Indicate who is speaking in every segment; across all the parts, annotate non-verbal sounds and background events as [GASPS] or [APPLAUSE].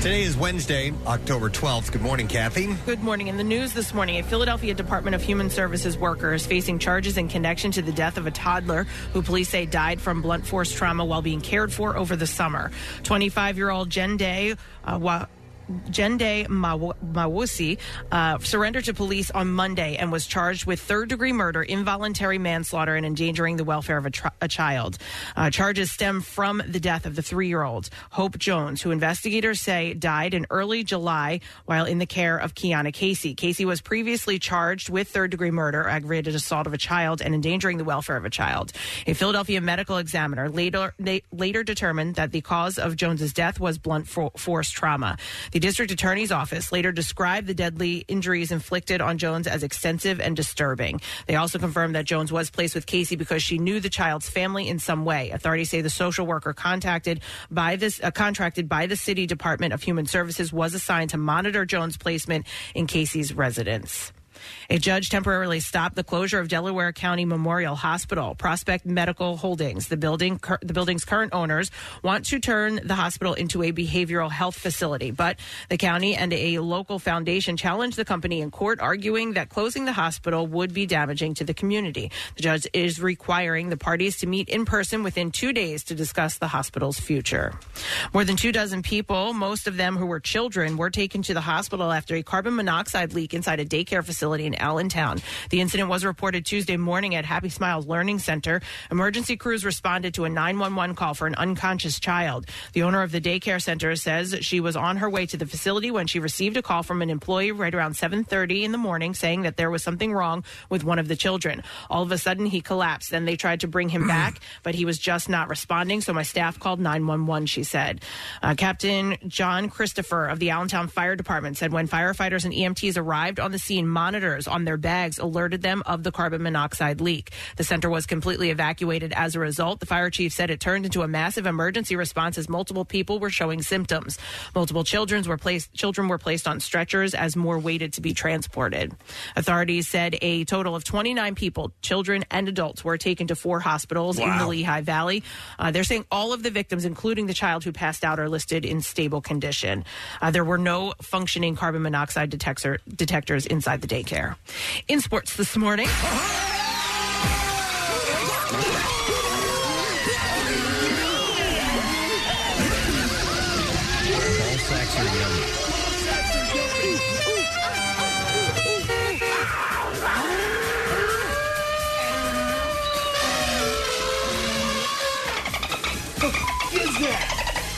Speaker 1: Today is Wednesday, October 12th. Good morning, Kathy.
Speaker 2: Good morning. In the news this morning, a Philadelphia Department of Human Services worker is facing charges in connection to the death of a toddler who police say died from blunt force trauma while being cared for over the summer. 25 year old Jen Day. Uh, wa- Jende Maw- Mawusi uh, surrendered to police on Monday and was charged with third degree murder, involuntary manslaughter, and endangering the welfare of a, tr- a child. Uh, charges stem from the death of the three year old, Hope Jones, who investigators say died in early July while in the care of Kiana Casey. Casey was previously charged with third degree murder, aggravated assault of a child, and endangering the welfare of a child. A Philadelphia medical examiner later they later determined that the cause of Jones's death was blunt for- force trauma. The district attorney's office later described the deadly injuries inflicted on Jones as extensive and disturbing. They also confirmed that Jones was placed with Casey because she knew the child's family in some way. Authorities say the social worker contacted by this uh, contracted by the city department of human services was assigned to monitor Jones' placement in Casey's residence. A judge temporarily stopped the closure of Delaware County Memorial Hospital, Prospect Medical Holdings. The building, cur- the building's current owners want to turn the hospital into a behavioral health facility, but the county and a local foundation challenged the company in court, arguing that closing the hospital would be damaging to the community. The judge is requiring the parties to meet in person within two days to discuss the hospital's future. More than two dozen people, most of them who were children, were taken to the hospital after a carbon monoxide leak inside a daycare facility in Allentown. The incident was reported Tuesday morning at Happy Smiles Learning Center. Emergency crews responded to a 911 call for an unconscious child. The owner of the daycare center says she was on her way to the facility when she received a call from an employee right around 7:30 in the morning saying that there was something wrong with one of the children. All of a sudden he collapsed. Then they tried to bring him back, but he was just not responding, so my staff called 911, she said. Uh, Captain John Christopher of the Allentown Fire Department said when firefighters and EMTs arrived on the scene, monitors on their bags alerted them of the carbon monoxide leak. The center was completely evacuated as a result. The fire chief said it turned into a massive emergency response as multiple people were showing symptoms. Multiple children were placed children were placed on stretchers as more waited to be transported. Authorities said a total of 29 people, children and adults, were taken to four hospitals in the
Speaker 3: Wow.
Speaker 2: Lehigh Valley. Uh, they're saying all of the victims, including the child who passed out, are listed in stable condition. Uh, there were no functioning carbon monoxide detector, detectors inside the daycare. In sports this morning.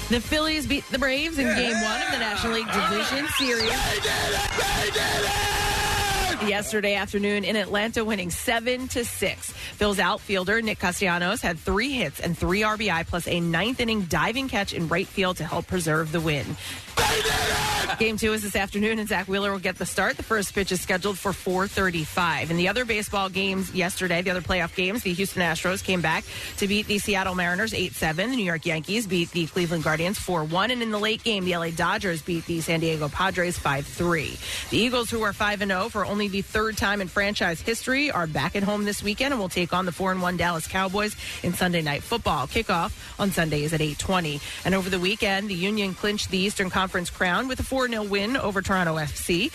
Speaker 2: The Phillies beat the Braves in Game One of the National League Division Series. Yesterday afternoon in Atlanta, winning seven to six. Phil's outfielder Nick Castellanos had three hits and three RBI, plus a ninth-inning diving catch in right field to help preserve the win. [LAUGHS] Game two is this afternoon, and Zach Wheeler will get the start. The first pitch is scheduled for 4:35. In the other baseball games yesterday, the other playoff games, the Houston Astros came back to beat the Seattle Mariners 8-7. The New York Yankees beat the Cleveland Guardians 4-1, and in the late game, the LA Dodgers beat the San Diego Padres 5-3. The Eagles, who are 5-0 for only the third time in franchise history, are back at home this weekend and will take on the 4-1 Dallas Cowboys in Sunday Night Football. Kickoff on Sunday is at 8:20, and over the weekend, the Union clinched the Eastern Conference crown with a 4-0 win over Toronto FC.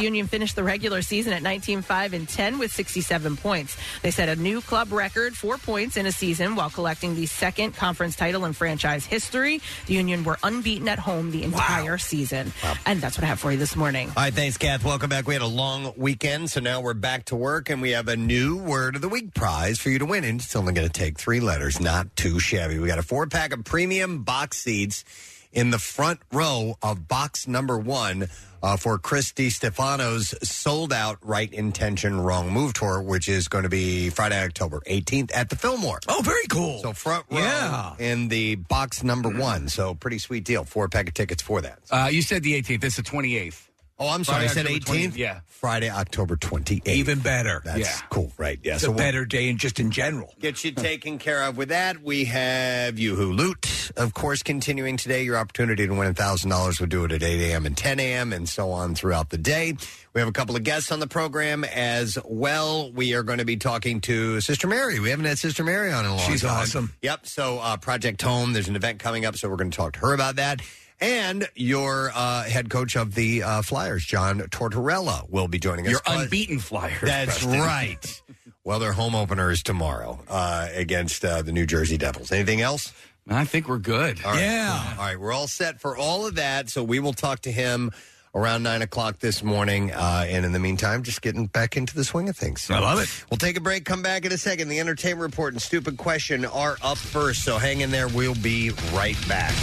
Speaker 2: Union finished the regular season at 19-5 and 10 with 67 points. They set a new club record, four points in a season, while collecting the second conference title in franchise history. The Union were unbeaten at home the entire season, and that's what I have for you this morning.
Speaker 1: All right, thanks, Kath. Welcome back. We had a long weekend, so now we're back to work, and we have a new Word of the Week prize for you to win. And it's only going to take three letters, not too shabby. We got a four pack of premium box seats in the front row of box number one uh, for Christy Stefano's sold out Right Intention Wrong Move tour, which is going to be Friday, October 18th at the Fillmore.
Speaker 4: Oh, very cool.
Speaker 1: So front row in the box number one. So pretty sweet deal. Four pack of tickets for that.
Speaker 4: Uh, you said the 18th. It's the 28th.
Speaker 1: Oh, I'm sorry. I said
Speaker 3: Friday, October
Speaker 1: 18th?
Speaker 3: 20th, yeah.
Speaker 1: Friday, October 28th.
Speaker 3: Even better.
Speaker 1: That's
Speaker 3: Yeah.
Speaker 1: cool, right? Yeah.
Speaker 3: It's a
Speaker 1: we'll
Speaker 3: better day and just in general.
Speaker 1: Get you taken care of with that. We have Yoo-Hoo Loot, of course, continuing today. Your opportunity to win $1,000. We'll do it at 8 a.m. and 10 a.m. and so on throughout the day. We have a couple of guests on the program as well. We are going to be talking to Sister Mary. We haven't had Sister Mary on in a long
Speaker 3: She's
Speaker 1: time.
Speaker 3: awesome.
Speaker 1: Yep. So uh, Project Home, there's an event coming up, so we're going to talk to her about that. And your uh, head coach of the uh, Flyers, John Tortorella, will be joining us.
Speaker 3: Your
Speaker 1: Uh,
Speaker 3: unbeaten flyer.
Speaker 1: That's right. [LAUGHS] Well, their home opener is tomorrow uh, against uh, the New Jersey Devils. Anything else?
Speaker 4: I think we're good.
Speaker 1: All right. All right. We're all set for all of that. So we will talk to him around 9 o'clock this morning. Uh, and in the meantime, just getting back into the swing of things. So
Speaker 3: I love it.
Speaker 1: We'll take a break, come back in a second. The entertainment report and stupid question are up first. So hang in there. We'll be right back.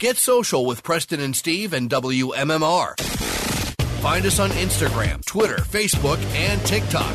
Speaker 5: Get social with Preston and Steve and WMMR. Find us on Instagram, Twitter, Facebook, and TikTok.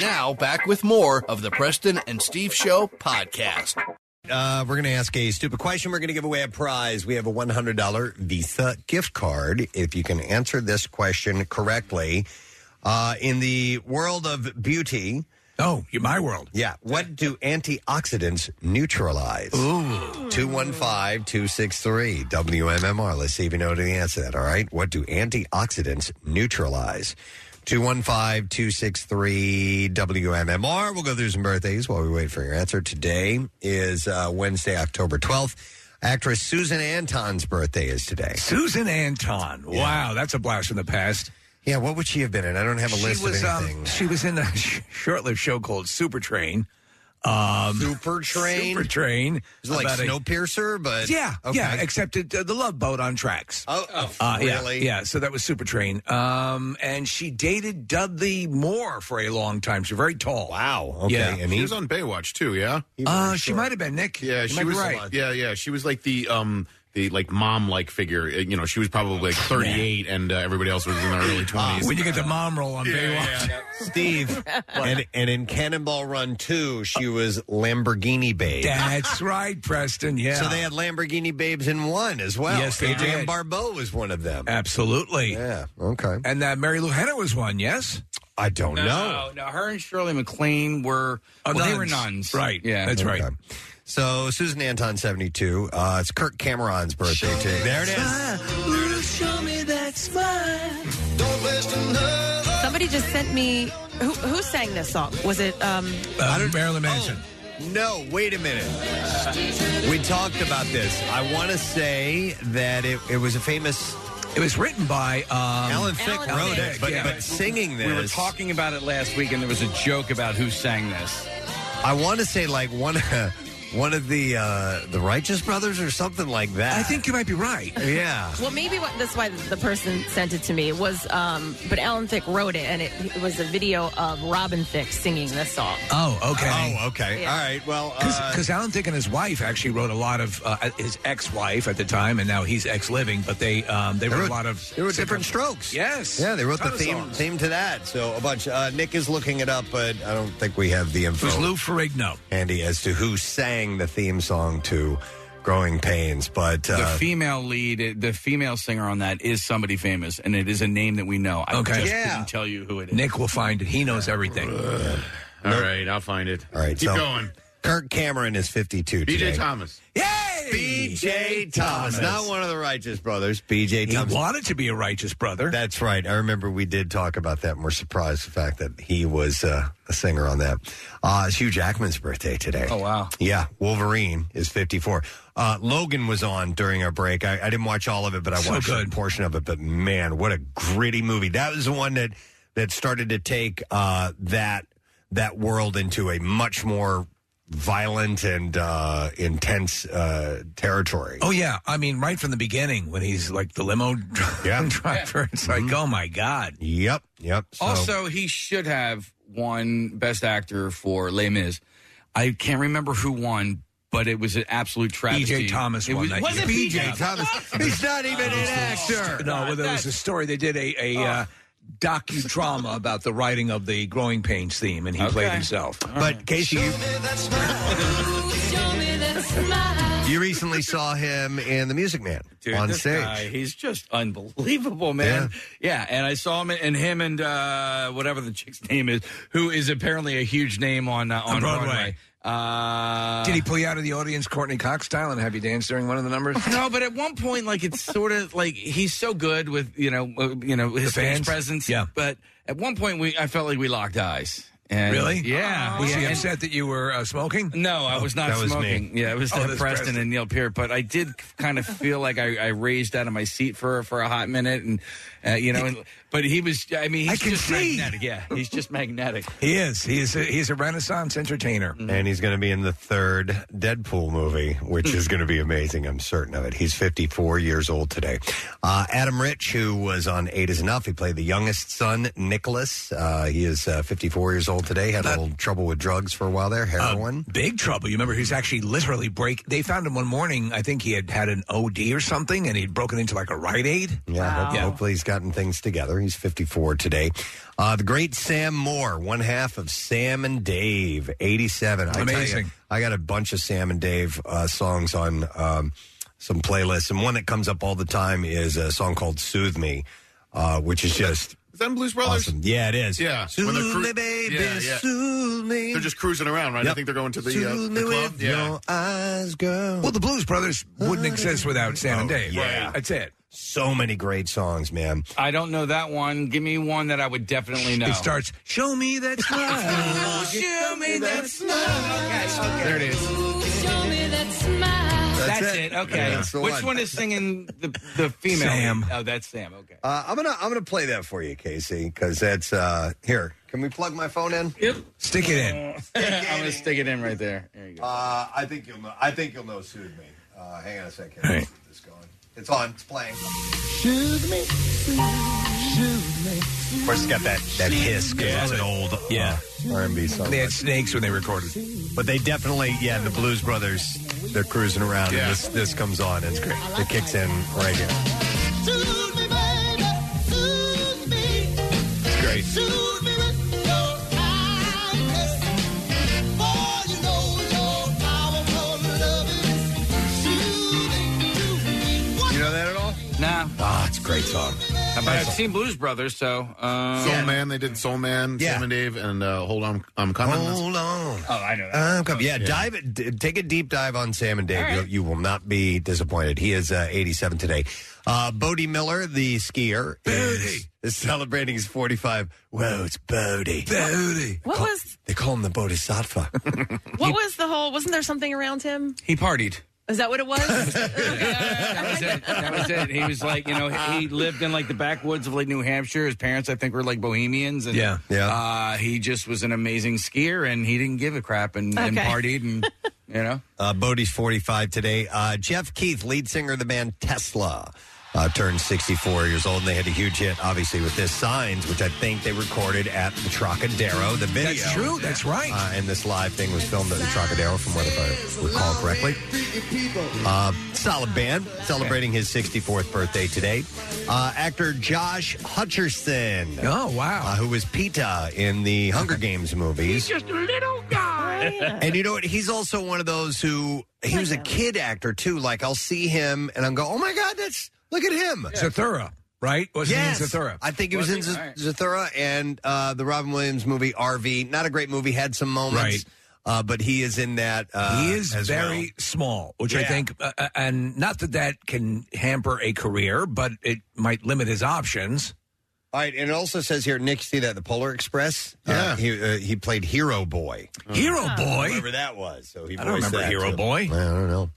Speaker 5: Now, back with more of the Preston and Steve Show podcast.
Speaker 1: Uh, we're going to ask a stupid question. We're going to give away a prize. We have a $100 Visa gift card. If you can answer this question correctly, uh, in the world of beauty.
Speaker 3: Oh, you're my world.
Speaker 1: Yeah. What do antioxidants neutralize? Ooh. 215 263 WMMR. Let's see if you know the answer to that. All right. What do antioxidants neutralize? 215 263 WMMR. We'll go through some birthdays while we wait for your answer. Today is uh, Wednesday, October 12th. Actress Susan Anton's birthday is today.
Speaker 3: Susan Anton. Wow, that's a blast from the past.
Speaker 1: Yeah, what would she have been in? I don't have a list
Speaker 3: was,
Speaker 1: of
Speaker 3: um,
Speaker 1: anything.
Speaker 3: she was in a [LAUGHS] sh- short-lived show called Super Train. Um,
Speaker 1: Super Train?
Speaker 3: Super Train.
Speaker 1: Is it like
Speaker 3: about a-
Speaker 1: Snowpiercer, but
Speaker 3: yeah,
Speaker 1: okay.
Speaker 3: yeah. Except it, uh, the Love Boat on tracks.
Speaker 1: Oh, oh,
Speaker 3: Uh, yeah,
Speaker 1: really?
Speaker 3: Yeah, so that was Super Train. Um, and she dated Dudley Moore for a long time. She's very tall.
Speaker 1: Wow. Okay.
Speaker 3: Yeah.
Speaker 1: And
Speaker 6: She
Speaker 1: he,
Speaker 6: was on Baywatch too, yeah.
Speaker 3: Uh, she might have been Nick.
Speaker 6: Yeah,
Speaker 3: You
Speaker 6: she
Speaker 3: might be
Speaker 6: was.
Speaker 3: right.
Speaker 6: Yeah, yeah, she was like the um the like mom like figure. Uh, You know, she was probably like
Speaker 1: Oh,
Speaker 6: 38, and uh, everybody else was in their early 20s.
Speaker 3: When you get the mom roll on Baywatch. [LAUGHS]
Speaker 4: [LAUGHS]
Speaker 1: Steve, and, and in Cannonball Run 2, she was Lamborghini Babe.
Speaker 3: That's right, Preston. Yeah.
Speaker 1: So they had Lamborghini Babes in one as well.
Speaker 3: Yes, they
Speaker 1: Adrienne
Speaker 3: did.
Speaker 1: Barbeau was one of them.
Speaker 3: Absolutely.
Speaker 1: Yeah, okay.
Speaker 3: And that Mary Lou Henner was one, yes?
Speaker 1: I don't know.
Speaker 4: No, no. Her and Shirley MacLaine were
Speaker 3: Uh,
Speaker 4: well, they were nuns,
Speaker 3: Right.
Speaker 4: Yeah,
Speaker 3: That's right.
Speaker 1: Okay. So Susan Anton, 72. Uh, it's Kirk Cameron's birthday, too. There it is.
Speaker 2: Somebody just sent me. Who, who sang this song? Was it? Um,
Speaker 3: Uh, Marilyn
Speaker 1: Oh.
Speaker 3: Manson.
Speaker 1: No, Oh, wait a minute. We talked about this. I want to say that it, it was a famous.
Speaker 3: It was written by um,
Speaker 1: Alan Thicke
Speaker 2: Alan
Speaker 1: wrote it,
Speaker 3: Thicke,
Speaker 1: but,
Speaker 3: yeah.
Speaker 1: but singing this.
Speaker 4: We were talking about it last week, and there was a joke about who sang this.
Speaker 1: I want to say like one one of the uh, the Righteous Brothers or something like that.
Speaker 3: I think you might be right.
Speaker 1: yeah.
Speaker 2: well, maybe what, that's why the person sent it to me. It was, um, but Alan Thicke wrote it, and it, it was a video of Robin Thicke singing this song.
Speaker 3: Oh, okay.
Speaker 1: Oh, okay.
Speaker 2: Yeah.
Speaker 1: All right. Well, uh,
Speaker 3: Because Alan Thicke and his wife actually wrote a lot of uh, his ex-wife at the time, and now he's ex-living. But they um, they wrote, a lot of
Speaker 1: there were different strokes.
Speaker 3: Yes.
Speaker 1: Yeah, they wrote
Speaker 3: Ton
Speaker 1: the
Speaker 3: of
Speaker 1: theme
Speaker 3: songs.
Speaker 1: theme to that. So a bunch. Uh, Nick is looking it up, but I don't think we have the
Speaker 3: It
Speaker 1: info
Speaker 3: was Lou Ferrigno.
Speaker 1: handy as to who sang the theme song to Growing Pains. But
Speaker 4: The
Speaker 1: uh,
Speaker 4: female lead, the female singer on that is somebody famous, and it is a name that we know. I
Speaker 3: Okay.
Speaker 4: just
Speaker 1: Yeah.
Speaker 4: couldn't tell you who it is.
Speaker 3: Nick will find it. He knows everything.
Speaker 6: All right, I'll find it.
Speaker 1: all right,
Speaker 6: keep
Speaker 1: so
Speaker 6: going.
Speaker 1: Kirk Cameron is fifty two.
Speaker 6: BJ Thomas.
Speaker 3: Yay!
Speaker 1: BJ Thomas, not one of the Righteous Brothers.
Speaker 3: He
Speaker 1: BJ Thomas.
Speaker 3: wanted to be a righteous brother.
Speaker 1: That's right. I remember we did talk about that, and we're surprised the fact that he was uh, a singer on that. Uh, it's Hugh Jackman's birthday today.
Speaker 4: Oh, wow.
Speaker 1: Yeah, Wolverine is 54. Uh, Logan was on during our break. I, I didn't watch all of it, but I
Speaker 3: So
Speaker 1: watched a
Speaker 3: good.
Speaker 1: portion of it. But man, what a gritty movie! That was the one that that started to take uh, that that world into a much more violent and uh, intense uh, territory.
Speaker 3: Oh yeah, I mean, right from the beginning when he's like the limo dri- [LAUGHS] driver, it's like, oh my god.
Speaker 1: Yep, yep.
Speaker 4: Also, he should have won Best Actor for Les Mis. I can't remember who won, but it was an absolute travesty.
Speaker 3: BJ Thomas
Speaker 4: It
Speaker 3: won that year.
Speaker 1: BJ Thomas. He's not even an actor.
Speaker 3: No, well, there was a story. They did a a uh, docudrama about the writing of the Growing Pains theme, and he played himself.
Speaker 1: But Casey, you, you recently saw him in The Music Man
Speaker 4: Dude,
Speaker 1: on
Speaker 4: this
Speaker 1: stage.
Speaker 4: guy, he's just unbelievable, man. Yeah. and I saw him and him and uh, whatever the chick's [LAUGHS] name is, who is apparently a huge name on uh, on,
Speaker 3: On Broadway.
Speaker 4: Broadway. Uh,
Speaker 3: Did he pull you out of the audience, Courtney Cox style, and have you dance during one of the numbers?
Speaker 4: No, but at one point, like it's sort of like he's so good with you know uh, you know his
Speaker 3: The fans?
Speaker 4: stage presence.
Speaker 3: Yeah.
Speaker 4: but at one point we I felt like we locked eyes. And
Speaker 3: Really? Oh,
Speaker 4: Yeah.
Speaker 3: Was
Speaker 4: yeah.
Speaker 3: he
Speaker 4: and-
Speaker 3: upset that you were uh, smoking?
Speaker 4: No, I was not
Speaker 1: that was
Speaker 4: smoking. Yeah, it was
Speaker 3: Oh,
Speaker 4: Ted
Speaker 3: that's
Speaker 4: Preston,
Speaker 3: Preston.
Speaker 4: and Neil Peart, but I did kind of feel like I, I raised out of my seat for for a hot minute, and uh, you know, and, but he was. I mean, he's
Speaker 3: I can
Speaker 4: just
Speaker 3: see.
Speaker 4: magnetic. Yeah, he's just magnetic.
Speaker 3: He is. He is. A, he's a Renaissance entertainer.
Speaker 1: And he's going to be in the third Deadpool movie, which is going to be amazing. I'm certain of it. He's 54 years old today. Uh, Adam Rich, who was on Eight Is Enough, he played the youngest son, Nicholas. Uh, he is uh, 54 years old today. Had a little trouble with drugs for a while there, heroin.
Speaker 3: Big trouble. You remember he's actually literally break. They found him one morning. I think he had had an OD or something, and he'd broken into like a Rite Aid.
Speaker 1: yeah, hope- hopefully he's gotten things together. He's 54 today. Uh, the great Sam Moore, one half of Sam and Dave, 87. I tell ya,
Speaker 3: Amazing.
Speaker 1: I got a bunch of Sam and Dave uh, songs on um, some playlists, and one that comes up all the time is a song called "Soothe Me," uh, which is just
Speaker 6: Is that in Blues Brothers?
Speaker 1: awesome. Yeah, it is.
Speaker 6: Yeah,
Speaker 1: soothe
Speaker 6: when they're cru-
Speaker 1: me, baby,
Speaker 6: Yeah, yeah.
Speaker 1: soothe me.
Speaker 6: They're just cruising around, right? I
Speaker 1: Yep.
Speaker 6: think they're going to the, uh,
Speaker 1: soothe me
Speaker 6: the club.
Speaker 1: with
Speaker 6: Yeah.
Speaker 1: your eyes, girl.
Speaker 3: Well, the Blues Brothers wouldn't
Speaker 4: Oh,
Speaker 3: exist without Sam and Dave.
Speaker 1: Oh, yeah.
Speaker 3: that's it.
Speaker 1: so many great songs, man.
Speaker 4: I don't know that one. Give me one that I would definitely know.
Speaker 3: It starts. Show me that smile.
Speaker 4: Show me that smile. Okay,
Speaker 6: There it is.
Speaker 4: [LAUGHS] That's,
Speaker 1: That's
Speaker 4: it.
Speaker 1: it.
Speaker 4: Okay.
Speaker 1: Yeah, that's the
Speaker 4: Which
Speaker 1: one.
Speaker 4: one. is singing the
Speaker 3: [LAUGHS]
Speaker 4: the female?
Speaker 3: Sam.
Speaker 4: Oh, that's Sam. Okay.
Speaker 1: Uh, I'm gonna I'm gonna play that for you, Casey, because that's uh, here. Can we plug my phone in?
Speaker 4: Yep.
Speaker 3: Stick it in.
Speaker 4: I'm gonna [LAUGHS] stick it in right there. There you go.
Speaker 1: Uh, I think you'll know. I think you'll know. Soothe me. Uh, hang on a second.
Speaker 3: All right.
Speaker 1: This going. It's on. It's playing. Soothe me. Soothe me. Of course, it's got that that hiss. Yeah, it's an old
Speaker 3: Yeah.
Speaker 1: uh, R&B song.
Speaker 3: They had snakes when they recorded.
Speaker 1: But they definitely, yeah, the Blues Brothers. They're cruising around,
Speaker 6: Yeah.
Speaker 1: and this this comes on. And it's great. It kicks in right here.
Speaker 3: It's great.
Speaker 1: You know that at all?
Speaker 4: Nah.
Speaker 1: Ah, it's a great song.
Speaker 4: But I've seen Blues Brothers, so. Uh,
Speaker 6: Soul Man, they did Soul Man,
Speaker 1: Yeah.
Speaker 6: Sam and Dave, and uh, Hold On, I'm Coming.
Speaker 1: Hold on.
Speaker 4: Oh, I know that.
Speaker 1: Um, come- yeah, dive. D- take a deep dive on Sam and Dave. You, you will not be disappointed. He is uh, 87 today. Uh, Bodie Miller, the skier, is, is celebrating his 45. Whoa, it's Bodie.
Speaker 3: Booty.
Speaker 2: What was
Speaker 1: They call him the Bodhisattva. [LAUGHS]
Speaker 2: what was the whole? Wasn't there something around him?
Speaker 4: He partied.
Speaker 2: Is that what it was?
Speaker 4: That was it. That was it. He was like, you know, he lived in like the backwoods of like New Hampshire. His parents, I think, were like Bohemians. And,
Speaker 3: Yeah.
Speaker 1: Yeah.
Speaker 4: Uh, he just was an amazing skier, and he didn't give a crap, and, and
Speaker 2: Okay.
Speaker 4: partied, and you know.
Speaker 1: uh, Bodie's 45 today. Uh, Jeff Keith, lead singer of the band Tesla, uh, turned 64 years old, and they had a huge hit, obviously, with this Signs, which I think they recorded at the Trocadero, the video.
Speaker 3: That's true. That's right.
Speaker 1: Uh, and this live thing was filmed at the Trocadero, from what if I recall correctly. Uh, solid band celebrating his 64th birthday today. Uh, actor Josh Hutcherson,
Speaker 3: Oh
Speaker 1: uh,
Speaker 3: wow.
Speaker 1: who was Pita in the Hunger Games movies.
Speaker 4: Just a little guy.
Speaker 1: [LAUGHS] And you know what? He's also one of those who he was a kid actor too. Like I'll see him and I'm go, oh my god, that's look at him.
Speaker 3: Zathura, right? Wasn't he in
Speaker 1: Yes,
Speaker 3: Zathura?
Speaker 1: I think he was,
Speaker 4: Was
Speaker 1: in
Speaker 4: he?
Speaker 1: Z-
Speaker 4: All right.
Speaker 1: Zathura and uh, the Robin Williams movie RV. Not a great movie. Had some moments,
Speaker 3: Right.
Speaker 1: uh, but he is in that. Uh,
Speaker 3: he is
Speaker 1: as
Speaker 3: very
Speaker 1: well.
Speaker 3: small, which I
Speaker 1: Yeah.
Speaker 3: think, uh, uh, and not that that can hamper a career, but it might limit his options.
Speaker 1: All right, and it also says here, Nick, see that the Polar Express.
Speaker 6: Yeah.
Speaker 1: uh, he uh, he played Hero Boy.
Speaker 3: Hero boy.
Speaker 1: Whatever that was. So he
Speaker 3: I don't
Speaker 1: voiced
Speaker 3: remember
Speaker 1: that,
Speaker 3: Hero
Speaker 1: too.
Speaker 3: Boy.
Speaker 1: I don't know.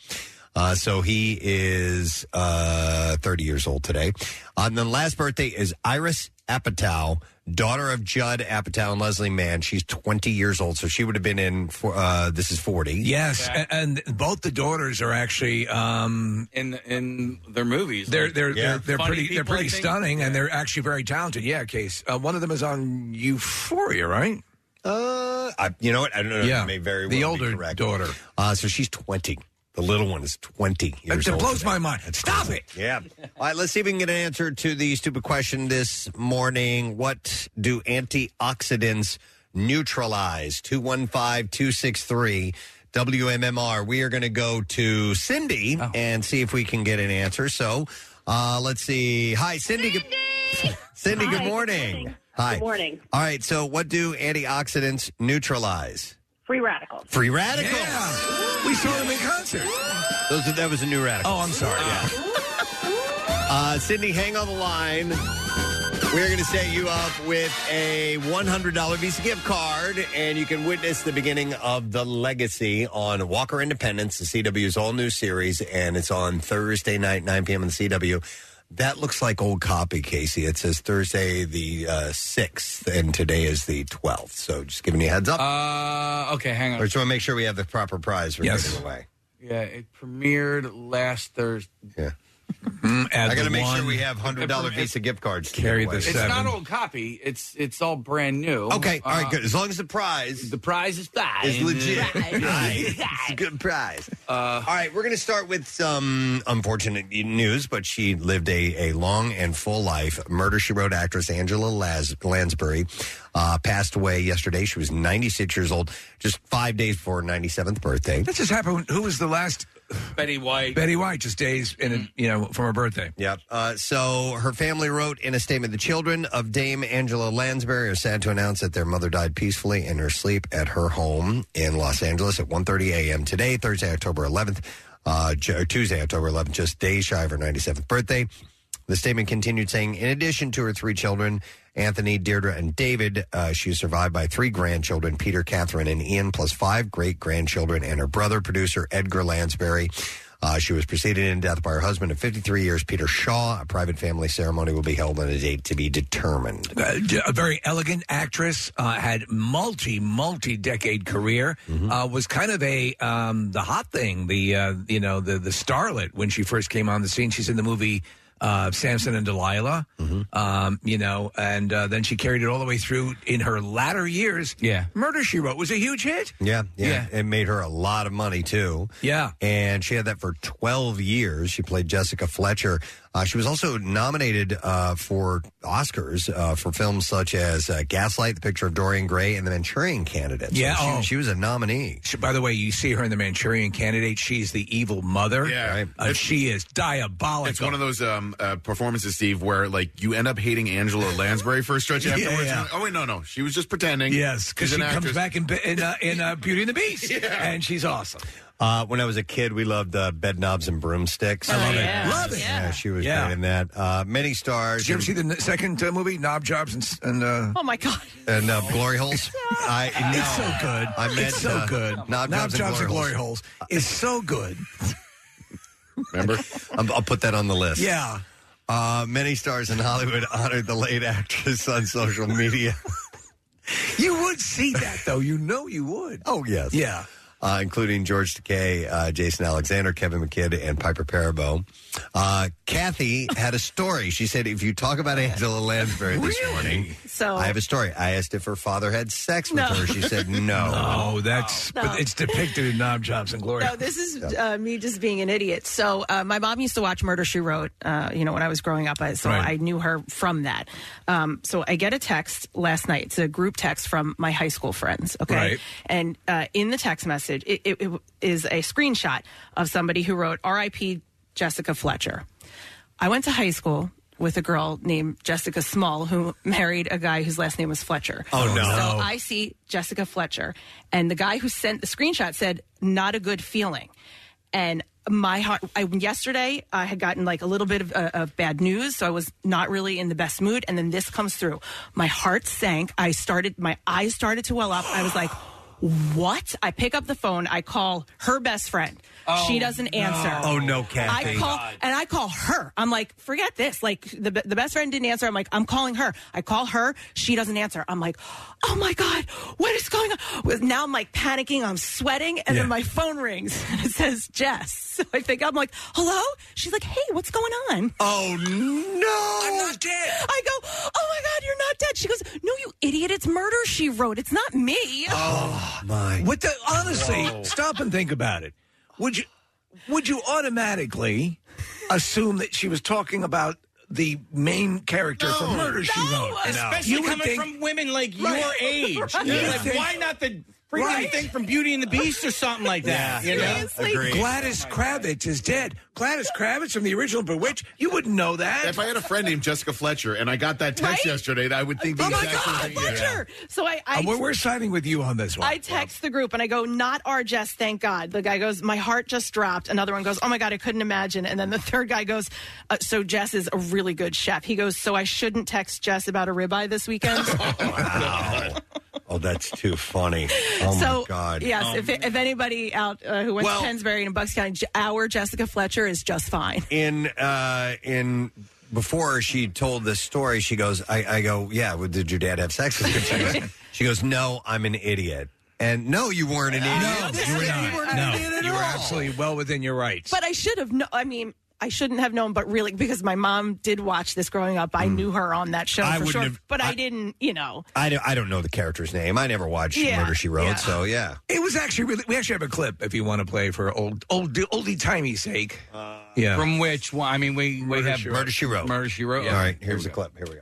Speaker 1: Uh, so he is uh, 30 years old today. On the last birthday is Iris Apatow, daughter of Judd Apatow and Leslie Mann. She's 20 years old, so she would have been in. For, uh, this is 40.
Speaker 3: Yes, a- and, both the daughters are actually um, in in
Speaker 4: their movies.
Speaker 3: They're
Speaker 4: like,
Speaker 3: they're they're, they're
Speaker 4: funny
Speaker 3: pretty they're
Speaker 4: people, I
Speaker 3: pretty
Speaker 4: think.
Speaker 3: stunning, and they're actually very talented. Yeah, Case. Uh, one of them is on Euphoria, right?
Speaker 1: Uh, I, you know what? I don't know.
Speaker 3: Yeah,
Speaker 1: That may very well
Speaker 3: the
Speaker 1: be
Speaker 3: older
Speaker 1: correct.
Speaker 3: daughter.
Speaker 1: Uh, so she's 20. The little one is 20 years
Speaker 3: That
Speaker 1: old.
Speaker 3: blows
Speaker 1: today.
Speaker 3: my mind. Stop it.
Speaker 1: Yeah. All right, let's see if we can get an answer to the stupid question this morning. What do antioxidants neutralize? 215 263 WMMR. We are going to go to Cindy
Speaker 3: Oh.
Speaker 1: and see if we can get an answer. So uh, let's see. Hi, Cindy. Cindy, good, Cindy,
Speaker 7: Hi,
Speaker 1: good
Speaker 7: good
Speaker 1: morning.
Speaker 7: morning.
Speaker 1: Hi.
Speaker 7: Good morning.
Speaker 1: All right, so what do antioxidants neutralize?
Speaker 7: Free radicals.
Speaker 1: Free radicals.
Speaker 3: We saw them in concert.
Speaker 1: Those are, that was a new radical.
Speaker 3: Oh, I'm sorry. Yeah.
Speaker 1: [LAUGHS] Uh, Sydney, hang on the line. We're going to set you up with a $100 Visa gift card, and you can witness the beginning of the legacy on Walker Independence, the CW's all new series, and it's on Thursday night, 9 p.m. on the CW. That looks like old copy, Casey. It says Thursday the uh, 6th, and today is the 12th. So just giving you a heads up.
Speaker 4: Uh, okay, hang
Speaker 1: we just want to make sure we have the proper prize we're
Speaker 4: Yes.
Speaker 1: giving away.
Speaker 4: Yeah, it premiered last Thursday.
Speaker 1: Yeah.
Speaker 4: Mm, add
Speaker 1: I got to
Speaker 4: the
Speaker 1: make sure
Speaker 4: one.
Speaker 1: we have $100
Speaker 4: It-
Speaker 1: Visa gift cards. to
Speaker 4: Carry
Speaker 1: give away.
Speaker 4: It's not old copy. It's it's all brand new. Uh,
Speaker 1: Okay, all right, good. As long as the prize,
Speaker 4: the prize is fine.
Speaker 1: It's legit.
Speaker 4: [LAUGHS]
Speaker 1: Right. It's a good prize.
Speaker 4: uh,
Speaker 1: All right, we're going to start with some unfortunate news, but she lived a, a long and full life. Murder She Wrote actress Angela Las- Lansbury uh, passed away yesterday. She was 96 years old, just five days before her 97th birthday.
Speaker 3: That just happened. Who was the last
Speaker 4: Betty White? Mm-hmm.
Speaker 3: Betty White just days in a, you know from her birthday.
Speaker 1: Yep. Uh, so her family wrote in a statement the children of Dame Angela Lansbury are sad to announce that their mother died peacefully in her sleep at her home in Los Angeles at 1.30 a.m. today, Thursday, October 11th, uh, ju- or Tuesday, October 11th, just days shy of her 97th birthday. The statement continued saying, in addition to her three children, Anthony, Deirdre, and David, uh, she is survived by three grandchildren, Peter, Catherine, and Ian, plus five great grandchildren, and her brother, producer Edgar Lansbury. Uh, she was preceded in death by her husband of 53 years, Peter Shaw. A private family ceremony will be held on a date to be determined.
Speaker 3: Uh, d- a very elegant actress, uh, had multi multi decade career.
Speaker 1: Mm-hmm.
Speaker 3: Uh, was kind of a um, the hot thing, the uh, you know the the starlet when she first came on the scene. She's in the movie uh, Samson and Delilah,
Speaker 1: Mm-hmm.
Speaker 3: um, you know, and uh, then she carried it all the way through in her latter years.
Speaker 4: Yeah.
Speaker 3: Murder She Wrote was a huge hit.
Speaker 1: Yeah, yeah, It made her a lot of money, too.
Speaker 3: Yeah.
Speaker 1: And she had that for 12 years. She played Jessica Fletcher. Uh, she was also nominated uh, for Oscars uh, for films such as uh, Gaslight, The Picture of Dorian Gray, and The Manchurian Candidate. So
Speaker 3: Yeah,
Speaker 1: she,
Speaker 3: oh.
Speaker 1: she was a nominee.
Speaker 3: She, by the way, you see her in the Manchurian Candidate. She's the evil mother.
Speaker 6: Yeah. Right.
Speaker 3: Uh, she is diabolical.
Speaker 6: It's one of those um, uh, performances, Steve, where like you end up hating Angela Lansbury for a stretch
Speaker 3: [LAUGHS] Yeah,
Speaker 6: afterwards.
Speaker 3: yeah.
Speaker 6: You're like, oh wait, no, no, she was just pretending.
Speaker 3: Yes, because
Speaker 6: She's
Speaker 3: she
Speaker 6: an
Speaker 3: comes
Speaker 6: actress.
Speaker 3: back in in, uh, in uh, Beauty and the Beast,
Speaker 6: [LAUGHS]
Speaker 3: and she's awesome.
Speaker 1: Uh, when I was a kid, we loved uh, Bed Knobs and Broomsticks.
Speaker 3: I love it. Yeah. Love it.
Speaker 1: Yeah, she was
Speaker 3: Yeah.
Speaker 1: great in that. Uh, many stars.
Speaker 3: Did you ever see the n- second uh, movie, Knob Jobs and? s- and uh,
Speaker 2: Oh my god.
Speaker 1: and uh, glory holes. I no.
Speaker 3: It's so good.
Speaker 1: I meant,
Speaker 3: it's so
Speaker 1: uh,
Speaker 3: good.
Speaker 1: Knob Jobs and Glory
Speaker 3: Holes is so good.
Speaker 1: [LAUGHS]
Speaker 6: Remember?
Speaker 1: I'll, I'll put that on the list.
Speaker 3: Yeah.
Speaker 1: Uh, many stars in Hollywood [LAUGHS] honored the late actress on social media.
Speaker 3: You would see that though. You know you would.
Speaker 1: Oh yes,
Speaker 3: Yeah.
Speaker 1: Uh, including George Takei, uh, Jason Alexander, Kevin McKidd, and Piper Perabo. Uh, Kathy had a story. She said, "If you talk about Angela Lansbury this morning,
Speaker 2: So
Speaker 1: I have a story. I asked if her father had sex with
Speaker 2: No.
Speaker 1: her. She said
Speaker 2: [LAUGHS]
Speaker 1: no.
Speaker 3: Oh, that's
Speaker 2: No.
Speaker 3: but it's depicted in um, Knob Jobs and Glory.
Speaker 2: No, this is uh, me just being an idiot. So uh, my mom used to watch Murder She Wrote, uh, you know, when I was growing up, I, so
Speaker 3: Right.
Speaker 2: I knew her from that. Um, so I get a text last night. It's a group text from my high school friends. Okay,
Speaker 3: Right.
Speaker 2: and uh, in the text message, it, it, it is a screenshot of somebody who wrote "R.I.P. Jessica Fletcher." I went to high school. With a girl named Jessica Small, who married a guy whose last name was Fletcher. Oh,
Speaker 1: no.
Speaker 2: So I see Jessica Fletcher, and the guy who sent the screenshot said, "Not a good feeling." And my heart. I, yesterday, I had gotten like a little bit of, uh, of bad news, so I was not really in the best mood. And then this comes through. My heart sank. I started. My eyes started to well up. I was like. What? I pick up the phone. I call her best friend. she doesn't answer.
Speaker 1: Oh, no, Kathy.
Speaker 2: I call and I call her. I'm like, forget this. Like the the best friend didn't answer. I'm like, I'm calling her. I call her. She doesn't answer. I'm like, oh my god, what is going on? With- Now I'm like panicking. I'm sweating, and
Speaker 1: Yeah.
Speaker 2: then my phone rings [LAUGHS] and it says Jess. So I think I'm like, hello. She's like, hey, what's going on?
Speaker 1: Oh no!
Speaker 3: I'm not dead.
Speaker 2: I go, oh my god, you're not dead. She goes, no, you idiot. It's murder. She wrote. It's not me.
Speaker 1: Oh, My
Speaker 3: What Oh, the honestly, stop and think about it. Would you would you automatically assume that she was talking about the main character from Murder She Wrote?
Speaker 4: Especially
Speaker 3: You would
Speaker 4: coming
Speaker 3: think-
Speaker 4: from women like your
Speaker 3: Right.
Speaker 4: age.
Speaker 3: [LAUGHS] You
Speaker 4: Like,
Speaker 3: think-
Speaker 4: why not the freaking
Speaker 3: Right.
Speaker 4: thing from Beauty and the Beast or something like that? you know? Oh
Speaker 2: Seriously?
Speaker 3: Gladys Kravitz is dead. Gladys Kravitz from the original Bewitched. You wouldn't know that.
Speaker 6: If I had a friend named Jessica Fletcher and I got that text
Speaker 2: Right?
Speaker 6: yesterday, I would think the
Speaker 2: Oh my
Speaker 6: exact same
Speaker 2: god,
Speaker 6: thing.
Speaker 2: Fletcher. So I, I
Speaker 3: Uh, we're, we're siding with you on this one.
Speaker 2: I text the group and I go, not our Jess, thank God. The guy goes, my heart just dropped. Another one goes, oh my God, I couldn't imagine. And then the [LAUGHS] third guy goes, uh, so Jess is a really good chef. He goes, so I shouldn't text Jess about a ribeye this weekend.
Speaker 1: Oh, that's too funny. [LAUGHS] Oh
Speaker 2: so,
Speaker 1: my god.
Speaker 2: yes, if, if anybody out uh, who went
Speaker 1: Well-
Speaker 2: to Pennsbury and in Bucks County, J- our Jessica Fletcher is
Speaker 1: [LAUGHS]
Speaker 2: just fine.
Speaker 1: in uh in before she told this story, she goes, I, I go, yeah, well, did your dad have sex with you? She goes, she goes, no, I'm an idiot. And no, you weren't an idiot.
Speaker 3: you were not.
Speaker 1: weren't an
Speaker 3: no,
Speaker 1: idiot at
Speaker 3: you were
Speaker 1: all.
Speaker 3: absolutely well within your rights.
Speaker 2: But I should have, kno- I mean, I shouldn't have known, but really, because my mom did watch this growing up. I knew her on that show
Speaker 1: Hmm. I
Speaker 2: for
Speaker 1: wouldn't
Speaker 2: sure.
Speaker 1: have-
Speaker 2: but
Speaker 1: I-
Speaker 2: I didn't, you know.
Speaker 1: I don't, I don't know the character's name. I never watched
Speaker 2: Yeah,
Speaker 1: Murder She Wrote,
Speaker 2: yeah.
Speaker 1: so yeah.
Speaker 3: it was actually really. We actually have a clip if you want to play for old old oldie timey sake. yeah.
Speaker 4: Uh, From which one? I mean, we, we have
Speaker 1: Murder She Wrote.
Speaker 4: Murder She Wrote.
Speaker 1: All right, here's the clip. Here we go.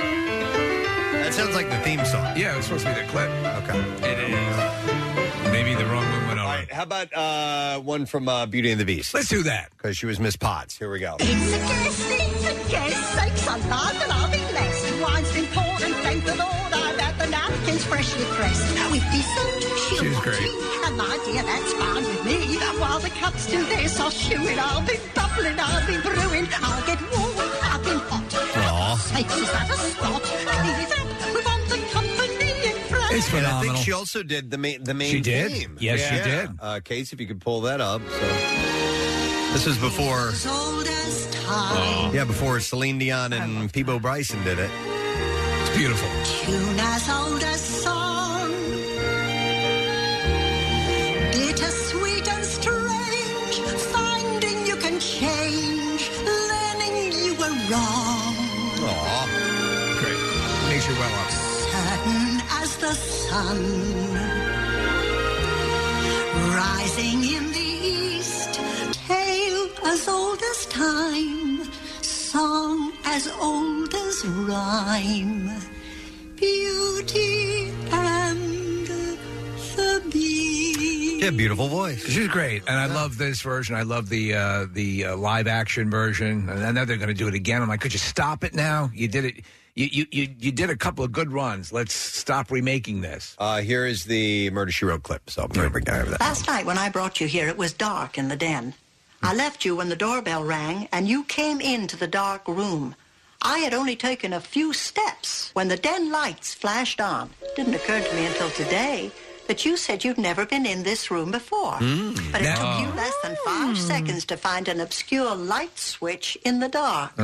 Speaker 1: That sounds like the theme song.
Speaker 3: yeah, it was supposed to be the clip.
Speaker 1: Okay.
Speaker 3: It is. Maybe the wrong one went on.
Speaker 1: All right, how about uh, one from uh, Beauty and the Beast?
Speaker 3: Let's do that.
Speaker 1: Because she was Miss Potts. Here we go.
Speaker 7: It's a guess, it's a guess, sakes alive, and I'll be blessed. Wine's been poured, and thank the Lord I've had the napkins freshly pressed. With dessert, she'll
Speaker 3: She's
Speaker 7: want
Speaker 3: great.
Speaker 7: tea, and my dear, that's fine with me. While the cup's still there, so shooing, I'll be bubbling, I'll be brewing, I'll get warm, I've been hot.
Speaker 1: Aw.
Speaker 7: Sakes, is that a spot? Clean it up, we want the company in front.
Speaker 3: It's
Speaker 1: And I
Speaker 3: phenomenal.
Speaker 1: think she also did the main the main
Speaker 3: She did?
Speaker 1: theme.
Speaker 3: Yes, she did.
Speaker 1: Uh, Case, if you could pull that up. So this is before,
Speaker 7: As old as time.
Speaker 1: yeah, before Celine Dion and Peebo Bryson did it.
Speaker 3: It's beautiful.
Speaker 7: tune as old as song. Bittersweet and strange, finding you can change, learning you were wrong.
Speaker 1: Aw,
Speaker 3: Great. Makes you well up.
Speaker 7: Certain as the sun, rising in the east, tale as old as time, song as old as rhyme beauty and the beast.
Speaker 1: yeah, beautiful voice.
Speaker 3: She's great, and I love this version. I love the uh, the uh, live action version, and I know they're going to do it again. I'm like, could you stop it now? You did it. You, you you you did a couple of good runs. Let's stop remaking this.
Speaker 1: Uh, here is the Murder She Wrote clip. So I'm very big guy over that.
Speaker 7: Last night when I brought you here, it was dark in the den. I left you when the doorbell rang, and you came into the dark room. I had only taken a few steps when the den lights flashed on. Didn't occur to me until today that you said you'd never been in this room before. But it took
Speaker 3: Mm.
Speaker 7: you less than five seconds to find an obscure light switch in the dark.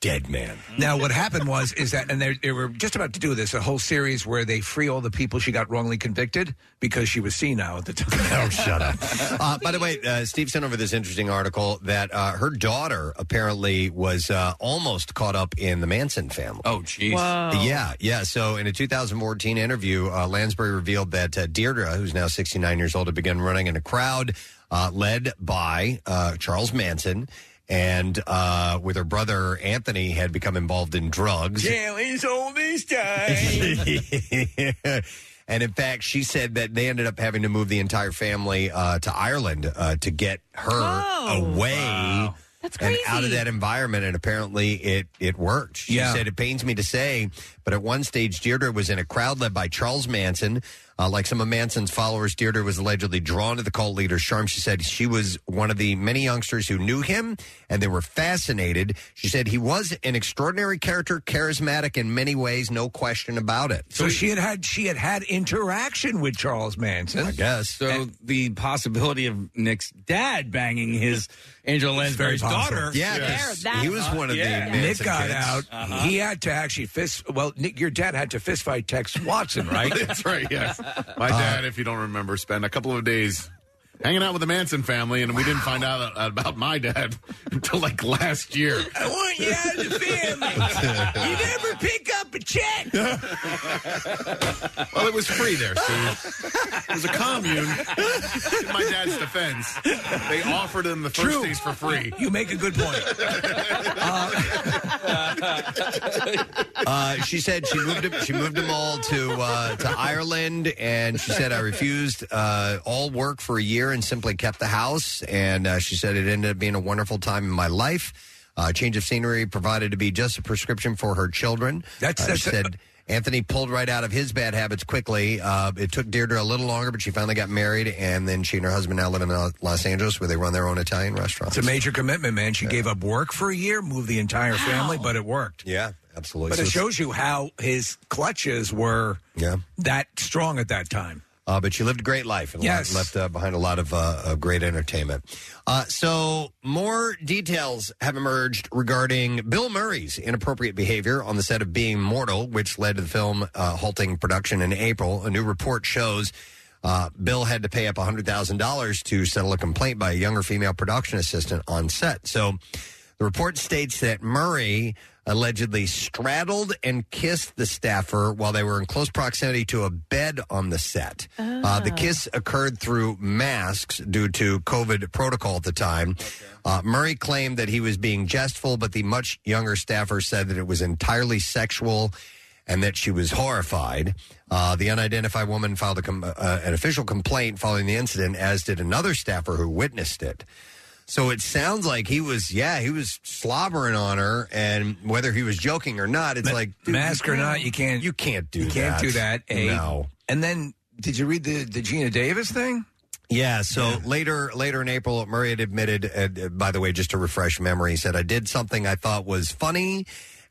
Speaker 1: Dead man.
Speaker 3: Now, what happened was is that, and they, they were just about to do this a whole series where they free all the people she got wrongly convicted because she was senile at the time. [LAUGHS]
Speaker 1: Oh, shut up. Uh, by the way, uh, Steve sent over this interesting article that uh, her daughter apparently was uh, almost caught up in the Manson family.
Speaker 4: Oh, jeez.
Speaker 1: Yeah, yeah. So in a 2014 interview, uh, Lansbury revealed that uh, Deirdre, who's now 69 years old, had begun running in a crowd uh, led by uh, Charles Manson. And uh, with her brother Anthony, had become involved in drugs.
Speaker 4: Jelly's all this time.
Speaker 1: [LAUGHS] and in fact, she said that they ended up having to move the entire family uh, to Ireland uh, to get her away
Speaker 2: That's
Speaker 1: And out of
Speaker 2: crazy.
Speaker 1: that environment, and apparently it it worked. She
Speaker 3: Yeah.
Speaker 1: said, "It pains me to say, but at one stage, Deirdre was in a crowd led by Charles Manson. Uh, like some of Manson's followers, Deirdre was allegedly drawn to the cult leader's charm. She said she was one of the many youngsters who knew him, and they were fascinated. She said he was an extraordinary character, charismatic in many ways, no question about it.
Speaker 3: [LAUGHS] So she had had she had had interaction with Charles Manson. I
Speaker 1: guess.
Speaker 4: So the possibility of Nick's dad banging
Speaker 1: [LAUGHS]
Speaker 4: his Angela
Speaker 3: It's very
Speaker 4: Lansbury's
Speaker 3: possible.
Speaker 4: daughter.
Speaker 3: Yeah,
Speaker 1: There, that- he was one of the Manson
Speaker 3: Nick got
Speaker 1: kids.
Speaker 3: out.
Speaker 1: Uh-huh.
Speaker 3: He had to actually fist. Well, Nick, your dad had to fist fight Tex Watson, [LAUGHS] right?
Speaker 6: [LAUGHS] That's right. Yes. My dad, if you don't remember, spent a couple of days hanging out with the Manson family, and we didn't find out about my dad [LAUGHS] until like last year.
Speaker 3: I want you out of the family. You never pick up a check.
Speaker 6: Well, it was free there, Steve. It was a commune. In my dad's defense, they offered him the first days for free.
Speaker 3: You make a good point.
Speaker 1: Uh, she said she moved him, she moved them all to uh, to Ireland, and she said I refused uh, all work for a year and simply kept the house. And uh, she said it ended up being a wonderful time in my life. Uh, change of scenery provided to be just a prescription for her children.
Speaker 3: That's-
Speaker 1: Uh,
Speaker 3: that's-
Speaker 1: she said. Anthony pulled right out of his bad habits quickly. Uh, it took Deirdre a little longer, but she finally got married, and then she and her husband now live in uh, Los Angeles, where they run their own Italian restaurant.
Speaker 3: It's a major commitment, man. She gave up work for a year, moved the entire family, but it worked.
Speaker 1: Yeah, absolutely.
Speaker 3: But
Speaker 1: So
Speaker 3: it
Speaker 1: it's-
Speaker 3: shows you how his clutches were
Speaker 1: Yeah.
Speaker 3: that strong at that time.
Speaker 1: Uh, but she lived a great life and
Speaker 3: Yes.
Speaker 1: left uh, behind a lot of, uh, of great entertainment. Uh, so, more details have emerged regarding Bill Murray's inappropriate behavior on the set of Being Mortal, which led to the film uh, halting production in April. A new report shows uh, Bill had to pay up $100,000 to settle a complaint by a younger female production assistant on set. So, the report states that Murray allegedly straddled and kissed the staffer while they were in close proximity to a bed on the set. Uh, the kiss occurred through masks due to COVID protocol at the time. Uh, Murray claimed that he was being jestful, but the much younger staffer said that it was entirely sexual and that she was horrified. Uh, the unidentified woman filed a com- uh, an official complaint following the incident, as did another staffer who witnessed it. So it sounds like he was, yeah, he was slobbering on her, and whether he was joking or not, it's like dude,
Speaker 3: Mask or not, you can't.
Speaker 1: you can't do
Speaker 3: You
Speaker 1: that.
Speaker 3: can't do that. A.
Speaker 1: No.
Speaker 3: And then, did you read the, the Gina Davis thing?
Speaker 1: Yeah. So later, later in April, Murray had admitted. Uh, uh, by the way, just to refresh memory, he said I did something I thought was funny,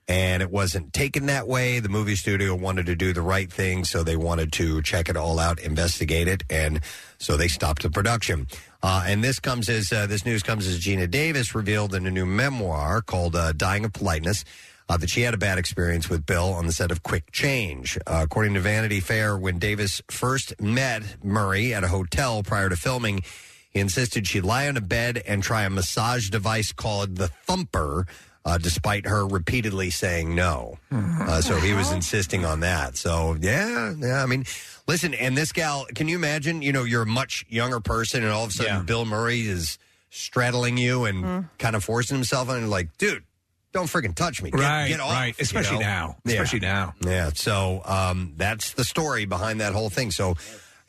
Speaker 1: and it wasn't taken that way. The movie studio wanted to do the right thing, so they wanted to check it all out, investigate it, and so they stopped the production. Uh, and this comes as uh, this news comes as Gina Davis revealed in a new memoir called uh, "Dying of Politeness." uh, that she had a bad experience with Bill on the set of Quick Change. Uh, according to Vanity Fair, when Davis first met Murray at a hotel prior to filming, he insisted she lie on a bed and try a massage device called the Thumper. Uh, despite her repeatedly saying no, uh, so he was insisting on that. So yeah, yeah. I mean, listen, and this gal, can you imagine? You know, you're a much younger person, and all of a sudden, Bill Murray is straddling you and kind of forcing himself on. you, Like, dude, don't freaking touch me. Get,
Speaker 3: right,
Speaker 1: get off.
Speaker 3: right.
Speaker 1: you
Speaker 3: Especially
Speaker 1: know?
Speaker 3: now.
Speaker 1: Yeah.
Speaker 3: Especially now.
Speaker 1: Yeah. So um, that's the story behind that whole thing. So.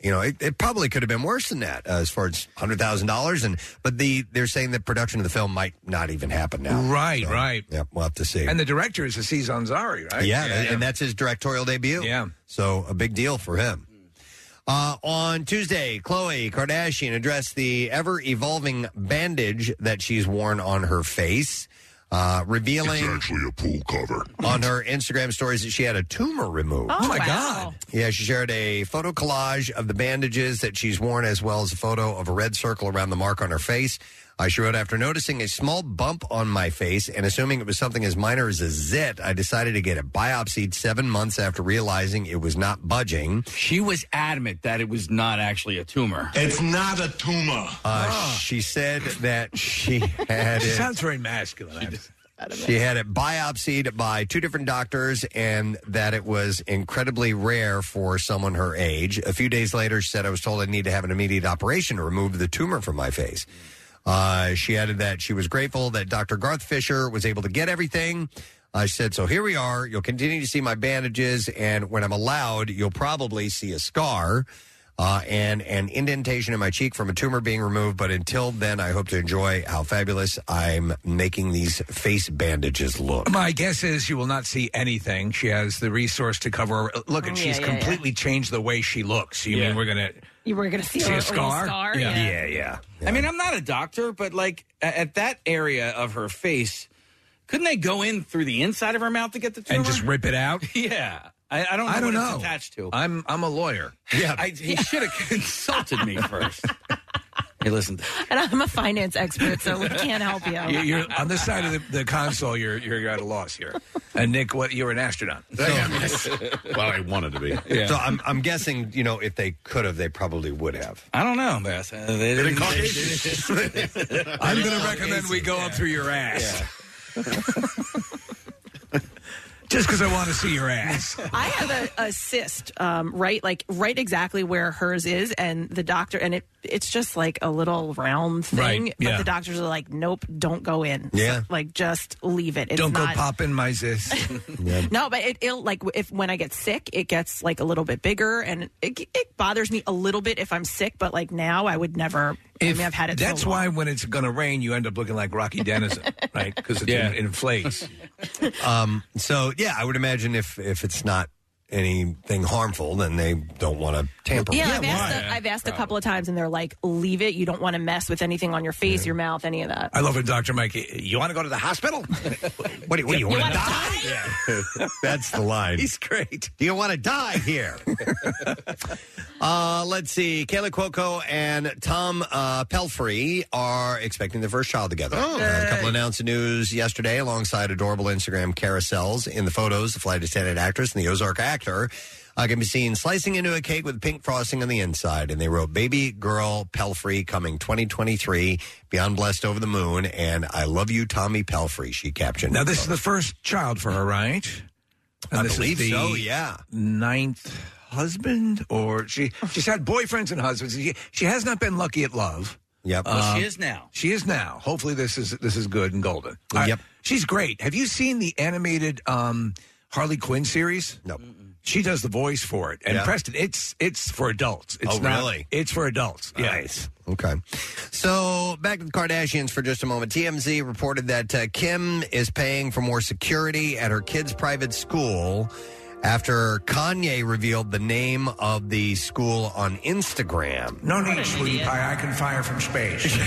Speaker 1: You know, it, it probably could have been worse than that, uh, as far as hundred thousand dollars, and but the they're saying that production of the film might not even happen now.
Speaker 3: Right, right.
Speaker 1: Yep, we'll have to see.
Speaker 3: And the director is Aziz Ansari, right?
Speaker 1: Yeah, and that's his directorial debut.
Speaker 3: Yeah.
Speaker 1: So a big deal for him. Uh, on Tuesday, Khloe Kardashian addressed the ever evolving bandage that she's worn on her face, uh, revealing
Speaker 8: actually a pool cover.
Speaker 1: on her Instagram stories that she had a tumor removed.
Speaker 3: Oh, my
Speaker 2: wow.
Speaker 3: God.
Speaker 1: Yeah, she shared a photo collage of the bandages that she's worn, as well as a photo of a red circle around the mark on her face. Uh, she wrote, After noticing a small bump on my face and assuming it was something as minor as a zit, I decided to get it biopsied seven months after realizing it was not budging.
Speaker 4: She was adamant that it was not actually a tumor.
Speaker 8: It's not a tumor.
Speaker 1: Uh, She said that she had
Speaker 3: She
Speaker 1: it.
Speaker 3: sounds very masculine.
Speaker 1: She had it biopsied by two different doctors and that it was incredibly rare for someone her age. A few days later, she said, I was told I need to have an immediate operation to remove the tumor from my face. Uh, she added that she was grateful that Dr. Garth Fisher was able to get everything. I said, So here we are. You'll continue to see my bandages, and when I'm allowed, you'll probably see a scar. uh, and an indentation in my cheek from a tumor being removed. But until then, I hope to enjoy how fabulous I'm making these face bandages look.
Speaker 3: My guess is you will not see anything. She has the resource to cover. Look, and
Speaker 2: Oh, Yeah,
Speaker 3: she's
Speaker 2: yeah, yeah.
Speaker 3: completely changed the way she looks. You mean we're gonna
Speaker 2: You were going to see,
Speaker 3: see
Speaker 2: a,
Speaker 3: a scar?
Speaker 2: scar?
Speaker 3: yeah, yeah.
Speaker 4: I mean, I'm not a doctor, but like a- at that area of her face, couldn't they go in through the inside of her mouth to get the tumor
Speaker 3: and just rip it out.
Speaker 4: [LAUGHS] Yeah, I, I don't. Know
Speaker 3: I don't
Speaker 4: what it's
Speaker 3: know.
Speaker 4: attached to.
Speaker 3: I'm I'm a lawyer.
Speaker 1: Yeah,
Speaker 4: I, he should have consulted me first. [LAUGHS] hey, listen,
Speaker 2: [LAUGHS] And I'm a finance expert, so we can't
Speaker 1: [LAUGHS]
Speaker 2: help you.
Speaker 3: You- You're on this side of the, the console. You're you're at a loss here. And Nick, what you're
Speaker 4: [LAUGHS]
Speaker 3: an astronaut.
Speaker 6: well, I wanted to be.
Speaker 1: So I'm, I'm guessing, you know, if they could have, they probably would have.
Speaker 4: I don't know, Bass. Uh, they didn't
Speaker 6: call
Speaker 4: they
Speaker 6: it- [LAUGHS]
Speaker 4: didn't-
Speaker 3: I'm going to recommend we go up through
Speaker 4: [LAUGHS]
Speaker 3: your ass. Just because I want to see your ass.
Speaker 2: I have a, a cyst, um, right, like right exactly where hers is, and the doctor, and it it's just like a little round thing.
Speaker 3: Right,
Speaker 2: But
Speaker 3: yeah.
Speaker 2: the doctors are like, nope, don't go in.
Speaker 3: Yeah.
Speaker 2: like just leave it. It's
Speaker 3: Don't
Speaker 2: not,
Speaker 3: go pop in my
Speaker 4: [LAUGHS]
Speaker 3: sis.
Speaker 2: No, but it, it'll like if when I get sick, it gets like a little bit bigger, and it, it bothers me a little bit if I'm sick. But like now, I would never. I mean, I've had it. so
Speaker 3: That's
Speaker 2: long.
Speaker 3: why when it's going to rain, you end up looking like Rocky Dennison, right? Because it,
Speaker 1: Yeah.
Speaker 3: it inflates.
Speaker 1: [LAUGHS] Um, so yeah, I would imagine if if it's not anything harmful, then they don't want to tamper.
Speaker 2: Yeah, I've
Speaker 1: with it.
Speaker 2: asked, a, I've
Speaker 3: Uh,
Speaker 2: asked a couple of times, and they're like, "Leave it. You don't want to mess with anything on your face, your mouth, any of that."
Speaker 3: I love it, Dr. Mike. You want to go to the
Speaker 1: [LAUGHS]
Speaker 3: hospital?
Speaker 1: What do you, what do you want to die?
Speaker 3: Yeah. [LAUGHS]
Speaker 1: That's the [LAUGHS] line.
Speaker 3: He's great.
Speaker 1: Do you want to die here? [LAUGHS] uh, let's see. Kayla Cuoco and Tom uh, Pelfrey are expecting their first child together. Uh, a couple announced news yesterday alongside adorable Instagram carousels. In the photos, the flight attendant actress and the Ozark actor uh, can be seen slicing into a cake with pink frosting on the inside. And they wrote, Baby girl Pelfrey coming 2023, beyond blessed over the moon. And I love you, Tommy Pelfrey, she captioned.
Speaker 3: Now, this is the first child for her, right?
Speaker 1: I
Speaker 3: this
Speaker 1: believe so, yeah.
Speaker 3: Ninth husband, or she she's had boyfriends and husbands. She, she has not been lucky at love. Um,
Speaker 1: Yep.
Speaker 4: Well, she is now.
Speaker 3: She is now. Hopefully, this is this is good and golden. All right.
Speaker 1: Yep.
Speaker 3: she's great. Have you seen the animated um, Harley Quinn series?
Speaker 1: No.
Speaker 3: She does the voice for it, and
Speaker 1: Yeah.
Speaker 3: Preston, it's it's for adults. It's
Speaker 1: Oh,
Speaker 3: not-
Speaker 1: really?
Speaker 3: It's for adults. Yes.
Speaker 1: Okay. So back to the Kardashians for just a moment. TMZ reported that uh, Kim is paying for more security at her kids' private school after Kanye revealed the name of the school on Instagram.
Speaker 3: No need, sweetie pie. I can fire from space.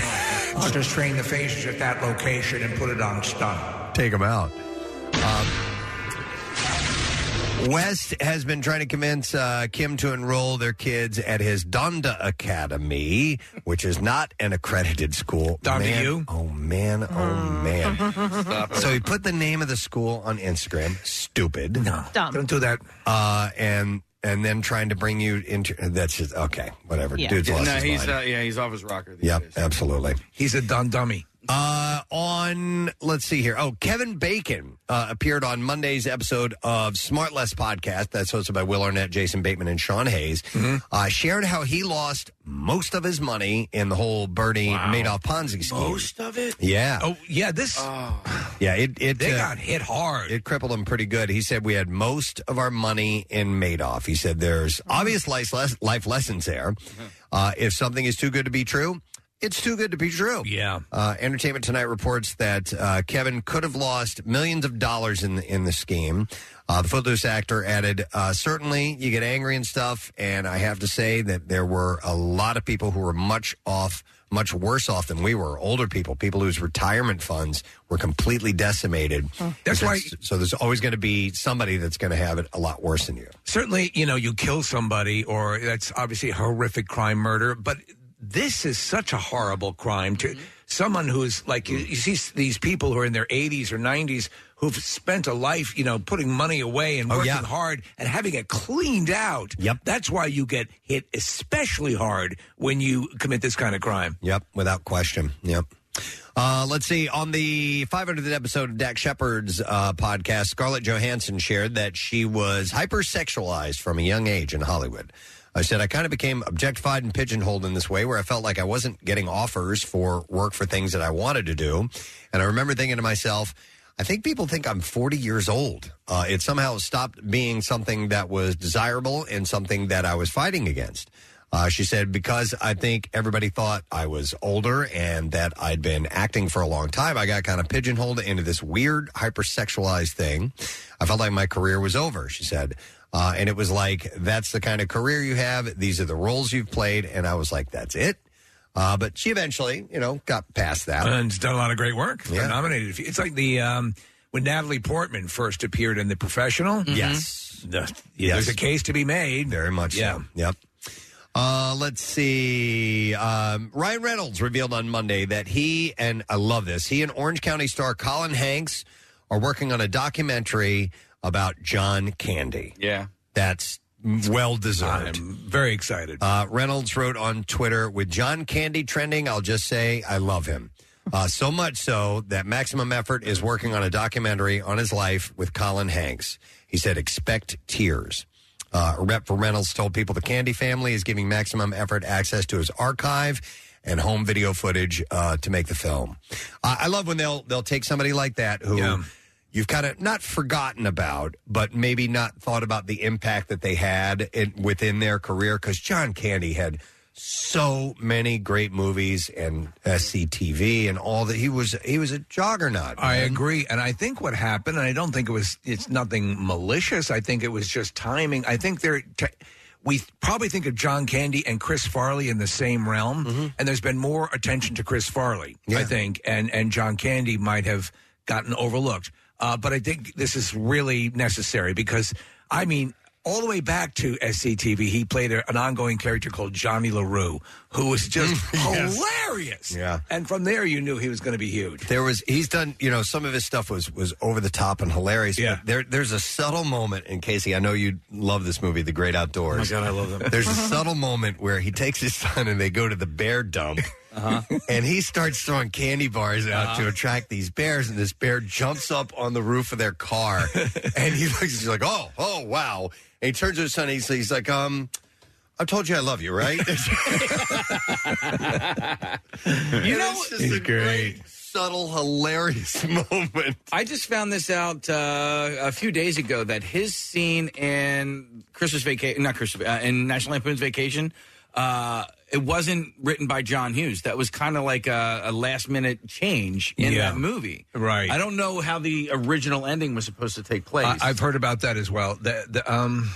Speaker 3: [LAUGHS] I'll just train the faces at that location and put it on stun.
Speaker 1: Take them out. Um, West has been trying to convince uh, Kim to enroll their kids at his Donda Academy, which is not an accredited school.
Speaker 3: Donda
Speaker 1: Man,
Speaker 3: U?
Speaker 1: Oh, man. Oh,
Speaker 2: [LAUGHS]
Speaker 1: man. So he put the name of the school on Instagram. Stupid. No.
Speaker 2: Dumb.
Speaker 3: Don't do that.
Speaker 1: Uh, and and then trying to bring you into that's just okay. Whatever.
Speaker 2: Yeah.
Speaker 1: Dude's lost
Speaker 4: No,
Speaker 1: his
Speaker 4: he's
Speaker 1: mind.
Speaker 4: uh, yeah, he's off his rocker. these
Speaker 1: yep.
Speaker 4: days.
Speaker 1: Absolutely.
Speaker 3: He's a dun dummy.
Speaker 1: Uh, on let's see here. Oh, Kevin Bacon uh, appeared on Monday's episode of Smartless podcast that's hosted by Will Arnett, Jason Bateman, and Sean Hayes.
Speaker 3: Mm-hmm.
Speaker 1: Uh, shared how he lost most of his money in the whole Bernie Madoff Ponzi scheme.
Speaker 4: Most of it.
Speaker 1: Yeah,
Speaker 3: Oh yeah, this
Speaker 1: [SIGHS] yeah. It it
Speaker 3: they
Speaker 1: uh,
Speaker 3: got hit hard.
Speaker 1: it crippled him pretty good. He said we had most of our money in Madoff. He said
Speaker 3: Mm.
Speaker 1: there's obvious life, les- life lessons there. Uh, if something is too good to be true, it's too good to be true.
Speaker 3: yeah.
Speaker 1: Uh, Entertainment Tonight reports that uh, Kevin could have lost millions of dollars in the, in the scheme. Uh, the Footloose actor added, uh, "Certainly, you get angry and stuff, and I have to say that there were a lot of people who were much off, much worse off than we were. Older people, people whose retirement funds were completely decimated.
Speaker 3: Hmm. That's why-
Speaker 1: So there's always going to be somebody that's going to have it a lot worse than you.
Speaker 3: Certainly, you know, you kill somebody, or that's obviously a horrific crime, murder. But this is such a horrible crime to someone who's like you, you see s- these people who are in their 80s or 90s who've spent a life, you know, putting money away and
Speaker 1: Oh,
Speaker 3: working
Speaker 1: yeah.
Speaker 3: hard and having it cleaned out.
Speaker 1: Yep.
Speaker 3: That's why you get hit especially hard when you commit this kind of crime.
Speaker 1: Yep, without question. Yep. Uh, let's see. On the 500th episode of Dak Shepard's uh, podcast, Scarlett Johansson shared that she was hypersexualized from a young age in Hollywood. I said, I kind of became objectified and pigeonholed in this way where I felt like I wasn't getting offers for work for things that I wanted to do. And I remember thinking to myself, I think people think I'm 40 years old. Uh, it somehow stopped being something that was desirable and something that I was fighting against. Uh, she said, because I think everybody thought I was older and that I'd been acting for a long time, I got kind of pigeonholed into this weird hypersexualized thing. I felt like my career was over, she said. Uh, and it was like, that's the kind of career you have. These are the roles you've played. And I was like, that's it. Uh, but she eventually, you know, got past that.
Speaker 3: And she's done a lot of great work. They're
Speaker 1: Yeah.
Speaker 3: nominated. If- It's like the um, when Natalie Portman first appeared in The Professional. Mm-hmm.
Speaker 1: Yes.
Speaker 3: The-
Speaker 1: Yes.
Speaker 3: There's a case to be made.
Speaker 1: Very much
Speaker 3: yeah.
Speaker 1: so. Yep. Uh, let's see. Um, Ryan Reynolds revealed on Monday that he and I love this. He and Orange County star Colin Hanks are working on a documentary about John Candy.
Speaker 4: Yeah.
Speaker 1: That's well deserved. I'm
Speaker 3: very excited.
Speaker 1: Uh, Reynolds wrote on Twitter with John Candy trending, I'll just say I love him. Uh, so much so that Maximum Effort is working on a documentary on his life with Colin Hanks. He said, Expect tears. Uh, a rep for Reynolds told people the Candy family is giving Maximum Effort access to his archive and home video footage uh, to make the film. Uh, I love when they'll they'll take somebody like that who you've kind of not forgotten about, but maybe not thought about the impact that they had in, within their career because John Candy had so many great movies and SCTV and all that. He was he was a juggernaut.
Speaker 3: I agree, and I think what happened, and I don't think it was. It's nothing malicious. I think it was just timing. I think there. T- we probably think of John Candy and Chris Farley in the same realm, and there's been more attention to Chris Farley, I think, and and John Candy might have gotten overlooked. Uh, but I think this is really necessary because I mean, all the way back to SCTV, he played a, an ongoing character called Johnny Larue, who was just hilarious.
Speaker 1: Yeah.
Speaker 3: and from there you knew he was going to be huge.
Speaker 1: There was he's done you know some of his stuff was was over the top and hilarious. Yeah. But there there's a subtle moment in Casey. I know you love this movie, The Great Outdoors.
Speaker 4: Oh my God, I love them. [LAUGHS]
Speaker 1: There's a subtle moment where he takes his son and they go to the bear dump.
Speaker 4: Uh-huh.
Speaker 1: And he starts throwing candy bars out
Speaker 9: Uh-huh.
Speaker 1: to attract these bears, and this bear jumps up on the roof of
Speaker 4: [LAUGHS]
Speaker 1: their car, and he looks. He's like, "Oh, oh, wow!" And he turns to his son. And he's, he's like, "Um, I told you I love
Speaker 4: [LAUGHS]
Speaker 1: you, right?" [LAUGHS]
Speaker 4: You know,
Speaker 1: it's great, subtle, hilarious [LAUGHS] moment.
Speaker 4: I just found this out uh, a few days ago that his scene in Christmas Vacation, not Christmas, uh, in National Lampoon's Vacation, uh, it wasn't written by John Hughes. That was kind of like a, a last minute change in
Speaker 3: Yeah.
Speaker 4: that movie.
Speaker 3: Right.
Speaker 4: I don't know how the original ending was supposed to take place.
Speaker 3: I, I've heard about that as well. The, the, um,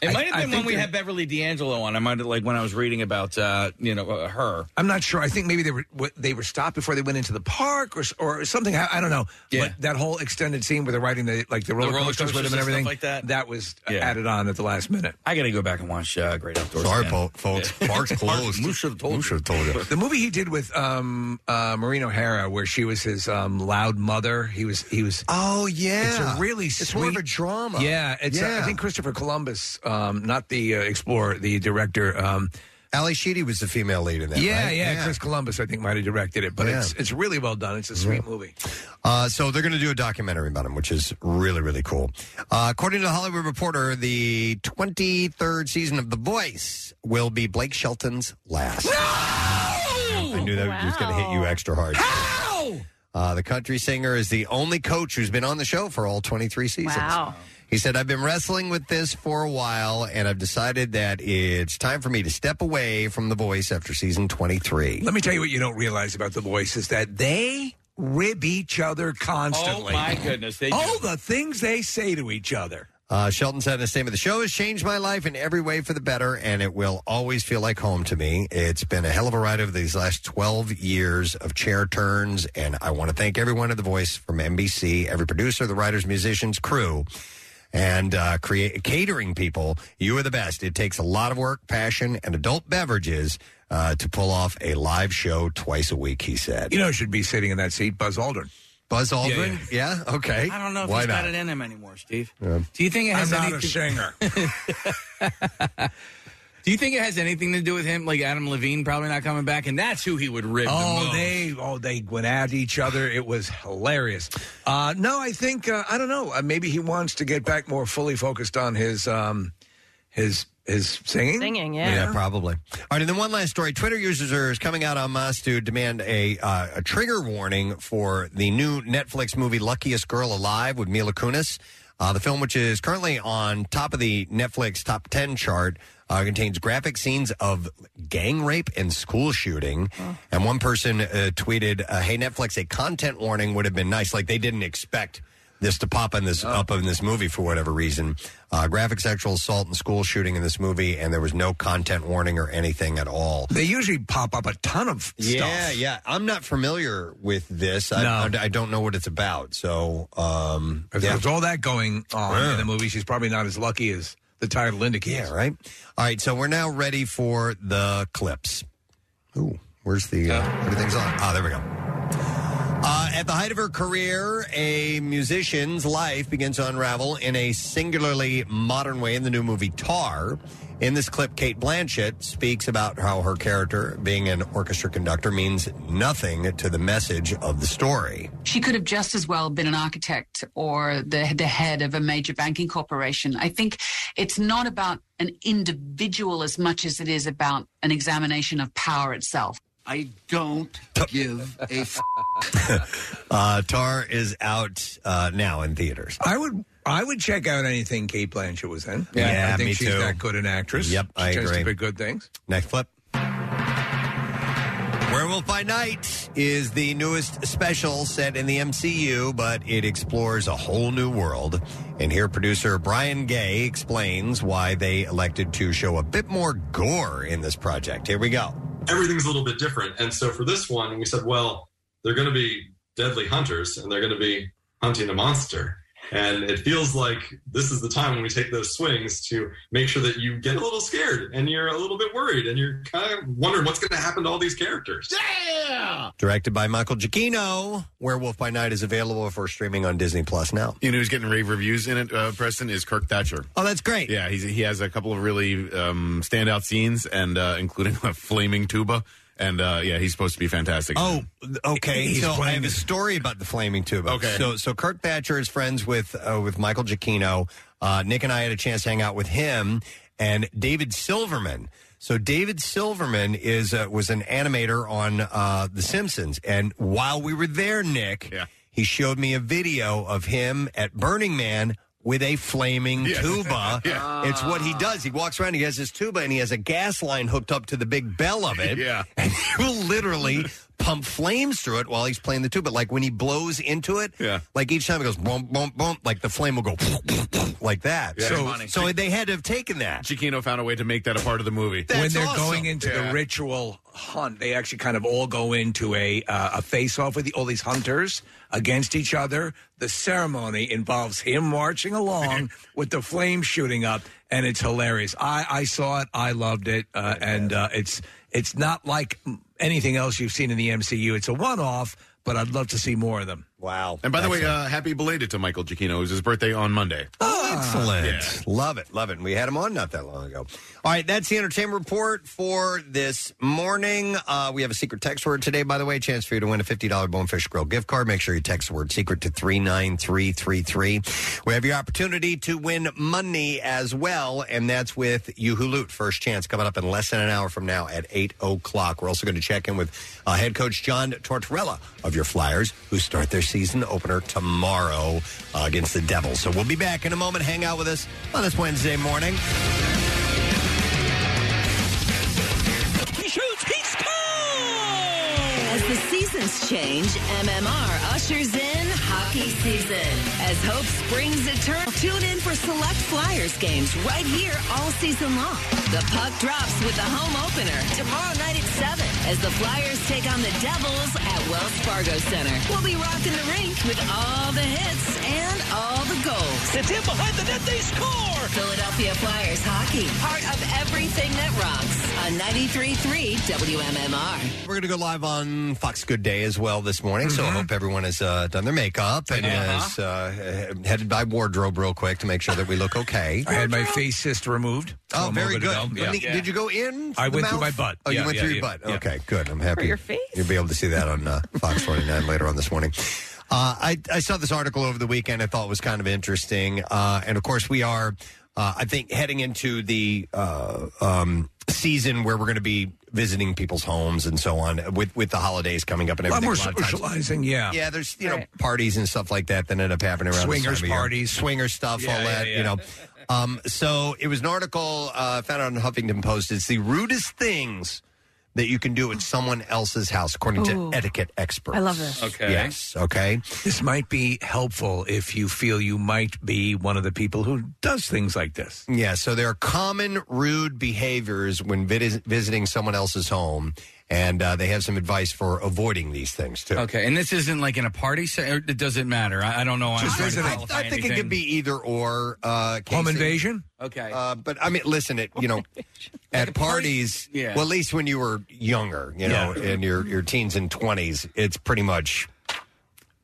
Speaker 4: it
Speaker 3: I-
Speaker 4: might have
Speaker 3: I
Speaker 4: been when
Speaker 3: think
Speaker 4: we
Speaker 3: that-
Speaker 4: had Beverly D'Angelo on. I might have like when I was reading about uh, you know uh, her.
Speaker 3: I'm not sure. I think maybe they were what- they were stopped before they went into the park or s- or something. I, I don't know.
Speaker 4: Yeah.
Speaker 3: But that whole extended scene where they're riding the like the roller,
Speaker 4: roller
Speaker 3: coasters with
Speaker 4: coasters and
Speaker 3: him
Speaker 4: stuff
Speaker 3: and everything
Speaker 4: like
Speaker 3: that. That was
Speaker 4: Yeah.
Speaker 3: added on at the last minute.
Speaker 4: I got to go back and watch uh, Great Outdoors.
Speaker 1: Sorry,
Speaker 4: again.
Speaker 1: po-
Speaker 4: [LAUGHS]
Speaker 1: folks.
Speaker 4: Yeah.
Speaker 1: Park's closed.
Speaker 4: Moose should have told you.
Speaker 3: The movie he did with um, uh, Maureen O'Hara, where she was his um, loud mother. He was he was.
Speaker 1: Oh yeah,
Speaker 3: It's a really
Speaker 1: It's more of
Speaker 3: sweet-
Speaker 1: a drama.
Speaker 3: Yeah, it's uh, I think Christopher Columbus, um, not the uh, explorer, the director. Um,
Speaker 1: Ali Sheedy was the female lead in that.
Speaker 3: yeah,
Speaker 1: right?
Speaker 3: yeah, Chris Columbus, I think, might have directed it, but
Speaker 1: Yeah.
Speaker 3: it's it's really well done. It's a sweet movie.
Speaker 1: Uh, so they're going to do a documentary about him, which is really, really cool. Uh, according to the Hollywood Reporter, the 23rd season of The Voice will be Blake Shelton's last. I knew that was going to hit you extra hard.
Speaker 3: How?
Speaker 1: Uh, the country singer is the only coach who's been on the show for all 23 seasons.
Speaker 10: Wow.
Speaker 1: He said, I've been wrestling with this for a while, and I've decided that it's time for me to step away from The Voice after season 23.
Speaker 3: Let me tell you what you don't realize about The Voice is that they rib each other constantly.
Speaker 4: Oh, my goodness, they
Speaker 3: All the things they say to each other.
Speaker 1: Uh, Shelton said in the statement, The show has changed my life in every way for the better, and it will always feel like home to me. It's been a hell of a ride over these last 12 years of chair turns, and I want to thank everyone at The Voice from NBC, every producer, the writers, musicians, crew, and uh, create, catering people. You are the best. It takes a lot of work, passion, and adult beverages uh, to pull off a live show twice a week, he said.
Speaker 3: You know, who should be sitting in that seat, Buzz Aldrin.
Speaker 1: Buzz Aldrin? Yeah, okay.
Speaker 4: I don't know if
Speaker 1: Why
Speaker 4: he's
Speaker 1: not?
Speaker 4: got it in him anymore, Steve.
Speaker 1: Yeah.
Speaker 4: Do you think it has
Speaker 3: I'm not a
Speaker 4: anything-
Speaker 3: singer.
Speaker 4: Do you think it has anything to do with him, like Adam Levine probably not coming back, and that's who he would rip? the
Speaker 3: Oh,
Speaker 4: most?
Speaker 3: they oh they went at each other. It was hilarious. Uh, no, I think uh, I don't know. Uh, maybe he wants to get back more fully focused on his um, his his singing.
Speaker 2: Singing,
Speaker 1: Yeah, probably. All right, and then one last story. Twitter users are coming out on us to demand a uh, a trigger warning for the new Netflix movie Luckiest Girl Alive with Mila Kunis. Uh, the film, which is currently on top of the Netflix top 10 chart, uh, contains graphic scenes of gang rape and school shooting. And one person uh, tweeted, uh, "Hey Netflix, a content warning would have been nice. Like they didn't expect this to pop in this up in this movie for whatever reason. Uh, graphic sexual assault and school shooting in this movie, and there was no content warning or anything at all.
Speaker 3: They usually pop up a ton of
Speaker 1: Yeah, yeah. I'm not familiar with this. I,
Speaker 3: No.
Speaker 1: I, I don't know what it's about. So, um,
Speaker 3: If
Speaker 1: yeah.
Speaker 3: there's all that going on
Speaker 1: Yeah.
Speaker 3: in Oh, the movie, she's probably not as lucky as the title indicates.
Speaker 1: Yeah, right. All right, so we're now ready for the clips. Ooh, where's the uh, everything's on? Ah, there we go. Uh, at the height of her career, a musician's life begins to unravel in a singularly modern way in the new movie Tar. In this clip, Kate Blanchett speaks about how her character, being an orchestra conductor, means nothing to the message of the story.
Speaker 9: She could have just as well been an architect or the the head of a major banking corporation. I think it's not about an individual as much as it is about an examination of power itself.
Speaker 10: I don't give a f-
Speaker 1: [LAUGHS] Uh, Tar is out uh, now in theaters.
Speaker 3: I would I would check out anything Kate Blanchett was in.
Speaker 1: Yeah,
Speaker 3: I think
Speaker 1: me
Speaker 3: she's
Speaker 1: too.
Speaker 3: that good an actress.
Speaker 1: Yep,
Speaker 3: she
Speaker 1: I
Speaker 3: tends
Speaker 1: agree.
Speaker 3: to pick good things.
Speaker 1: Next clip. Werewolf by Night is the newest special set in the MCU, but it explores a whole new world. And here, producer Brian Gay explains why they elected to show a bit more gore in this project. Here we go.
Speaker 11: everything's a little bit different. And so for this one, we said, well, they're going to be deadly hunters and they're going to be hunting a monster. And it feels like this is the time when we take those swings to make sure that you get a little scared and you're a little bit worried and you're kind of wondering what's going to happen to all these characters. Yeah!
Speaker 1: Directed by Michael Giacchino, Werewolf by Night is available for streaming on Disney Plus now.
Speaker 6: You know who's getting rave reviews in it, uh, Preston, is Kirk Thatcher.
Speaker 1: Oh, that's great.
Speaker 6: Yeah, he's, he has a couple of really um, standout scenes, and uh, including [LAUGHS] a flaming tuba. And uh, yeah, he's supposed to be fantastic.
Speaker 1: Oh, okay.
Speaker 6: He's
Speaker 1: so I
Speaker 6: playing-
Speaker 1: have a story about the flaming tuba.
Speaker 6: Okay.
Speaker 1: So so Kurt Thatcher is friends with uh, with Michael Giacchino. Uh, Nick and I had a chance to hang out with him and David Silverman. So David Silverman is uh, was an animator on uh, The Simpsons, and while we were there, Nick, he showed me a video of him at Burning Man. With
Speaker 6: [LAUGHS]
Speaker 1: a flaming
Speaker 6: Yes.
Speaker 1: tuba.
Speaker 6: Yeah.
Speaker 1: It's what he does. He walks around, he has his tuba, and he has a gas line hooked up to the big bell of it.
Speaker 6: Yeah.
Speaker 1: [LAUGHS] And he will
Speaker 6: [LAUGHS]
Speaker 1: literally pump flames through it while he's playing the tuba. Like when he blows into it,
Speaker 6: Yeah.
Speaker 1: like each time it goes boom, boom, boom, like the flame will go [LAUGHS] like that.
Speaker 6: Yeah.
Speaker 1: so,
Speaker 6: Funny.
Speaker 1: so they had to have taken that.
Speaker 6: Giacchino found a way to make that a part of the movie.
Speaker 3: when they're going into the ritual hunt, they actually kind of all go into a uh, a face off with the, all these hunters against each other. The ceremony involves him marching
Speaker 1: [LAUGHS]
Speaker 3: along with the flames shooting up, and it's hilarious. I, I saw it, I loved it, uh, and uh, it's it's not like anything else you've seen in the MCU. It's a one off, but I'd love to see more of them.
Speaker 1: Wow!
Speaker 6: And by the way, uh, happy belated to Michael Giacchino. It was his birthday on Monday.
Speaker 1: Oh, excellent. Love it. Love it. And we had him on not that long ago. All right, that's the entertainment report for this morning. Uh, we have a secret text word today, by the way. Chance for you to win a $50 Bonefish Grill gift card. Make sure you text the word secret to 39333. We have your opportunity to win money as well, and that's with Yuhulut. First chance coming up in less than an hour from now at 8 o'clock. We're also going to check in with uh, head coach John Tortorella of your Flyers, who start their season opener tomorrow uh, against the Devils. So we'll be back in a moment. Hang out with us on this Wednesday morning.
Speaker 12: He shoots. He As the seasons change, MMR ushers in hockey season. As hope springs eternal, tune in for select Flyers games right here all season long. The puck drops with the home opener tomorrow night at 7 as the Flyers take on the Devils at Wells Fargo Center. We'll be rocking the rink with all the hits and all the goals. It's him behind the net, they score! Philadelphia Flyers hockey, part of everything that rocks on 93.3 WMMR.
Speaker 1: We're going to go live on Fox Good Day as well this morning. So
Speaker 3: Mm-hmm.
Speaker 1: I hope everyone has uh, done their makeup and
Speaker 3: Uh-huh.
Speaker 1: is uh, headed by wardrobe real quick to make sure that we look okay.
Speaker 3: I had my face cyst removed.
Speaker 1: Oh,
Speaker 3: a
Speaker 1: very
Speaker 3: moment ago.
Speaker 1: good. Let me- Did you go in?
Speaker 3: I
Speaker 1: the
Speaker 3: went through
Speaker 1: mouth?
Speaker 3: my butt.
Speaker 1: Oh,
Speaker 3: Yeah,
Speaker 1: you went
Speaker 3: yeah,
Speaker 1: through your
Speaker 3: yeah,
Speaker 1: butt.
Speaker 3: yeah.
Speaker 1: Okay, good. I'm happy.
Speaker 3: your face?
Speaker 1: You'll be able to see that on uh, Fox 49 later on this morning. Uh, I, I saw this article over the weekend I thought was kind of interesting. Uh, and of course, we are Uh, I think heading into the uh, um, season where we're going to be visiting people's homes and so on with with the holidays coming up and
Speaker 3: A lot
Speaker 1: everything.
Speaker 3: more
Speaker 1: of times-
Speaker 3: socializing, yeah.
Speaker 1: Yeah, there's, you know, parties and stuff like that that end up happening around this
Speaker 3: Swingers
Speaker 1: time of year.
Speaker 3: parties.
Speaker 1: swinger stuff,
Speaker 3: Yeah,
Speaker 1: all that,
Speaker 3: yeah,
Speaker 1: you know.
Speaker 3: yeah.
Speaker 1: Um, so it was an article uh, found on Huffington Post. It's the rudest things that you can do at someone else's house, according
Speaker 3: Ooh.
Speaker 1: to etiquette experts.
Speaker 3: I love this. Okay.
Speaker 1: Yes. Okay.
Speaker 3: This might be helpful if you feel you might be one of the people who does things like this.
Speaker 1: Yeah, so there are common rude behaviors when vis- visiting someone else's home, and uh, they have some advice for avoiding these things too.
Speaker 4: Okay, and this isn't like in a party setting. It doesn't matter. I, I don't know. why I'm
Speaker 1: Just
Speaker 4: trying to
Speaker 1: visit. I-
Speaker 4: qualify
Speaker 1: I think
Speaker 4: anything.
Speaker 1: it could be either or. Uh,
Speaker 4: Home
Speaker 1: Casey.
Speaker 4: invasion? Okay.
Speaker 1: Uh, but I mean, listen, it you
Speaker 4: [LAUGHS]
Speaker 1: know, at parties,
Speaker 4: yeah.
Speaker 1: well, at least when you were younger, you know,
Speaker 3: Yeah.
Speaker 1: in your your teens and twenties, it's pretty much,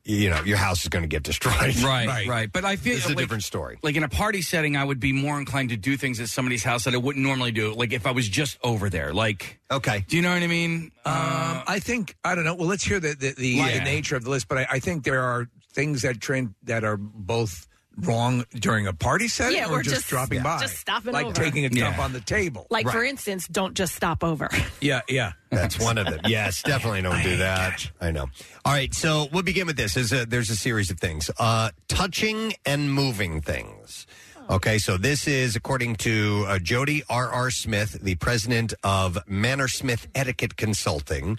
Speaker 1: you know, your house is going to get destroyed.
Speaker 4: Right, right, But I feel
Speaker 1: it's a
Speaker 4: like,
Speaker 1: different story.
Speaker 4: Like in a party setting, I would be more inclined to do things at somebody's house that I wouldn't normally do. Like if I was just over there. Like
Speaker 1: okay,
Speaker 4: do you know what I mean?
Speaker 3: Um, I think I don't know. Well, let's hear the the, the, the
Speaker 4: Yeah.
Speaker 3: nature of the list, but I, I think there are things that trend that are both wrong during a party setting
Speaker 2: Yeah,
Speaker 3: or
Speaker 2: or
Speaker 3: just,
Speaker 2: just-
Speaker 3: dropping
Speaker 2: yeah.
Speaker 3: by,
Speaker 2: just stopping
Speaker 3: like
Speaker 2: over.
Speaker 3: taking a dump
Speaker 1: Yeah.
Speaker 3: on the table.
Speaker 2: Like, for instance, don't just stop over. [LAUGHS]
Speaker 3: yeah, yeah,
Speaker 1: that's one of them. Yes, definitely don't do that. I know. All right, so we'll begin with this. There's a, there's a series of things: uh, touching and moving things. Okay, so this is according to uh, Jody R. R. Smith, the president of Manor Smith Etiquette Consulting.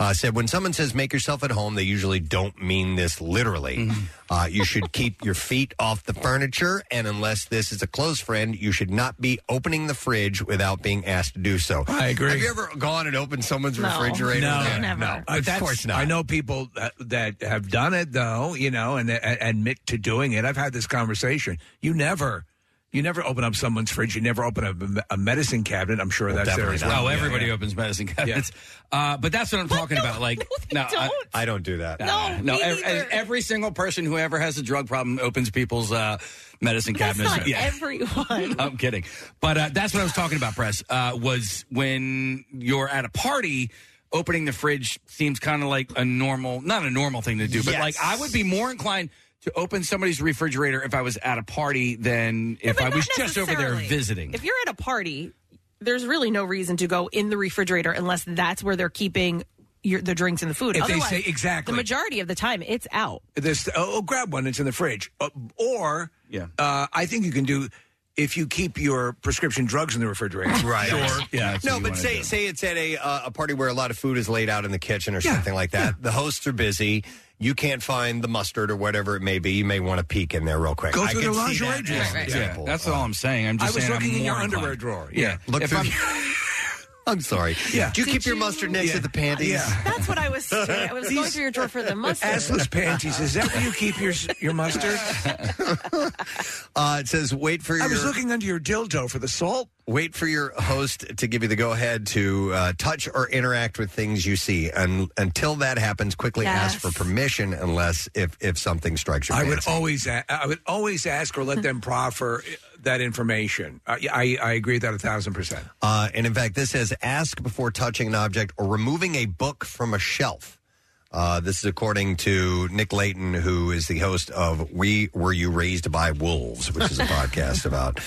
Speaker 1: Uh, said when someone says make yourself at home, they usually don't mean this literally.
Speaker 3: Mm-hmm.
Speaker 1: Uh, you should keep your feet off the furniture, and unless this is a close friend, you should not be opening the fridge without being asked to do so.
Speaker 3: I agree.
Speaker 1: Have you ever gone and opened someone's refrigerator?
Speaker 3: No,
Speaker 1: Yeah,
Speaker 3: no,
Speaker 1: no. Of
Speaker 3: That's-
Speaker 1: course not.
Speaker 3: I know people that, that have done it though, you know, and, and admit to doing it. I've had this conversation. You never. You never open up someone's fridge. You never open up a me- a medicine cabinet. I'm sure that's there as well.
Speaker 4: Oh,
Speaker 3: Yeah,
Speaker 4: everybody
Speaker 3: yeah.
Speaker 4: opens medicine cabinets. Uh, but that's what I'm talking about. Like, no, I,
Speaker 1: I don't do that.
Speaker 4: No, no. ev- ev- every single person who ever has a drug problem opens people's uh, medicine
Speaker 2: That's
Speaker 4: cabinets.
Speaker 2: not
Speaker 4: [LAUGHS]
Speaker 3: [LAUGHS]
Speaker 2: everyone.
Speaker 4: I'm kidding. But uh, that's what I was talking about, Press, uh, was when you're at a party, opening the fridge seems kind of like a normal, not a normal thing to do, but
Speaker 13: Yes.
Speaker 4: like I would be more inclined to open somebody's refrigerator if I was at a party than if
Speaker 2: But
Speaker 4: I
Speaker 2: not
Speaker 4: was just over there
Speaker 2: necessarily.
Speaker 4: visiting.
Speaker 2: If you're at a party, there's really no reason to go in the refrigerator unless that's where they're keeping your, the drinks and the food.
Speaker 3: If they
Speaker 2: Otherwise,
Speaker 3: say- exactly.
Speaker 2: the majority of the time, it's out.
Speaker 3: This oh, oh, grab one. It's in the fridge. Uh, or yeah, uh, I think you can do if you keep your prescription drugs in the refrigerator.
Speaker 1: Right.
Speaker 3: Sure. Yeah.
Speaker 1: No, but say say it's at a uh, a party where a lot of food is laid out in the kitchen or something like that. The hosts are busy. You can't find the mustard or whatever it may be. You may want to peek in there real quick.
Speaker 4: Go
Speaker 1: I
Speaker 4: through
Speaker 1: can
Speaker 4: the
Speaker 1: see
Speaker 4: lingerie
Speaker 1: that
Speaker 4: drawer.
Speaker 1: as an
Speaker 4: Right, right.
Speaker 1: example.
Speaker 4: Yeah, that's all I'm saying. I'm just I was saying I'm looking in your more underwear inclined. drawer. Yeah.
Speaker 1: Look
Speaker 4: If
Speaker 1: through.
Speaker 4: [LAUGHS] I'm-
Speaker 1: I'm sorry.
Speaker 3: Yeah.
Speaker 1: Do you
Speaker 3: Did
Speaker 1: keep your mustard next to the panties? [LAUGHS]
Speaker 2: That's what I was. Doing. I was going through your drawer
Speaker 3: [LAUGHS]
Speaker 2: for the mustard.
Speaker 3: Assless panties. Is that where you keep your your
Speaker 1: [LAUGHS]
Speaker 3: mustard?
Speaker 1: Uh, it says wait for your.
Speaker 3: I was looking under your dildo for the salt.
Speaker 1: Wait for your host to give you the go ahead to uh, touch or interact with things you see. And until that happens, quickly ask
Speaker 3: Yes.
Speaker 1: for permission unless if, if something strikes your
Speaker 3: I would
Speaker 1: fancy.
Speaker 3: always a- I would always ask or let them proffer that information. I I, I agree with that a thousand percent.
Speaker 1: Uh, and in fact, this says ask before touching an object or removing a book from a shelf. Uh, this is according to Nick Layton, who is the host of We Were You Raised by Wolves, which is a podcast about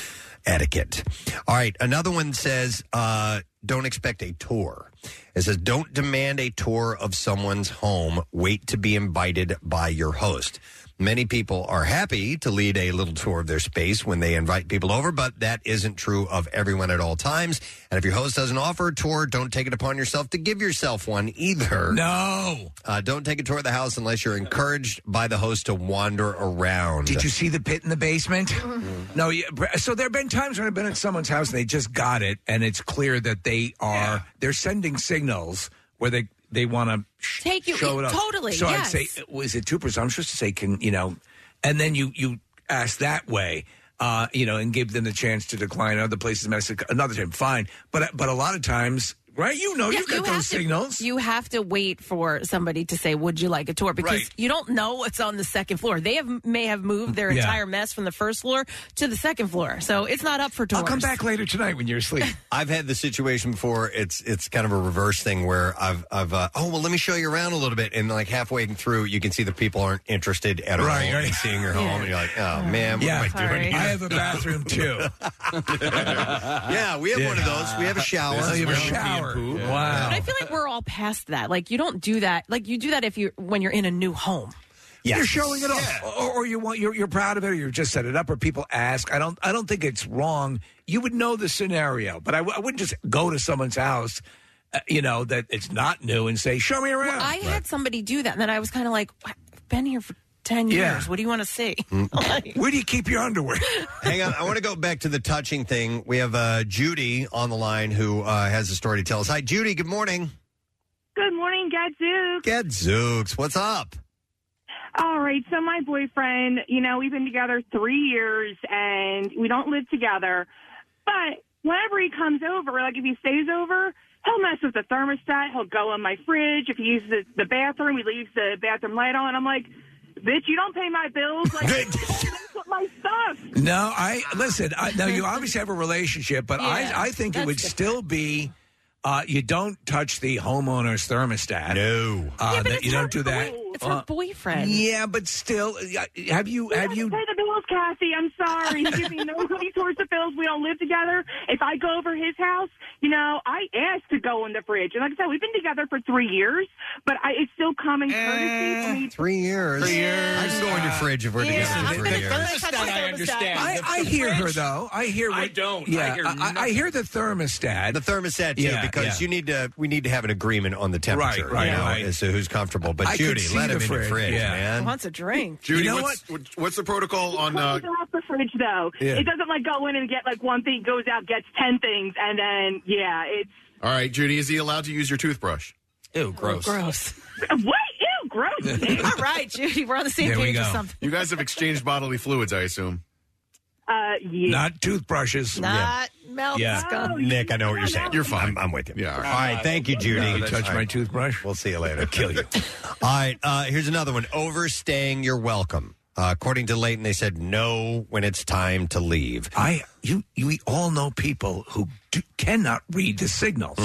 Speaker 1: etiquette. All right, another one says uh, don't expect a tour. It says don't demand a tour of someone's home. Wait to be invited by your host. Many people are happy to lead a little tour of their space when they invite people over, but that isn't true of everyone at all times. And if your host doesn't offer a tour, don't take it upon yourself to give yourself one either.
Speaker 3: No.
Speaker 1: Uh, don't take a tour of the house unless you're encouraged by the host to wander around.
Speaker 3: Did you see the pit in the basement? No. yeah, br- So there have been times when I've been at someone's house and they just got it, and it's clear that they are they're sending signals where they they want to
Speaker 2: Take [LAUGHS] you
Speaker 3: show it up.
Speaker 2: totally.
Speaker 3: So
Speaker 2: yes.
Speaker 3: I'd say, was it too presumptuous to say? Can you know? And then you you ask that way. Uh, you know, and give them the chance to decline other places. Mexico, another time, fine. But but a lot of times, right? You know, you got those signals.
Speaker 2: To, you have to wait for somebody to say, "Would you like a tour?" Because
Speaker 3: Right.
Speaker 2: you don't know what's on the second floor. They have may have moved their
Speaker 3: Yeah.
Speaker 2: entire mess from the first floor to the second floor, so it's not up for tours.
Speaker 3: I'll come back later tonight when you're asleep.
Speaker 1: [LAUGHS] I've had the situation before. It's it's kind of a reverse thing where I've I've uh, oh well let me show you around a little bit and like halfway through you can see the people aren't interested at all
Speaker 3: Right, right.
Speaker 1: in seeing your home
Speaker 3: Yeah.
Speaker 1: and you're like oh man what
Speaker 3: yeah,
Speaker 1: am I doing?
Speaker 3: I
Speaker 1: here?"
Speaker 3: have a bathroom
Speaker 1: [LAUGHS]
Speaker 3: too.
Speaker 1: yeah, we have one of those. We have a shower.
Speaker 3: Oh, you have a
Speaker 1: We're pee and
Speaker 3: shower.
Speaker 1: poo.
Speaker 3: Wow.
Speaker 2: But I feel like we're all past that. Like you don't do that. Like you do that if you are when you're in a new home.
Speaker 3: You're showing it off, or, or you want you're, you're proud of it, or you've just set it up, or people ask. I don't I don't think it's wrong. You would know the scenario, but I, w- I wouldn't just go to someone's house, uh, you know, that it's not new, and say, "Show me around."
Speaker 2: Well, I had somebody do that, and then I was kind of like, "What? I've been here for ten
Speaker 3: Yeah.
Speaker 2: years. What do you want to see? [LAUGHS]
Speaker 13: [LAUGHS]
Speaker 3: Where do you keep your underwear?
Speaker 1: Mm. [LAUGHS] Hang on, I want to go back to the touching thing. We have uh, Judy on the line who uh, has a story to tell us. Hi, Judy. Good morning.
Speaker 13: Good morning, Gadzooks.
Speaker 1: Zooks, what's up?
Speaker 13: All right, so my boyfriend, you know, we've been together three years and we don't live together. But whenever he comes over, like if he stays over, he'll mess with the thermostat. He'll go in my fridge. If he uses the, the bathroom, he leaves the bathroom light on. I'm like, bitch, you don't pay my bills. Like, you don't mess with my stuff.
Speaker 3: No, I listen. I, now you obviously have a relationship, but
Speaker 13: Yeah,
Speaker 3: I, I think it would
Speaker 13: that's
Speaker 3: still be. Uh, you don't touch the homeowner's thermostat.
Speaker 1: No,
Speaker 3: uh, that, you don't do that.
Speaker 2: It's her
Speaker 3: Uh,
Speaker 2: boyfriend.
Speaker 3: Yeah, but still, have you have you
Speaker 13: pay the bills, Kathy? I'm
Speaker 3: [LAUGHS]
Speaker 13: sorry. He gives me no money towards the bills. We don't live together. If I go over his house, you know, I ask to go in the fridge. And like I said, we've been together for three years, but I, it's still common courtesy
Speaker 3: Eh,
Speaker 13: for me.
Speaker 1: Three years.
Speaker 13: Three years.
Speaker 1: I can go in your fridge if we're
Speaker 13: Yeah,
Speaker 1: together.
Speaker 13: I'm
Speaker 1: for
Speaker 13: gonna-
Speaker 1: three years.
Speaker 13: I'm gonna touch my thermostat.
Speaker 3: I, I hear her though. I hear. What, I don't. Yeah, I hear, I, hear the thermostat. The
Speaker 1: thermostat too, because you need to. We need to have an agreement on the temperature,
Speaker 3: Right, right,
Speaker 1: you know,
Speaker 3: right.
Speaker 1: as to who's comfortable. But
Speaker 3: I could
Speaker 1: Judy,
Speaker 3: see
Speaker 1: let
Speaker 3: the
Speaker 1: him in your
Speaker 3: fridge,
Speaker 1: fridge,
Speaker 3: yeah.
Speaker 1: man.
Speaker 2: wants a drink.
Speaker 6: Judy, what's, what? what's the protocol on? Uh,
Speaker 13: It goes out the fridge though.
Speaker 6: Yeah.
Speaker 13: It doesn't like go in and get like one thing, goes out, gets ten things, and then yeah, it's
Speaker 6: all right, Judy, is he allowed to use your toothbrush? Ew,
Speaker 13: Oh, gross. gross. what? Ew, gross. man.
Speaker 2: All right, Judy, we're on the same page or something.
Speaker 6: You guys have exchanged bodily fluids, I assume.
Speaker 13: Uh, yeah.
Speaker 3: Not toothbrushes.
Speaker 2: Not Mel.
Speaker 1: Nick, I know what you're saying. You're fine. I'm, I'm with you. Yeah, all, right. Thank you, Judy.
Speaker 3: You touch my toothbrush.
Speaker 1: We'll see you later.
Speaker 3: [LAUGHS]
Speaker 1: Kill you. all right. Uh, here's another one. Overstaying your welcome. Uh, according to Leighton, they said no when it's time to leave.
Speaker 3: I you, you we all know people who do, cannot read the signals.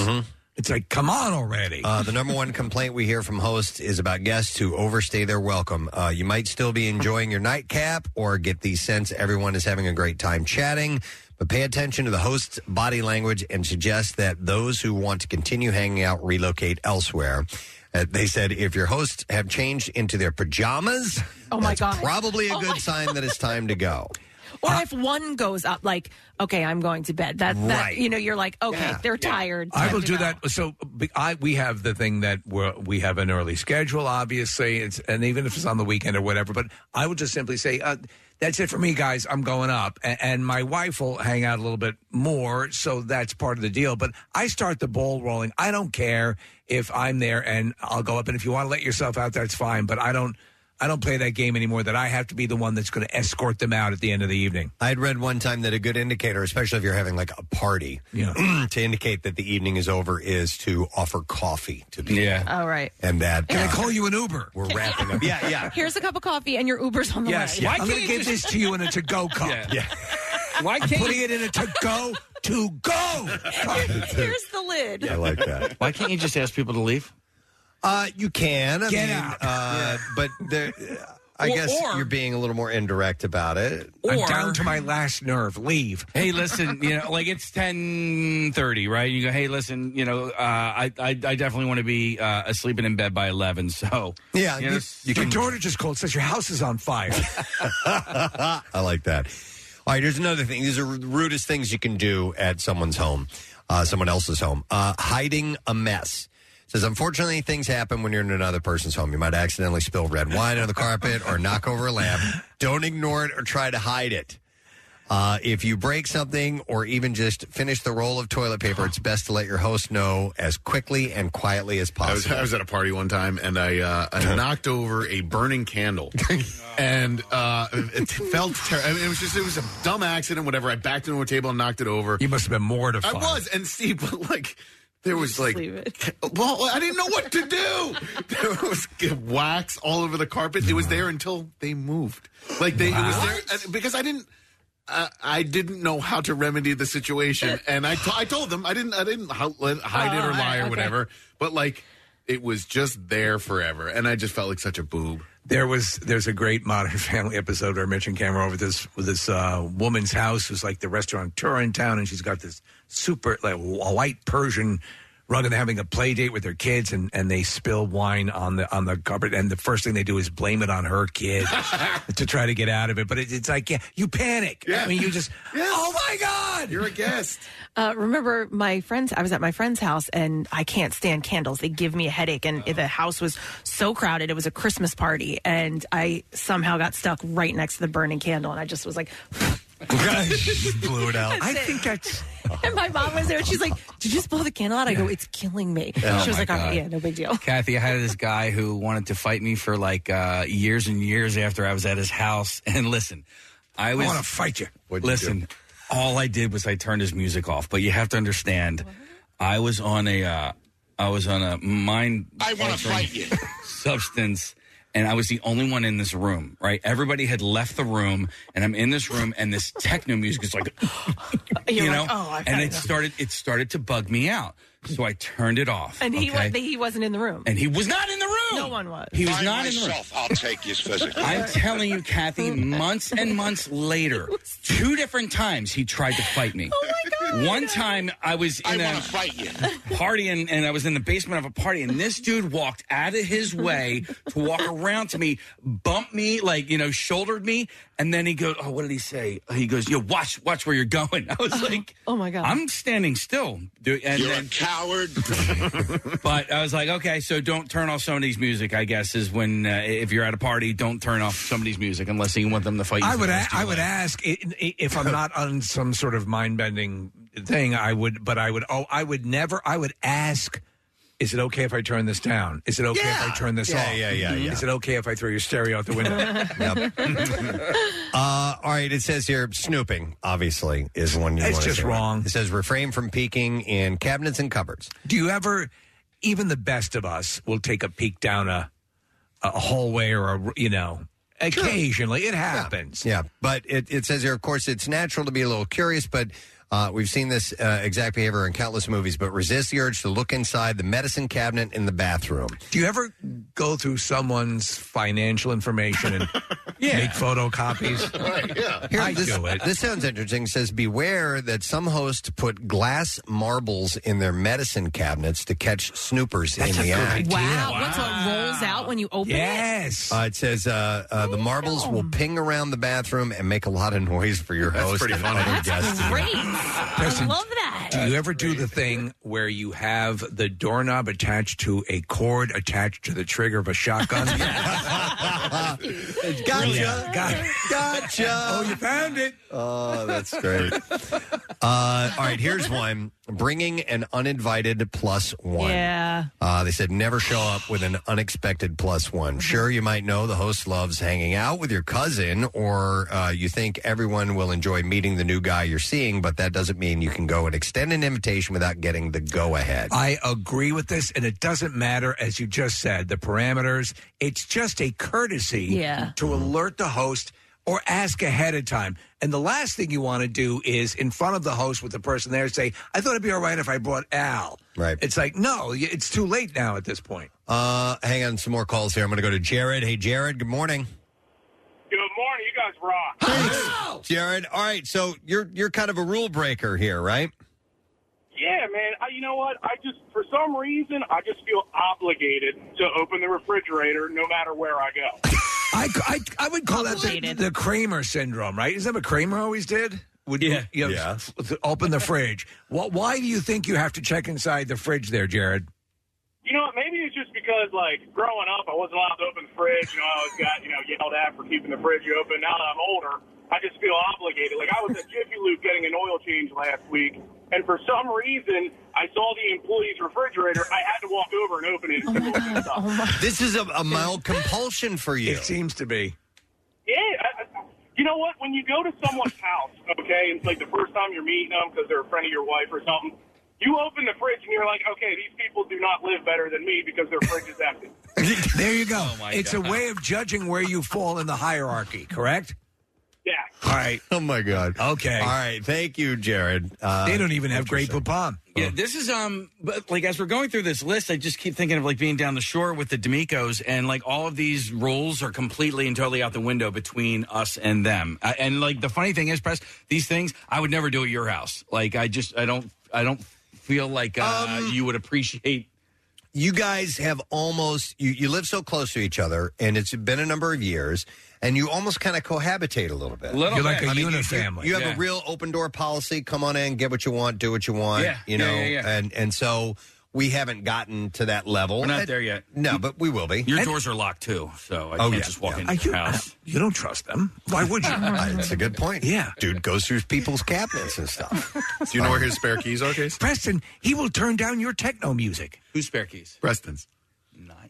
Speaker 3: It's like come on already.
Speaker 1: Mm-hmm. Uh, the number one complaint we hear from hosts is about guests who overstay their welcome. Uh, you might still be enjoying your nightcap or get the sense everyone is having a great time chatting, but pay attention to the host's body language and suggest that those who want to continue hanging out relocate elsewhere. Uh, they said if your hosts have changed into their pajamas,
Speaker 2: [LAUGHS] Oh my god.
Speaker 1: probably a
Speaker 2: Oh my-
Speaker 1: good sign
Speaker 2: [LAUGHS]
Speaker 1: that it's time to go.
Speaker 2: Or if one goes up, like, okay, I'm going to bed. That,
Speaker 3: Right.
Speaker 2: that you know, you're like, okay, they're tired.
Speaker 3: I
Speaker 2: time
Speaker 3: will
Speaker 2: to
Speaker 3: do
Speaker 2: go.
Speaker 3: that. So be- I we have the thing that we're, we have an early schedule, obviously, it's, and even if it's on the weekend or whatever. But I will just simply say, uh, "That's it for me, guys. I'm going up," and, and my wife will hang out a little bit more. So that's part of the deal. But I start the ball rolling. I don't care if I'm there, and I'll go up. And if you want to let yourself out, that's fine. But I don't. I don't play that game anymore. That I have to be the one that's going to escort them out at the end of the evening.
Speaker 1: I had read one time that a good indicator, especially if you're having like a party, [CLEARS THROAT] to indicate that the evening is over is to offer coffee to people.
Speaker 3: Yeah.
Speaker 2: [LAUGHS] All right.
Speaker 1: And
Speaker 2: [LAUGHS]
Speaker 1: that.
Speaker 3: Can I
Speaker 1: uh,
Speaker 3: call you an Uber?
Speaker 1: We're wrapping up. Yeah, yeah.
Speaker 2: Here's a cup of coffee, and your Uber's on the
Speaker 3: Yes,
Speaker 2: way.
Speaker 3: yeah. I'm going to give this to you in a [LAUGHS] to-go cup. Why can't I'm putting it in a to-go to-go?
Speaker 2: [LAUGHS] Here's the lid.
Speaker 1: I like that.
Speaker 4: [LAUGHS] Why can't you just ask people to leave?
Speaker 1: Uh, you can. I
Speaker 4: Get
Speaker 1: mean,
Speaker 4: out.
Speaker 1: Uh, But there, I
Speaker 4: Or-
Speaker 1: guess
Speaker 4: or-
Speaker 1: you're being a little more indirect about it.
Speaker 4: I'm down
Speaker 3: to my last nerve. Leave.
Speaker 4: Hey, listen, you know, like it's ten thirty, right? You go, hey, listen, you know, uh, I, I I definitely want to be uh, asleep and in bed by eleven. So you, know,
Speaker 3: your daughter just called. Says your house is on fire.
Speaker 1: [LAUGHS] I like that. All right, here's another thing. These are the rudest things you can do at someone's home, uh, someone else's home. Uh, hiding a mess. Says, unfortunately, things happen when you're in another person's home. You might accidentally spill red wine on the carpet or knock over a lamp. Don't ignore it or try to hide it. Uh, if you break something or even just finish the roll of toilet paper, it's best to let your host know as quickly and quietly as
Speaker 6: I was,
Speaker 1: possible.
Speaker 6: I was at a party one time and I, uh, I knocked over a burning candle and uh, it felt terrible. I mean, it was just it was a dumb accident, whatever. I backed into a table and knocked it over. You [LAUGHS]
Speaker 3: must have been mortified.
Speaker 6: I was, and Steve, like There was like, well, I didn't know what to do. there was wax all over the carpet. It was there until they moved. Like they, it was there and- because I didn't. I I didn't know how to remedy the situation, and I to- I told them I didn't I didn't ho- let- hide it
Speaker 14: Oh,
Speaker 6: or lie or
Speaker 14: okay.
Speaker 6: whatever. But like, it was just there forever, and I just felt like such a boob.
Speaker 3: There was there's a great Modern [LAUGHS] Family episode where Mitch and Cam were over this with this uh, woman's house who's like the restaurateur in town, and she's got this super like a white Persian rug, and they're having a play date with their kids, and, and they spill wine on the on the carpet, and the first thing they do is blame it on her
Speaker 6: [LAUGHS]
Speaker 3: kid to try to get out of it. But it, it's like yeah, you panic. I mean, you just oh my god,
Speaker 6: you're a guest.
Speaker 2: [LAUGHS] Uh, remember my friends? I was at my friend's house, and I can't stand candles. They give me a headache. And the house was so crowded. It was a Christmas party, and I somehow got stuck right next to the burning candle. And I just was like,
Speaker 1: blew it out.
Speaker 3: I think that's.
Speaker 2: [LAUGHS] and my mom was there, and she's like, "Did you just blow the candle out?" I go, "It's killing me."
Speaker 4: Oh,
Speaker 2: she was
Speaker 4: my
Speaker 2: like, "Oh,
Speaker 4: God.
Speaker 2: "Yeah, no big [LAUGHS] deal."
Speaker 4: Kathy, I had this guy who wanted to fight me for like uh, years and years after I was at his house. [LAUGHS] And listen, I was.
Speaker 3: I wanna fight you. What'd you
Speaker 4: listen,
Speaker 3: do?
Speaker 4: all I did was I turned his music off. But you have to understand, I was on a, uh, I was on a mind. I want to fight you. [LAUGHS] Substance. And I was the only one in this room, right? Everybody had left the room, and I'm in this room, and this techno music is like,
Speaker 2: [LAUGHS] You're
Speaker 4: you know,
Speaker 2: like, "Oh, I've had
Speaker 4: and it
Speaker 2: enough."
Speaker 4: started, it started to bug me out, so I turned it off.
Speaker 2: And he
Speaker 4: okay?
Speaker 2: was, he wasn't in the room.
Speaker 4: And he was not in the room.
Speaker 2: No one was.
Speaker 4: He was not in the room. I'll take his physical. I'm telling you, Kathy, months and months later, two different times he tried to fight me. Oh my god. One time I was in a party and, and I was in the basement of a party and this dude walked out of his way to walk around to me, bumped me, like, you know, shouldered me, and then he goes, Oh, what did he say? He goes, Yo, watch, watch where you're going. [LAUGHS] I was like,
Speaker 2: Oh my god!
Speaker 4: I'm standing still. Do- And You're a coward. [LAUGHS] but I was like, okay, so don't turn off somebody's music. I guess is when uh, if you're at a party, don't turn off somebody's music unless you want them to fight. You
Speaker 3: I
Speaker 4: for
Speaker 3: would
Speaker 4: the
Speaker 3: a-
Speaker 4: rest of
Speaker 3: I
Speaker 4: your
Speaker 3: would
Speaker 4: life.
Speaker 3: ask i- i- if
Speaker 1: [LAUGHS]
Speaker 3: I'm not on some sort of mind bending thing. I would, but I would. Oh, I would never. I would ask. Is it okay if I turn this down? Is it okay if I turn this
Speaker 1: Yeah,
Speaker 3: off? Mm-hmm.
Speaker 1: yeah, yeah, yeah.
Speaker 3: Is it okay if I throw your stereo out the
Speaker 1: [LAUGHS]
Speaker 3: window?
Speaker 1: Uh, all right, it says here snooping obviously is one. You
Speaker 3: It's
Speaker 1: wanna
Speaker 3: just
Speaker 1: say.
Speaker 3: wrong.
Speaker 1: It says refrain from peeking in cabinets and cupboards.
Speaker 3: Do you ever? Even the best of us will take a peek down a a hallway or a you know. Occasionally, it happens.
Speaker 1: Yeah, but it, it says here, of course, it's natural to be a little curious, but uh, we've seen this uh, exact behavior in countless movies. But resist the urge to look inside the medicine cabinet in the bathroom.
Speaker 3: Do you ever go through someone's financial information [LAUGHS] and make [LAUGHS] photocopies?
Speaker 1: Here,
Speaker 3: I
Speaker 1: this,
Speaker 3: do it.
Speaker 1: This sounds interesting. It says, beware that some hosts put glass marbles in their medicine cabinets to catch snoopers
Speaker 2: That's
Speaker 1: in
Speaker 2: a
Speaker 1: the
Speaker 2: good
Speaker 1: act.
Speaker 2: Wow. What's what rolls out when you open
Speaker 1: Uh, it says uh, uh, the marbles will ping around the bathroom and make a lot of noise for your host.
Speaker 3: pretty
Speaker 1: and
Speaker 3: funny.
Speaker 1: other
Speaker 2: it?
Speaker 1: guests.
Speaker 2: Great! I
Speaker 3: Kristen,
Speaker 2: love that.
Speaker 3: Do you ever do the thing where you have the doorknob attached to a cord attached to the trigger of a [LAUGHS] shotgun?
Speaker 2: [LAUGHS]
Speaker 1: Gotcha.
Speaker 3: Gotcha. Oh, you found it.
Speaker 1: Oh, that's great. Uh, all right, here's one. Bringing an uninvited plus one.
Speaker 2: Yeah.
Speaker 1: Uh, they said never show up with an unexpected plus one. Sure, you might know the host loves hanging out with your cousin, or uh, you think everyone will enjoy meeting the new guy you're seeing, but that doesn't mean you can go and extend an invitation without getting the go ahead.
Speaker 3: I agree with this, and it doesn't matter, as you just said, the parameters. It's just a courtesy
Speaker 2: Yeah.
Speaker 3: to alert the host or ask ahead of time. And the last thing you want to do is, in front of the host with the person there, say, I thought it'd be all right if I brought Al.
Speaker 1: Right.
Speaker 3: It's like, no, y- it's too late now at this point.
Speaker 1: Uh, hang on, some more calls here. I'm going to go to Jared. Hey, Jared, good morning.
Speaker 15: Good morning. You guys rock.
Speaker 1: Jared, all right, so you're you're kind of a rule breaker here, right?
Speaker 15: Yeah, man. I, you know what? I just, for some reason, I just feel obligated to open the refrigerator no matter where I go.
Speaker 3: I, I, I would call that the, the Kramer syndrome, right? Isn't that what Kramer always did? Would you, you know, f- open the fridge? What, why do you think you have to check inside the fridge there, Jared?
Speaker 15: You know what? Maybe it's just because, like, growing up, I wasn't allowed to open the fridge. You know, I always got, you know, yelled at for keeping the fridge open. Now that I'm older, I just feel obligated. Like, I was at Jiffy Lube getting an oil change last week, and for some reason, I saw the employee's refrigerator. I had to walk over and open it.
Speaker 4: [LAUGHS] Oh,
Speaker 1: This is a, a mild compulsion for you. It
Speaker 3: seems to be.
Speaker 15: Yeah, I, I, you know what? When you go to someone's house, okay, and it's like the first time you're meeting them because they're a friend of your wife or something, You open the fridge and you're like, okay, these people do not live better than me because their fridge is empty.
Speaker 3: [LAUGHS] There you
Speaker 1: Oh,
Speaker 3: go. it's
Speaker 15: God.
Speaker 3: a way of judging where you fall in the hierarchy, correct?
Speaker 15: Yeah.
Speaker 3: All right.
Speaker 1: Oh my God.
Speaker 3: Okay.
Speaker 1: All right. Thank you, Jared. Uh,
Speaker 3: they don't even have great papam.
Speaker 4: Yeah, this is um, but like as we're going through this list, I just keep thinking of like being down the shore with the D'Amicos, and like all of these rules are completely and totally out the window between us and them. Uh, and like the funny thing is, press these things I would never do at your house. Like I just I don't I don't feel like uh,
Speaker 3: Um,
Speaker 4: you would appreciate.
Speaker 1: you guys have almost you, you live so close to each other and it's been a number of years and you almost kind of cohabitate a little bit
Speaker 3: Little You're like bit. a
Speaker 1: I mean, you-
Speaker 3: unifamily.
Speaker 1: you, you have
Speaker 3: Yeah.
Speaker 1: a real open door policy come on in get what you want do what you want
Speaker 3: Yeah.
Speaker 1: you
Speaker 3: Yeah,
Speaker 1: know
Speaker 3: yeah, yeah.
Speaker 1: and and so we haven't gotten to that level
Speaker 4: We're not
Speaker 1: And-
Speaker 4: there yet.
Speaker 1: no but we will be
Speaker 4: Your doors are locked too, so I
Speaker 1: Oh,
Speaker 4: can't
Speaker 1: yeah.
Speaker 4: just walk
Speaker 1: Yeah.
Speaker 4: into
Speaker 1: Are
Speaker 4: your
Speaker 1: you-
Speaker 4: house.
Speaker 3: Uh, You don't trust them. Why
Speaker 1: [LAUGHS]
Speaker 3: would you?
Speaker 1: That's a good point.
Speaker 3: Yeah.
Speaker 1: Dude goes through people's cabinets and stuff. Do
Speaker 6: you know where his spare keys are, Case?
Speaker 3: Preston, he will turn down your techno music.
Speaker 4: Who's spare keys?
Speaker 6: Preston's.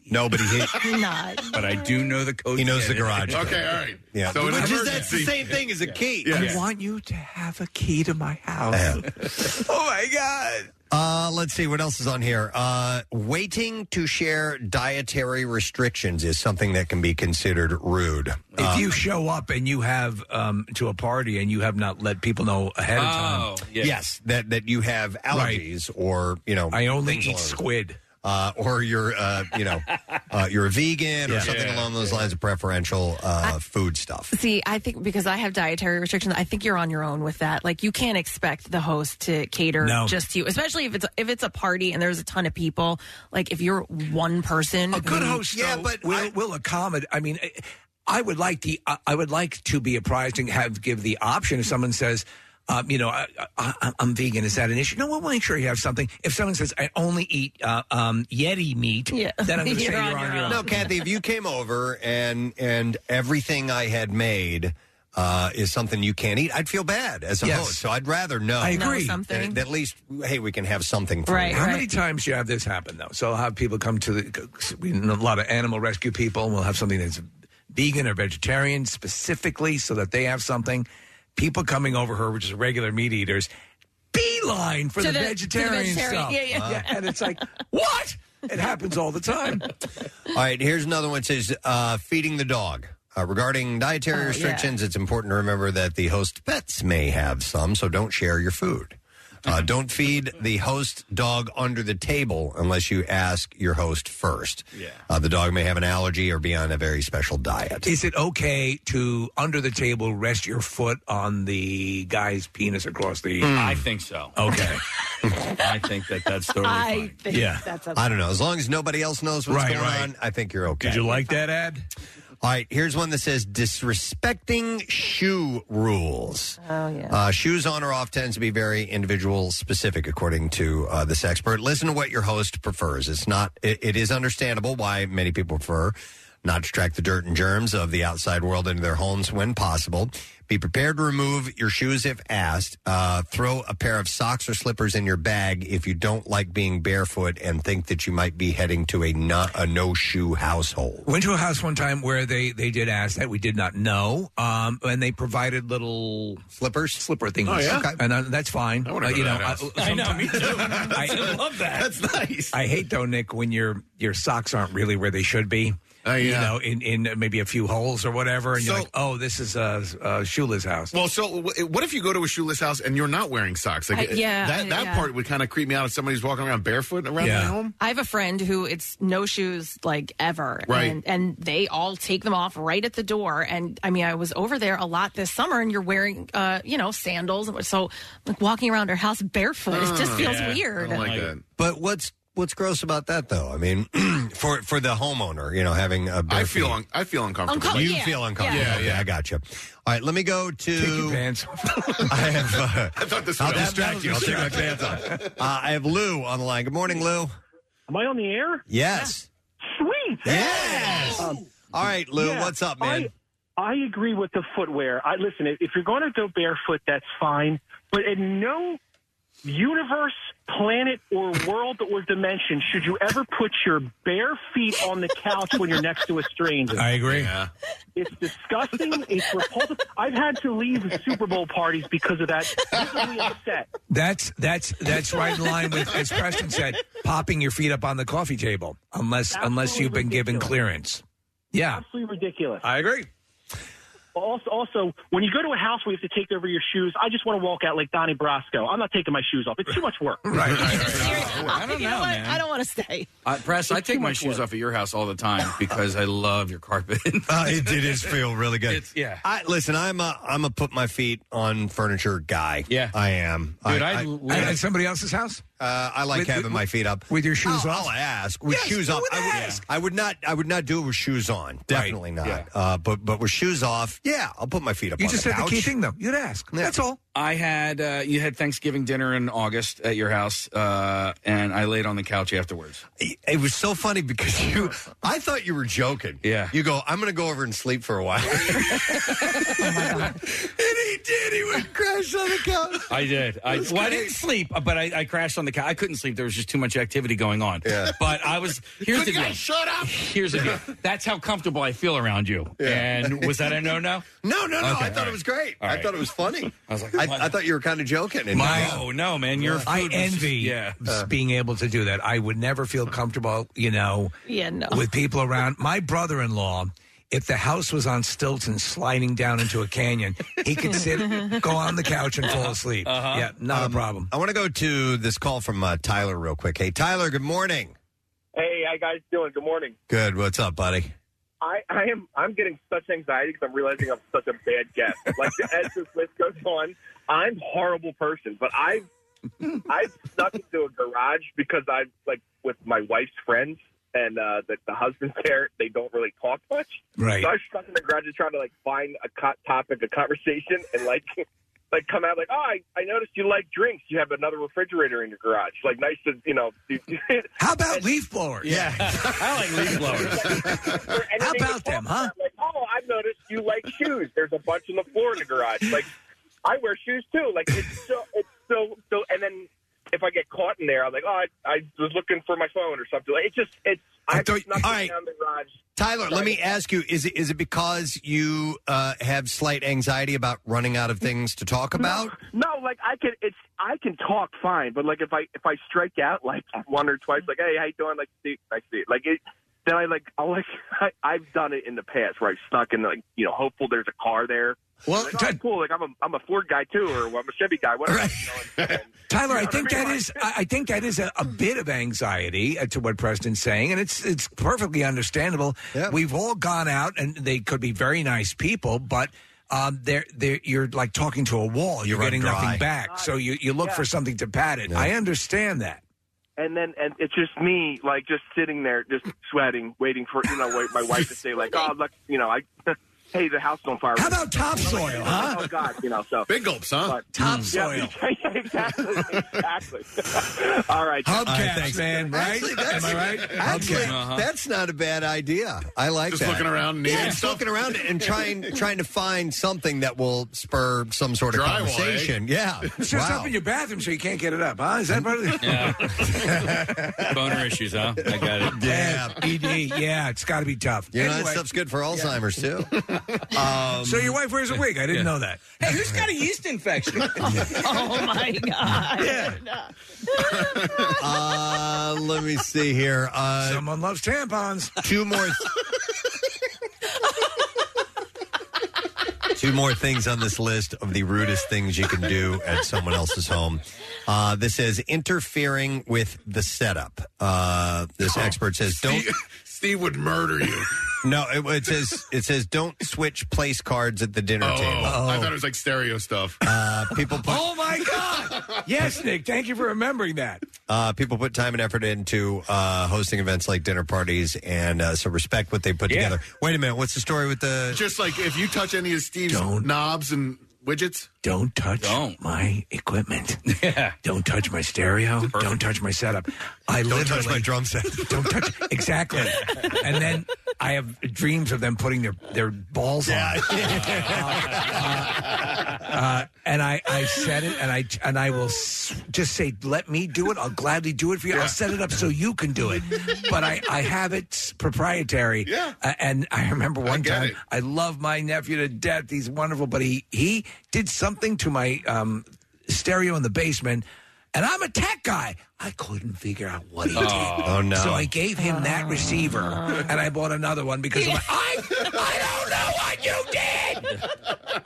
Speaker 1: No, but he
Speaker 2: Not.
Speaker 4: [LAUGHS] But I do know the code.
Speaker 1: He knows the garage.
Speaker 6: Okay, all right.
Speaker 1: Yeah.
Speaker 6: So
Speaker 1: Which
Speaker 6: an
Speaker 1: is that's the
Speaker 6: emergency.
Speaker 1: same thing as a key.
Speaker 3: I want you to have a key to my house. [LAUGHS] oh my god.
Speaker 1: Uh, let's see what else is on here. Uh, waiting to share dietary restrictions is something that can be considered rude.
Speaker 3: If you show up and you have um, to a party and you have not let people know ahead of time,
Speaker 1: Yes, that that you have allergies or you know
Speaker 3: I only
Speaker 1: things
Speaker 3: eat
Speaker 1: along-
Speaker 3: squid.
Speaker 1: uh, or you're uh, you know uh, you're a vegan
Speaker 3: Yeah.
Speaker 1: or something
Speaker 3: Yeah,
Speaker 1: along those lines of preferential uh, food stuff.
Speaker 2: See, I think because I have dietary restrictions, I think you're on your own with that. Like you can't expect the host to cater
Speaker 1: No.
Speaker 2: just to you, especially if it's if it's a party and there's a ton of people. Like if you're one person,
Speaker 3: A good host, Mm, yeah, but will will accommodate. I mean, I- I would like the I I would like to be apprised and have give the option if someone says. Um, you know, I, I, I'm vegan. Is that an issue? No, we'll make sure you have something. If someone says I only eat uh, um, Yeti meat, then [LAUGHS] I'm going to say you're on your own.
Speaker 1: No, Kathy, if you came over and and everything I had made uh, is something you can't eat, I'd feel bad as a
Speaker 3: Yes.
Speaker 1: host. So I'd rather know.
Speaker 3: I agree. Know
Speaker 1: That,
Speaker 3: something.
Speaker 1: that at least, hey, we can have something for you.
Speaker 3: How many times you have this happen though? So I'll have people come to the we know a lot of animal rescue people. And we'll have something that's vegan or vegetarian specifically, so that they have something. People coming over her, which is regular meat eaters, beeline for
Speaker 2: To
Speaker 3: the,
Speaker 2: the- to the
Speaker 3: vegetarian
Speaker 2: vegetarian,
Speaker 3: stuff.
Speaker 2: yeah, yeah.
Speaker 16: Uh,
Speaker 3: and it's
Speaker 2: [LAUGHS]
Speaker 3: like what? It happens all the time.
Speaker 1: All right, here's another one. It says uh, feeding the dog. Uh, regarding
Speaker 3: Oh,
Speaker 1: dietary restrictions, it's important to remember that the host pets may have some, so don't share your food. Uh, don't feed the host dog under the table unless you ask your host first. Yeah. Uh, the dog may have an allergy or be on a very special diet.
Speaker 3: Is it okay to under the table rest your foot on the guy's penis across the?
Speaker 4: I think so.
Speaker 3: Okay.
Speaker 4: [LAUGHS] I think that that's
Speaker 3: totally
Speaker 2: I
Speaker 3: fine.
Speaker 2: think
Speaker 16: [LAUGHS]
Speaker 3: Yeah.
Speaker 2: that's
Speaker 1: I don't know. As long as nobody else knows what's
Speaker 3: Right,
Speaker 1: going
Speaker 3: right.
Speaker 1: on, I think you're okay.
Speaker 3: Did you like that ad?
Speaker 1: All right, here's one that says disrespecting shoe rules.
Speaker 2: Oh yeah.
Speaker 1: Uh, shoes on or off tends to be very individual specific, according to uh, this expert. Listen to what your host prefers. It's not. It, it is understandable why many people prefer not to track the dirt and germs of the outside world into their homes when possible. Be prepared to remove your shoes if asked. Uh, throw a pair of socks or slippers in your bag if you don't like being barefoot and think that you might be heading to a no, a no shoe household.
Speaker 3: Went to a house one time where they they did ask that we did not know, um, and they provided little
Speaker 1: slippers,
Speaker 3: slipper things.
Speaker 6: Oh, yeah?
Speaker 3: Okay. and uh, that's fine.
Speaker 6: I wanna go to that house. I know, me
Speaker 3: too.
Speaker 16: [LAUGHS]
Speaker 3: I love that. That's nice. I hate though, Nick, when your your socks aren't really where they should be.
Speaker 6: Oh,
Speaker 3: You
Speaker 6: yeah.
Speaker 3: know, in, in maybe a few holes or whatever, and you're
Speaker 6: So-
Speaker 3: like, "Oh, this is uh, uh, Shula's house."
Speaker 6: Well, so w- what if you go to a shoeless house and you're not wearing socks? Like,
Speaker 2: Uh, yeah,
Speaker 6: that
Speaker 2: uh,
Speaker 6: that
Speaker 2: yeah.
Speaker 6: part would kind of creep me out if somebody's walking around barefoot around my home.
Speaker 2: I have a friend who it's no shoes like ever.
Speaker 6: Right.
Speaker 2: And, and they all take them off right at the door. And I mean, I was over there a lot this summer and you're wearing, uh, you know, sandals. So like walking around her house barefoot, it
Speaker 1: Mm.
Speaker 2: just feels weird.
Speaker 1: Oh But what's what's gross about that though? I mean, [CLEARS THROAT] for for the homeowner, you know, having a bare
Speaker 6: I feel
Speaker 1: feet.
Speaker 6: un- I feel uncomfortable.
Speaker 1: you feel uncomfortable.
Speaker 6: Yeah,
Speaker 1: Okay, I got you. All right, let me go to. Take your
Speaker 3: pants
Speaker 1: [LAUGHS] I have. Uh,
Speaker 6: [LAUGHS] I thought this
Speaker 1: I'll
Speaker 6: would
Speaker 1: that-
Speaker 6: distract
Speaker 1: that'll
Speaker 6: you. I'll take my
Speaker 1: distract
Speaker 6: pants
Speaker 1: off. Uh, I have Lou on the line. Good morning, Lou.
Speaker 14: Am I on the air?
Speaker 1: Yes.
Speaker 14: Sweet. Um,
Speaker 1: Yes. All right, Lou, what's up, man?
Speaker 14: I, I agree with the footwear. I listen. If if you're going to go barefoot, that's fine. But in no universe, planet or world or dimension should you ever put your bare feet on the couch when you're next to a stranger?
Speaker 3: I agree.
Speaker 14: It's disgusting. It's repulsive. I've had to leave Super Bowl parties because of that. Visibly
Speaker 16: [LAUGHS]
Speaker 14: upset.
Speaker 3: That's that's that's right in line with as Preston said, popping your feet up on the coffee table unless unless you've been given clearance. Yeah,
Speaker 14: Absolutely ridiculous.
Speaker 3: I agree.
Speaker 14: Also, also, when you go to a house where you have to take over your shoes, I just want to walk out like Donnie Brasco. I'm not taking my shoes off. It's too much work.
Speaker 4: Right, right, right. Oh, I don't
Speaker 2: you know,
Speaker 4: know,
Speaker 2: what?
Speaker 4: man.
Speaker 2: I don't want to stay.
Speaker 4: Uh, Press, I take my shoes off at your house all the [LAUGHS] time because I love your carpet. [LAUGHS]
Speaker 1: Uh, it, it is feel really good.
Speaker 4: It's, yeah.
Speaker 1: I, listen, I'm a I'm a put my feet on furniture guy. Yeah, I am.
Speaker 3: Dude, I- At- at somebody else's house.
Speaker 1: Uh, I like
Speaker 3: With-
Speaker 1: having
Speaker 3: with-
Speaker 1: my feet up
Speaker 3: with your shoes
Speaker 1: I'll,
Speaker 3: off?
Speaker 1: I'll ask with
Speaker 3: Yes,
Speaker 1: shoes
Speaker 3: I
Speaker 1: off.
Speaker 3: would
Speaker 1: I would,
Speaker 3: ask.
Speaker 1: I would not. I would not do it with shoes on. Definitely not. Uh, but but with shoes off, yeah, I'll put my feet up.
Speaker 4: You
Speaker 1: on
Speaker 4: just
Speaker 1: the
Speaker 4: said the
Speaker 1: couch.
Speaker 4: key thing,
Speaker 3: though. You'd ask. That's all.
Speaker 4: I had uh, you had Thanksgiving dinner in August at your house, uh, and I laid on the couch afterwards.
Speaker 1: It was so funny because you, I thought you were joking. Yeah. You go, I'm going to go over and sleep for a while. [LAUGHS]
Speaker 3: And he did. He would
Speaker 1: crash on the couch.
Speaker 4: I did. I,
Speaker 3: That's
Speaker 4: well, I
Speaker 3: great.
Speaker 4: didn't sleep, uh, but I, I crashed on the couch. I couldn't sleep. There was just too much activity going on. Yeah. But I was. Here's
Speaker 3: Could
Speaker 4: the
Speaker 3: you
Speaker 4: deal.
Speaker 3: guys shut
Speaker 4: up. Here's the deal. That's how comfortable I feel around you. And was that a no no?
Speaker 1: No, no, no. I thought it was great. [LAUGHS] I thought it was funny. I was like, I, thought you were kind of joking. And
Speaker 3: My- oh,
Speaker 1: Oh, no. Uh.
Speaker 4: no, man,
Speaker 1: your
Speaker 3: I
Speaker 1: food was-
Speaker 3: envy
Speaker 1: yeah.
Speaker 3: s- being able to do that. I would never feel comfortable, you know,
Speaker 2: Yeah, no.
Speaker 3: with people around. My brother-in-law, if the house was on stilts and sliding down into a canyon, he could sit, go on the couch, and fall
Speaker 1: [LAUGHS]
Speaker 3: asleep. Yeah, not
Speaker 1: Um,
Speaker 3: a problem.
Speaker 1: I want to go to this call from uh, Tyler real quick. Hey, Tyler, good morning.
Speaker 17: Hey, how you guys doing? Good morning.
Speaker 1: Good. What's up, buddy?
Speaker 17: I, I am I'm getting such anxiety because I'm realizing I'm such a bad guest. Like the, as this list goes on, I'm a horrible person, but I've I've snuck into a garage because I'm like with my wife's friends and uh, the, the husband's there. They don't really talk much,
Speaker 3: Right.
Speaker 17: So I was stuck in the garage just trying to like find a co- topic, a conversation, and like. [LAUGHS] Like come out like oh I, I noticed you like drinks you have another refrigerator in your garage like nice to you know [LAUGHS]
Speaker 3: how about leaf blowers
Speaker 17: yeah
Speaker 4: [LAUGHS] I like
Speaker 17: [LAUGHS]
Speaker 4: leaf blowers
Speaker 17: how about them, huh? Like, oh, I noticed you like shoes. There's a bunch on the floor in the garage. Like, I wear shoes too. Like, it's so, it's so, so. And then if I get caught in there, I'm like, oh, I, I was looking for my phone or something. Like, it's just, it's. I,
Speaker 1: thought-
Speaker 17: snuck
Speaker 1: all
Speaker 17: it
Speaker 1: right.
Speaker 17: down the garage.
Speaker 1: Tyler, let me ask you: Is it is it because you uh, have slight anxiety about running out of things to talk about?
Speaker 17: No, like I can, it's I can talk fine, but like if I if I strike out like [LAUGHS] one or twice, like hey, how you doing? Like see, I see it. Like it, then I like I'll like [LAUGHS] I, I've done it in the past where I've snuck in like you know hopeful there's a car there.
Speaker 3: Well,
Speaker 17: like, oh, cool. Like I'm a I'm a Ford guy too, or I'm a Chevy guy. Whatever. you know,
Speaker 3: [LAUGHS]
Speaker 17: and- and-
Speaker 3: Tyler,
Speaker 17: you
Speaker 3: I
Speaker 17: know
Speaker 3: think
Speaker 17: what mean?
Speaker 3: that
Speaker 17: Like,
Speaker 3: is I I think that is a, a bit of anxiety uh, to what Preston's saying, and it's it's perfectly understandable. We've all gone out, and they could be very nice people, but um, they're they are you're like talking to a wall. You're,
Speaker 1: You're
Speaker 3: getting
Speaker 1: run dry.
Speaker 3: nothing back, so you you look
Speaker 17: Yeah.
Speaker 3: for something to pat it. I understand that.
Speaker 17: and then and it's just me like just sitting there just sweating waiting for you know wait, my wife to say like oh look you know i [LAUGHS] hey the house is on fire
Speaker 3: How about topsoil, huh?
Speaker 17: oh god you know so
Speaker 6: big gulps huh
Speaker 17: [LAUGHS] topsoil exactly exactly [LAUGHS] all right
Speaker 3: Hubcaps, man, right? Am I right?
Speaker 1: Actually,
Speaker 3: Hubcaps. Uh-huh.
Speaker 1: that's not a bad idea. I like
Speaker 6: Just
Speaker 1: that.
Speaker 6: looking around,
Speaker 1: yeah,
Speaker 6: needing
Speaker 1: just
Speaker 6: stuff.
Speaker 1: looking around and trying trying to find something that will spur some sort of
Speaker 3: Drywall, eh?
Speaker 1: conversation. Yeah,
Speaker 3: It's [LAUGHS] just
Speaker 1: wow.
Speaker 3: up in your bathroom, so you can't get it up, huh? Is that part of it? [LAUGHS]
Speaker 4: boner issues, huh? I got
Speaker 1: [LAUGHS]
Speaker 4: it.
Speaker 3: Yeah, BD. Uh, Yeah, it's got to be tough.
Speaker 1: You know, that
Speaker 3: Anyway.
Speaker 1: stuff's Um, good for Alzheimer's [LAUGHS] too.
Speaker 3: so your wife wears a wig. I didn't know that.
Speaker 4: Hey, who's got a yeast infection?
Speaker 2: [LAUGHS] oh my god!
Speaker 1: uh, let me see here. Uh,
Speaker 3: Someone loves tampons.
Speaker 1: Two more. Two more things on this list of the rudest things you can do at someone else's home. Uh, this says interfering with the setup. Uh, this expert says don't.
Speaker 6: Oh, Steve would murder you.
Speaker 1: No, it, it says it says don't switch place cards at the dinner
Speaker 6: Oh,
Speaker 1: table.
Speaker 6: I thought it was like stereo stuff.
Speaker 1: Uh, people put
Speaker 3: Oh my God! [LAUGHS] yes, Nick. Thank you for remembering that.
Speaker 1: uh, people put time and effort into uh, hosting events like dinner parties, and uh, so respect what they put together. [LAUGHS] Wait a minute, what's the story with the?
Speaker 6: Just like if you touch any of Steve's knobs and widgets,
Speaker 3: Don't touch my equipment. Yeah. Don't touch my stereo. Don't touch my setup. I
Speaker 1: Don't touch
Speaker 3: [LAUGHS] literally-
Speaker 1: my drum set.
Speaker 3: [LAUGHS] Don't touch exactly. and then I have dreams of them putting their their balls on. [LAUGHS] Uh, and I, I said it, and I and I will s- just say, let me do it. I'll gladly do it for you. I'll set it up so you can do it. But I, I have it s- proprietary. Yeah. and I remember one time, I love my nephew to death. He's wonderful, but he he did something to my um, stereo in the basement. And I'm a tech guy. I couldn't figure out what he did.
Speaker 1: Oh. Oh, no.
Speaker 3: So I gave him that receiver, and I bought another one because I'm like, I I don't know what you did.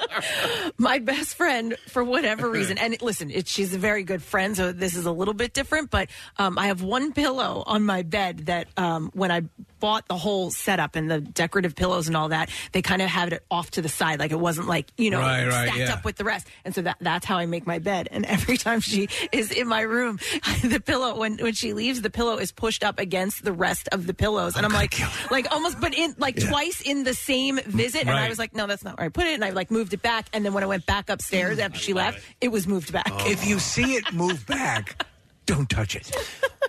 Speaker 2: my best friend for whatever reason and it- listen it, she's a very good friend so this is a little bit different but um, i have one pillow on my bed that um, when i bought the whole setup and the decorative pillows and all that they kind of had it off to the side like it wasn't like you know
Speaker 18: Right, right,
Speaker 2: stacked
Speaker 18: yeah.
Speaker 2: up with the rest and so that, that's how i make my bed and every time she is in my room [LAUGHS] the pillow when, when she leaves the pillow is pushed up against the rest of the pillows and i'm, like like almost but in like twice in the same visit and i
Speaker 3: Right.
Speaker 2: was like no that's not where i put it and i like moved it back and then when i went back
Speaker 3: Mm,
Speaker 2: upstairs after she left it. was moved back
Speaker 3: Oh. If you see it move back, don't touch it.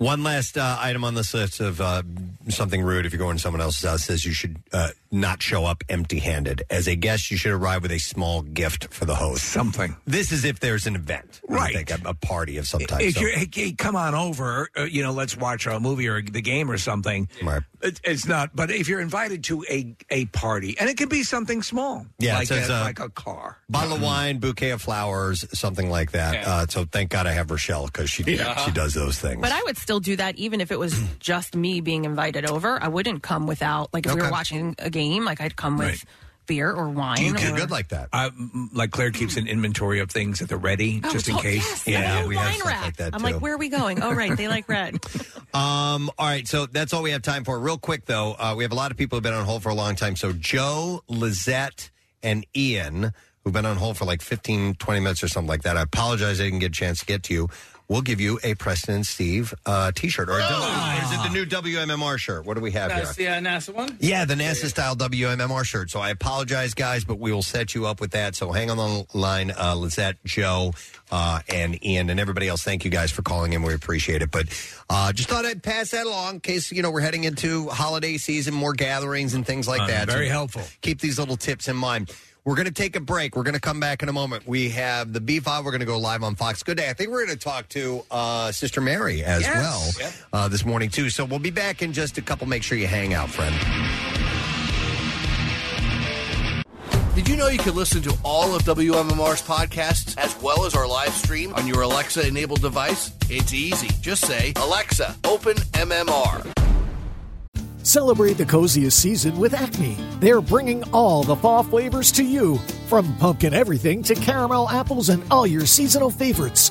Speaker 1: One last uh, item on this list of uh, something rude if you're going to someone else's house says you should uh, not show up empty handed. As a guest, you should arrive with a small gift for the host.
Speaker 3: Something.
Speaker 1: This is if there's an event, right? Like a, a party of some type.
Speaker 3: if
Speaker 1: so-
Speaker 3: you're, hey, hey, come on over, uh, you know, let's watch a movie or the game or something.
Speaker 1: Right.
Speaker 3: It, it's not, but if you're invited to a, a party, and it can be something small,
Speaker 1: Yeah, it
Speaker 3: like,
Speaker 1: says,
Speaker 3: a,
Speaker 1: uh,
Speaker 3: like a car.
Speaker 1: Bottle of wine, bouquet of flowers, something like that. Uh, so thank God I have Rochelle because she
Speaker 2: Yeah.
Speaker 1: she does those things.
Speaker 2: but i would still do that even if
Speaker 3: [CLEARS THROAT]
Speaker 2: it was just me being invited over i wouldn't come without like if we were
Speaker 3: Okay.
Speaker 2: watching a game like i'd come with
Speaker 3: Right.
Speaker 2: beer or wine or,
Speaker 1: that?
Speaker 3: I, mm, like Claire keeps an inventory of things at the ready
Speaker 2: Oh,
Speaker 3: just in
Speaker 2: oh,
Speaker 3: case.
Speaker 2: yes, I have a
Speaker 3: we
Speaker 2: wine rack. i'm like where are we going oh right they
Speaker 3: [LAUGHS]
Speaker 2: like red
Speaker 1: Um, all right, so that's all we have time for. Real quick, though, uh, we have a lot of people who've been on hold for a long time. So Joe, Lizette, and Ian, who've been on hold for like 15, 20 minutes or something like that. I apologize I didn't get a chance to get to you. We'll give you a Preston and Steve uh, T-shirt. Or a W- is it the new WMMR shirt? What do we have
Speaker 4: [LAUGHS]
Speaker 1: here?
Speaker 4: That's the uh, NASA one.
Speaker 1: Yeah, the NASA style WMMR shirt. So I apologize, guys, but we will set you up with that. So hang on the line, uh, Lizette, Joe, uh, and Ian, and everybody else. Thank you guys for calling in. We appreciate it. But uh, just thought I'd pass that along in case you know we're heading into holiday season, more gatherings and things like
Speaker 3: Uh,
Speaker 1: that.
Speaker 3: very
Speaker 1: So
Speaker 3: helpful.
Speaker 1: Keep these little tips in mind. We're going to take a break. We're going to come back in a moment. We have the B five. We're going to go live on Fox. Good day. I think we're going to talk to uh, Sister Mary as
Speaker 16: Yes.
Speaker 1: well
Speaker 16: Yep.
Speaker 1: uh, this morning too. So we'll be back in just a couple. Make sure you hang out, friend.
Speaker 5: Did you know you can listen to all of WMMR's podcasts as well as our live stream on your Alexa enabled device? It's easy. Just say, Alexa, open MMR.
Speaker 19: Celebrate the coziest season with Acme. They're bringing all the fall flavors to you, from pumpkin everything to caramel apples and all your seasonal favorites.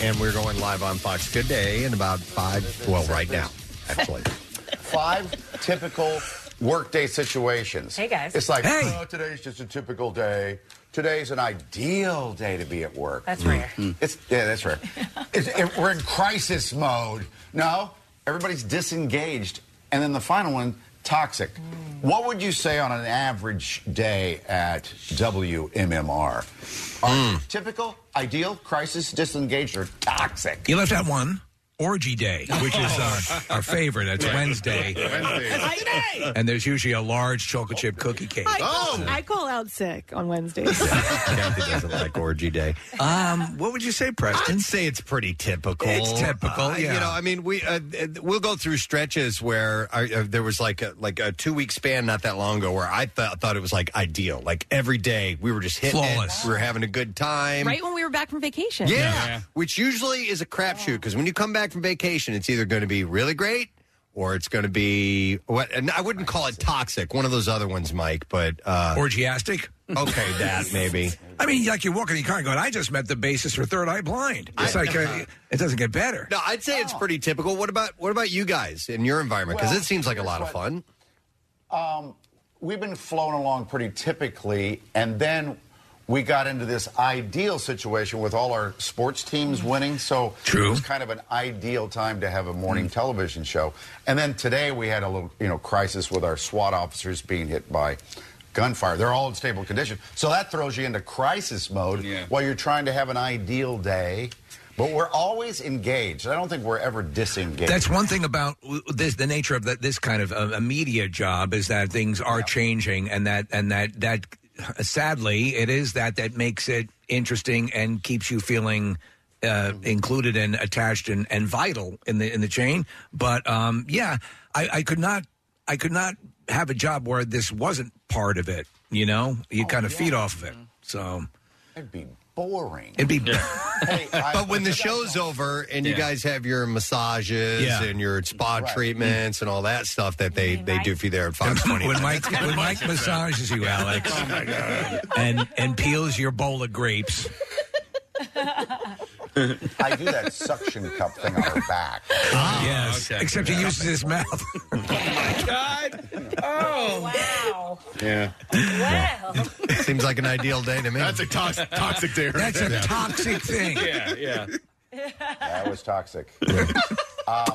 Speaker 1: And we're going live on Fox Good Day in about five, well, right now, [LAUGHS] actually.
Speaker 20: five typical workday situations.
Speaker 21: Hey, guys.
Speaker 20: It's like,
Speaker 21: Hey.
Speaker 20: "Oh, today's just a typical day. Today's an ideal day to be at work. Hmm.
Speaker 21: That's rare.
Speaker 20: It's yeah, that's
Speaker 21: [LAUGHS]
Speaker 20: rare. It's- it- we're in crisis mode. No, everybody's disengaged. And then the final one, toxic.
Speaker 21: Hmm.
Speaker 20: What would you say on an average day at WMMR? Are typical, ideal, crisis, disengaged, or toxic?
Speaker 3: You left out one orgy day, which is uh,
Speaker 1: Oh.
Speaker 3: our, our favorite. That's
Speaker 1: [LAUGHS]
Speaker 3: Wednesday. And there's usually a large chocolate chip cookie cake.
Speaker 2: I,
Speaker 3: Oh.
Speaker 2: call,
Speaker 1: Oh.
Speaker 2: I call out sick on
Speaker 3: [LAUGHS]
Speaker 2: wednesdays
Speaker 1: Kathy doesn't like orgy day.
Speaker 3: Um, what would you say, Preston?
Speaker 1: I'd say it's pretty typical.
Speaker 3: It's typical,
Speaker 1: Uh,
Speaker 3: yeah.
Speaker 1: You know, I mean, we uh, uh, we'll go through stretches where I, uh, there was like a, like a two week span not that long ago where I th- thought it was like ideal, like every day we were just hitting it.
Speaker 3: Flawless.
Speaker 1: we were having a good time,
Speaker 2: right when we were back from vacation
Speaker 1: Yeah, which usually is a crapshoot because when you come back from vacation, it's either going to be really great or it's going to be what? And I wouldn't call it toxic. One of those other ones, Mike, but uh,
Speaker 3: orgiastic.
Speaker 1: Okay, that maybe.
Speaker 3: [LAUGHS] I mean, like you walk in your car and going, I just met the basis for Third Eye Blind. It's like, uh, it doesn't get better.
Speaker 1: No, I'd say it's pretty typical. What about what about you guys in your environment? Because
Speaker 20: Well,
Speaker 1: it seems like a
Speaker 20: here's
Speaker 1: lot of
Speaker 20: what-
Speaker 1: fun.
Speaker 20: Um, we've been flown along pretty typically, and then we got into this ideal situation with all our sports teams winning. So True. it was kind of an ideal time to have a morning television show. And then today we had a little, you know, crisis with our SWAT officers being hit by gunfire. They're all in stable condition. So that throws you into crisis mode while you're trying to have an ideal day. But we're always engaged. I don't think we're ever disengaged.
Speaker 3: That's one thing about w- this. The nature of the, this kind of uh, a media job is that things are changing, and that and that that sadly it is that that makes it interesting and keeps you feeling. Uh,
Speaker 1: Mm-hmm.
Speaker 3: included and attached and, and vital in the in the chain, but um, yeah, I, I could not I could not have a job where this wasn't part of it. You know,
Speaker 1: Oh,
Speaker 3: you kind of feed off of it.
Speaker 1: Mm-hmm.
Speaker 3: So
Speaker 20: it'd be boring.
Speaker 3: It'd be
Speaker 1: but when the show's over and you
Speaker 3: Yeah.
Speaker 1: guys [LAUGHS] have your massages
Speaker 3: Yeah.
Speaker 1: and your spa treatments and all that stuff that they, they do for you there at Fox Oh, 20.
Speaker 3: when Mike [LAUGHS] when Mike massages you, Alex, and and peels your bowl of grapes.
Speaker 20: I do that suction cup thing on her back.
Speaker 1: Ah,
Speaker 6: Ah,
Speaker 3: yes, except he uses his mouth.
Speaker 4: God. Oh. Wow.
Speaker 1: Yeah.
Speaker 4: Wow.
Speaker 1: [LAUGHS] Seems like an ideal day to me.
Speaker 6: That's a tox- toxic day right
Speaker 20: That's a there. toxic
Speaker 6: [LAUGHS]
Speaker 20: thing.
Speaker 4: Yeah, yeah.
Speaker 20: That was toxic. uh,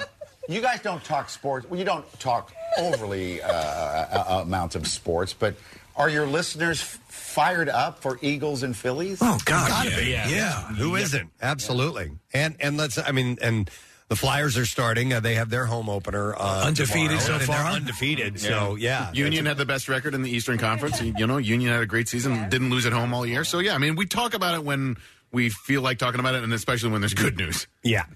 Speaker 20: you guys don't talk sports. Well, you don't talk overly uh, uh, amounts of sports, but are your listeners f- fired up for Eagles and Phillies? Oh
Speaker 1: Gotta be. Yeah. Who not Absolutely. And and let's I mean and the Flyers are starting. Uh, they have their home opener uh,
Speaker 6: Undefeated
Speaker 1: tomorrow,
Speaker 6: so
Speaker 1: and
Speaker 6: far?
Speaker 1: They're undefeated. So yeah,
Speaker 6: Union had the best record in the Eastern [LAUGHS] Conference. You you know, Union had a great season, didn't lose at home all year. So yeah, I mean, we talk about it when we feel like talking about it, and especially when there's good news.
Speaker 1: Yeah.
Speaker 18: [LAUGHS]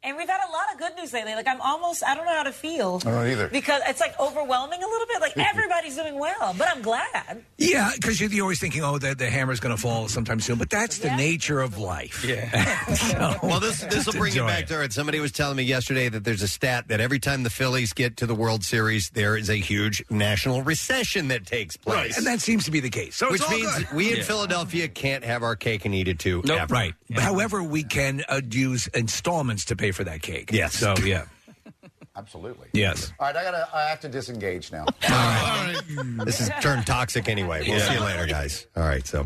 Speaker 18: And we've had a lot of good news lately. Like I'm almost I don't know how to feel.
Speaker 3: I don't either.
Speaker 18: Because it's like overwhelming a little bit. Like everybody's doing well, but I'm glad.
Speaker 3: Yeah, because you're, you're always thinking, oh, the, the hammer's going to fall sometime soon. But that's the nature of life. [LAUGHS] Yeah.
Speaker 1: [LAUGHS] well, this this will bring you back to it. Somebody was telling me yesterday that there's a stat that every time the Phillies get to the World Series, there is a huge national recession that takes place,
Speaker 3: And that seems to be the case. So
Speaker 1: which
Speaker 3: it's all
Speaker 1: means
Speaker 3: good.
Speaker 1: we in
Speaker 3: Yeah.
Speaker 1: Philadelphia can't have our cake and eat it too.
Speaker 3: Nope.
Speaker 1: ever.
Speaker 3: Right. However, we can uh, use installments to pay for that cake.
Speaker 1: Yes.
Speaker 3: So, yeah.
Speaker 20: Absolutely.
Speaker 3: Yes.
Speaker 20: All right, I gotta. I have to disengage now.
Speaker 1: This
Speaker 3: [LAUGHS]
Speaker 1: has turned toxic anyway. We'll
Speaker 20: Yeah.
Speaker 1: see you later, guys. All right. So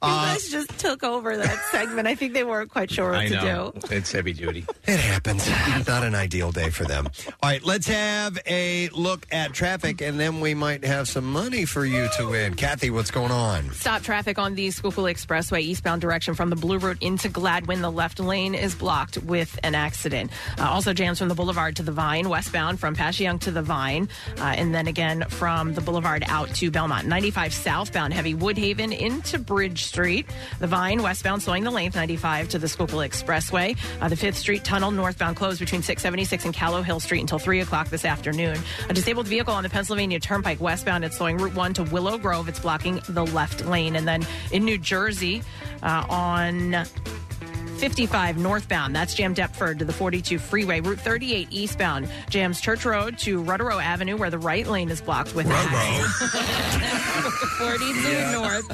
Speaker 1: uh,
Speaker 16: You guys just took over
Speaker 3: [LAUGHS]
Speaker 16: that segment. I think they weren't quite sure what to do.
Speaker 1: It's heavy duty. It happens. Not an ideal day for them. All right, let's have a look at traffic, and then we might have some money for you to win. Kathy, what's going
Speaker 16: [LAUGHS]
Speaker 1: on?
Speaker 2: Stop traffic on the Schuylkill Expressway eastbound direction from the Blue Road into Gladwin. The left lane is blocked with an accident. Uh, also jams from the Boulevard to the Vine westbound from Passyunk to the Vine, uh, and then again from the Boulevard out to Belmont. 95 southbound heavy Woodhaven into Bridge Street. The Vine westbound slowing the length 95 to the Schuylkill Expressway. Uh, the Fifth Street Tunnel northbound closed between 676 and Callow Hill Street until 3 o'clock this afternoon. A disabled vehicle on the Pennsylvania Turnpike westbound. It's slowing Route 1 to Willow Grove. It's blocking the left lane. And then in New Jersey uh, on 55 northbound. That's jammed Deptford to the 42 freeway. Route 38 eastbound jams Church Road to Ruttero Avenue, where the right lane is blocked with an accident. 42 north,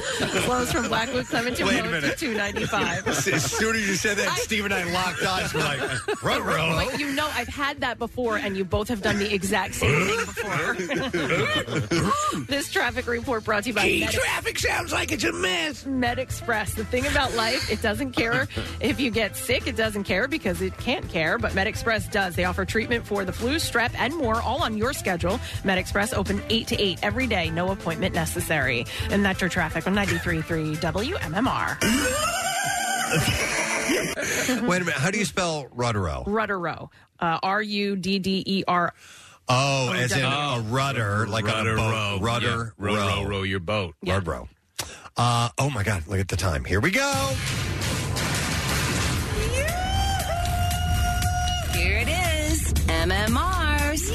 Speaker 2: closed from Blackwood Clementon
Speaker 1: Wait a
Speaker 2: Road to
Speaker 1: minute.
Speaker 2: 295.
Speaker 1: As soon as you said that, Steve and I locked eyes. We're like,
Speaker 2: [LAUGHS]
Speaker 1: row, row.
Speaker 2: Wait, you know, I've had that before, and you both have done the exact same thing
Speaker 1: [LAUGHS]
Speaker 2: before. this traffic report brought to you by
Speaker 3: Gee,
Speaker 2: Med-
Speaker 3: traffic sounds like it's a mess.
Speaker 2: Med Express. The thing about life, it doesn't care if you get sick. It doesn't care because it can't care. But Med Express does. They offer treatment for the flu, strep, and more, all on your schedule. Med Express open eight to eight every day. No appointment necessary. And that's your traffic on 93.3 WMMR.
Speaker 1: Wait a minute. How do you spell Ruddero?
Speaker 2: Rudder Row. Uh, R U D D E R.
Speaker 1: Oh, as in
Speaker 2: Oh.
Speaker 1: a rudder, like
Speaker 3: Rudder
Speaker 1: on a
Speaker 3: row.
Speaker 1: boat. Rudder,
Speaker 3: Yeah. Row, row, row
Speaker 1: your boat.
Speaker 3: Yeah.
Speaker 1: Rudder row. Uh, oh my God! Look at the time. Here we go.
Speaker 12: Here it is, MMR's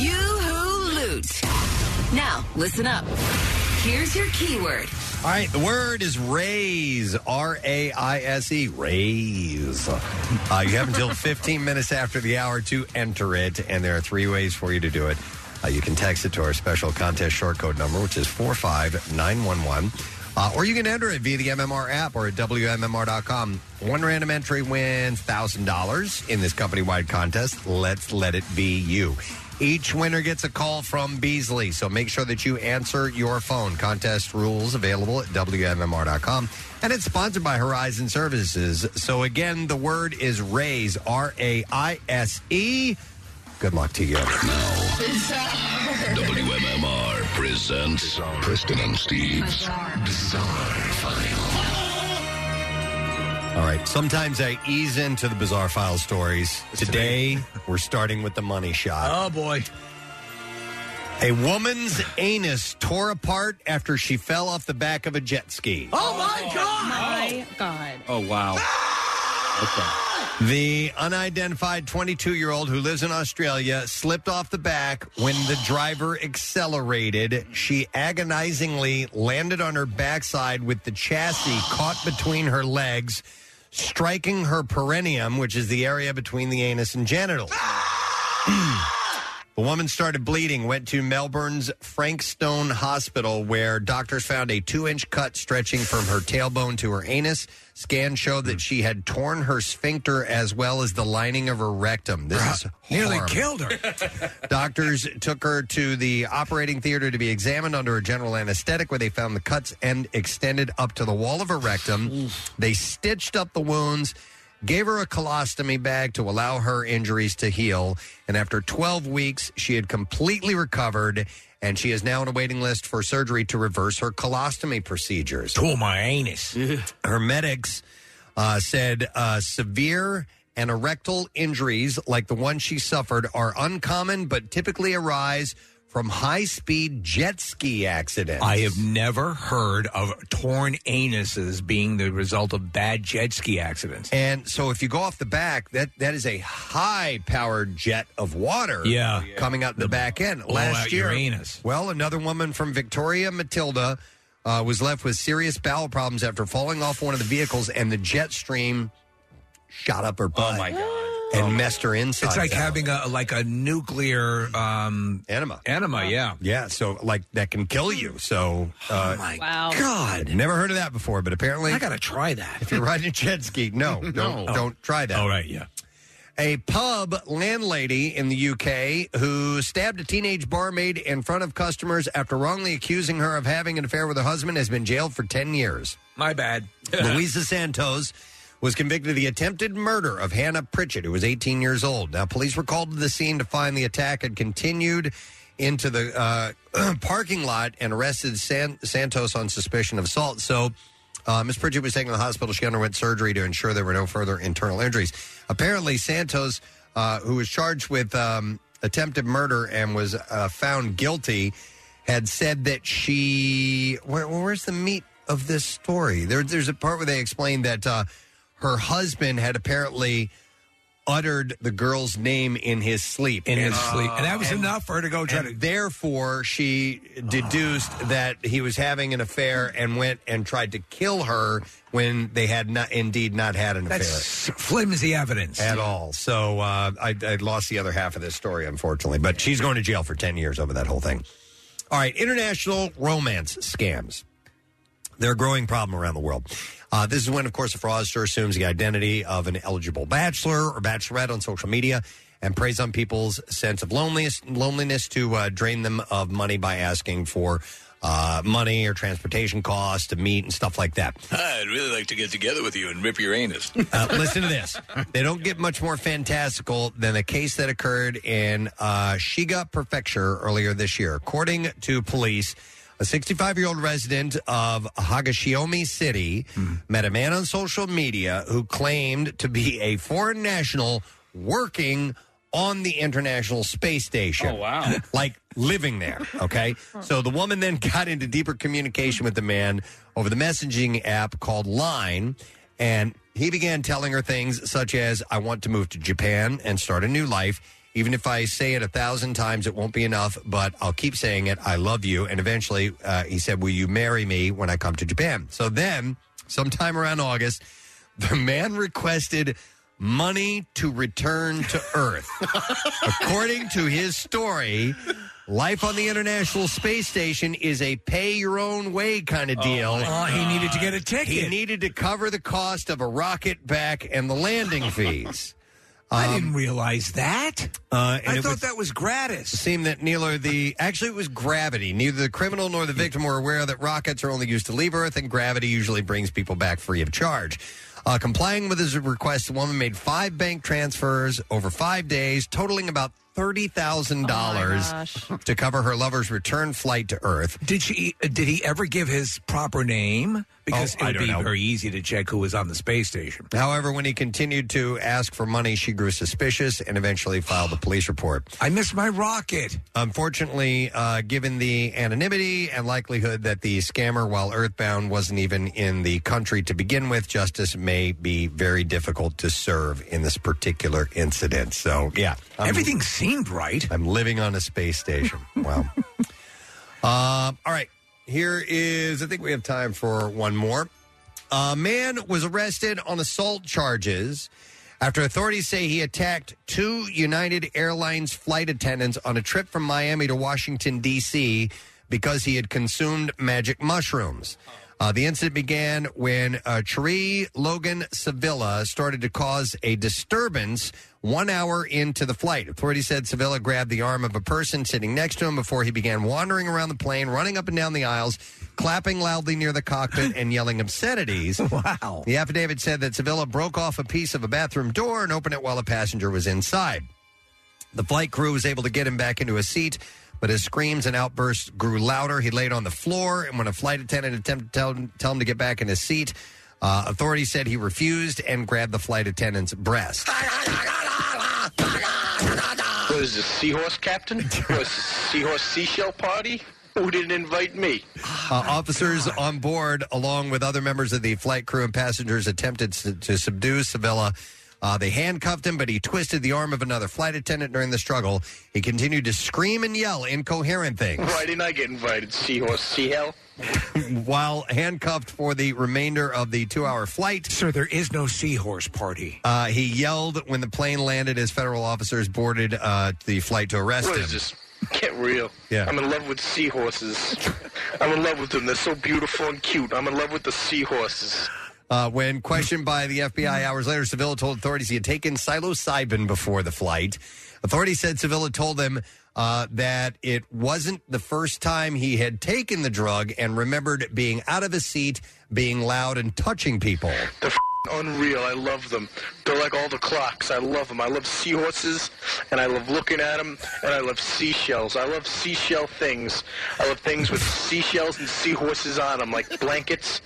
Speaker 12: Yoo-Hoo Loot. Now, listen up. Here's your keyword.
Speaker 1: All right, the word is raise. R A I S E. Raise. Uh, you have until 15 minutes after the hour to enter it, and there are three ways for you to do it. Uh, you can text it to our special contest short code number, which is 45911. Uh, or you can enter it via the MMR app or at WMMR.com. One random entry wins $1,000 in this company wide contest. Let's let it be you. Each winner gets a call from Beasley, so make sure that you answer your phone. Contest rules available at WMMR.com. And it's sponsored by Horizon Services. So again, the word is raise, R A I S E. Good luck to you.
Speaker 8: WMMR presents Preston and Steve's Bizarre File.
Speaker 1: All right. Sometimes I ease into the bizarre file stories. Today, we're starting with the money shot. Oh, boy. A woman's anus tore apart after she fell off the back of a jet ski.
Speaker 16: Oh my god! My god!
Speaker 1: Oh, wow. The unidentified 22 year old who lives in Australia slipped off the back when the driver accelerated. She agonizingly landed on her backside with the chassis caught between her legs, striking her perineum, which is the area between the anus and [CLEARS THROAT] genitals. The woman started bleeding, went to Melbourne's Frankstone Hospital, where doctors found a two inch cut stretching from her tailbone to her anus. Scans showed that she had torn her sphincter as well as the lining of her rectum. This is
Speaker 3: Nearly
Speaker 1: horrible.
Speaker 3: killed her.
Speaker 1: [LAUGHS]
Speaker 3: [LAUGHS]
Speaker 1: Doctors took her to the operating theater to be examined under a general anesthetic, where they found the cuts and extended up to the wall of her rectum. They stitched up the wounds, gave her a colostomy bag to allow her injuries to heal. And after 12 weeks, she had completely recovered, and she is now on a waiting list for surgery to reverse her colostomy procedures.
Speaker 3: Tore my anus.
Speaker 1: [LAUGHS] Her medics uh, said uh, severe and erectile injuries like the one she suffered are uncommon, but typically arise from high speed jet ski accidents.
Speaker 3: I have never heard of torn anuses being the result of bad jet ski accidents.
Speaker 1: And so if you go off the back, that that is a high powered jet of water
Speaker 3: Yeah.
Speaker 1: coming out the, back end.
Speaker 3: blow
Speaker 1: Last
Speaker 3: out
Speaker 1: year,
Speaker 3: your anus.
Speaker 1: well, another woman from Victoria, Matilda, uh, was left with serious bowel problems after falling off one of the vehicles and the jet stream shot up her butt. And messed her inside.
Speaker 3: Oh, It's like
Speaker 1: out.
Speaker 3: having a like a nuclear um,
Speaker 1: enema.
Speaker 3: Enema, yeah.
Speaker 1: Yeah, so like that can kill you. So, uh,
Speaker 3: [GASPS] Oh, my
Speaker 1: wow.
Speaker 3: God.
Speaker 1: never heard of that before, but apparently
Speaker 3: I gotta try that. [LAUGHS]
Speaker 1: If you're riding a jet ski, no,
Speaker 3: No.
Speaker 1: don't
Speaker 3: Oh.
Speaker 1: don't try that.
Speaker 3: All right, yeah.
Speaker 1: A pub landlady in the UK who stabbed a teenage barmaid in front of customers after wrongly accusing her of having an affair with her husband has been jailed for 10 years.
Speaker 3: My bad.
Speaker 1: Luisa Santos was convicted of the attempted murder of Hannah Pritchett, who was 18 years old. Now, police were called to the scene to find the attack had continued into the uh, [CLEARS THROAT] parking lot and arrested San- Santos on suspicion of assault. So, uh, Miss Pritchett was taken to the hospital. She underwent surgery to ensure there were no further internal injuries. Apparently, Santos, uh, who was charged with um, attempted murder and was uh, found guilty, had said that she. Where, where's the meat of this story? There, there's a part where they explain that uh, her husband had apparently uttered the girl's name in his sleep.
Speaker 3: In his
Speaker 1: And-
Speaker 3: sleep. And that was enough for her to go try
Speaker 1: and Therefore, she deduced that he was having an affair and went and tried to kill her when they had not indeed not had an affair
Speaker 3: That's flimsy evidence.
Speaker 1: at all. So uh, I, I lost the other half of this story, unfortunately. But she's going to jail for 10 years over that whole thing. All right, international romance scams. They're a growing problem around the world. Uh, this is when, of course, a fraudster assumes the identity of an eligible bachelor or bachelorette on social media and preys on people's sense of loneliness, loneliness to uh, drain them of money by asking for uh, money or transportation costs to meet and stuff like that.
Speaker 3: I'd really like to get together with you and rip your [LAUGHS] anus.
Speaker 1: Uh, listen to [LAUGHS] this. They don't get much more fantastical than a case that occurred in uh, Shiga Prefecture earlier this year. According to police, a 65 year old resident of Hagashiomi City met a man on social media who claimed to be a foreign national working on the International Space Station. Oh, wow. [LAUGHS] like living there, okay? So the woman then got into deeper communication with the man over the messaging app called Line, and he began telling her things such as, I want to move to Japan and start a new life. Even if I say it a thousand times, it won't be enough, but I'll keep saying it. I love you. And eventually, uh, he said, Will you marry me when I come to Japan? So then, sometime around August, the man requested money to return to Earth. According to his story, life on the International Space Station is a pay your own way kind of deal. Uh,
Speaker 3: Oh, he needed to get a
Speaker 1: He
Speaker 3: ticket.
Speaker 1: needed to cover the cost of a rocket back and the landing fees.
Speaker 3: I didn't realize that.
Speaker 1: Um, Uh,
Speaker 3: I thought
Speaker 1: that
Speaker 3: was gratis.
Speaker 1: Seemed that neither the actually it was gravity. Neither the criminal nor the victim were aware that rockets are only used to leave Earth, and gravity usually brings people back free of charge. Uh, complying with his request, the woman made five bank transfers over five days, totaling about thirty thousand dollars to cover her lover's return flight to Earth.
Speaker 3: Did she? Did he ever give his proper name? Because
Speaker 1: Oh,
Speaker 3: it
Speaker 1: I
Speaker 3: would
Speaker 1: don't
Speaker 3: be
Speaker 1: know.
Speaker 3: very easy to check who was on the space station.
Speaker 1: However, when he continued to ask for money, she grew suspicious and eventually filed a police report.
Speaker 3: I missed my rocket.
Speaker 1: Unfortunately, uh, given the anonymity and likelihood that the scammer, while earthbound, wasn't even in the country to begin with, justice may be very difficult to serve in this particular incident. So, yeah.
Speaker 3: Everything seemed right.
Speaker 1: I'm living on a
Speaker 3: [LAUGHS]
Speaker 1: space station. Wow. Um, all right. Here is, I think we have time for one more. A man was arrested on assault charges after authorities say he attacked two United Airlines flight attendants on a trip from Miami to Washington, D.C., because he had consumed magic mushrooms. Uh, the incident began when uh, Cherie Logan Sevilla started to cause a disturbance one hour into the flight. Authorities said Sevilla grabbed the arm of a person sitting next to him before he began wandering around the plane, running up and down the aisles, clapping loudly near the cockpit, and yelling obscenities.
Speaker 3: Wow.
Speaker 1: The affidavit said that Sevilla broke off a piece of a bathroom door and opened it while a passenger was inside. The flight crew was able to get him back into a seat, but his screams and outbursts grew louder. He laid on the floor, and when a flight attendant attempted to tell him, tell him to get back in his seat, uh, authorities said he refused and grabbed the flight attendant's breast.
Speaker 22: What is this, Seahorse Captain? What is this, Seahorse Seashell Party? Who didn't invite me?
Speaker 1: Uh, officers on board, along with other members of the flight crew and passengers, attempted to, to subdue Sevilla. Uh, they handcuffed him, but he twisted the arm of another flight attendant during the struggle. He continued to scream and yell incoherent things.
Speaker 22: Why didn't I get invited, Seahorse Seahell?
Speaker 1: while handcuffed for the remainder of the two hour flight.
Speaker 3: Sir, there is no seahorse party.
Speaker 1: Uh, he yelled when the plane landed as federal officers boarded uh, the flight to arrest
Speaker 22: What
Speaker 1: him.
Speaker 22: is this? Get real.
Speaker 1: Yeah.
Speaker 22: I'm in love with seahorses. I'm in love with them. They're so beautiful and cute. I'm in love with the seahorses.
Speaker 1: Uh, when questioned by the FBI hours later, Sevilla told authorities he had taken psilocybin before the flight. Authorities said Sevilla told them uh, that it wasn't the first time he had taken the drug and remembered being out of his seat, being loud, and touching people.
Speaker 22: They're f***ing unreal. I love them. They're like all the clocks. I love them. I love seahorses, and I love looking at them, and I love seashells. I love seashell things. I love things with seashells and seahorses on them, like blankets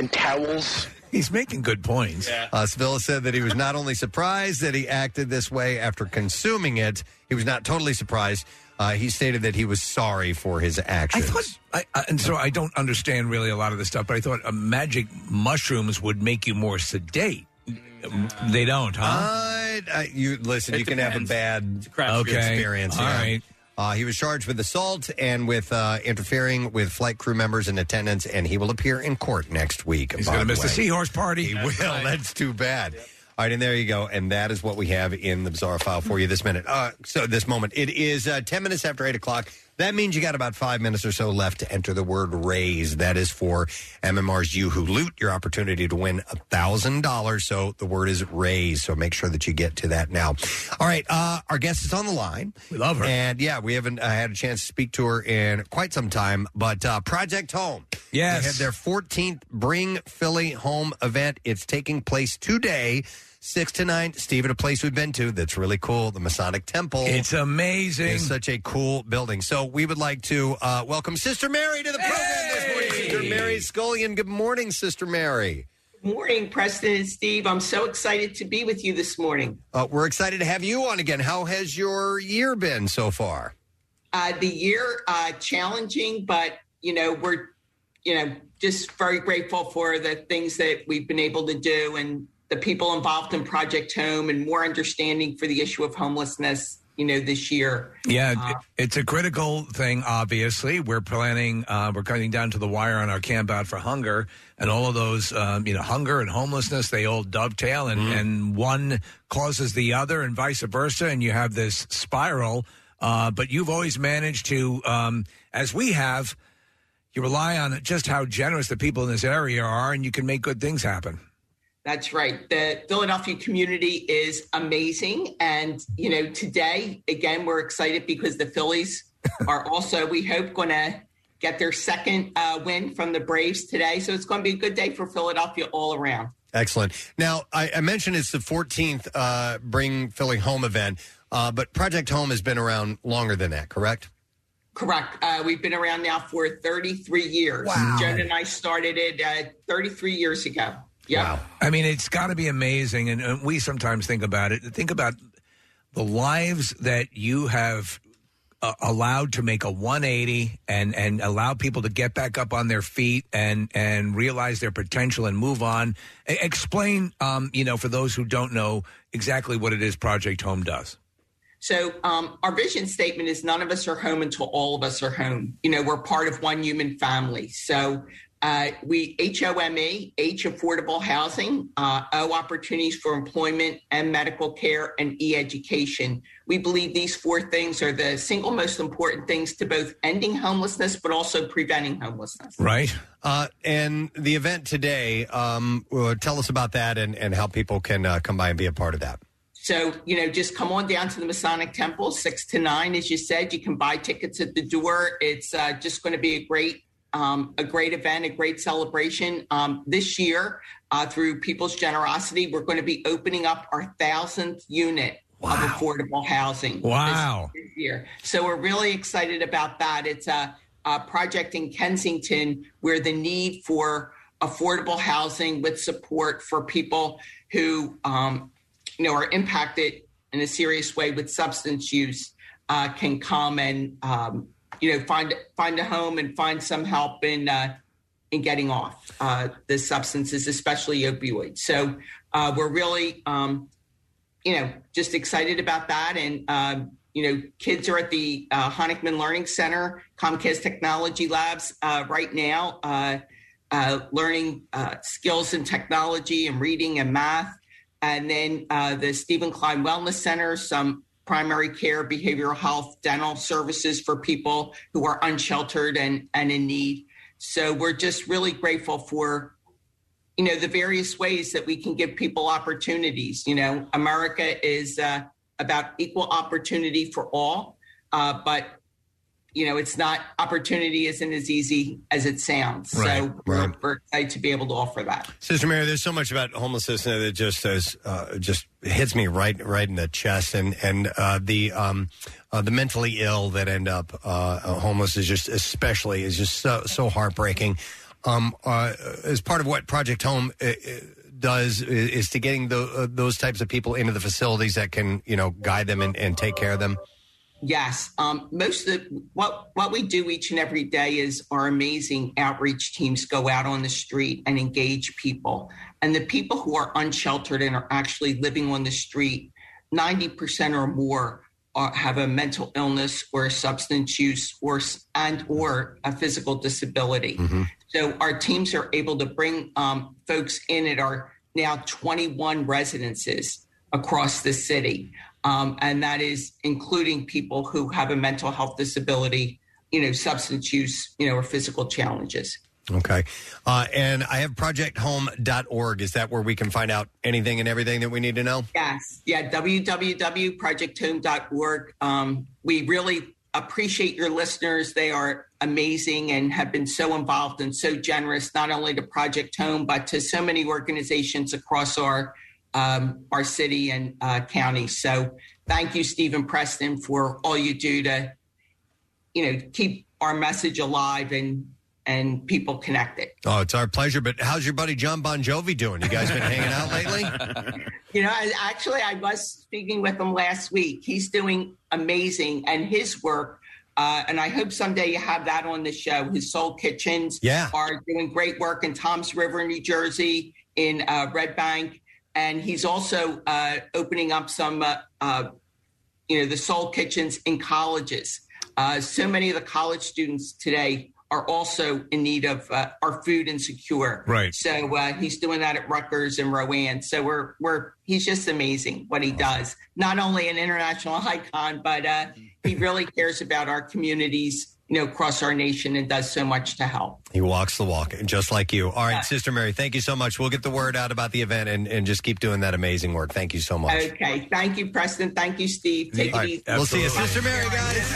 Speaker 22: and towels.
Speaker 3: [LAUGHS] He's making good points.
Speaker 1: Uh, Sevilla said that he was not only surprised that he acted this way after consuming it, he was not totally surprised. Uh, he stated that he was sorry for his actions.
Speaker 3: I, I, and so I don't understand really a lot of this stuff, but I thought uh, magic mushrooms would make you more sedate. Mm, They don't, huh?
Speaker 1: Uh, uh, you listen.
Speaker 3: It
Speaker 1: you can have a
Speaker 3: depends.
Speaker 1: bad
Speaker 3: a crapshoot. Okay.
Speaker 1: experience.
Speaker 3: All right.
Speaker 1: Uh, he was charged with assault and with uh, interfering with flight crew members and attendants, and he will appear in court next week.
Speaker 3: He's
Speaker 1: by
Speaker 3: going to
Speaker 1: the
Speaker 3: miss the
Speaker 1: way.
Speaker 3: seahorse party. [LAUGHS]
Speaker 1: He will. That's too bad. All right, and there you go. And that is what we have in the bizarre file for you this minute. Uh, so this moment, it is uh, ten minutes after eight o'clock. That means you got about five minutes or so left to enter the word "raise." That is for MMR's You Who Loot, your opportunity to win a thousand dollars. So the word is "raise." So make sure that you get to that now. All right, uh, our guest is on the line. We love her, and yeah, we haven't uh, had a chance to speak to her in quite some time. But uh, Project Home,
Speaker 3: Yes.
Speaker 1: they had their 14th Bring Philly Home event. It's taking place today, 6 to 9. Steve, at a place we've been to that's really cool, the Masonic Temple.
Speaker 3: It's amazing.
Speaker 1: It's such a cool building. So we would like to uh, welcome Sister Mary to the program this morning. Sister Mary Scullion. Good morning, Sister Mary.
Speaker 21: Morning, Preston and Steve. I'm so excited to be with you this morning.
Speaker 1: Uh, we're excited to have you on again. How has your year been so far?
Speaker 21: Uh, the year uh, challenging, but you know we're you know just very grateful for the things that we've been able to do and the people involved in Project Home and more understanding for the issue of homelessness. You know this year.
Speaker 3: Yeah, it- it's a critical thing. Obviously, we're planning. Uh, we're cutting down to the wire on our camp out for hunger, and all of those, um, you know, hunger and homelessness, they all dovetail, and, and one causes the other, and vice versa, and you have this spiral. Uh, but you've always managed to, um, as we have, you rely on just how generous the people in this area are, and you can make good things happen.
Speaker 21: That's right. The Philadelphia community is amazing. And, you know, today, again, we're excited because the Phillies are also, we hope, going to get their second uh, win from the Braves today. So it's going to be a good day for Philadelphia all around.
Speaker 1: Excellent. Now, I, I mentioned it's the 14th uh, Bring Philly Home event, uh, but Project Home has been around longer than that, correct?
Speaker 21: Correct. Uh, we've been around now for 33 years.
Speaker 3: Wow.
Speaker 21: Joan and I started it uh, 33 years ago. Yeah.
Speaker 3: Wow. I mean, it's got to be amazing. And, and we sometimes think about it. Think about the lives that you have uh, allowed to make a 180 and, and allow people to get back up on their feet and, and realize their potential and move on. E- explain, um, you know, for those who don't know exactly what it is Project Home does.
Speaker 21: So um, our vision statement is none of us are home until all of us are home. You know, we're part of one human family. So uh, we HOME, E, H affordable housing, uh, O opportunities for employment and medical care, and E education. We believe these four things are the single most important things to both ending homelessness, but also preventing homelessness.
Speaker 1: Right. Uh, and the event today, um, uh, tell us about that and, and how people can uh, come by and be a part of that.
Speaker 21: So, you know, just come on down to the Masonic Temple, six to nine, as you said. You can buy tickets at the door. It's uh, just going to be a great, um, a great event, a great celebration. Um, this year, uh, through people's generosity, we're going to be opening up our thousandth unit of affordable housing.
Speaker 3: Wow.
Speaker 21: This, this year. So we're really excited about that. It's a, a project in Kensington where the need for affordable housing with support for people who um, you know are impacted in a serious way with substance use uh, can come and um, you know find find a home and find some help in uh, in getting off uh, the substances, especially opioids. So uh, we're really um, you know just excited about that and. Um, you know, kids are at the uh, Honickman Learning Center, Comcast Technology Labs uh, right now, uh, uh, learning uh, skills in technology and reading and math and then uh, the Stephen Klein Wellness Center, some primary care, behavioral health, dental services for people who are unsheltered and, and in need. So we're just really grateful for, you know, the various ways that we can give people opportunities. You know, America is uh, about equal opportunity for all, uh, but you know, it's not opportunity isn't as easy as it sounds.
Speaker 1: Right,
Speaker 21: so we're-
Speaker 1: right.
Speaker 21: we're excited to be able to offer that.
Speaker 1: Sister Mary, there's so much about homelessness now that just is, uh, just hits me right right in the chest, and and uh, the um, uh, the mentally ill that end up uh, homeless is just especially is just so so heartbreaking. Um, uh, as part of what Project Home uh, uh, does is, is to getting tho- uh, those types of people into the facilities that can you know guide them and, and take care of them.
Speaker 21: Yes, um, most of the, what what we do each and every day is our amazing outreach teams go out on the street and engage people, and the people who are unsheltered and are actually living on the street, ninety percent or more are, have a mental illness or a substance use or s- and or a physical disability.
Speaker 1: Mm-hmm.
Speaker 21: So our teams are able to bring um, folks in at our now 21 residences across the city, um, and that is including people who have a mental health disability, you know, substance use, you know, or physical challenges.
Speaker 1: Okay, uh, and I have projecthome.org. Is that where we can find out anything and everything that we need to know?
Speaker 21: Yes, yeah, www.projecthome.org. Um, we really appreciate your listeners. They are amazing and have been so involved and so generous, not only to Project Home, but to so many organizations across our um, our city and uh, county. So thank you, Stephen Preston, for all you do to you know keep our message alive and and people connected.
Speaker 1: Oh, it's our pleasure. But how's your buddy John Bon Jovi doing? You guys been hanging
Speaker 21: [LAUGHS]
Speaker 1: out lately?
Speaker 21: You know, I, actually, I was speaking with him last week. He's doing amazing, and his work. Uh, and I hope someday you have that on the show. His Soul Kitchens
Speaker 1: Yeah.
Speaker 21: are doing great work in Tom's River, New Jersey, in uh, Red Bank, and he's also uh, opening up some, uh, uh, you know, the Soul Kitchens in colleges. Uh, so many of the college students today are also in need of uh, are food insecure.
Speaker 3: Right.
Speaker 21: So uh, he's doing that at Rutgers and Rowan. So we're we're he's just amazing what he does. [LAUGHS] Not only an international icon, but uh, he really cares about our communities you know, across our nation and does so much to help.
Speaker 1: He walks the walk, just like you. All right,
Speaker 21: Yeah.
Speaker 1: Sister Mary, thank you so much. We'll get the word out about the event and, and just keep doing that amazing work. Thank you so much.
Speaker 21: Okay. Thank you, Preston. Thank you, Steve. Take
Speaker 1: All
Speaker 21: it
Speaker 1: right,
Speaker 21: easy.
Speaker 1: we'll see you, Sister
Speaker 21: Mary, guys.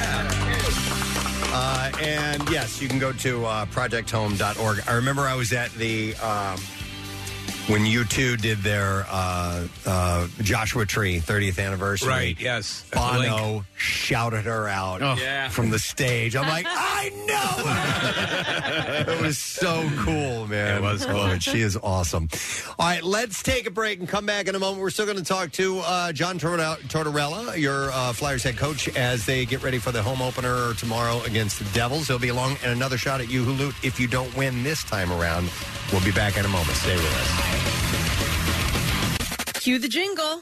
Speaker 1: Uh, and yes, you can go to uh, projecthome.org. I remember I was at the um, when you two did their uh, uh, Joshua Tree 30th anniversary.
Speaker 3: Right, yes.
Speaker 1: Bono shouted her out
Speaker 3: Oh. Yeah.
Speaker 1: from the stage. I'm [LAUGHS]
Speaker 16: [LAUGHS]
Speaker 1: like, I know. it was so cool, man. It was cool. she is awesome. All right, let's take a break and come back in a moment. We're still going to talk to uh, John Tortora- Tortorella, your uh, Flyers head coach, as they get ready for the home opener tomorrow against the Devils. He'll be along and another shot at you, Hulu, if you don't win this time around. We'll be back in a moment. Stay with us.
Speaker 2: Cue the jingle.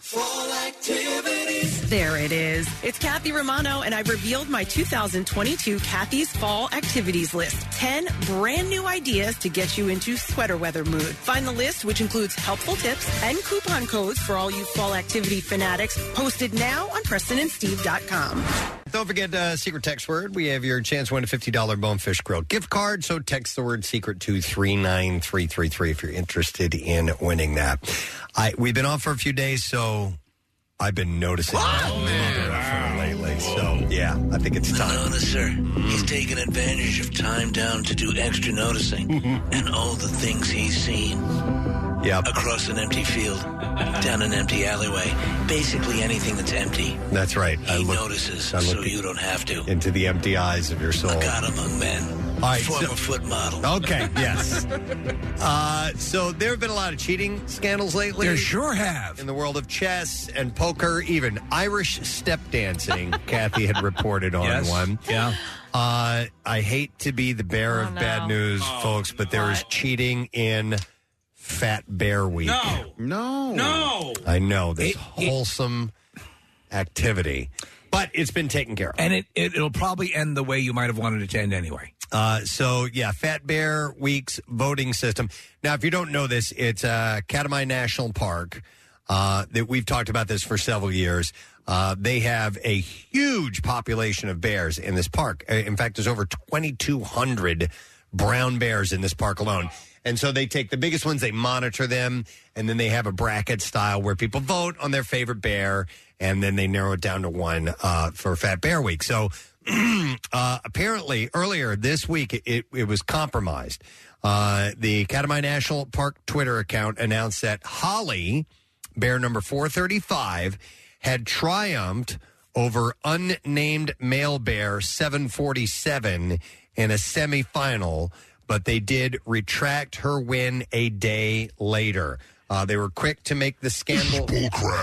Speaker 2: There it is. It's Kathy Romano, and I've revealed my 2022 Kathy's Fall Activities List. 10 brand new ideas to get you into sweater weather mood. Find the list, which includes helpful tips and coupon codes for all you fall activity fanatics, posted now on PrestonandSteve.com.
Speaker 1: Don't forget uh, secret text word. We have your chance to win a $50 Bonefish Grill gift card. So text the word secret to 39333 if you're interested in winning that. I We've been off for a few days, so I've been noticing that lately. So, yeah, I think it's time.
Speaker 3: Sir, he's taken advantage of time down to do extra noticing and all the things he's seen.
Speaker 1: Yep.
Speaker 3: Across an empty field, down an empty alleyway, basically anything that's empty.
Speaker 1: That's right. I
Speaker 3: He
Speaker 1: look-
Speaker 3: notices,
Speaker 1: I look
Speaker 3: so you don't have to.
Speaker 1: into the empty eyes of your soul.
Speaker 3: God among men.
Speaker 1: All right,
Speaker 3: Former
Speaker 1: so-
Speaker 3: foot model. [LAUGHS]
Speaker 1: Okay, yes. Uh, so there have been a lot of cheating scandals lately.
Speaker 3: There sure have.
Speaker 1: In the world of chess and poker, even Irish step
Speaker 3: [LAUGHS]
Speaker 1: dancing, Kathy had reported on
Speaker 3: Yes,
Speaker 1: one.
Speaker 3: yeah.
Speaker 1: Uh, I hate to be the bearer of bad news,
Speaker 3: Oh,
Speaker 1: folks, but there is cheating in Fat Bear Week.
Speaker 6: No. No.
Speaker 1: No. I know. This wholesome activity. But it's been taken care of.
Speaker 3: And it, it, it'll probably end the way you might have wanted it to end anyway.
Speaker 1: Uh, so yeah, Fat Bear Week's voting system. Now, if you don't know this, it's uh, Katmai National Park. Uh, that we've talked about this for several years. Uh, they have a huge population of bears in this park. Uh, In fact, there's over 2,200 brown bears in this park alone. And so they take the biggest ones, they monitor them, and then they have a bracket style where people vote on their favorite bear, and then they narrow it down to one uh, for Fat Bear Week. So [LAUGHS] [CLEARS THROAT] uh, apparently earlier this week it, it was compromised. Uh, the Katmai National Park Twitter account announced that Holly, bear number 435, had triumphed over unnamed male bear 747 in a semifinal, but they did retract her win a day later. Uh, they were quick to make the scandal.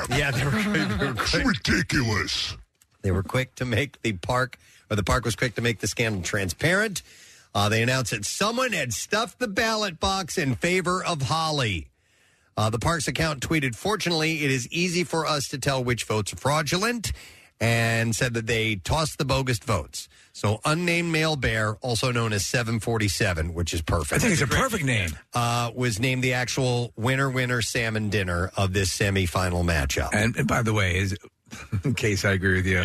Speaker 1: Yeah, they were, they were quick. ridiculous. They were quick to make the park, or the park was quick to make the scandal transparent. Uh, they announced that someone had stuffed the ballot box in favor of Holly. Uh, the park's account tweeted, Fortunately, it is easy for us to tell which votes are fraudulent, and said that they tossed the bogus votes. So, unnamed male bear, also known as 747, which is perfect.
Speaker 3: I think it's a perfect name.
Speaker 1: Uh, was named the actual winner winner salmon dinner of this semifinal matchup.
Speaker 3: And, and by the way, is, [LAUGHS] in case I agree with you,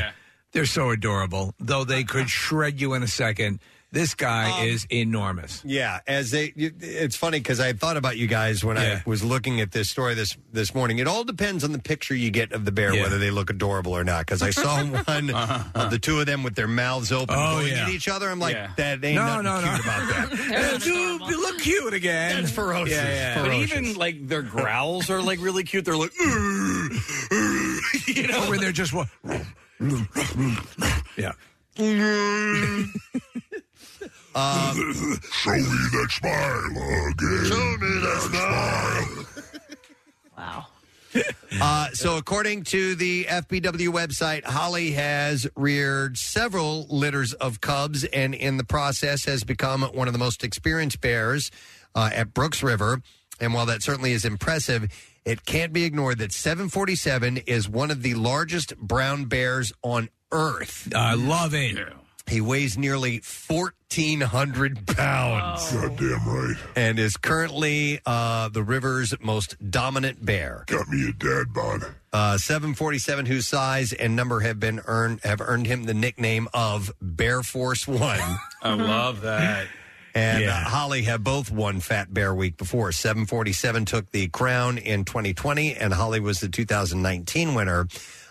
Speaker 3: they're so adorable. Though they could shred you in a second, this guy is enormous.
Speaker 1: Yeah, as they, you- it's funny because I thought about you guys when I was looking at this story this this morning. It all depends on the picture you get of the bear, whether they look adorable or not. Because I
Speaker 3: [LAUGHS]
Speaker 1: saw one of the two of them with their mouths open,
Speaker 3: Uh-huh. Oh,
Speaker 1: going
Speaker 3: yeah.
Speaker 1: at each other. I'm like,
Speaker 3: Yeah.
Speaker 1: that ain't
Speaker 3: No,
Speaker 1: nothing
Speaker 3: no,
Speaker 1: cute
Speaker 3: no.
Speaker 1: about that.
Speaker 3: Uh, dude, you look cute again.
Speaker 1: That's ferocious.
Speaker 4: But
Speaker 1: Ferocious.
Speaker 4: even like their growls are like really cute. They're like, [LAUGHS]
Speaker 3: you know, where they're just what.
Speaker 1: [LAUGHS]
Speaker 3: yeah. Um,
Speaker 1: Show me that smile again. Show me that smile.
Speaker 2: Wow.
Speaker 1: Uh, so, according to the FBW website, Holly has reared several litters of cubs and, in the process, has become one of the most experienced bears uh, at Brooks River. And while that certainly is impressive, it can't be ignored that 747 is one of the largest brown bears on Earth.
Speaker 3: I love it.
Speaker 1: He weighs nearly 1,400 pounds. Oh. Goddamn right. And is currently uh, the river's most dominant bear. Got me a dad bod. Uh, 747, whose size and number have been earned have earned him the nickname of Bear Force [LAUGHS] One.
Speaker 4: I love that.
Speaker 1: And
Speaker 4: Yeah.
Speaker 1: uh, Holly have both won Fat Bear Week before. 747 took the crown in 2020, and Holly was the 2019 winner.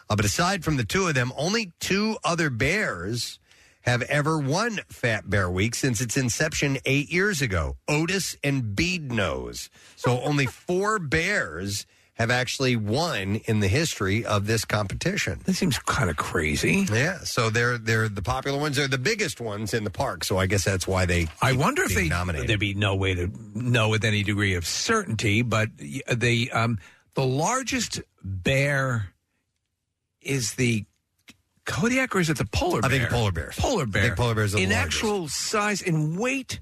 Speaker 1: Uh, but aside from the two of them, only two other bears have ever won Fat Bear Week since its inception eight years ago Otis and Bead Nose. So only four bears have actually won in the history of this competition.
Speaker 3: That seems kind of crazy.
Speaker 1: Yeah, so they're they're the popular ones. They're the biggest ones in the park, so I guess that's why they.
Speaker 3: I wonder if
Speaker 1: being
Speaker 3: they
Speaker 1: nominated.
Speaker 3: there'd be no way to know with any degree of certainty, but y- the um, the largest bear is the Kodiak, or is it the polar
Speaker 1: I
Speaker 3: bear?
Speaker 1: think polar bears.
Speaker 3: Polar
Speaker 1: I
Speaker 3: bear.
Speaker 1: think polar bears are the
Speaker 3: in
Speaker 1: largest.
Speaker 3: actual size and weight.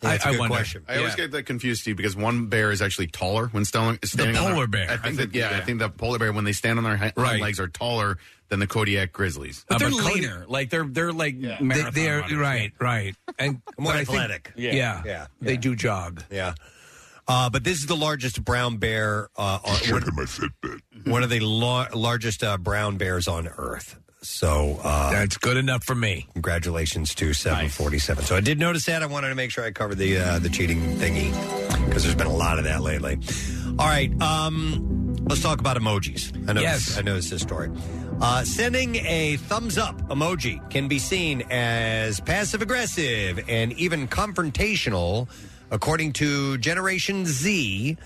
Speaker 6: Yeah,
Speaker 3: I,
Speaker 6: that's a
Speaker 3: I
Speaker 6: good
Speaker 3: wonder.
Speaker 6: question. I always
Speaker 3: Yeah.
Speaker 6: get that confused, Steve, because one bear is actually taller when stand- standing. on
Speaker 3: polar
Speaker 6: their,
Speaker 3: bear.
Speaker 6: I think that yeah, I think the polar bear when they stand on their hind
Speaker 4: Right.
Speaker 6: legs are taller than the Kodiak grizzlies. Uh,
Speaker 4: But they're leaner. Like they're they're like
Speaker 3: They,
Speaker 4: marathon
Speaker 3: they're
Speaker 4: runners.
Speaker 3: right, right,
Speaker 1: [LAUGHS]
Speaker 3: and
Speaker 1: More
Speaker 3: but I think-
Speaker 1: athletic.
Speaker 3: yeah, yeah, They do jog.
Speaker 1: Yeah. Uh, but this is the largest brown bear. Uh, on, one, [LAUGHS] one of the lar- largest uh, brown bears on Earth. So uh,
Speaker 3: that's good enough for me.
Speaker 1: Congratulations to 747. So I did notice that. I wanted to make sure I covered the uh, the cheating thingy because there's been a lot of that lately. All right, um, let's talk about emojis. I know
Speaker 3: Yes.
Speaker 1: I noticed this story. Uh, sending a thumbs up emoji can be seen as passive aggressive and even confrontational, according to Generation Z,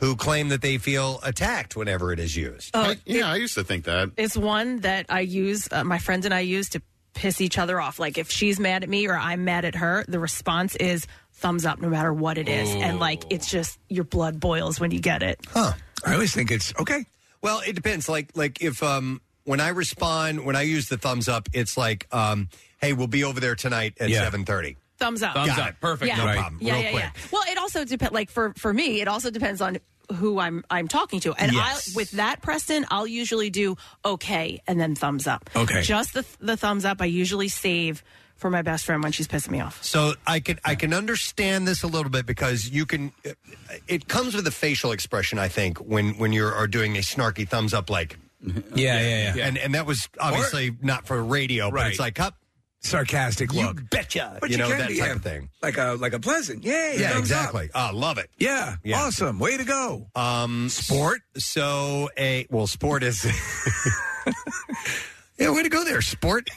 Speaker 1: who claim that they feel attacked whenever it is used.
Speaker 16: Oh,
Speaker 6: I- yeah, I used to think that.
Speaker 16: It's one that I use, uh, my friends and I use to piss each other off. Like if she's mad at me or I'm mad at her, the response is thumbs up no matter what it is. And like it's
Speaker 1: Oh.
Speaker 16: just your blood boils when you get it.
Speaker 1: Huh.
Speaker 3: I always think it's okay.
Speaker 1: Well, it depends. Like like if um when I respond when I use the thumbs up, it's like um hey, we'll be over there tonight at
Speaker 3: Yeah.
Speaker 1: seven thirty.
Speaker 16: Thumbs up.
Speaker 1: Thumbs
Speaker 16: Got
Speaker 1: up.
Speaker 16: it.
Speaker 1: Perfect.
Speaker 16: Yeah.
Speaker 1: No problem.
Speaker 16: Yeah,
Speaker 1: Real
Speaker 16: yeah,
Speaker 1: quick.
Speaker 16: yeah. Well, it also depends. Like for for me, it also depends on who I'm I'm talking to. And
Speaker 7: Yes.
Speaker 16: I with that, Preston, I'll usually do okay and then thumbs up.
Speaker 1: Okay.
Speaker 16: Just the the thumbs up. I usually save for my best friend when she's pissing me off.
Speaker 1: So I can I can understand this a little bit because you can it comes with a facial expression I think when when you are doing a snarky thumbs up like
Speaker 3: Yeah, yeah, yeah.
Speaker 1: and and that was obviously not for radio but it's
Speaker 3: Right.
Speaker 1: like up
Speaker 3: sarcastic look. You
Speaker 1: betcha. you know, that type of thing.
Speaker 3: Like a like a pleasant. Yay.
Speaker 1: Yeah,
Speaker 3: thumbs up.
Speaker 1: exactly. Ah, love it.
Speaker 3: Yeah, Awesome. Way to go.
Speaker 1: Um,
Speaker 3: sport.
Speaker 1: So a well, sport is. [LAUGHS] Yeah, way to go
Speaker 3: [LAUGHS]
Speaker 1: there, sport.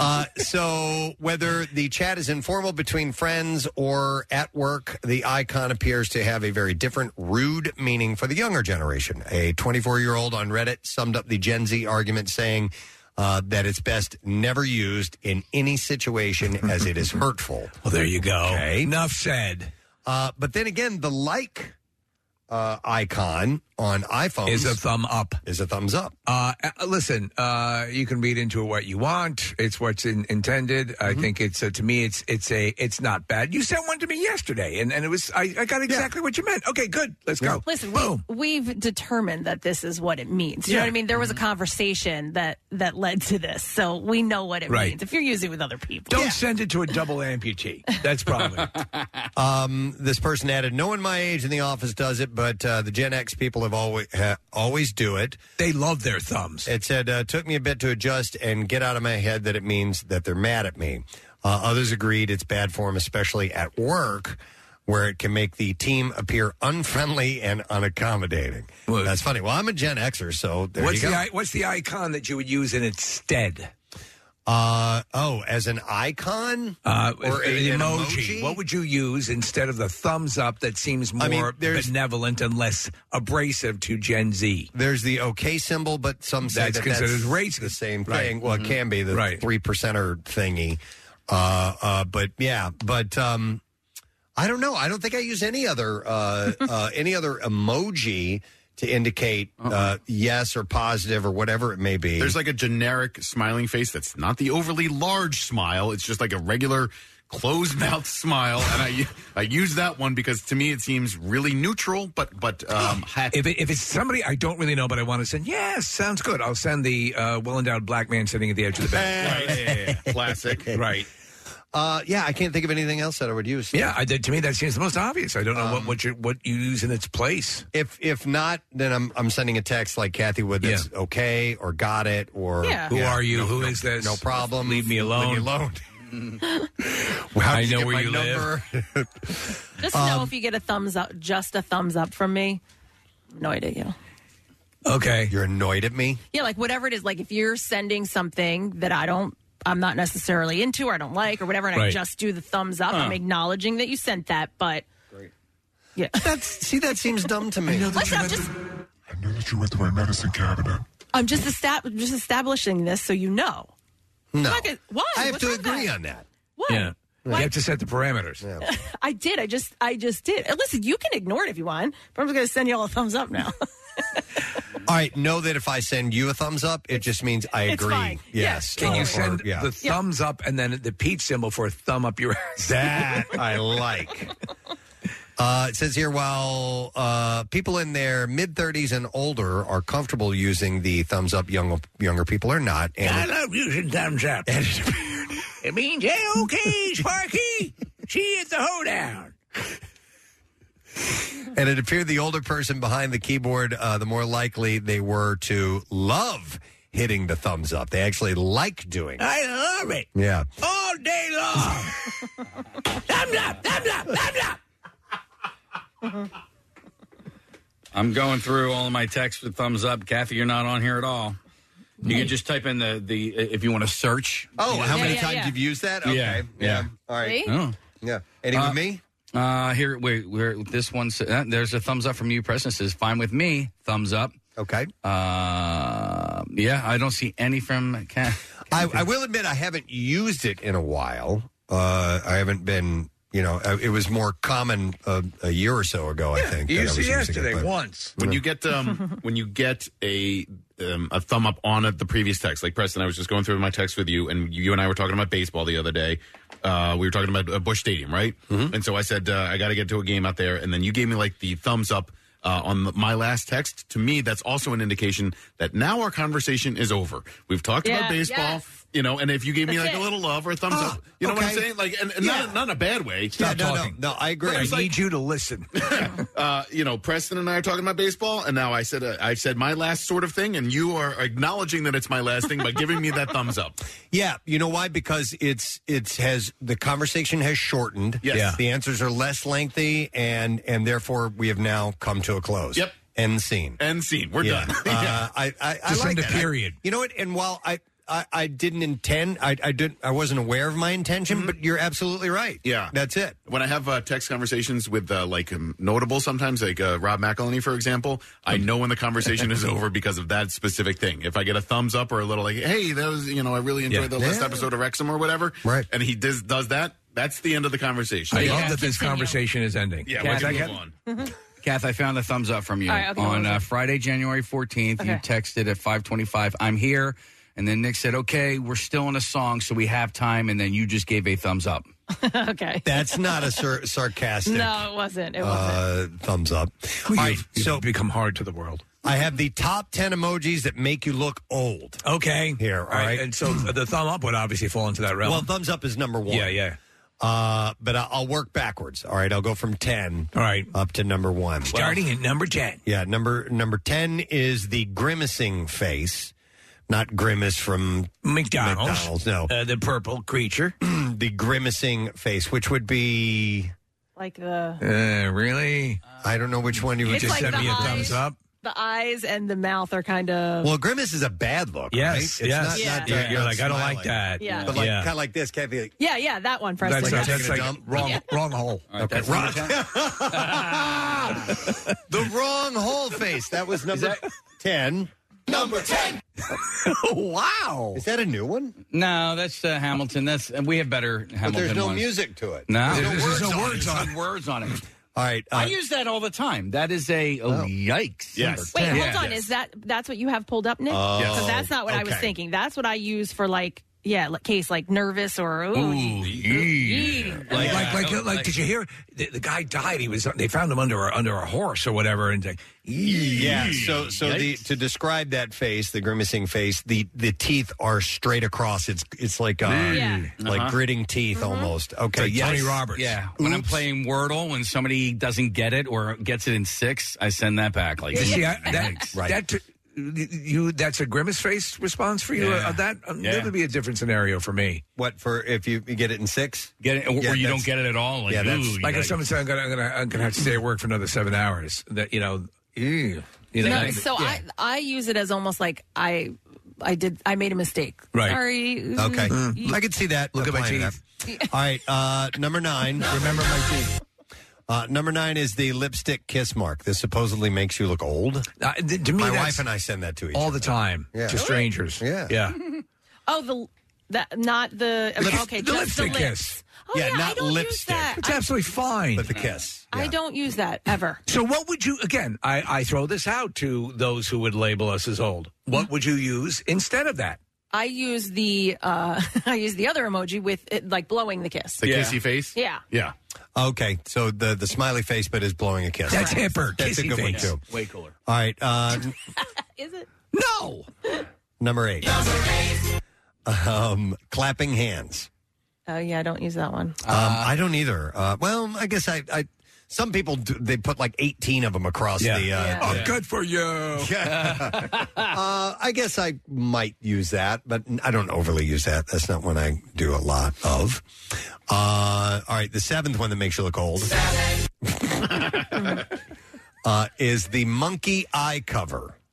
Speaker 1: uh, so, whether the chat is informal between friends or at work, the icon appears to have a very different, rude meaning for the younger generation. A 24 year old on Reddit summed up the Gen Z argument saying uh, that it's best never used in any situation as it is hurtful.
Speaker 3: [LAUGHS] Well, there you go.
Speaker 1: Okay.
Speaker 3: Enough said.
Speaker 1: Uh, but then again, the like uh, icon on iPhones
Speaker 3: Is a thumb up.
Speaker 1: Is a thumbs up.
Speaker 3: Uh, uh, listen, uh, you can read into it what you want. It's what's in, intended. I
Speaker 1: Mm-hmm.
Speaker 3: think it's uh, to me, it's it's a it's not bad. You sent one to me yesterday, and, and it was I, I got exactly what you meant. Okay, good. Let's go.
Speaker 16: Listen,
Speaker 3: boom.
Speaker 16: we, we've determined that this is what it means. You know
Speaker 3: Yeah.
Speaker 16: what I mean? There
Speaker 1: Mm-hmm.
Speaker 16: was a conversation that that led to this, so we know what it
Speaker 3: Right.
Speaker 16: means. If you're using it with other people,
Speaker 3: Don't send it to a double amputee. That's probably
Speaker 1: [LAUGHS] Um, this person added, "No one my age in the office does it, but uh, the Gen X people have always ha- always do it.
Speaker 3: They love their thumbs."
Speaker 1: It said, uh, "Took me a bit to adjust and get out of my head that it means that they're mad at me." Uh, others agreed it's bad form, especially at work, where it can make the team appear unfriendly and unaccommodating. That's funny. Well, I'm a Gen Xer, so there
Speaker 3: what's
Speaker 1: you go.
Speaker 3: the i- what's the icon that you would use in its stead?
Speaker 1: uh, oh, as an icon
Speaker 3: Uh,
Speaker 1: or
Speaker 3: an,
Speaker 1: a- an
Speaker 3: emoji. What would you use instead of the thumbs up that seems more
Speaker 1: I mean, there's-
Speaker 3: benevolent and less abrasive to Gen Z?
Speaker 1: There's the okay symbol, but some say
Speaker 3: That's
Speaker 1: that
Speaker 3: considered
Speaker 1: that's
Speaker 3: racist.
Speaker 1: The same
Speaker 3: Right.
Speaker 1: thing. Well,
Speaker 3: Mhm.
Speaker 1: it can be the
Speaker 3: Right.
Speaker 1: three percenter thingy. Uh, uh, but yeah, but um, I don't know. I don't think I use any
Speaker 3: [LAUGHS]
Speaker 1: other uh, uh, any other emoji to indicate
Speaker 3: Uh-uh.
Speaker 1: uh, yes or positive or whatever it may be.
Speaker 6: There's like a generic smiling face that's not the overly large smile. It's just like a regular closed [LAUGHS] mouth smile, and I I use that one because to me it seems really neutral, but but um, happy.
Speaker 3: If, it, if it's somebody I don't really know, but I want to send, yes, sounds good.
Speaker 1: [LAUGHS]
Speaker 3: I'll send the uh, well endowed black man sitting at the edge of the bed.
Speaker 6: Classic.
Speaker 3: [LAUGHS] right.
Speaker 1: Uh, yeah, I can't think of anything else that I would use.
Speaker 3: Yeah, I, did- to me that seems the most obvious. I don't know
Speaker 1: Um,
Speaker 3: what what you what you use in its place.
Speaker 1: If if not, then I'm I'm sending a text like Kathy would. That's okay or got it or
Speaker 3: Yeah. Who are you?
Speaker 1: No,
Speaker 3: Who
Speaker 1: no-
Speaker 3: is this?
Speaker 1: No problem.
Speaker 3: Leave me alone.
Speaker 1: Leave me alone. [LAUGHS]
Speaker 3: I know where you
Speaker 1: live. [LAUGHS]
Speaker 16: Just
Speaker 1: Um,
Speaker 16: know if you get a thumbs up, just a thumbs up from me. Annoyed at you.
Speaker 3: Okay,
Speaker 1: you're annoyed at me.
Speaker 16: Yeah, like whatever it is. Like if you're sending something that I don't, I'm not necessarily into or I don't like or whatever, and I
Speaker 1: Right.
Speaker 16: just do the thumbs up.
Speaker 1: Huh.
Speaker 16: I'm acknowledging that you sent that, but yeah,
Speaker 1: that's see that seems dumb to me.
Speaker 16: Listen, I'm just
Speaker 7: Now that you went to my medicine cabinet,
Speaker 16: I'm just, estab- just establishing this so you know.
Speaker 1: No,
Speaker 16: Fuck it. Why?
Speaker 1: I have
Speaker 16: What's
Speaker 1: to
Speaker 16: with
Speaker 1: agree on that.
Speaker 16: What?
Speaker 3: Yeah, you have to set the parameters.
Speaker 16: I did. I just, I just did. And listen, you can ignore it if you want, but I'm just going to send you all a thumbs up now. [LAUGHS]
Speaker 1: All right, know that if I send you a thumbs up, it just means I
Speaker 16: It's
Speaker 1: agree.
Speaker 16: fine.
Speaker 1: Yes.
Speaker 3: Can
Speaker 1: or-
Speaker 3: you
Speaker 1: or-
Speaker 3: send
Speaker 1: yeah.
Speaker 3: the thumbs up and then the peach symbol for a thumb up your ass?
Speaker 1: That I like. Uh, it says here while uh, people in their mid 30s and older are comfortable using the thumbs up, young, younger people are not. And
Speaker 3: I love using thumbs up. It means, hey, okay,
Speaker 1: [LAUGHS]
Speaker 3: Sparky, she is the hoedown.
Speaker 1: And it appeared the older person behind the keyboard, uh, the more likely they were to love hitting the thumbs up. They actually like doing
Speaker 16: Ah.
Speaker 1: it.
Speaker 3: I love it
Speaker 1: Yeah.
Speaker 3: all day long. thumbs up, thumbs up, thumbs up.
Speaker 4: I'm going through all of my texts with thumbs up. Kathy, you're not on here at all. You can just type in the the if you want to search.
Speaker 1: Oh,
Speaker 4: You know,
Speaker 1: how
Speaker 4: the-
Speaker 1: many times you've used that? Okay.
Speaker 4: Yeah, yeah.
Speaker 1: All right.
Speaker 4: See? Oh.
Speaker 1: Yeah. Any
Speaker 4: Uh,
Speaker 1: with me?
Speaker 4: Uh, here, wait, where this one? sa- Uh, there's a thumbs up from you. President says, "Fine with me." Thumbs up.
Speaker 1: Okay.
Speaker 4: Uh, yeah, I don't see any from Kat.
Speaker 1: I, I will admit I haven't used it in a while. Uh, I haven't been, you know, uh, it was more common uh, a year or so ago, I think. that I was using it, but-
Speaker 6: When you get um, [LAUGHS] when you get a um, a thumb up on a, the previous text, like Preston, I was just going through my text with you, and you and I were talking about baseball the other day. Uh, we were talking about uh, Bush Stadium, right? And so I said uh, I got to get to a game out there, and then you gave me like the thumbs up. Uh, on the, my last text, to me, that's also an indication that now our conversation is over. We've talked
Speaker 9: Yeah.
Speaker 6: about baseball,
Speaker 9: Yes.
Speaker 6: you know, and if you gave me
Speaker 9: That's
Speaker 6: like
Speaker 9: it.
Speaker 6: a little love or a thumbs
Speaker 9: Ah,
Speaker 6: up, you know what I'm
Speaker 9: okay.
Speaker 6: saying? Like, and, and
Speaker 9: Yeah.
Speaker 6: not, not in a bad way.
Speaker 3: Stop talking. I need you to listen.
Speaker 6: uh, you know, Preston and I are talking about baseball, and now I said uh, I said my last sort of thing, and you are acknowledging that it's my last thing by giving me that thumbs up. [LAUGHS]
Speaker 1: Yeah, you know why? Because it's it's has the conversation has shortened.
Speaker 6: Yes. Yeah.
Speaker 1: the answers are less lengthy, and and therefore we have now come to a close.
Speaker 6: Yep.
Speaker 1: end scene.
Speaker 6: End scene. We're
Speaker 1: Yeah.
Speaker 6: done. [LAUGHS]
Speaker 1: Uh, I I, I
Speaker 6: Just
Speaker 1: like
Speaker 6: end the
Speaker 1: that. I-
Speaker 6: period.
Speaker 1: you know what? And while I. I, I didn't intend. I, I didn't. I wasn't aware of my
Speaker 6: Mm-hmm.
Speaker 1: intention, but you're absolutely right.
Speaker 6: Yeah,
Speaker 1: that's it.
Speaker 6: When I have uh, text conversations with uh, like um, notable, sometimes like uh, Rob McElhenney, for example,
Speaker 3: Mm.
Speaker 6: I know
Speaker 3: [LAUGHS]
Speaker 6: when the conversation is over because of that specific thing. If I get a thumbs up or a little like, "Hey, that was you know, I really enjoyed the last
Speaker 3: Yeah.
Speaker 6: episode of Wrexham or whatever," right, and he does does that, that's the end of the conversation.
Speaker 3: I love that this conversation is ending.
Speaker 6: Yeah,
Speaker 4: Kath,
Speaker 6: we
Speaker 4: I
Speaker 6: can
Speaker 4: get-
Speaker 6: move on.
Speaker 1: [LAUGHS]
Speaker 4: Kath, I found a thumbs up from you
Speaker 6: All right, okay, what
Speaker 4: on
Speaker 6: was
Speaker 4: uh,
Speaker 6: it?
Speaker 4: Friday, January 14th. You
Speaker 6: Okay.
Speaker 4: texted at 5:25, "I'm here." And then Nick said, "Okay, we're still in a song, so we have time." And then you just gave a thumbs up.
Speaker 16: okay.
Speaker 1: That's not a sar- sarcastic.
Speaker 16: No, it wasn't. It wasn't.
Speaker 1: uh, thumbs up. All right, so
Speaker 3: become hard to the world.
Speaker 1: I have the top ten emojis that make you look old.
Speaker 3: Okay.
Speaker 1: Here, all
Speaker 3: All right.
Speaker 1: right?
Speaker 3: And so the thumb up would obviously fall into that realm.
Speaker 1: Well, thumbs up is number one.
Speaker 3: Yeah, yeah.
Speaker 1: Uh, but I- I'll work backwards. All right, I'll go from ten.
Speaker 3: All right,
Speaker 1: up to number one.
Speaker 3: Starting at number 10.
Speaker 1: Yeah, number number ten is the grimacing face, not grimace from
Speaker 3: McDonald's.
Speaker 1: McDonald's no,
Speaker 3: Uh, the purple creature.
Speaker 1: [CLEARS THROAT] the grimacing face, which would be
Speaker 16: Like the.
Speaker 3: uh, really.
Speaker 1: I don't know which one you would
Speaker 16: It's
Speaker 1: just
Speaker 16: like
Speaker 1: send
Speaker 16: the
Speaker 1: me a
Speaker 16: eyes-
Speaker 1: thumbs up.
Speaker 16: The eyes and the mouth are kind of.
Speaker 1: Well, grimace is a bad look.
Speaker 3: Yes,
Speaker 1: right? It's
Speaker 3: yes.
Speaker 1: Not,
Speaker 3: Yeah.
Speaker 1: not,
Speaker 3: You're-
Speaker 1: uh,
Speaker 3: you're
Speaker 1: not
Speaker 3: like, I don't like
Speaker 1: smiling.
Speaker 3: that. Yeah.
Speaker 1: But like,
Speaker 3: Yeah.
Speaker 1: kind of like this, can't be like,
Speaker 16: yeah, yeah, that one, Preston.
Speaker 1: That's
Speaker 16: yeah.
Speaker 1: right. That's like-
Speaker 2: [LAUGHS]
Speaker 3: wrong,
Speaker 1: Yeah.
Speaker 3: wrong hole.
Speaker 1: okay, wrong, the wrong hole face. That was number ten. Number ten. wow, is that a new one?
Speaker 4: No, that's uh, Hamilton. That's and we have better Hamilton.
Speaker 1: But there's no
Speaker 4: ones.
Speaker 1: music to it.
Speaker 4: No,
Speaker 1: there's, no words on
Speaker 4: it. Words on it.
Speaker 1: All right,
Speaker 4: I use that all the time. That is a oh, yikes.
Speaker 1: Yes.
Speaker 16: [LAUGHS] Wait,
Speaker 4: Yeah.
Speaker 16: hold on. Is that that's what you have pulled up, Nick?
Speaker 4: Oh,
Speaker 16: Because that's not what I was
Speaker 4: okay.
Speaker 16: thinking. That's what I use for like yeah, like- case like nervous or ooh,
Speaker 3: Like, like, like, like, did you hear? The, the guy died. He was. They found him under a, under a horse or whatever, and uh, like,
Speaker 1: Yeah. So, so the to describe that face, the grimacing face, the the teeth are straight across. It's it's like uh,
Speaker 4: Yeah.
Speaker 1: like
Speaker 4: Uh-huh.
Speaker 1: gritting teeth almost. Okay.
Speaker 4: Like
Speaker 1: yes.
Speaker 4: Tony Roberts. Yeah. When I'm playing Wordle, when somebody doesn't get it or gets it in six, I send that back. Like,
Speaker 3: You see, I, that,
Speaker 4: Thanks.
Speaker 3: that you that's a grimace face response for you.
Speaker 4: Yeah.
Speaker 3: Uh, that uh,
Speaker 4: Yeah.
Speaker 3: that would be a different scenario for me.
Speaker 1: What for if you get it in six?
Speaker 4: Get it, or- or you don't get it at all, like,
Speaker 3: yeah, that's
Speaker 4: ooh,
Speaker 3: like
Speaker 4: yeah.
Speaker 3: if someone said, "I'm gonna, I'm gonna, I'm gonna have to stay at work for another seven hours." That you know, ew, you know.
Speaker 16: No, so I I use it as almost like I I did I made a mistake.
Speaker 1: Right.
Speaker 16: Sorry.
Speaker 1: Okay.
Speaker 4: Mm-hmm.
Speaker 1: I could see that.
Speaker 3: Mm. Look at my
Speaker 1: applying
Speaker 3: teeth.
Speaker 1: that. All right. Uh,
Speaker 3: [LAUGHS]
Speaker 1: number nine. Remember my teeth. Uh, number nine is the lipstick kiss mark. This supposedly makes you look old.
Speaker 3: Uh, th- to me,
Speaker 1: my
Speaker 3: that's-
Speaker 1: wife and I send that to each
Speaker 3: all
Speaker 1: other.
Speaker 3: the time
Speaker 1: Yeah.
Speaker 3: to strangers.
Speaker 1: Yeah,
Speaker 3: yeah.
Speaker 16: Oh, the that not the okay,
Speaker 3: the
Speaker 16: just the
Speaker 3: lipstick
Speaker 16: lips.
Speaker 3: kiss.
Speaker 16: Oh, yeah, I don't use that.
Speaker 3: It's absolutely fine. But
Speaker 1: the kiss.
Speaker 16: I don't use that ever.
Speaker 3: So, what would you, again, I, I throw this out to those who would label us as old.
Speaker 1: Hmm?
Speaker 3: What would you use instead of that?
Speaker 16: I use the uh [LAUGHS] I use the other emoji with it, like blowing the kiss.
Speaker 1: The Yeah. kissy face?
Speaker 16: Yeah.
Speaker 1: Yeah. Okay. So the the smiley face, but is blowing a kiss.
Speaker 3: That's hipper.
Speaker 1: That's a
Speaker 3: Kissy
Speaker 1: good
Speaker 3: face.
Speaker 1: one too.
Speaker 3: Way cooler.
Speaker 1: All right. Uh, n-
Speaker 16: [LAUGHS] Is it?
Speaker 3: No.
Speaker 1: number eight. Um, clapping hands.
Speaker 16: Oh yeah, I don't use that one.
Speaker 1: Um, I don't either. Uh, well, I guess I. I some people do, they put like eighteen of them across
Speaker 3: Yeah.
Speaker 1: the. Uh,
Speaker 3: Oh,
Speaker 1: the-
Speaker 3: good for you.
Speaker 1: Yeah.
Speaker 3: [LAUGHS]
Speaker 1: uh, I guess I might use that, but I don't overly use that. That's not one I do a lot of. Uh, all right, the seventh one that makes you look old uh, is the monkey eye cover.
Speaker 16: [LAUGHS]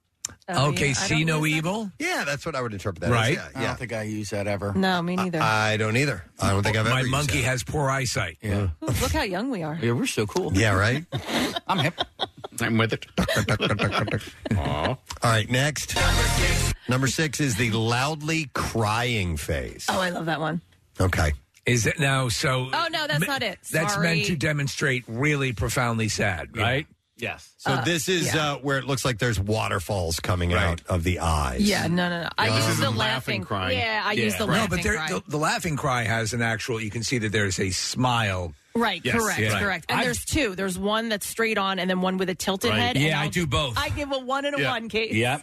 Speaker 16: Oh, Okay, yeah, I see don't no use
Speaker 3: evil?
Speaker 1: Yeah, that's what I would interpret that
Speaker 3: Right.
Speaker 1: as. Yeah,
Speaker 3: I
Speaker 1: yeah.
Speaker 3: don't
Speaker 4: think I use that ever.
Speaker 16: No, me neither.
Speaker 1: I don't either. I don't think I've ever
Speaker 3: My
Speaker 1: used
Speaker 3: monkey
Speaker 1: that.
Speaker 3: has poor eyesight.
Speaker 4: Yeah.
Speaker 16: Look how young we are.
Speaker 4: Yeah, we're so cool.
Speaker 1: Yeah, right?
Speaker 4: I'm hip. [LAUGHS] I'm with
Speaker 1: [LAUGHS]
Speaker 4: it.
Speaker 1: All right, next. Number six is the loudly crying face.
Speaker 16: Oh, I love that one.
Speaker 1: Okay.
Speaker 3: Is it now? So,
Speaker 16: Oh no, that's not it. Sorry.
Speaker 3: that's meant to demonstrate really profoundly sad, right?
Speaker 4: Yes.
Speaker 1: So
Speaker 16: Uh,
Speaker 1: this is
Speaker 16: yeah.
Speaker 1: uh, where it looks like there's waterfalls coming out of the eyes.
Speaker 16: uh, Yeah, no, no, no. I
Speaker 1: This
Speaker 16: use
Speaker 1: is
Speaker 16: the
Speaker 1: laughing
Speaker 16: laughing
Speaker 1: cry.
Speaker 16: Yeah, I use the
Speaker 3: No,
Speaker 16: laughing
Speaker 3: but there-
Speaker 16: cry.
Speaker 3: The, the laughing cry has an actual. You can see that there's a smile.
Speaker 16: Right,
Speaker 3: Yes,
Speaker 16: correct,
Speaker 3: yeah.
Speaker 16: correct. And
Speaker 3: I've-
Speaker 16: there's two. There's one that's straight on, and then one with a tilted
Speaker 3: Right.
Speaker 16: head.
Speaker 3: Yeah,
Speaker 16: and
Speaker 3: I
Speaker 16: I'll-
Speaker 3: do both.
Speaker 16: I give a one and a
Speaker 6: Yeah.
Speaker 16: one, Kate.
Speaker 6: Yeah.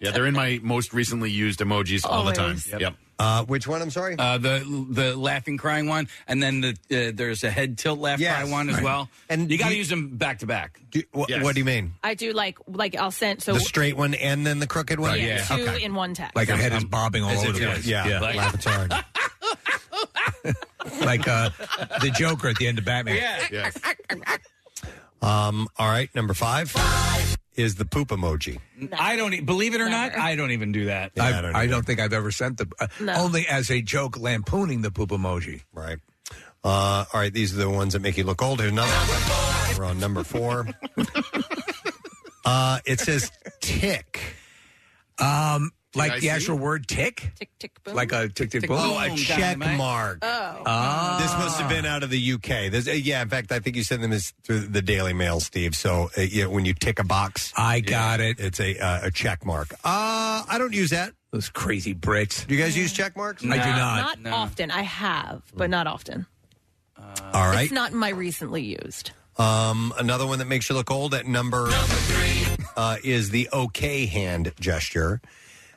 Speaker 6: yeah, they're in my most recently used emojis all the time.
Speaker 16: Always.
Speaker 6: Yep.
Speaker 1: Uh, which one? I'm sorry.
Speaker 4: Uh, the the laughing crying one, and then the uh, there's a head tilt laugh cry one as well. And you got to use them back to back.
Speaker 1: Wh- What do you mean?
Speaker 16: I do like like I'll send so
Speaker 1: the straight one and then the crooked one?
Speaker 16: yeah, two in one text.
Speaker 3: Like her head is bobbing all
Speaker 1: As if
Speaker 3: over the
Speaker 1: you're-
Speaker 3: place.
Speaker 1: yeah, like- Laugh it's hard.
Speaker 3: [LAUGHS] like uh, the Joker at the end of Batman.
Speaker 1: Um, all right, number five, is the poop emoji.
Speaker 4: I don't e- believe it or not. I don't even do that.
Speaker 3: I, I don't, think I've ever sent the uh, only as a joke lampooning the poop emoji.
Speaker 1: Right. Uh, all right, these are the ones that make you look old. Here's another one. We're on
Speaker 3: [LAUGHS]
Speaker 1: number four. uh, it says tick.
Speaker 3: Um, like
Speaker 1: I
Speaker 3: the
Speaker 1: see?
Speaker 3: actual word tick,
Speaker 16: tick tick
Speaker 1: boom?
Speaker 3: like a tick tick
Speaker 1: Tick,
Speaker 3: boom.
Speaker 1: boom, Oh, a check dynamite. mark. Uh,
Speaker 16: Oh.
Speaker 1: This must have been out of the UK. This, uh, yeah, in fact, I think you sent them this through the Daily Mail, Steve. So uh, yeah, when you tick a box,
Speaker 3: I got it.
Speaker 1: It's a uh, a check mark. Uh, I don't use that.
Speaker 3: Those crazy Brits.
Speaker 1: Do you guys use check marks?
Speaker 16: No, Not often. I have, but not often.
Speaker 1: All right.
Speaker 16: It's not in my recently used.
Speaker 1: Um, another one that makes you look old at number, three uh, is the OK hand gesture,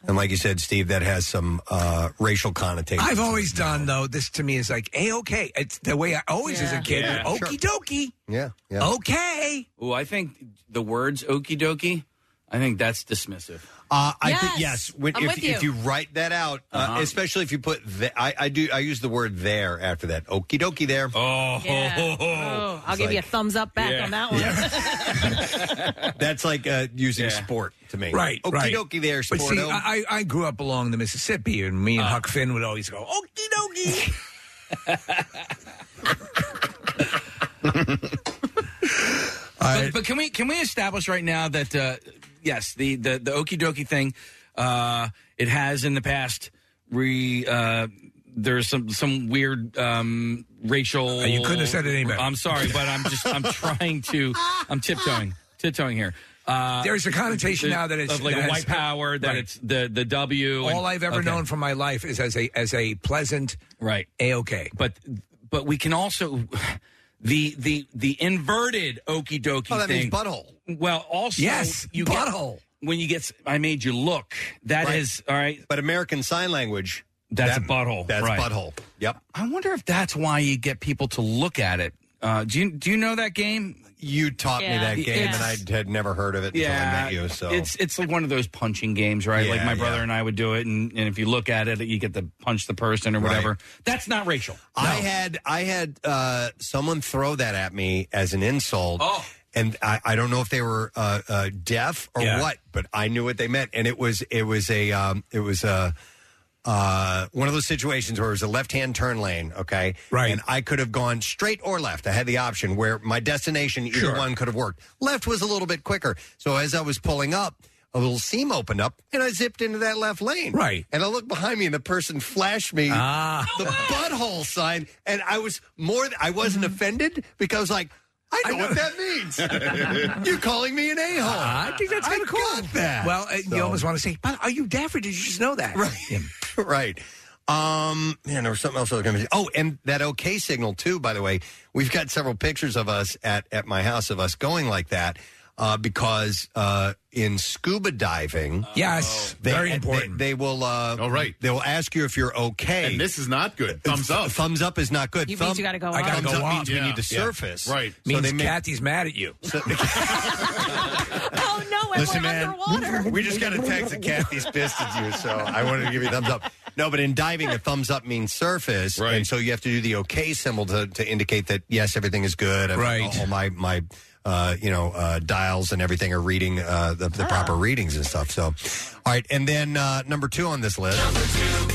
Speaker 1: and like you said, Steve, that has some uh, racial connotations.
Speaker 3: I've always done though. This to me is like a okay. It's the way I always as a
Speaker 4: Yeah.
Speaker 3: kid.
Speaker 4: Yeah.
Speaker 3: Okie dokie.
Speaker 1: Yeah.
Speaker 3: Okay.
Speaker 4: Oh, I think the words okie dokie. I think that's dismissive.
Speaker 1: Uh, I
Speaker 4: Yes.
Speaker 1: think yes. When,
Speaker 4: I'm
Speaker 1: if,
Speaker 4: with you.
Speaker 1: if you write that out, uh,
Speaker 4: Uh-huh.
Speaker 1: especially if you put, the, I, I do, I use the word there after that. Okie dokie, there.
Speaker 4: Oh,
Speaker 16: Yeah. Oh, I'll give you a thumbs up back
Speaker 1: Yeah.
Speaker 16: on that one.
Speaker 1: That's like uh, using sport to me,
Speaker 3: Right.
Speaker 1: Okie
Speaker 3: right.
Speaker 1: dokie, there.
Speaker 3: But see,
Speaker 1: sporto.
Speaker 3: I, I I grew up along the Mississippi, and me
Speaker 4: Uh.
Speaker 3: and Huck Finn would always go okie dokie. "Oh,
Speaker 4: [LAUGHS]
Speaker 3: [LAUGHS]
Speaker 4: but, but can we can we establish right now that uh, yes, the the the okie dokie thing, uh, it has in the past re uh, there's some some weird um, racial.
Speaker 3: Uh, you couldn't have said it any better.
Speaker 1: [LAUGHS]
Speaker 4: I'm sorry, but I'm just I'm trying to I'm tiptoeing tiptoeing here. Uh,
Speaker 3: There's a connotation now that it's-
Speaker 4: of like
Speaker 3: that
Speaker 4: white
Speaker 3: it's-
Speaker 4: power, that
Speaker 3: right.
Speaker 4: it's the the W. and-
Speaker 3: All I've ever
Speaker 4: Okay.
Speaker 3: known from my life is as a as a pleasant
Speaker 4: right
Speaker 3: a okay.
Speaker 4: But but we can also the the the inverted okie dokie
Speaker 3: Oh, that means
Speaker 4: thing.
Speaker 3: butthole.
Speaker 4: Well, also
Speaker 3: Yes,
Speaker 4: you
Speaker 3: butthole.
Speaker 4: Get, when you get, s- I made you look. That is all right.
Speaker 1: But American Sign Language.
Speaker 4: That's
Speaker 1: that-
Speaker 4: a butthole.
Speaker 1: that's
Speaker 4: right.
Speaker 1: butthole. Yep.
Speaker 4: I wonder if that's why you get people to look at it. Uh, do you do you know that game?
Speaker 1: You taught me that game, and I had never heard of it until I met you. So
Speaker 4: it's it's like one of those punching games, right? like
Speaker 1: Yeah,
Speaker 4: my brother
Speaker 1: yeah.
Speaker 4: and I would do it, and, and if you look at it, you get to punch the person or whatever. That's not racial.
Speaker 1: I had I had uh, someone throw that at me as an insult.
Speaker 4: Oh.
Speaker 1: And I, I don't know if they were uh, uh, deaf or
Speaker 9: Yeah.
Speaker 1: what, but I knew what they meant, and it was it was a um, it was a uh, one of those situations where it was a left hand turn lane, okay, right, and I could have gone straight or left. I had the option where my destination either
Speaker 9: Sure.
Speaker 1: one could have worked. Left was a little bit quicker, so as I was pulling up, a little seam opened up, and I zipped into that left lane, right, and I looked behind me, and the person flashed me
Speaker 3: Ah.
Speaker 1: the butthole sign, and I was more. th- I wasn't offended because I was like, Mm-hmm. I know, what that
Speaker 3: [LAUGHS]
Speaker 1: [LAUGHS] means. You're calling me an a hole.
Speaker 3: I think that's kind of cool.
Speaker 1: Ah, that.
Speaker 3: Well, uh,
Speaker 1: So-
Speaker 3: you almost want to say, "But are you deaf or did you just know that?" Right.
Speaker 1: [LAUGHS] right. Um, man, there was something else I was going to say. Oh, and that okay signal too. By the way, we've got several pictures of us at at my house of us going like that uh, because uh, in scuba diving,
Speaker 3: Uh, Yes, very important.
Speaker 1: They, they will. Uh, Oh, All right, they will ask you if you're okay.
Speaker 6: And this is not good. Thumbs
Speaker 1: Th-
Speaker 6: up.
Speaker 1: Thumbs up is not good.
Speaker 6: You means
Speaker 1: Thumb-
Speaker 6: you gotta go I gotta up.
Speaker 1: Thumbs
Speaker 6: go
Speaker 1: up
Speaker 6: up.
Speaker 1: means we
Speaker 6: Yeah.
Speaker 1: need to
Speaker 6: Yeah.
Speaker 1: surface.
Speaker 6: Right.
Speaker 1: So
Speaker 3: Means
Speaker 1: they make-
Speaker 3: Kathy's mad at you. [LAUGHS]
Speaker 16: Oh no! And
Speaker 1: Listen,
Speaker 16: we're
Speaker 1: man,
Speaker 16: underwater.
Speaker 1: we just got a text that Kathy's pissed at you, so I wanted to give you a thumbs up. No, but in diving, a thumbs up means surface, right. and so you have to do the OK symbol to, to indicate that yes, everything is good. I've-
Speaker 3: Right.
Speaker 1: All my my uh, you know uh, dials and everything are reading uh, the, the proper readings and stuff. So, all right, and then uh, number two on this list.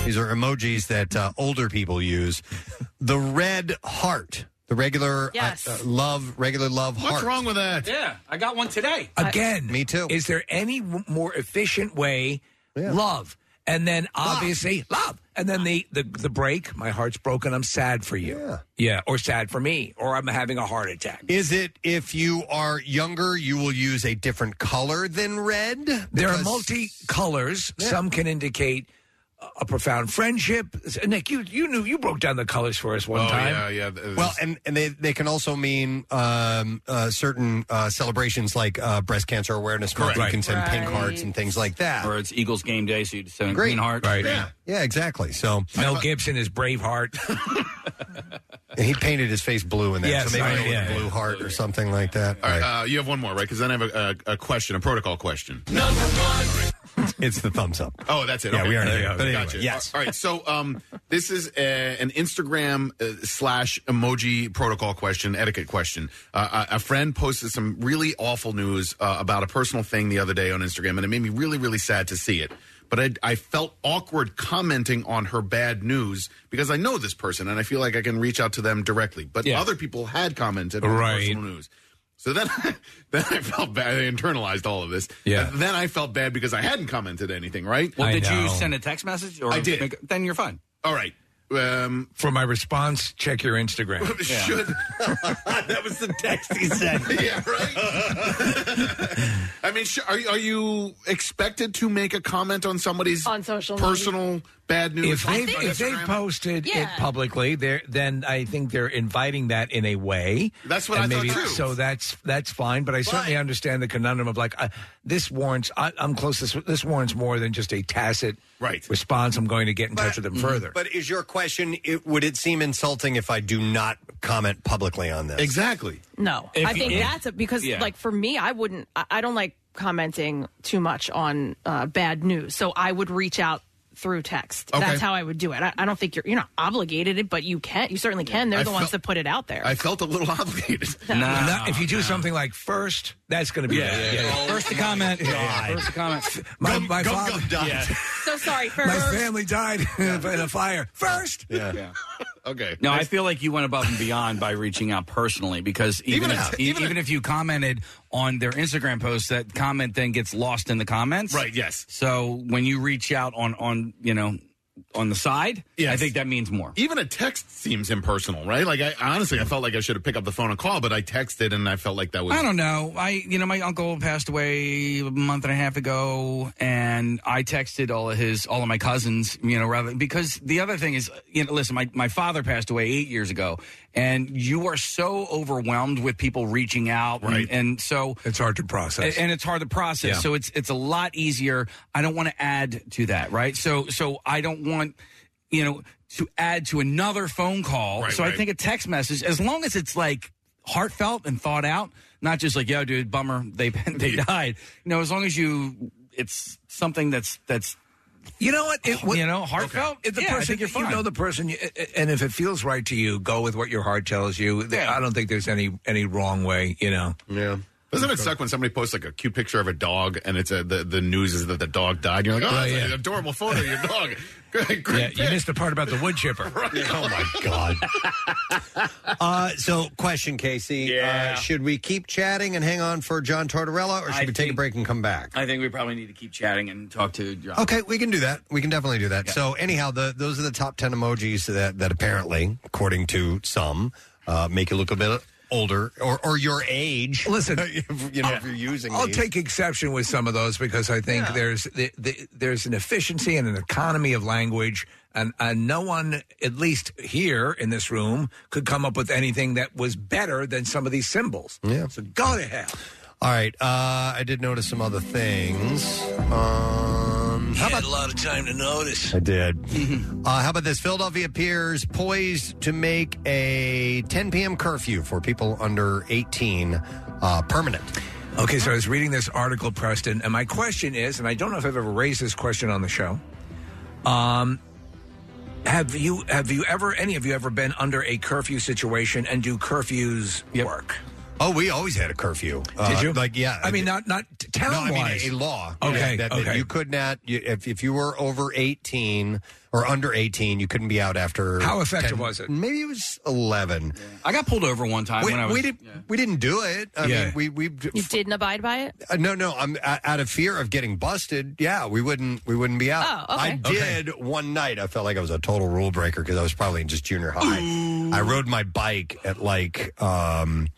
Speaker 1: These are emojis that uh, older people use. The red heart, the regular uh,
Speaker 4: Yes.
Speaker 1: uh, love, regular love heart.
Speaker 6: with that?
Speaker 4: Yeah, I got one today.
Speaker 3: Again,
Speaker 1: Me too.
Speaker 3: Is there any w- more efficient way? Love, and then obviously love, and then the, the the break. My heart's broken. I'm sad for you. Yeah. or sad for me, or I'm having a heart attack.
Speaker 1: Is it if you are younger, you will use a different color than red?
Speaker 3: There are
Speaker 1: Because-
Speaker 3: multi colors. Some can indicate a- a profound friendship. Nick, you you knew you broke down the colors for us one
Speaker 1: Oh,
Speaker 3: time.
Speaker 1: yeah,
Speaker 6: yeah.
Speaker 1: Well, and, and they, they can also mean um, uh, certain uh, celebrations like uh, Breast Cancer Awareness Month. You can send pink hearts and things like that.
Speaker 4: Or it's Eagles game day, so you just send a
Speaker 1: Great.
Speaker 4: green heart.
Speaker 1: Right. Yeah. Yeah, exactly. So
Speaker 3: Mel Gibson is
Speaker 1: [LAUGHS]
Speaker 3: Braveheart.
Speaker 1: and he painted his face blue in that,
Speaker 6: Yes,
Speaker 1: so maybe
Speaker 6: right,
Speaker 1: it was
Speaker 6: yeah.
Speaker 1: a blue heart or something like that.
Speaker 6: All right, uh, you have one more, right? Because then I have a, a, a question, a protocol question.
Speaker 1: It's the thumbs up.
Speaker 6: Oh, that's it.
Speaker 1: Yeah,
Speaker 6: okay.
Speaker 1: we already
Speaker 6: There you
Speaker 1: did.
Speaker 6: go.
Speaker 1: But anyway,
Speaker 6: gotcha.
Speaker 1: yes.
Speaker 6: All right. So, um, this is uh an Instagram uh, slash emoji protocol question, etiquette question. Uh, a a friend posted some really awful news uh, about a personal thing the other day on Instagram, and it made me really, really sad to see it. But I, I felt awkward commenting on her bad news because I know this person, and I feel like I can reach out to them directly. But other people had commented on her
Speaker 3: Right.
Speaker 6: personal news. So then, [LAUGHS] then I felt bad. I internalized all of this.
Speaker 3: Yeah.
Speaker 6: And then I felt bad because I hadn't commented anything. Right?
Speaker 4: Well, did you send a text message? Or
Speaker 6: I did.
Speaker 4: make- then you're fine.
Speaker 6: All right. Um,
Speaker 3: for my response, check your Instagram.
Speaker 6: [LAUGHS] [LAUGHS] Should that was the text he
Speaker 3: sent.
Speaker 6: [LAUGHS] yeah, right. [LAUGHS] I mean, sh- are you- are you expected to make a comment on somebody's
Speaker 16: On social media.
Speaker 6: personal bad news?
Speaker 3: If
Speaker 6: on
Speaker 3: they've, if they've
Speaker 6: Instagram?
Speaker 3: posted it
Speaker 6: Yeah.
Speaker 3: publicly, there then I think they're inviting that in a way.
Speaker 6: That's what
Speaker 3: And
Speaker 6: I thought,
Speaker 3: maybe-
Speaker 6: too.
Speaker 3: So that's that's fine, but I certainly understand the conundrum of like uh, this warrants. I, I'm close. This this warrants more than just a tacit
Speaker 6: right
Speaker 3: response. I'm going to get in touch with them further.
Speaker 1: But is your question, it, would it seem insulting if I do not comment publicly on this?
Speaker 6: Exactly.
Speaker 16: No,
Speaker 1: If-
Speaker 16: I think
Speaker 1: if-
Speaker 16: that's a, because
Speaker 1: yeah.
Speaker 16: like for me, I wouldn't. I, I don't like commenting too much on uh, bad news, so I would reach out through text.
Speaker 6: Okay.
Speaker 16: That's how I would do it. I, I don't think you're you're not obligated, it, but you can. You certainly can. They're
Speaker 3: I
Speaker 16: the ones
Speaker 3: felt-
Speaker 16: that put it out there.
Speaker 6: [LAUGHS] I felt a little [LAUGHS] obligated.
Speaker 16: [LAUGHS] No.
Speaker 3: Not- if you do something like first, that's going to be
Speaker 4: Yeah,
Speaker 3: bad.
Speaker 4: yeah, yeah. First to comment.
Speaker 3: Yeah.
Speaker 4: First comment.
Speaker 3: My, my
Speaker 4: gum,
Speaker 3: father-
Speaker 4: gum died.
Speaker 3: [LAUGHS]
Speaker 4: Yeah.
Speaker 16: so sorry. First,
Speaker 3: My family died [LAUGHS] in a fire. First. [LAUGHS]
Speaker 1: Yeah.
Speaker 6: Okay.
Speaker 4: No, I feel like you went above and beyond by reaching out personally because
Speaker 6: Even
Speaker 4: even if,
Speaker 6: if-
Speaker 4: e-
Speaker 6: even
Speaker 4: even, if you commented on their Instagram post, that comment then gets lost in the comments.
Speaker 6: Right, yes.
Speaker 4: So when you reach out on on you know on the side, I think that means more.
Speaker 6: Even a text seems impersonal, right? Like I honestly, I felt like I should have picked up the phone and called, but I texted and I felt like that was.
Speaker 4: I don't know. I you know my uncle passed away a month and a half ago, and I texted all of his all of my cousins. You know, rather because the other thing is, you know, listen, my my father passed away eight years ago, and you are so overwhelmed with people reaching out, right? And, and so
Speaker 3: it's hard to process,
Speaker 4: and, it's hard to process.
Speaker 3: Yeah.
Speaker 4: So it's it's a lot easier. I don't want to add to that, right? So so I don't want you know to add to another phone call.
Speaker 9: Right,
Speaker 4: so
Speaker 9: right.
Speaker 4: I think a text message, as long as it's like heartfelt and thought out, not just like yo, dude, bummer, they [LAUGHS] they died. You know, as long as you, it's something that's that's
Speaker 3: you know what it, what-
Speaker 4: you know heartfelt.
Speaker 3: Okay. If the
Speaker 4: Yeah, I
Speaker 3: person
Speaker 4: think you're
Speaker 3: you
Speaker 4: fine.
Speaker 3: know the person, you- and if it feels right to you, go with what your heart tells you. I don't think there's any any wrong way. You know.
Speaker 6: Yeah. Doesn't it suck when somebody posts like a cute [LAUGHS] picture of a dog and it's a, the the news is that the dog died? You're like, oh,
Speaker 3: Oh,
Speaker 6: that's an
Speaker 3: yeah.
Speaker 6: adorable photo of your dog. Great,
Speaker 3: Yeah,
Speaker 6: great
Speaker 3: [LAUGHS] you missed the part about the wood chipper.
Speaker 6: [LAUGHS] Oh my [LAUGHS]
Speaker 1: god. Uh, so, question, Casey. Uh, should we keep chatting and hang on for John Tortorella, or should
Speaker 4: I
Speaker 1: we take a
Speaker 4: think-
Speaker 1: break and come back?
Speaker 4: I think we probably need to keep chatting and talk to John.
Speaker 1: Okay, we can do that. We can definitely do that. So, anyhow, the, those are the top 10 emojis that, that apparently, according to some, uh, make you look a bit older or, or your age.
Speaker 3: Listen,
Speaker 1: if, [LAUGHS] you know, if you're using
Speaker 3: I'll
Speaker 1: these.
Speaker 3: take exception with some of those because I think there's the, the, there's an efficiency and an economy of language, and, and no one, at least here in this room, could come up with anything that was better than some of these symbols.
Speaker 1: Yeah.
Speaker 3: So go to hell.
Speaker 1: All right. Uh, I did notice some other things. Um, how about
Speaker 3: a lot of time to notice. [LAUGHS]
Speaker 1: I did. uh, how about this? Philadelphia appears poised to make a 10 p.m. curfew for people under 18 uh, permanent.
Speaker 3: Okay, so I was reading this article, Preston, and my question is, and I don't know if I've ever raised this question on the show. Um, have you have you ever any of you ever been under a curfew situation and do curfews work?
Speaker 1: Oh, we always had a curfew. Uh,
Speaker 3: Did you?
Speaker 1: like, yeah,
Speaker 3: I mean, not not t-
Speaker 1: No, I
Speaker 3: town
Speaker 1: mean
Speaker 3: wise.
Speaker 1: a law.
Speaker 3: Okay.
Speaker 1: Yeah, that, that
Speaker 3: okay.
Speaker 1: you could not, you, if, if you were over 18 or under 18, you couldn't be out after.
Speaker 4: How effective
Speaker 1: 10
Speaker 4: was it?
Speaker 1: Maybe it was 11.
Speaker 4: I got pulled over one time
Speaker 1: We,
Speaker 4: when I was.
Speaker 1: we, did, we didn't do it. I
Speaker 4: Yeah.
Speaker 1: mean, we, we
Speaker 16: You didn't abide by it?
Speaker 1: Uh, no, no. I'm uh, out of fear of getting busted. Yeah, we wouldn't. Mm, We wouldn't be out.
Speaker 16: Oh, okay.
Speaker 1: I
Speaker 16: Okay.
Speaker 1: did one night. I felt like I was a total rule breaker because I was probably in just junior high. I rode my bike at like, um,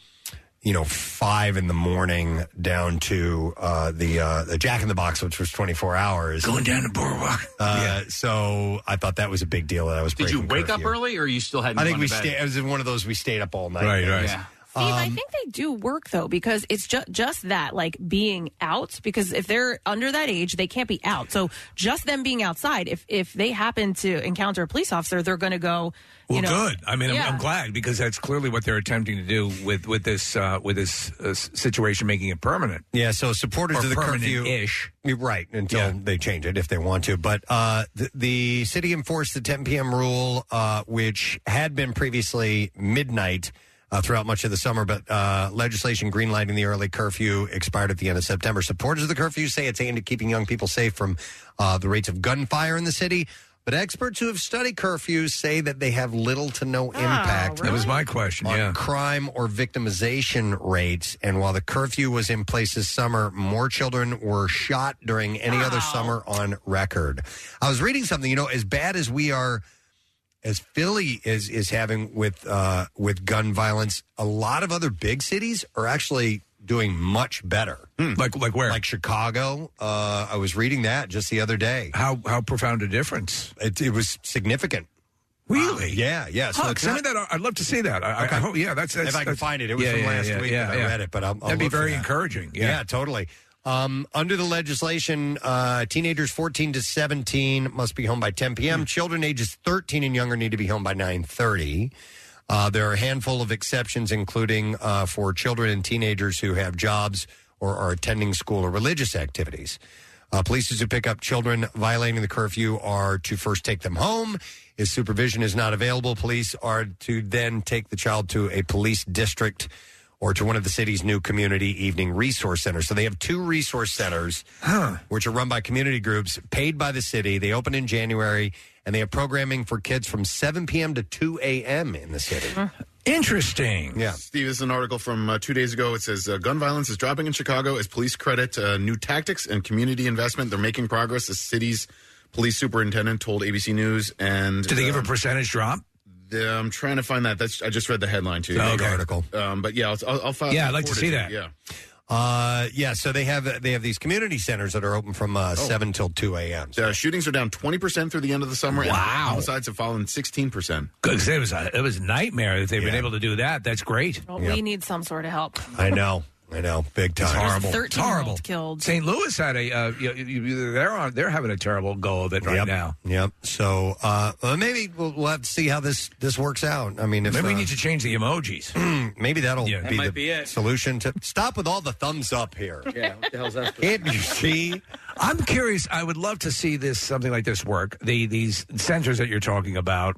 Speaker 1: you know, five in the morning down to uh, the uh, the Jack in the Box, which was twenty four hours. Going
Speaker 3: down to Boardwalk.
Speaker 1: Uh, So I thought that was a big deal that I was.
Speaker 4: Did you
Speaker 1: breaking
Speaker 4: wake up
Speaker 1: curfew.
Speaker 4: early, [LAUGHS] or you still had?
Speaker 1: I think we stayed. It was one of those we stayed up all night. Um,
Speaker 3: Right, right.
Speaker 1: Yeah.
Speaker 16: Steve, I
Speaker 3: Um,
Speaker 16: think they do work though because it's just just that like being out because if they're under that age they can't be out. So just them being outside if if they happen to encounter a police officer they're going to go
Speaker 3: Well,
Speaker 16: you know,
Speaker 3: good. I mean,
Speaker 16: yeah.
Speaker 3: I'm, I'm glad because that's clearly what they're attempting to do with with this uh, with this uh, s- situation, making it permanent.
Speaker 1: Yeah, so supporters
Speaker 3: Or
Speaker 1: of the curfew
Speaker 3: permanent-ish.
Speaker 1: You're right until they change it if they want to. But uh, the, the city enforced the 10 p.m. rule, uh, which had been previously midnight uh, throughout much of the summer. But uh, legislation greenlighting the early curfew expired at the end of September. Supporters of the curfew say it's aimed at keeping young people safe from uh, the rates of gunfire in the city. But experts who have studied curfews say that they have little to no impact
Speaker 3: That was my question.
Speaker 1: on
Speaker 3: yeah.
Speaker 1: crime or victimization rates. And while the curfew was in place this summer, more children were shot during any other summer on record. I was reading something, you know, as bad as we are, as Philly is is having with uh, with gun violence, a lot of other big cities are actually doing much better.
Speaker 3: Hmm. Like like where?
Speaker 1: Like Chicago. Uh, I was reading that just the other day.
Speaker 3: How how profound a difference?
Speaker 1: It, it was significant.
Speaker 3: Really?
Speaker 1: Yeah, yeah. So
Speaker 3: Huh,
Speaker 1: it's
Speaker 3: send
Speaker 1: not-
Speaker 3: me that. I'd love to see that. I, I, I hope, yeah, that's, that's
Speaker 1: if I can
Speaker 3: that's-
Speaker 1: find it. It was
Speaker 3: yeah,
Speaker 1: from
Speaker 3: yeah,
Speaker 1: last
Speaker 3: yeah,
Speaker 1: week
Speaker 3: yeah,
Speaker 1: that
Speaker 3: yeah.
Speaker 1: I read it, but I'll, I'll
Speaker 3: that'd be
Speaker 1: look for
Speaker 3: very
Speaker 1: that.
Speaker 3: encouraging. Yeah.
Speaker 1: totally. Um, under the legislation, uh, teenagers 14 to 17 must be home by 10 p.m.
Speaker 3: Hmm.
Speaker 1: Children ages 13 and younger need to be home by 9:30. Uh, there are a handful of exceptions, including uh, for children and teenagers who have jobs or are attending school or religious activities. Uh, police who pick up children violating the curfew are to first take them home. If supervision is not available, police are to then take the child to a police district or to one of the city's new community evening resource centers. So they have two resource centers, which are run by community groups paid by the city. They open in January, and they have programming for kids from 7 p.m. to 2 a.m. in the city.
Speaker 3: Interesting.
Speaker 1: Yeah.
Speaker 6: Steve, this is an article from uh, two days ago. It says uh, gun violence is dropping in Chicago as police credit uh, new tactics and community investment. They're making progress as cities police superintendent told ABC News. And um,
Speaker 3: Did they give a percentage drop?
Speaker 6: I'm trying to find that. That's I just read the headline too.
Speaker 1: It's a big Okay. article.
Speaker 6: Um, but yeah, I'll, I'll, I'll find.
Speaker 1: Yeah, I'd like to
Speaker 6: forward
Speaker 1: see
Speaker 6: it you.
Speaker 1: that.
Speaker 6: Yeah.
Speaker 1: Uh, yeah, so they have they have these community centers that are open from uh, seven till two a.m.
Speaker 6: The shootings are down 20% through the end of the summer. and
Speaker 3: Wow.
Speaker 6: homicides have fallen 16%.
Speaker 3: Good, 'cause it was a, it was a nightmare that they've been able to do that. That's great.
Speaker 16: Well, We need some sort of help.
Speaker 1: I know, I know, big time.
Speaker 3: It's horrible. It's
Speaker 16: 13
Speaker 3: horrible.
Speaker 16: killed.
Speaker 3: St. Louis had a uh, you, you- you- they're on they're having a terrible go of it right
Speaker 1: yep.
Speaker 3: now.
Speaker 1: Yep. So uh, well, maybe we'll, we'll have to see how this this works out. I mean, if
Speaker 3: Maybe we
Speaker 1: uh,
Speaker 3: need to change the emojis.
Speaker 1: [CLEARS THROAT] maybe that'll
Speaker 3: Yeah. That
Speaker 1: be
Speaker 3: might
Speaker 1: the
Speaker 3: be it.
Speaker 1: solution to stop with all the thumbs
Speaker 3: [LAUGHS]
Speaker 1: up here.
Speaker 4: Yeah, what the hell's that?
Speaker 1: Can't you see?
Speaker 3: I'm curious. I would love to see this something like this work. The these centers that you're talking about.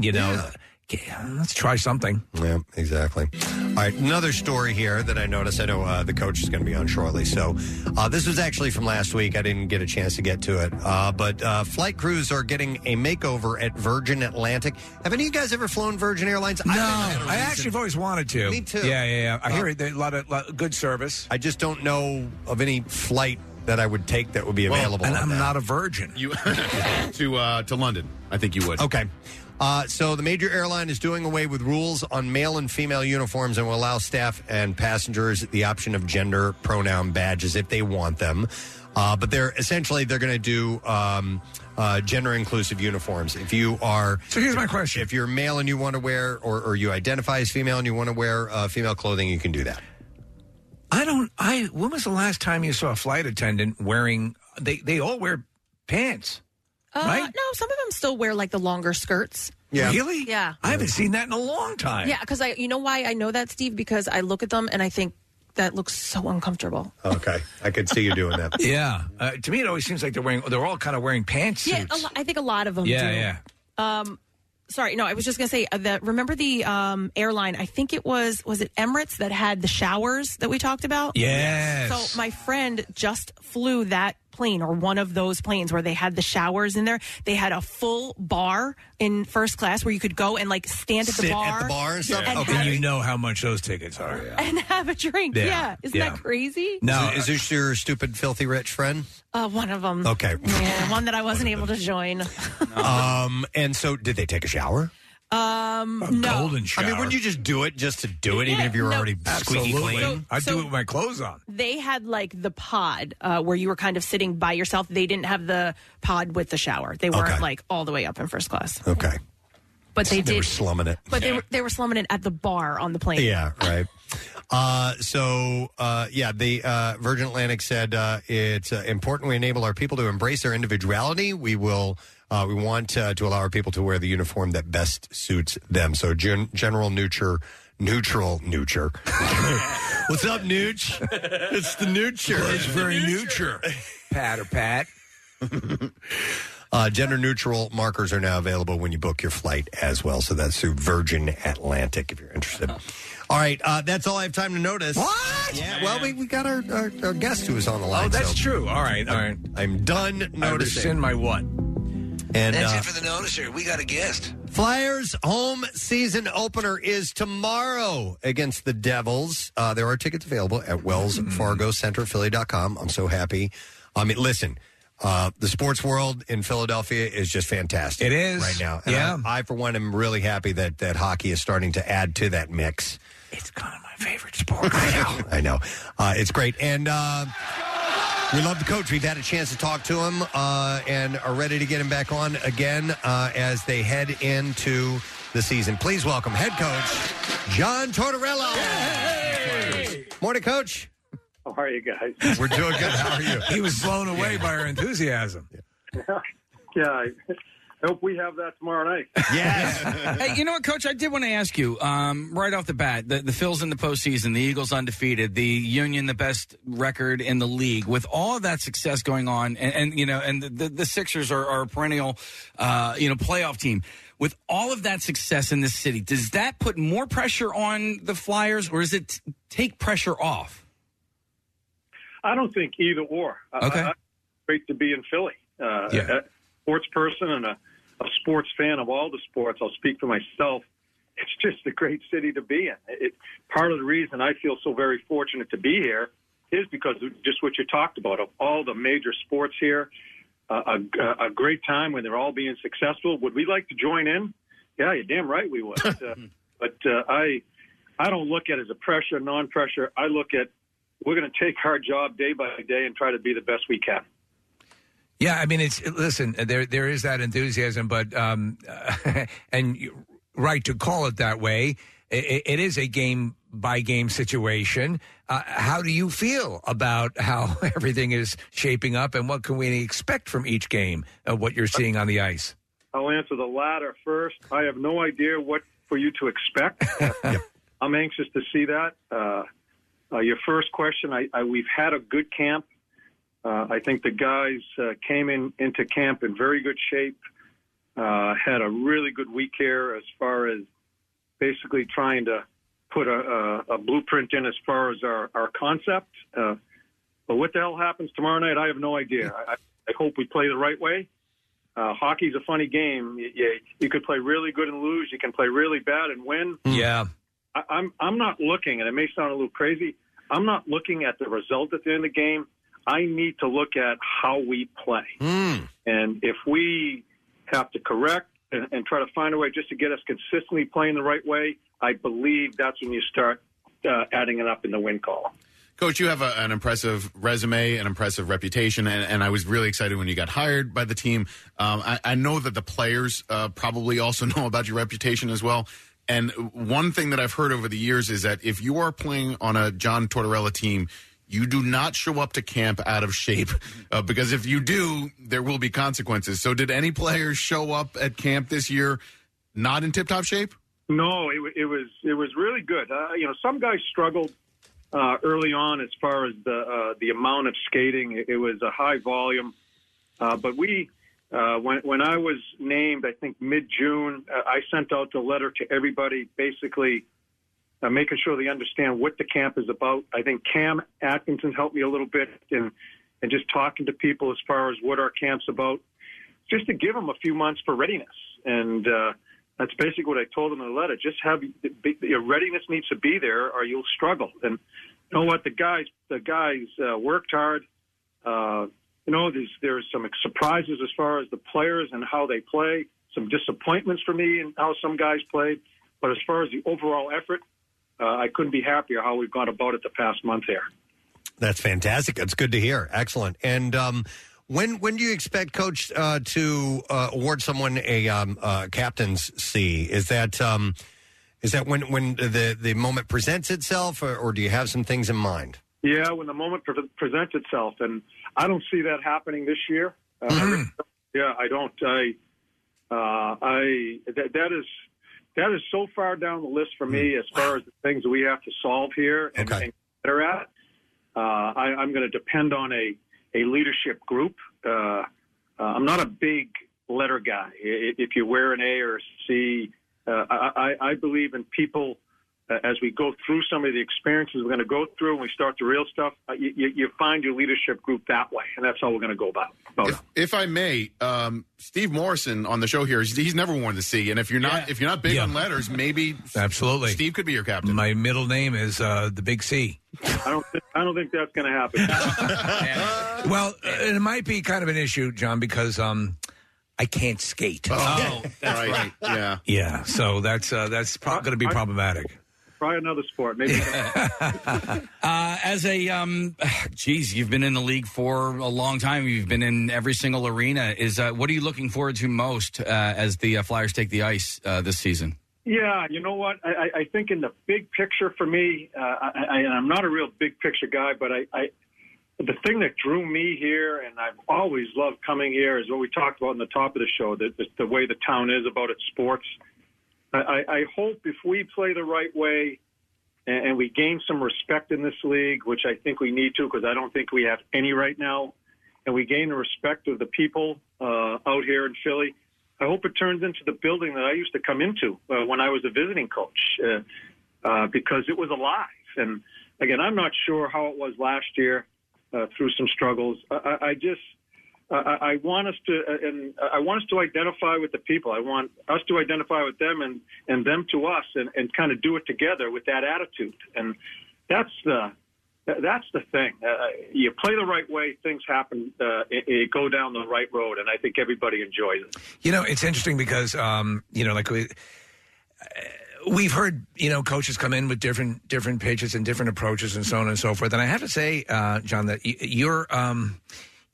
Speaker 3: You know, yeah, let's try something.
Speaker 1: Yeah, exactly. All right, another story here that I noticed. I know uh, the coach is going to be on shortly. So, uh, this was actually from last week. I didn't get a chance to get to it. Uh, but uh, flight crews are getting a makeover at Virgin Atlantic. Have any of you guys ever flown Virgin Airlines? No,
Speaker 3: I actually have always wanted to.
Speaker 1: Me too.
Speaker 3: Yeah, yeah, yeah. I
Speaker 1: Uh,
Speaker 3: hear it. There's A lot of lot, good service.
Speaker 1: I just don't know of any flight that I would take that would be available.
Speaker 3: and
Speaker 1: on
Speaker 3: I'm
Speaker 1: that.
Speaker 3: not a virgin.
Speaker 6: You [LAUGHS] to uh, to London. I think you would.
Speaker 1: Okay. Uh, so the major airline is doing away with rules on male and female uniforms and will allow staff and passengers the option of gender pronoun badges if they want them. Uh, but they're essentially they're going to do um, uh, gender inclusive uniforms. If you are
Speaker 3: so here's my question:
Speaker 1: if you're male and you want to wear or, or you identify as female and you want to wear uh, female clothing, you can do that.
Speaker 3: I don't. I when was the last time you saw a flight attendant wearing? They they all wear pants.
Speaker 16: Uh,
Speaker 3: Right?
Speaker 16: No, some of them still wear like the longer skirts.
Speaker 3: Yeah. Really?
Speaker 16: Yeah.
Speaker 3: I haven't seen that in a long time.
Speaker 16: Yeah, because I, you know why I know that, Steve? Because I look at them and I think that looks so uncomfortable.
Speaker 1: Okay, I could see you doing
Speaker 3: [LAUGHS]
Speaker 1: that.
Speaker 3: yeah. Uh, to me, it always seems like they're wearing. They're all kind of wearing pantsuits.
Speaker 16: Yeah, a lo- I think a lot of them
Speaker 3: yeah,
Speaker 16: do.
Speaker 3: yeah.
Speaker 16: Um, sorry, no, I was just gonna say uh, that. Remember the um, airline? I think it was was it Emirates that had the showers that we talked about.
Speaker 3: Yes.
Speaker 16: So my friend just flew that plane or one of those planes where they had the showers in there. They had a full bar in first class where you could go and like stand at the
Speaker 3: Sit
Speaker 16: bar,
Speaker 3: Yeah.
Speaker 16: and,
Speaker 3: And
Speaker 16: have,
Speaker 3: you know how much those tickets
Speaker 16: [LAUGHS]
Speaker 3: are.
Speaker 16: and have a drink.
Speaker 3: Yeah.
Speaker 16: Yeah, isn't
Speaker 3: Yeah.
Speaker 16: that crazy?
Speaker 1: Now, is, this your stupid, filthy rich friend?
Speaker 16: uh, one of them.
Speaker 1: Okay.
Speaker 16: Yeah, one that I wasn't able to join. [LAUGHS]
Speaker 1: um, and so, did they take a shower?
Speaker 16: Um, no.
Speaker 1: I mean, wouldn't you just do it just to do it, even if you were
Speaker 16: no.
Speaker 1: already squeaky
Speaker 3: Absolutely.
Speaker 1: clean?
Speaker 3: I'd do it with my clothes on.
Speaker 16: they had like the pod uh, where you were kind of sitting by yourself. They didn't have the pod with the shower. They weren't
Speaker 1: Okay.
Speaker 16: like all the way up in first class.
Speaker 1: Okay.
Speaker 16: But they
Speaker 1: They were
Speaker 16: did.
Speaker 1: slumming it.
Speaker 16: But they were they were slumming it at the bar on the plane.
Speaker 1: Yeah, right. Uh, so, uh, yeah, the uh, Virgin Atlantic said uh, it's uh, important we enable our people to embrace their individuality. We will. Uh, we want uh, to allow our people to wear the uniform that best suits them. So, gen- general neuter, neutral neuter. [LAUGHS] What's up, Nooch? It's the neuter.
Speaker 3: It's very neuter. [LAUGHS] Pat or Pat.
Speaker 1: Uh, gender neutral markers are now available when you book your flight as well. So that's through Virgin Atlantic if you're interested.
Speaker 3: Oh,
Speaker 1: All right, uh, that's all I have time to notice. What? Yeah, well, we, we got our, our, our guest who was on the line.
Speaker 3: Oh, that's
Speaker 1: so
Speaker 3: true. All right, all right.
Speaker 1: I'm done noticing.
Speaker 3: rescind my what?
Speaker 1: And uh,
Speaker 3: for the noticer. We got a guest.
Speaker 1: Flyers home season opener is tomorrow against the Devils. Uh, there are tickets available at Wells
Speaker 3: Hmm.
Speaker 1: Fargo Center, Philly.com. I'm so happy. I mean, listen, uh, the sports world in Philadelphia is just fantastic.
Speaker 3: It is.
Speaker 1: Right now. And
Speaker 3: Yeah.
Speaker 1: I, I, for one, am really happy that, that hockey is starting to add to that mix. [LAUGHS] I know. Uh, it's great. And uh, we love the coach. We've had a chance to talk to him uh, and are ready to get him back on again uh, as they head into the season. Please welcome head coach John Tortorella. Morning, coach.
Speaker 9: How are you guys? [LAUGHS]
Speaker 1: We're doing good. How
Speaker 3: [LAUGHS]
Speaker 1: are you?
Speaker 3: He was blown away by our enthusiasm.
Speaker 9: yeah, I I hope we have that tomorrow night.
Speaker 4: [LAUGHS] hey, you know what, Coach? I did want to ask you um, right off the bat. The, the Phils in the postseason, the Eagles undefeated, the Union the best record in the league. With all of that success going on, and, and you know, and the, the, the Sixers are, are a perennial, uh, you know, playoff team. With all of that success in this city, does that put more pressure on the Flyers, or does it take pressure off?
Speaker 9: I don't think either or. I-
Speaker 4: Okay.
Speaker 9: I- it's great to be in Philly. Uh,
Speaker 4: Yeah.
Speaker 9: A sports person and a, a sports fan of all the sports. I'll speak for myself. It's just a great city to be in. It, part of the reason I feel so very fortunate to be here is because of just what you talked about of all the major sports here. a, a, a great time when they're all being successful. Would we like to join in? Yeah, you're damn right
Speaker 4: [LAUGHS]
Speaker 9: we would. uh, but uh, I, I don't look at it as a pressure, non-pressure. I look at we're going to take our job day by day and try to be the best we can.
Speaker 3: Yeah, I mean, it's listen. There, there is that enthusiasm, but um, [LAUGHS] and you right to call it that way. I- I it is a game by game situation. Uh, how do you feel about how [LAUGHS] everything is shaping up, and what can we expect from each game? Uh, what you're seeing on the ice?
Speaker 9: I'll answer the latter first. I have no idea what for you to expect. I'm anxious to see that. Uh, uh, your first question, I, I, we've had a good camp. Uh, I think the guys uh, came in into camp in very good shape. Uh, had a really good week here as far as basically trying to put a, a, a blueprint in as far as our, our concept. Uh, but what the hell happens tomorrow night, I have no idea. I, I hope we play the right way. Uh, hockey's a funny game. You, you, you could play really good and lose. You can play really bad and win.
Speaker 6: Hmm.
Speaker 3: Yeah.
Speaker 9: I, I'm I'm not looking, and it may sound a little crazy. I'm not looking at the result at the end of the game. I need to look at how we play,
Speaker 1: Hmm.
Speaker 9: and if we have to correct and, and try to find a way just to get us consistently playing the right way, I believe that's when you start uh, adding it up in the win column.
Speaker 6: Coach, you have a, an impressive resume, an impressive reputation, and, and I was really excited when you got hired by the team. Um, I, I know that the players uh, probably also [LAUGHS] know about your reputation as well. And one thing that I've heard over the years is that if you are playing on a John Tortorella team, you do not show up to camp out of shape uh, because if you do, there will be consequences. So, did any players show up at camp this year not in tip top shape?
Speaker 9: No, it, wa- it was it was really good. Uh, you know, some guys struggled uh, early on as far as the uh, the amount of skating. It, it was a high volume, uh, but we uh, when when I was named, I think mid June, uh, I sent out the letter to everybody, basically uh, making sure they understand what the camp is about. I think Cam Atkinson helped me a little bit and and just talking to people as far as what our camp's about, just to give them a few months for readiness and. Uh, that's basically what I told them in the letter. Just have be- your readiness needs to be there, or you'll struggle. And you know what? The guys, the guys uh, worked hard. Uh, you know, there's there's some surprises as far as the players and how they play. Some disappointments for me and how some guys played. But as far as the overall effort, uh, I couldn't be happier how we've gone about it the past month here.
Speaker 1: [LAUGHS] That's fantastic. That's good to hear. Excellent. And um, when when do you expect Coach uh, to uh, award someone a um, uh, captain's C? Is that um, is that when when the the moment presents itself, or, or do you have some things in mind?
Speaker 9: Yeah, when the moment pre- presents itself, and I don't see that happening this year. Uh, I really- yeah, I don't. I, uh, I that, that is that is so far down the list for me as far as the things that we have to solve here and, and get better at. Uh, I, I'm going to depend on a a leadership group. Uh, uh, I'm not a big letter guy. I- i- If you wear an A or a C, uh, I, I I believe in people uh, as we go through some of the experiences we're going to go through and we start the real stuff, uh, you, you, you find your leadership group that way, and that's how we're going to go about. about it.
Speaker 6: if I may, um, Steve Morrison on the show here, he's, he's never worn the C. And if you're not if you're not big on letters, maybe
Speaker 3: Absolutely.
Speaker 6: Steve could be your captain.
Speaker 3: My middle name is uh, the Big C.
Speaker 9: I don't, think, I don't think [LAUGHS] that's going to happen.
Speaker 3: Well, uh, it might be kind of an issue, John, because um, I can't skate. [LAUGHS]
Speaker 6: Oh, that's right. Yeah.
Speaker 3: Yeah, so that's uh, that's pro- going to be problematic.
Speaker 9: Try another sport, [LAUGHS] maybe.
Speaker 4: [LAUGHS] Uh, as a, um, [SIGHS] geez, you've been in the league for a long time. You've been in every single arena. Is uh, what are you looking forward to most uh, as the uh, Flyers take the ice uh, this season?
Speaker 9: Yeah, you know what? I, I- I think in the big picture for me, uh, I, I, and I'm not a real big picture guy, but I, I, the thing that drew me here, and I've always loved coming here, is what we talked about in the top of the show, the, the, the way the town is about its sports. I, I, I hope if we play the right way and, and we gain some respect in this league, which I think we need to because I don't think we have any right now, and we gain the respect of the people uh, out here in Philly, I hope it turns into the building that I used to come into uh, when I was a visiting coach uh, uh, because it was alive. And again, I'm not sure how it was last year uh, through some struggles. I, I, I just. I- I, I want us to, uh, and I want us to identify with the people. I want us to identify with them, and and them to us, and, and kind of do it together with that attitude. And that's the Th- That's the thing. Uh, you play the right way, things happen. Uh, it, it go down the right road, and I think everybody enjoys it.
Speaker 3: You know, it's interesting because um, you know, like we we've heard you know coaches come in with different different pitches and different approaches and so on and so forth. And I have to say, uh, John, that y- you're um,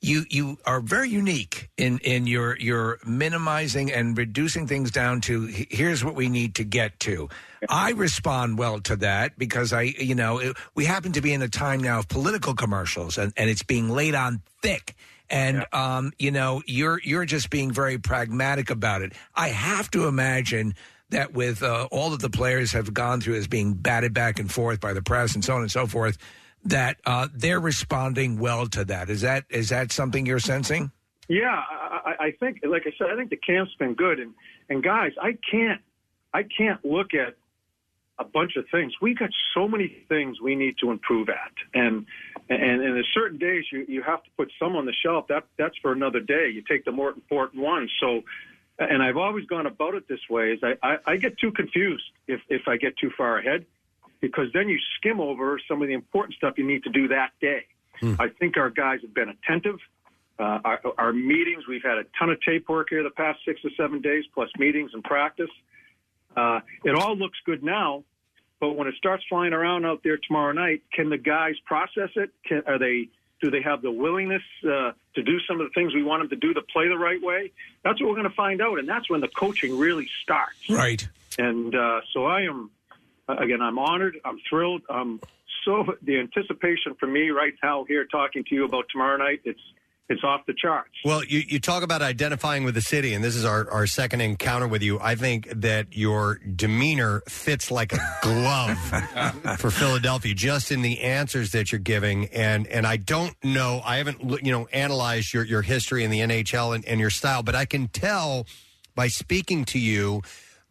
Speaker 3: you you are very unique in in your your minimizing and reducing things down to "H- here's what we need to get to. I respond well to that because I you know it, we happen to be in a time now of political commercials and and it's being laid on thick. And um, you know you're you're just being very pragmatic about it. I have to imagine that with uh, all that the players have gone through as being batted back and forth by the press and so on and so forth, that uh, they're responding well to that. Is that is that something you're sensing?
Speaker 9: Yeah, I, I I think, like I said, I think the camp's been good, and and guys, I can't, I can't look at a bunch of things. We got so many things we need to improve at, and and and there's certain days you you have to put some on the shelf. That that's for another day. You take the more important ones. So, and I've always gone about it this way: is I I, I get too confused if if I get too far ahead, because then you skim over some of the important stuff you need to do that day. I think our guys have been attentive. Uh, our, our meetings, we've had a ton of tape work here the past six or seven days, plus meetings and practice. Uh, it all looks good now, but when it starts flying around out there tomorrow night, can the guys process it? Can, are they? Do they have the willingness uh, to do some of the things we want them to do to play the right way? That's what we're going to find out, and that's when the coaching really starts.
Speaker 3: Right.
Speaker 9: And uh, so I am, again, I'm honored. I'm thrilled. Um, so the anticipation for me right now here talking to you about tomorrow night, it's it's off the charts.
Speaker 1: Well, you, you talk about identifying with the city, and this is our, our second encounter with you. I think that your demeanor fits like a glove for Philadelphia, just in the answers that you're giving. And and I don't know, I haven't loo- you know analyzed your, your history in the NHL and, and your style, but I can tell by speaking to you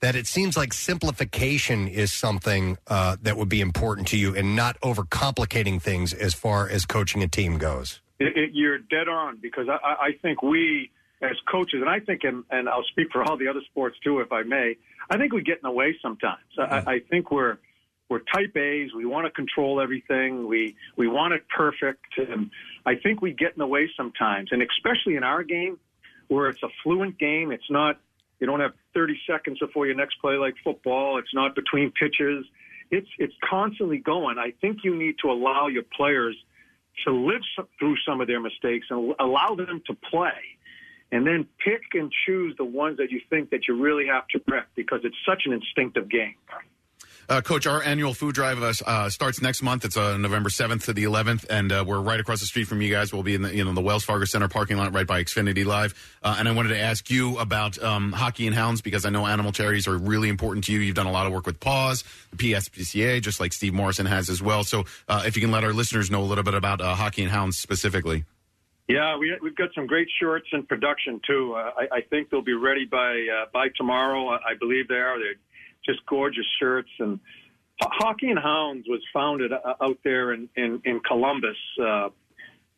Speaker 1: that it seems like simplification is something uh, that would be important to you, and not overcomplicating things as far as coaching a team goes.
Speaker 9: It, it, you're dead on because I, I I think we as coaches, and I think, and, and I'll speak for all the other sports too, if I may. I think we get in the way sometimes. I, I think we're we're type A's. We want to control everything. We we want it perfect. And I think we get in the way sometimes, and especially in our game where it's a fluent game. It's not you don't have 30 seconds before your next play like football. It's not between pitches. It's it's constantly going. I think you need to allow your players to live so- through some of their mistakes and allow them to play and then pick and choose the ones that you think that you really have to correct because it's such an instinctive game.
Speaker 6: Uh, Coach, our annual food drive uh, uh, starts next month. It's uh, November seventh to the eleventh, and uh, we're right across the street from you guys. We'll be in the you know the Wells Fargo Center parking lot, right by Xfinity Live. Uh, and I wanted to ask you about um, hockey and hounds because I know animal charities are really important to you. You've done a lot of work with PAWS, the PSPCA, just like Steve Morrison has as well. So uh, if you can let our listeners know a little bit about uh, hockey and hounds specifically.
Speaker 9: Yeah, we, we've got some great shorts in production too. Uh, I, I think they'll be ready by uh, by tomorrow. I, I believe they are. They're just gorgeous shirts. And H- Hockey and Hounds was founded uh, out there in in, in Columbus uh,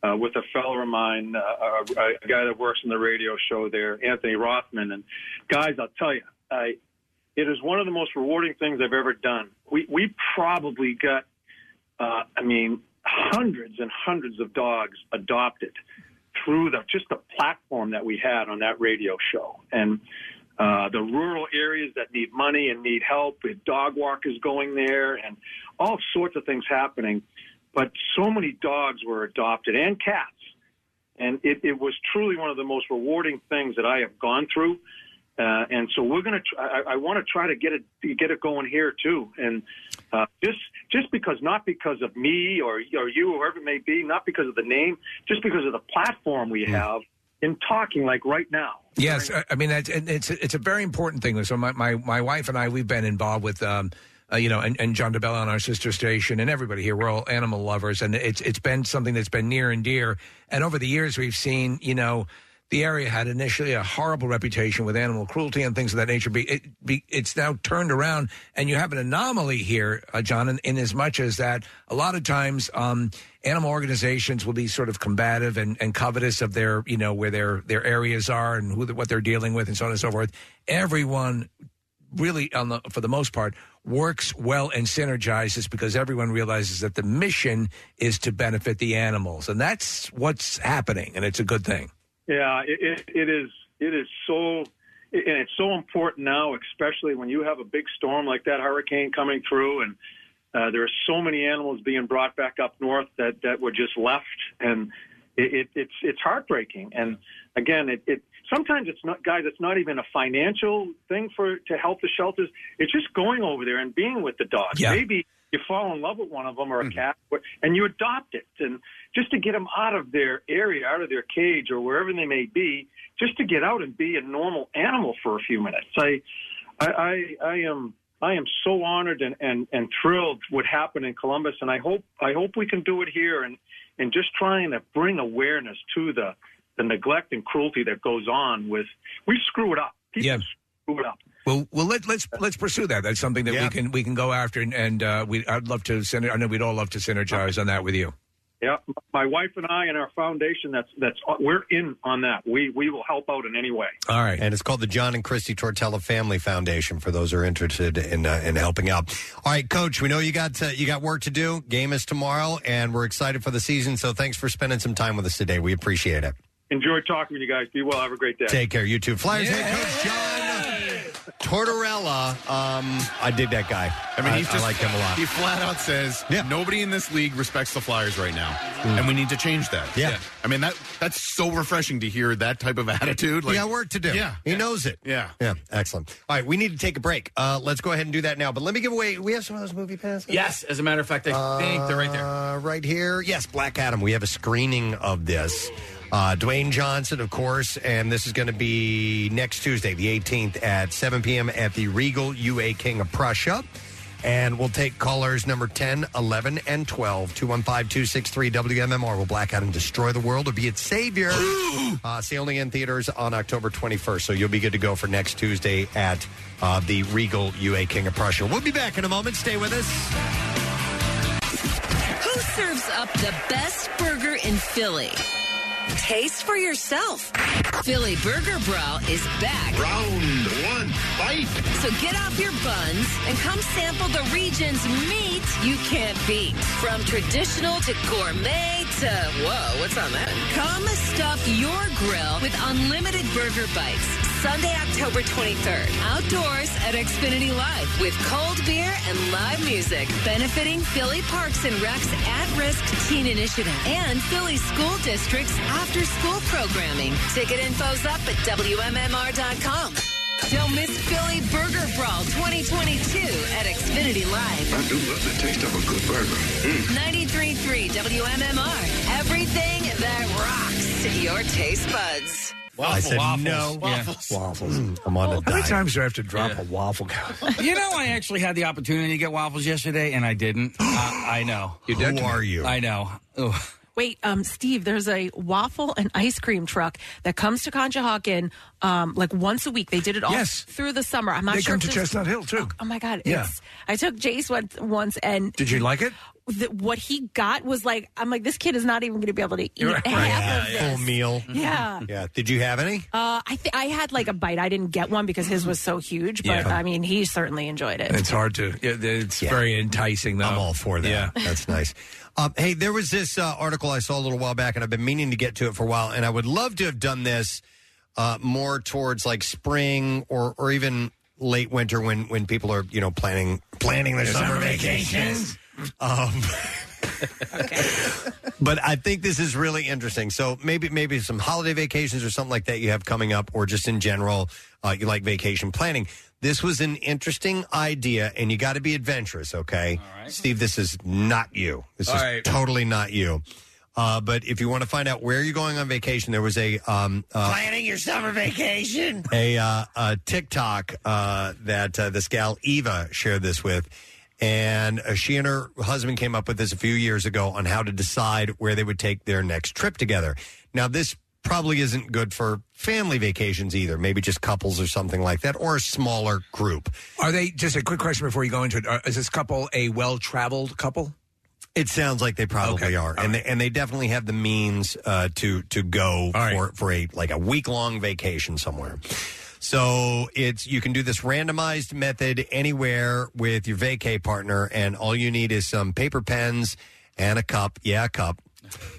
Speaker 9: uh, with a fellow of mine, uh, a, a guy that works in the radio show there, Anthony Rothman. And guys, I'll tell you, I it is one of the most rewarding things I've ever done. We we probably got, uh, I mean, hundreds and hundreds of dogs adopted through the just the platform that we had on that radio show and. Uh, the rural areas that need money and need help, with dog walkers going there, and all sorts of things happening. But so many dogs were adopted and cats, and it, it was truly one of the most rewarding things that I have gone through. Uh, and so we're going to. Tr- I, I want to try to get it get it going here too. And uh, just just because, not because of me or or you or whoever it may be, not because of the name, just because of the platform we have in talking like right now.
Speaker 3: Yes, I I mean that's, and it's it's a very important thing. So my, my, my wife and I we've been involved with um, uh, you know and, and John DeBella on our sister station and everybody here we're all animal lovers and it's it's been something that's been near and dear. And over the years we've seen you know the area had initially a horrible reputation with animal cruelty and things of that nature. Be, it, be, it's now turned around and you have an anomaly here, uh, John, in, in as much as that a lot of times um, animal organizations will be sort of combative and, and covetous of their you know where their their areas are and who the, what they're dealing with and so on and so forth. Everyone really on the for the most part works well and synergizes because everyone realizes that the mission is to benefit the animals. And that's what's happening, and it's a good thing.
Speaker 9: Yeah, it, it, it is. It is so, and it's so important now, especially when you have a big storm like that hurricane coming through, and uh, there are so many animals being brought back up north that that were just left, and it, it, it's it's heartbreaking. And again, it, it sometimes it's not guys. It's not even a financial thing for to help the shelters. It's just going over there and being with the dog.
Speaker 10: Yeah.
Speaker 9: Maybe you fall in love with one of them or a cat, or- and you adopt it, and just to get them out of their area, out of their cage or wherever they may be, just to get out and be a normal animal for a few minutes. I, I, I, I am. I am so honored and, and, and thrilled what happened in Columbus, and I hope I hope we can do it here and, and just trying to bring awareness to the the neglect and cruelty that goes on with we screw it up. People
Speaker 3: Yeah.
Speaker 9: screw it up.
Speaker 3: Well, well, let, let's let's pursue that. That's something that we can we can go after, and, and uh, we I'd love to syner- I know we'd all love to synergize on that with you.
Speaker 9: Yeah, my wife and I and our foundation that's that's we're in on that. We we will help out in any way.
Speaker 3: All right.
Speaker 1: And it's called the John and Christy Tortella Family Foundation for those who are interested in uh, in helping out. All right, coach, we know you got to, you got work to do. Game is tomorrow and we're excited for the season, so thanks for spending some time with us today. We appreciate it.
Speaker 9: Enjoy talking with you guys. Be well. Have a great day.
Speaker 1: Take care. You too. Flyers head coach John Tortorella. Um, I dig that guy.
Speaker 6: I mean,
Speaker 1: I,
Speaker 6: he's
Speaker 1: I
Speaker 6: just
Speaker 1: like him a lot.
Speaker 6: He flat out says, "Nobody in this league respects the Flyers right now,
Speaker 1: Mm.
Speaker 6: and we need to change that."
Speaker 1: Yeah.
Speaker 6: I mean that that's so refreshing to hear that type of [LAUGHS] attitude.
Speaker 1: He got work to do.
Speaker 6: Yeah,
Speaker 1: he knows it.
Speaker 6: Yeah,
Speaker 1: yeah, excellent. All right, we need to take a break. Uh, let's go ahead and do that now. But let me give away. We have some of those movie passes.
Speaker 4: Yes, as a matter of fact, I think they're right there.
Speaker 1: Uh, right here. Yes, Black Adam. We have a screening of this. Uh, Dwayne Johnson, of course, and this is going to be next Tuesday, the 18th, at 7 p.m. at the Regal UA King of Prussia. And we'll take callers number 10, 11, and 12, 215 263 WMMR. Will Black Adam destroy the world or be
Speaker 4: [GASPS]
Speaker 1: its savior? uh, see only in theaters on October 21st. So you'll be good to go for next Tuesday at uh, the Regal UA King of Prussia. We'll be back in a moment. Stay with us.
Speaker 12: Who serves up the best burger in Philly? Taste for yourself. Philly Burger Brawl is back.
Speaker 8: Round one, fight.
Speaker 12: So get off your buns and come sample the region's meat you can't beat. From traditional to gourmet to, whoa, what's on that? Come stuff your grill with unlimited burger bites. Sunday, October 23rd. Outdoors at Xfinity Live with cold beer and live music. Benefiting Philly Parks and Rec's at-risk teen initiative and Philly School District's after-school programming. Ticket info's up at WMMR.com. Don't miss Philly Burger Brawl 2022 at Xfinity Live.
Speaker 8: I do love the taste of a good burger. Mm.
Speaker 12: 93.3 WMMR. Everything that rocks your taste buds.
Speaker 1: I said no.
Speaker 4: Waffles.
Speaker 1: Yeah. Waffles. I'm on a
Speaker 4: How many
Speaker 1: diet.
Speaker 4: times
Speaker 3: do I have to drop
Speaker 4: Yeah.
Speaker 3: a waffle count?
Speaker 4: you know, I actually had the opportunity to get waffles yesterday, and I [GASPS] didn't. Uh, I, I know. You
Speaker 1: did? Who are you?
Speaker 4: I know. Oh.
Speaker 16: Wait, um, Steve, there's a waffle and ice cream truck that comes to Conshohocken um, like once a week. They did it all
Speaker 3: Yes.
Speaker 16: through the summer. I'm not
Speaker 3: they
Speaker 16: sure.
Speaker 3: come
Speaker 16: if
Speaker 3: to
Speaker 16: this-
Speaker 3: Chestnut Hill too.
Speaker 16: Oh my god!
Speaker 3: Yeah.
Speaker 16: It's, I took Jace once, once and
Speaker 3: Did you like it?
Speaker 16: the, what he got was like I'm like this kid is not even going to be able to eat half of this.
Speaker 1: Full meal.
Speaker 16: Yeah.
Speaker 1: Yeah. Did you have any?
Speaker 16: Uh, I th- I had like a bite. I didn't get one because his was so huge, but
Speaker 3: Yeah.
Speaker 16: I mean he certainly enjoyed it.
Speaker 3: And it's hard to. yeah, It's very enticing. Though I'm all
Speaker 1: for that.
Speaker 3: Yeah.
Speaker 1: That's nice. Um, hey, there was this uh, article I saw a little while back, and I've been meaning to get to it for a while, and I would love to have done this uh, more towards like spring or or even late winter when when people are you know planning planning their summer, vacations.
Speaker 3: [LAUGHS]
Speaker 1: Um, [LAUGHS] but I think this is really interesting. So maybe maybe some holiday vacations or something like that you have coming up, or just in general, uh, you like vacation planning. This was an interesting idea, and you got to be adventurous, okay? Steve, this is not you. This
Speaker 3: All
Speaker 1: is
Speaker 3: right.
Speaker 1: totally not you. Uh, but if you want to find out where you're going on vacation, there was a um, uh,
Speaker 3: Planning your summer
Speaker 1: [LAUGHS]
Speaker 3: vacation.
Speaker 1: a, uh, a TikTok uh, that uh, this gal Eva shared this with. And uh, she and her husband came up with this a few years ago on how to decide where they would take their next trip together. Now, this probably isn't good for family vacations either, maybe just couples or something like that, or a smaller group.
Speaker 3: Are they just a quick question before you go into it? Are, is this couple a well-traveled couple?
Speaker 1: It sounds like they probably are, and they, and they definitely have the means uh, to to go for for a like a week long vacation somewhere. So it's you can do this randomized method anywhere with your vacay partner, and all you need is some paper pens and a cup. Yeah, a cup.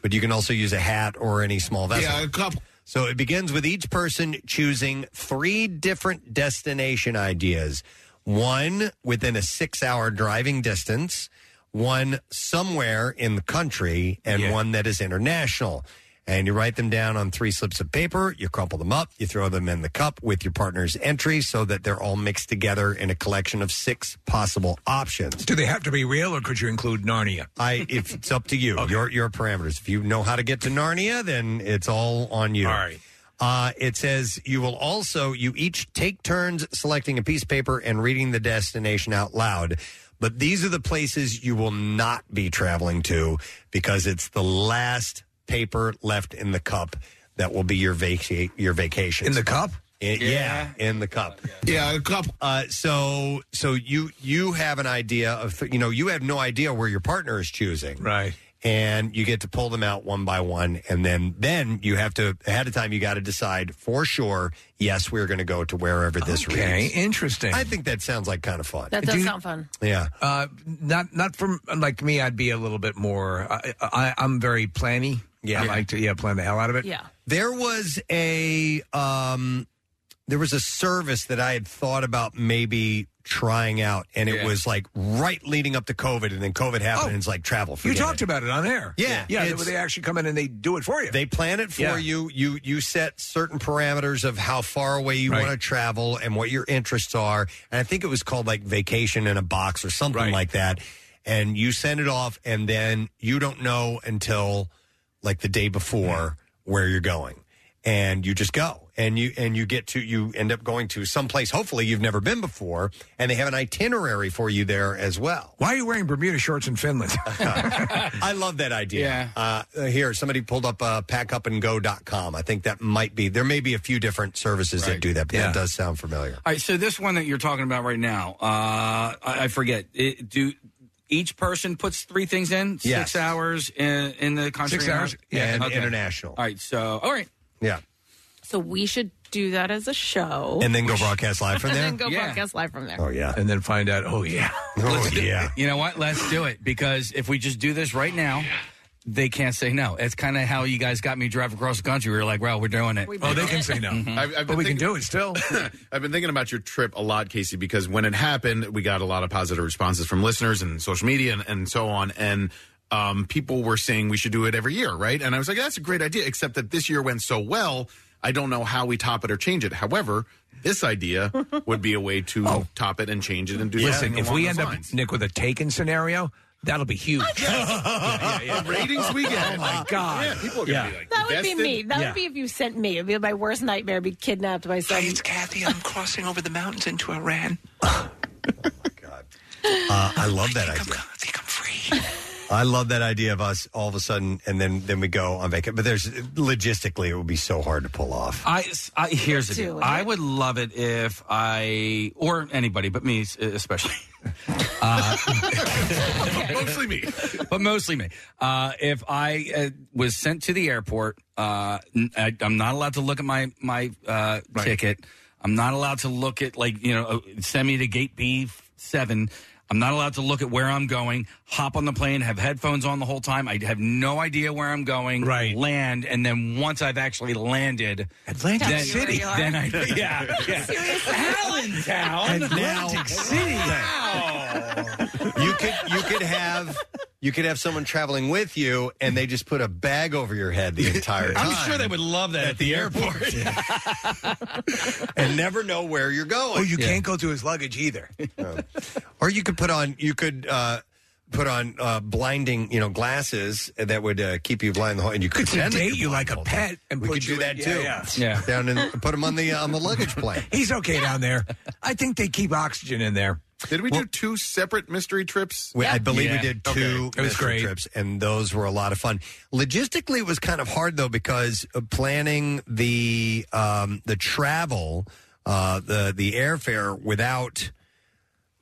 Speaker 1: But you can also use a hat or any small vessel. Yeah, a cup. So it begins with each person choosing three different destination ideas one within a six hour driving distance, one somewhere in the country, and one that is international. And you write them down on three slips of paper, you crumple them up, you throw them in the cup with your partner's entry so that they're all mixed together in a collection of six possible options.
Speaker 3: Do they have to be real, or could you include Narnia?
Speaker 1: I if it's up to you. Your your parameters. If you know how to get to Narnia, then it's all on you. All right. Uh, it says you will also you each take turns selecting a piece of paper and reading the destination out loud. But these are the places you will not be traveling to because it's the last paper left in the cup that will be your vaca- your vacation
Speaker 3: In the cup?
Speaker 1: It- yeah. in the cup. Yeah, a cup. Uh, so, so you you have an idea of th- you know you have no idea where your partner is choosing,
Speaker 3: right?
Speaker 1: And you get to pull them out one by one, and then then you have to ahead of time you got to decide for sure. Yes, we're going to go to wherever this.
Speaker 3: Okay,
Speaker 1: reads.
Speaker 3: interesting.
Speaker 1: I think that sounds like kind of fun.
Speaker 16: That does sound fun.
Speaker 1: Yeah.
Speaker 3: Uh, not not from like me. I'd be a little bit more. I, I, I'm very planny. Yeah, I like to yeah plan the hell out of it.
Speaker 16: Yeah.
Speaker 1: There was a um there was a service that I had thought about maybe trying out and it
Speaker 3: Yeah. Oh,
Speaker 1: was like right leading up to COVID and then COVID happened and it's like travel
Speaker 3: You
Speaker 1: forget
Speaker 3: talked
Speaker 1: it.
Speaker 3: about it on air.
Speaker 1: Yeah.
Speaker 3: yeah. They,
Speaker 1: It's-
Speaker 3: they actually come in and they do it for you.
Speaker 1: They plan it for
Speaker 3: Yeah.
Speaker 1: you. You you set certain parameters of how far away you want to travel and what your interests are. And I think it was called like vacation in a box or something like that. And you send it off, and then you don't know until like the day before where you're going, and you just go. And you and you get to you end up going to someplace hopefully you've never been before, and they have an itinerary for you there as well.
Speaker 3: Why are you wearing Bermuda shorts in Finland?
Speaker 1: [LAUGHS] I love that idea. Yeah. Uh, here, somebody pulled up uh, packupandgo.com. I think that might be, there may be a few different services that do that, but that does sound familiar.
Speaker 4: All right, so this one that you're talking about right now, uh, I, I forget. It, do each person puts three things in?
Speaker 1: Yes.
Speaker 4: Six hours in, in the country.
Speaker 1: Six hours and international.
Speaker 4: All right, so oh. all right.
Speaker 1: Yeah.
Speaker 16: So we should do that as a show.
Speaker 1: And then go broadcast
Speaker 4: [LAUGHS]
Speaker 1: live from
Speaker 16: And
Speaker 1: there? Oh,
Speaker 16: then go
Speaker 4: Yeah.
Speaker 16: broadcast live from there.
Speaker 1: yeah,
Speaker 3: and then find out. Oh yeah,
Speaker 1: oh yeah.
Speaker 4: You know what? Let's do it because if we just do this right now. They can't say no. It's kind of how you guys got me drive across the country. We were like, well, we're doing it.
Speaker 3: Oh, they can say no.
Speaker 4: Mhm.
Speaker 6: I've, I've been thinking-
Speaker 3: it still.
Speaker 6: [LAUGHS] I've been thinking about your trip a lot, Casey, because when it happened, we got a lot of positive responses from listeners and social media and, and so on. And um, people were saying we should do it every year, right? And I was like, that's a great idea, except that this year went so well. I don't know how we top it or change it. However, this
Speaker 3: [LAUGHS]
Speaker 6: idea would be a way to top it and change it and do
Speaker 3: Listen,
Speaker 6: something
Speaker 3: Oh. if
Speaker 6: along
Speaker 3: we
Speaker 6: those
Speaker 3: end
Speaker 6: lines.
Speaker 3: up Nick with a taken scenario, that'll be huge.
Speaker 6: The ratings we get.
Speaker 3: Oh my god,
Speaker 6: Yeah, people are gonna be like,
Speaker 16: That would be
Speaker 3: invested.
Speaker 16: me. That
Speaker 3: Yeah.
Speaker 16: would be [LAUGHS] if you sent me. It'd be my worst nightmare. Be kidnapped by some. it's
Speaker 10: Kathy.
Speaker 16: [LAUGHS]
Speaker 10: I'm crossing over the mountains into Iran.
Speaker 1: Oh, Uh, I love that idea. i think I'm free. [LAUGHS] I love that idea of us all of a sudden, and then, then we go on vacation. But there's logistically, it would be so hard to pull off.
Speaker 4: I, I here's the
Speaker 1: Do
Speaker 4: deal.
Speaker 1: it.
Speaker 4: I would love it if I or anybody, but me es-
Speaker 3: [LAUGHS]
Speaker 4: especially. uh,
Speaker 6: mostly me,
Speaker 4: [LAUGHS] but mostly me. Uh, if I uh, was sent to the airport, uh, n- I, am not allowed to look at my my uh, ticket. I'm not allowed to look at like you know uh, send me to gate B seven. I'm not allowed to look at where I'm going. Hop on the plane, have headphones on the whole time. I have no idea where I'm going. Right. Land, and then once I've actually landed,
Speaker 3: Atlantic
Speaker 4: then, [LAUGHS]
Speaker 3: City.
Speaker 4: Then
Speaker 16: [LAUGHS]
Speaker 4: I yeah yeah. Allentown.
Speaker 1: Atlantic City. You could you could have you could have someone traveling with you, and they just put a bag over your head the entire time.
Speaker 4: I'm sure they would love that at, the, airport.
Speaker 16: [LAUGHS]
Speaker 1: and never know where you're going.
Speaker 3: Oh, you can't go through his luggage either.
Speaker 1: [LAUGHS] Oh. Or you could put on you could uh, put on uh, blinding you know glasses that would uh, keep you blind the whole and you could
Speaker 3: Could
Speaker 1: pretend that
Speaker 3: sedate
Speaker 1: you're
Speaker 3: you
Speaker 1: blind
Speaker 3: like
Speaker 1: the
Speaker 3: a
Speaker 1: whole
Speaker 3: pet
Speaker 1: time.
Speaker 3: and
Speaker 1: we
Speaker 3: put
Speaker 1: could do
Speaker 3: you
Speaker 1: that
Speaker 3: in-
Speaker 1: too.
Speaker 3: yeah, yeah. Yeah.
Speaker 1: [LAUGHS] down and put them on the uh, on
Speaker 3: [LAUGHS]
Speaker 1: the luggage plane.
Speaker 3: He's okay down there. I think they keep oxygen in there.
Speaker 6: Did we do two separate mystery trips?
Speaker 1: We, I believe we did
Speaker 6: Okay.
Speaker 1: two mystery trips, and those were a lot of fun. Logistically, it was kind of hard though because uh, planning the um, the travel, uh, the the airfare without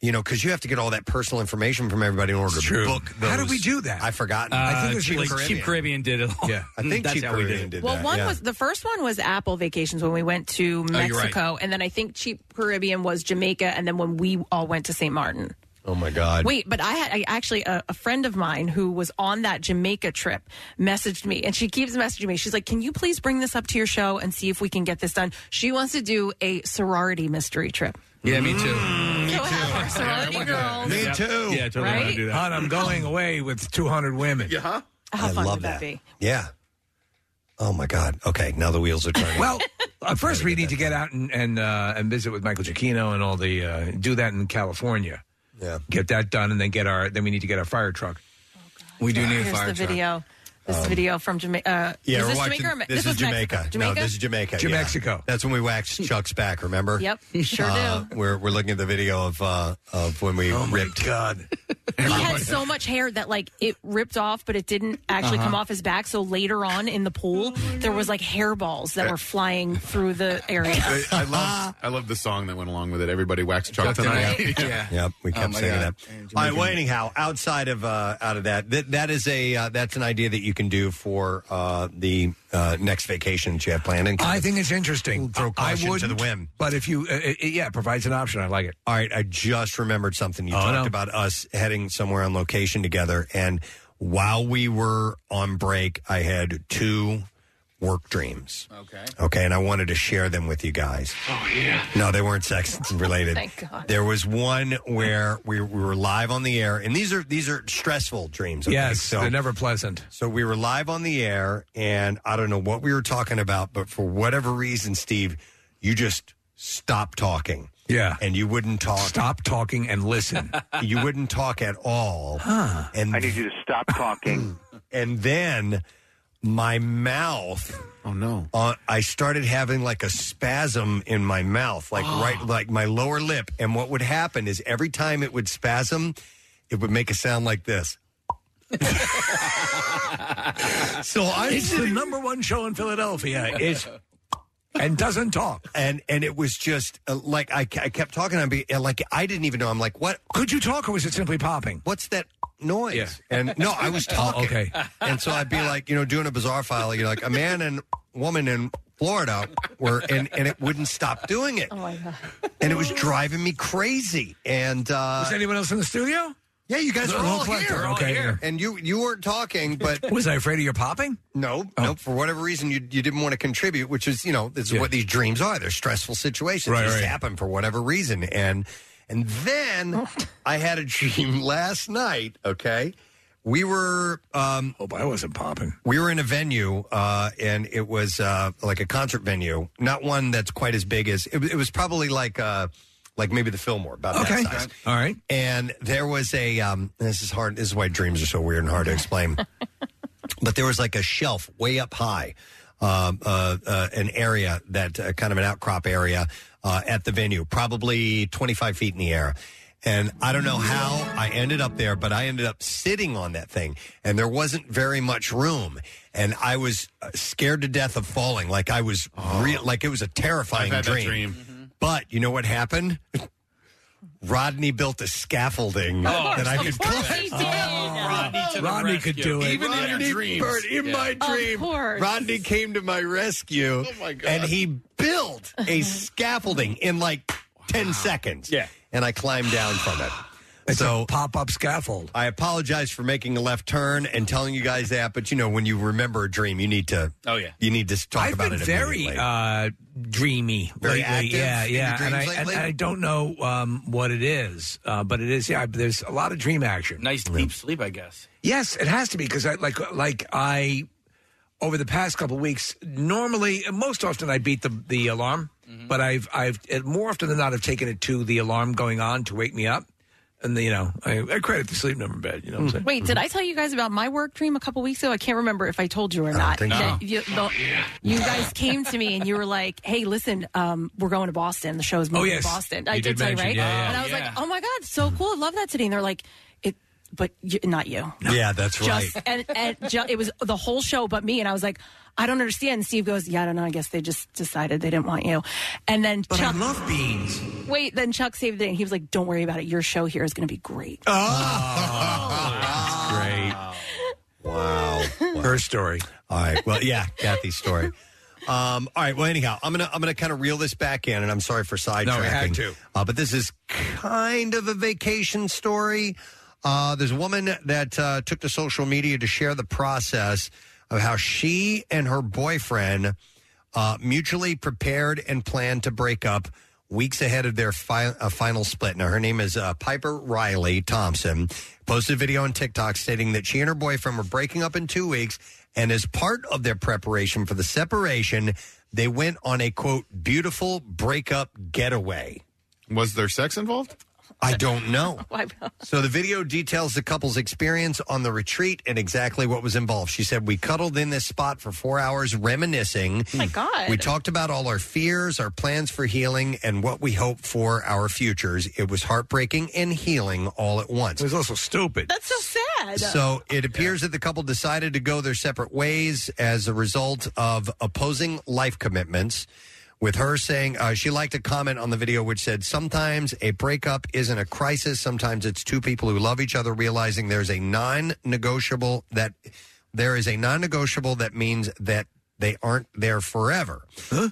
Speaker 1: You know, because you have to get all that personal information from everybody in order to
Speaker 3: true.
Speaker 1: book. Those.
Speaker 3: How do we do that? Uh,
Speaker 1: I forgot.
Speaker 3: I think it was
Speaker 1: Cheap
Speaker 3: like Cheap
Speaker 4: Uh, Caribbean did it.
Speaker 3: Yeah,
Speaker 1: I
Speaker 4: [LAUGHS]
Speaker 1: think
Speaker 4: That's
Speaker 1: Cheap
Speaker 4: how we did
Speaker 1: Caribbean
Speaker 4: it.
Speaker 1: did
Speaker 2: Well,
Speaker 1: that,
Speaker 2: one
Speaker 1: yeah.
Speaker 2: was the first one was Apple Vacations when we went to
Speaker 1: Oh, you're right.
Speaker 2: Mexico, and then I think Cheap Caribbean was Jamaica, and then when we all went to St. Martin.
Speaker 1: Oh my God!
Speaker 2: Wait, but I had I actually a, a friend of mine who was on that Jamaica trip messaged me, and she keeps messaging me. She's like, "Can you please bring this up to your show and see if we can get this done?" She wants to do a sorority mystery trip.
Speaker 4: Yeah,
Speaker 3: Mm.
Speaker 4: me too.
Speaker 2: me too. sorority girls.
Speaker 3: Me too.
Speaker 4: Yeah, I totally want
Speaker 2: Right?
Speaker 4: to do that.
Speaker 3: Hon, I'm going away with 200 women. Yeah.
Speaker 2: How
Speaker 1: I
Speaker 2: fun
Speaker 1: love
Speaker 2: would
Speaker 1: that.
Speaker 2: that, be?
Speaker 1: Yeah. Oh my God! Okay, now the wheels are turning.
Speaker 3: Well,
Speaker 1: [LAUGHS]
Speaker 3: uh, first we need to get out and and, uh, and visit with Michael Giacchino and all the uh, do that in California.
Speaker 1: Yeah,
Speaker 3: get that done, and then get our then we need to get our fire truck. we do need
Speaker 2: Oh, Here's
Speaker 3: a fire
Speaker 2: the
Speaker 3: truck.
Speaker 2: video. This
Speaker 3: Um,
Speaker 2: video from Jamaica. Uh,
Speaker 1: Yeah,
Speaker 2: is
Speaker 1: we're
Speaker 2: this
Speaker 1: watching.
Speaker 2: Jamaica or Me-
Speaker 1: this,
Speaker 2: was
Speaker 1: is Jamaica.
Speaker 2: Mexico.
Speaker 1: No, this is Jamaica.
Speaker 3: Ja-
Speaker 1: yeah.
Speaker 3: Mexico.
Speaker 1: That's when we waxed Chuck's back. Remember?
Speaker 2: Yep, sure
Speaker 1: uh,
Speaker 2: do.
Speaker 1: We're we're looking at the video of uh, of when we ripped.
Speaker 3: God.
Speaker 2: He had so much hair that like it ripped off, but it didn't actually
Speaker 1: Uh-huh.
Speaker 2: come off his back. So later on in the pool, there was like hairballs that were flying through the area. Ah.
Speaker 6: I, I love I love the song that went along with it. Everybody waxed Chuck tonight. [LAUGHS]
Speaker 1: [LAUGHS]
Speaker 6: Oh
Speaker 1: Yep. We kept saying that. All right. Well,
Speaker 6: waiting.
Speaker 1: anyhow, outside of uh, out of that, that that is a uh, that's an idea that you can do for uh, the uh, next vacation that you have planned. And
Speaker 3: I think it's interesting.
Speaker 1: Throw
Speaker 3: I
Speaker 1: caution to
Speaker 3: wouldn't,
Speaker 1: the wind.
Speaker 3: But if you, uh, it, yeah, it provides an option. I like it.
Speaker 1: All right, I just remembered something. You
Speaker 3: Oh,
Speaker 1: talked
Speaker 3: no.
Speaker 1: about us heading somewhere on location together, and while we were on break, I had two work dreams. Okay. Okay, and I wanted to share them with you guys.
Speaker 16: Oh, yeah. Oh,
Speaker 1: No, they weren't
Speaker 16: [LAUGHS]
Speaker 1: sex related.
Speaker 16: Thank God.
Speaker 1: There was one where we, we were live on the air, and these are these are stressful dreams. okay?
Speaker 3: Yes,
Speaker 1: so
Speaker 3: they're never pleasant.
Speaker 1: So we were live on the air, and I don't know what we were talking about, but for whatever reason, Steve, you just stopped talking.
Speaker 3: Yeah.
Speaker 1: And you wouldn't talk.
Speaker 3: Stop talking and listen.
Speaker 1: [LAUGHS] you wouldn't talk at all. And
Speaker 16: I need you to stop talking.
Speaker 1: [LAUGHS] and then my mouth.
Speaker 6: Oh no!
Speaker 1: Uh, I started having like a spasm in my
Speaker 3: [GASPS]
Speaker 1: mouth, like right, like my lower lip. And what would happen is every time it would spasm, it would make a sound like this. so I'm
Speaker 3: it's the number one show in
Speaker 16: [LAUGHS]
Speaker 3: Philadelphia. It's and doesn't talk.
Speaker 1: And and it was just uh, like I, ke- I kept talking. I'm be- and, like I didn't even know. I'm like, what?
Speaker 3: Could you talk, or was it simply popping?
Speaker 1: What's that noise? And no, I was
Speaker 3: [LAUGHS] Oh,
Speaker 1: talking.
Speaker 3: okay.
Speaker 1: And so I'd be like, you know, doing a bizarre file. You're like a man and woman in Florida were, and and it wouldn't stop doing it.
Speaker 2: my god!
Speaker 1: [LAUGHS] and it was driving me crazy. And uh,
Speaker 3: Was anyone else in the studio?
Speaker 1: yeah, you guys
Speaker 3: The
Speaker 1: were
Speaker 3: whole
Speaker 1: all
Speaker 3: collective,
Speaker 1: here.
Speaker 3: okay, yeah.
Speaker 1: and you you weren't talking,
Speaker 3: [LAUGHS]
Speaker 1: but
Speaker 3: Was I afraid of your popping? Oh.
Speaker 1: No, no. For whatever reason, you you didn't want to contribute, which is you know this is
Speaker 3: Yeah.
Speaker 1: what these dreams are. They're stressful situations.
Speaker 3: Right,
Speaker 1: They just
Speaker 3: right.
Speaker 1: happen for whatever reason, and and
Speaker 3: [LAUGHS]
Speaker 1: then I had a dream [LAUGHS] last night. Okay. We were. Um,
Speaker 3: Hope I wasn't popping.
Speaker 1: We were in a venue, uh, and it was uh, like a concert venue, not one that's quite as big as. It, was- it was probably like uh, like maybe the Fillmore, about
Speaker 3: Okay.
Speaker 1: that size.
Speaker 3: All right.
Speaker 1: And there was a um, this is hard. This is why dreams are so weird and hard to explain.
Speaker 3: [LAUGHS]
Speaker 1: but there was like a shelf way up high, um, uh, uh, an area that uh, kind of an outcrop area uh, at the venue, probably 25 feet in the air. And I don't know how I ended up there, but I ended up sitting on that thing, and there wasn't very much room. And I was uh, scared to death of falling. Like I was, real, like it was a terrifying
Speaker 6: Oh. I've had that
Speaker 1: dream.
Speaker 6: dream.
Speaker 1: But you know what happened? Rodney built a scaffolding
Speaker 3: Of course,
Speaker 1: that I
Speaker 3: of
Speaker 1: could
Speaker 3: course
Speaker 1: climb.
Speaker 3: he did. Oh, Rodney to the
Speaker 1: Rodney could
Speaker 3: rescue.
Speaker 1: do it.
Speaker 3: Even in your
Speaker 1: Rodney
Speaker 3: dreams.
Speaker 1: Bird, in
Speaker 3: Yeah.
Speaker 1: my
Speaker 3: Of
Speaker 1: dream,
Speaker 3: course.
Speaker 1: Rodney came to my rescue.
Speaker 3: Oh, my God.
Speaker 1: And he built
Speaker 3: [LAUGHS]
Speaker 1: a scaffolding in like ten seconds. Yeah, and I climbed down from it.
Speaker 3: It's
Speaker 1: so
Speaker 3: a pop-up scaffold.
Speaker 1: I apologize for making a left turn and telling you guys that, but you know when you remember a dream, you need to.
Speaker 4: Oh, yeah.
Speaker 1: you need to talk
Speaker 3: I've
Speaker 1: about
Speaker 3: been
Speaker 1: it.
Speaker 3: very
Speaker 1: immediately.
Speaker 3: uh, dreamy
Speaker 1: Very
Speaker 3: lately.
Speaker 1: active
Speaker 3: yeah,
Speaker 1: in your
Speaker 3: yeah. And I,
Speaker 1: dreams
Speaker 3: and
Speaker 1: lately?
Speaker 3: I don't know um, what it is, uh, but it is. Yeah, there's a lot of dream action.
Speaker 4: Nice deep sleep, I guess.
Speaker 3: Yes, it has to be because I like like I over the past couple of weeks. Normally, most often I beat the the alarm, but I've I've it, more often than not I've taken it to the alarm going on to wake me up, and the, you know I, I credit the sleep number bed. You know what I'm saying? Mm-hmm.
Speaker 2: Wait, did I tell you guys about my work dream a couple weeks ago? I can't remember if I told you or not.
Speaker 3: think so.
Speaker 2: That you, the- you guys came to me and you were like, "Hey, listen, um, we're going to Boston. The show's
Speaker 3: Oh,
Speaker 2: moving
Speaker 3: yes.
Speaker 2: to Boston."
Speaker 3: You
Speaker 2: I
Speaker 3: did
Speaker 2: tell you
Speaker 3: mention,
Speaker 2: right,
Speaker 3: yeah, yeah.
Speaker 2: and I was
Speaker 3: Yeah.
Speaker 2: like, "Oh my god, so cool! I love that city." And they're like, "It
Speaker 16: but you, not you.
Speaker 1: Yeah, that's
Speaker 16: Just and, and ju- it was the whole show, but me. And I was like, I don't understand. And Steve goes, Yeah, I don't know. I guess they just decided they didn't want you. And then
Speaker 3: But
Speaker 16: Chuck,
Speaker 3: I love beans.
Speaker 16: wait, then Chuck saved the day, and he was like, Don't worry about it. Your show here is going to be great. Oh.
Speaker 1: [LAUGHS]
Speaker 3: Great.
Speaker 1: Wow.
Speaker 3: Her story.
Speaker 1: All right. Well, yeah, Kathy's story. Um, all right. Well, anyhow, I'm gonna I'm gonna kind of reel this back in, and I'm sorry for sidetracking.
Speaker 3: No, we had to.
Speaker 1: Uh, but this is kind of a vacation story. Uh, there's a woman that uh, took to social media to share the process of how she and her boyfriend uh, mutually prepared and planned to break up weeks ahead of their fi- uh, final split. Now, her name is uh, Piper Riley Thompson. Posted a video on TikTok stating that she and her boyfriend were breaking up in two weeks, and as part of their preparation for the separation, they went on a quote beautiful breakup getaway.
Speaker 6: Was there sex involved?
Speaker 1: I don't know.
Speaker 16: [LAUGHS] Why-
Speaker 1: So the video details the couple's experience on the retreat and exactly what was involved. She said, We cuddled in this spot for four hours reminiscing.
Speaker 16: Oh, my God.
Speaker 1: We talked about all our fears, our plans for healing, and what we hope for our futures. It was heartbreaking and healing all at once. It
Speaker 3: was also stupid.
Speaker 16: That's so sad.
Speaker 1: So it appears that the couple decided to go their separate ways as a result of opposing life commitments. With her saying uh, she liked a comment on the video which said, Sometimes a breakup isn't a crisis. Sometimes it's two people who love each other realizing there's a non negotiable that there is a non negotiable that means that they aren't there forever.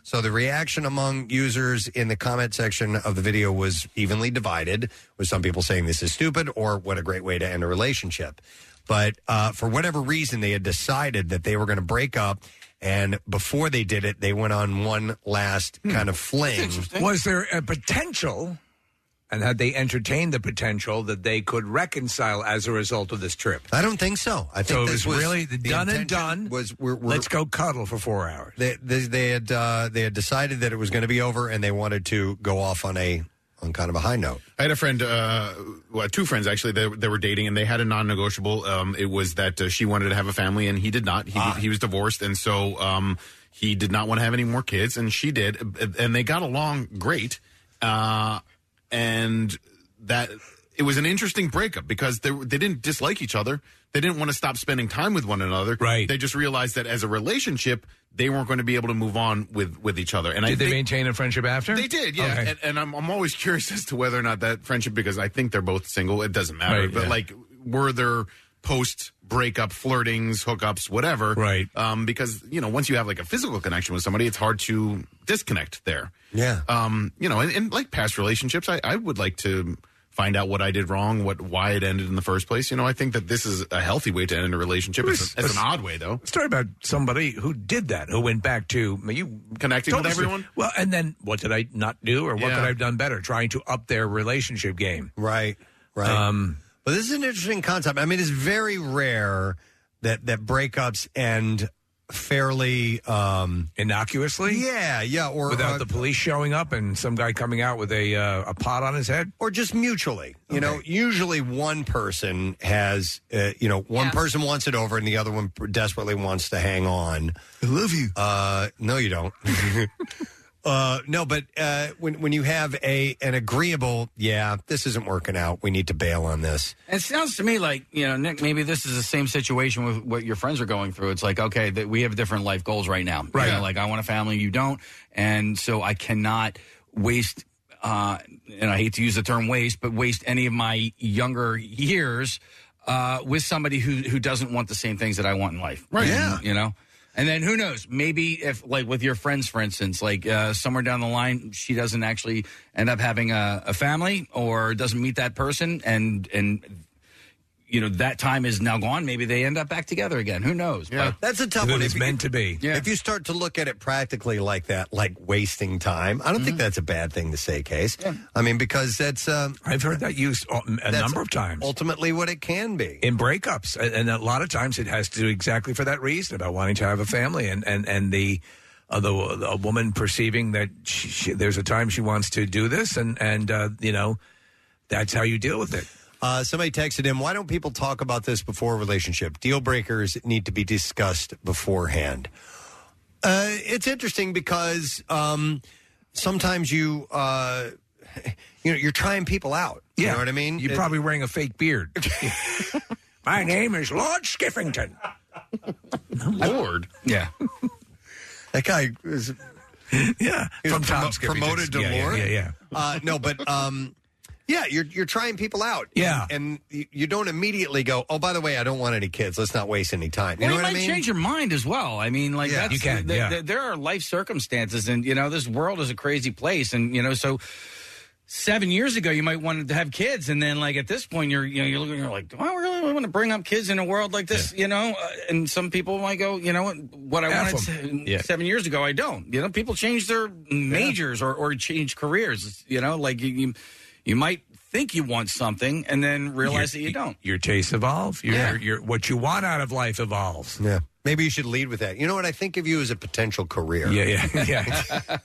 Speaker 1: So the reaction among users in the comment section of the video was evenly divided, with some people saying this is stupid or what a great way to end a relationship. But uh, for whatever reason, they had decided that they were going to break up. And before they did it, they went on one last
Speaker 3: Hmm.
Speaker 1: kind of fling.
Speaker 3: Was there a potential, and had they entertained the potential that they could reconcile as a result of this trip?
Speaker 1: I don't think so. I think
Speaker 3: so. It
Speaker 1: this
Speaker 3: was
Speaker 1: was
Speaker 3: really
Speaker 1: the
Speaker 3: done and done.
Speaker 1: Was we're, we're-
Speaker 3: let's go cuddle for four hours.
Speaker 1: They, they, they had uh, they had decided that it was going to be over, and they wanted to go off on a on kind of a high note.
Speaker 6: I had a friend, uh, well, two friends actually, that, that were dating, and they had a non-negotiable. Um, it was that uh, she wanted to have a family, and he did not. He,
Speaker 3: Ah.
Speaker 6: he was divorced, and so um, he did not want to have any more kids, and she did, and they got along great. Uh, and that it was an interesting breakup because they they didn't dislike each other. They didn't want to stop spending time with one another. Right. They just realized that as a relationship, they weren't going to be able to move on with with each other. And I
Speaker 3: did they
Speaker 6: think-
Speaker 3: maintain a friendship after?
Speaker 6: they did, yeah.
Speaker 3: Okay.
Speaker 6: And, and I'm, I'm always curious as to whether or not that friendship, because I think they're both single. It doesn't matter.
Speaker 3: Right,
Speaker 6: but
Speaker 3: yeah.
Speaker 6: like, were there post breakup flirtings, hookups, whatever? Right. Um, because you know, once you have like a physical connection with somebody, it's hard to disconnect there.
Speaker 1: Yeah.
Speaker 6: Um, you know, and, and like past relationships, I, I would like to find out what I did wrong, what why it ended in the first place. You know, I think that this is a healthy way to end a relationship. It's, a- it's an odd way, though.
Speaker 3: Story about somebody who did that, who went back to you
Speaker 6: Connecting
Speaker 3: told
Speaker 6: with
Speaker 3: us-
Speaker 6: everyone?
Speaker 3: Well, and then what did I not do, or what could I have done better? Trying to up their relationship game.
Speaker 1: Right. Right. Um, but this is an interesting concept. I mean, it's very rare that that breakups end fairly um,
Speaker 3: innocuously.
Speaker 1: Yeah, yeah, or
Speaker 3: without
Speaker 1: uh,
Speaker 3: the police showing up and some guy coming out with a uh, a pot on his head,
Speaker 1: or just mutually. You know, usually one person has, uh, you know, one person wants it over, and the other one desperately wants to hang on. I love you. Uh, no, you don't. [LAUGHS] uh, no, but uh, when when you have a an agreeable, yeah, this isn't working out. We need to bail on this.
Speaker 4: It sounds to me like you know, Nick. Maybe this is the same situation with what your friends are going through. It's like okay, that we have different life goals right now. Right. like I want a family, you don't, and so I cannot waste. Uh, and I hate to use the term waste, but waste any of my younger years uh, with somebody who who doesn't want the same things that I want in life. Right. Yeah. You know. And then who knows? Maybe if, like, with your friends, for instance, like uh, somewhere down the line, she doesn't actually end up having a, a family or doesn't meet that person, and and you know that time is now gone. Maybe they end up back together again. Who knows? But-
Speaker 1: That's a tough one. If you-
Speaker 3: be.
Speaker 1: If you start to look at it practically like that, like wasting time, I don't think that's a bad thing to say, Case. I mean, because that's. Uh,
Speaker 3: I've heard that used a number of times.
Speaker 1: Ultimately, what it can be.
Speaker 3: in breakups, and, and a lot of times it has to do exactly for that reason about wanting to have a family, and and and the. Uh, the, a woman perceiving that she, she, there's a time she wants to do this, and and uh, you know, that's how you deal with it.
Speaker 1: Uh, somebody texted him, why don't people talk about this before a relationship? Deal breakers need to be discussed beforehand. Uh, it's interesting because um, sometimes you, uh, you know, you're trying people out. You know what I mean?
Speaker 3: You're probably wearing a fake
Speaker 1: [LAUGHS]
Speaker 3: beard. My name is Lord Skiffington.
Speaker 1: Lord.
Speaker 3: Yeah.
Speaker 1: [LAUGHS] That guy is.
Speaker 3: Yeah.
Speaker 1: He was
Speaker 3: From Tom
Speaker 1: promo-
Speaker 3: Skiffington.
Speaker 1: promoted to
Speaker 3: Yeah, yeah,
Speaker 1: Lord.
Speaker 3: yeah, yeah.
Speaker 1: Uh, no, but um, yeah, you're you're trying people out.
Speaker 3: Yeah.
Speaker 1: and, you you don't immediately go. Oh, by the way, I don't want any kids. Let's not waste any time. You
Speaker 4: Well,
Speaker 1: know
Speaker 4: you
Speaker 1: what
Speaker 4: might
Speaker 1: I mean?
Speaker 4: change your mind as well. I mean, like that's,
Speaker 1: you can,
Speaker 4: th-
Speaker 1: yeah.
Speaker 4: th- there are life circumstances, and you know this world is a crazy place, and you know so. Seven years ago, you might want to have kids, and then like at this point, you're you know you're looking, you're like, do I really want to bring up kids in a world like this? You know, Uh, and some people might go, you know what, what I
Speaker 3: F
Speaker 4: wanted to,
Speaker 3: 'em. Yeah.
Speaker 4: seven years ago, I don't. You know, people change their majors or or change careers. You know, like you you, you might think you want something, and then realize that you don't.
Speaker 3: Your tastes evolve. Your,
Speaker 4: Yeah.
Speaker 3: your, what you want out of life
Speaker 1: [LAUGHS]
Speaker 3: evolves.
Speaker 1: Yeah. Maybe you should lead with that. You know what I think of you as a potential career.
Speaker 3: Yeah, yeah, yeah.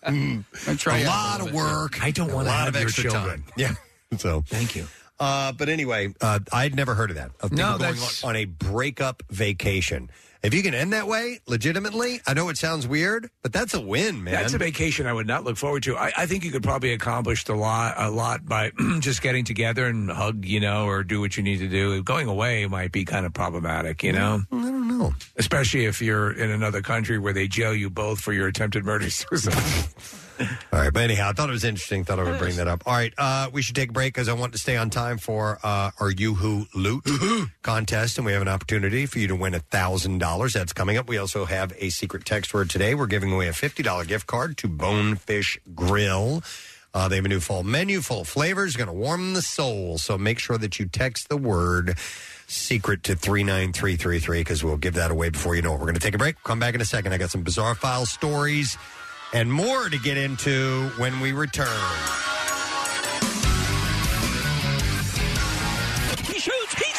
Speaker 1: Mm, try a lot of work.
Speaker 3: I don't
Speaker 1: a
Speaker 3: want to
Speaker 1: lot
Speaker 3: have
Speaker 1: of
Speaker 3: your
Speaker 1: extra
Speaker 3: children.
Speaker 1: Time. Yeah. [LAUGHS] So
Speaker 3: thank you.
Speaker 1: Uh, but anyway, uh, I'd never heard of that. Of people
Speaker 3: No,
Speaker 1: going
Speaker 3: that's-
Speaker 1: on, on a breakup vacation. If you can end that way, legitimately, I know it sounds weird, but that's a win, man.
Speaker 3: That's a vacation I would not look forward to. I, I think you could probably accomplish a lot, a lot by [CLEARS THROAT] just getting together and hug, you know, or do what you need to do. Going away might be kind of problematic, you know,
Speaker 1: I don't know.
Speaker 3: especially if you're in another country where they jail you both for your attempted murder suicide.
Speaker 1: All right, but anyhow, I thought it was interesting. Thought I would bring that up. All right, uh, we should take a break because I want to stay on time for uh, our You Who Loot contest, and we have an opportunity for you to win thousand dollars. That's coming up. We also have a secret text word today. We're giving away a fifty dollar gift card to Bonefish Grill. Uh, they have a new fall menu full of flavors, going to warm the soul. So make sure that you text the word secret to 39333 because we'll give that away before you know it. We're going to take a break. Come back in a second. I got some bizarre file stories and more to get into when we return.
Speaker 10: He shoots, he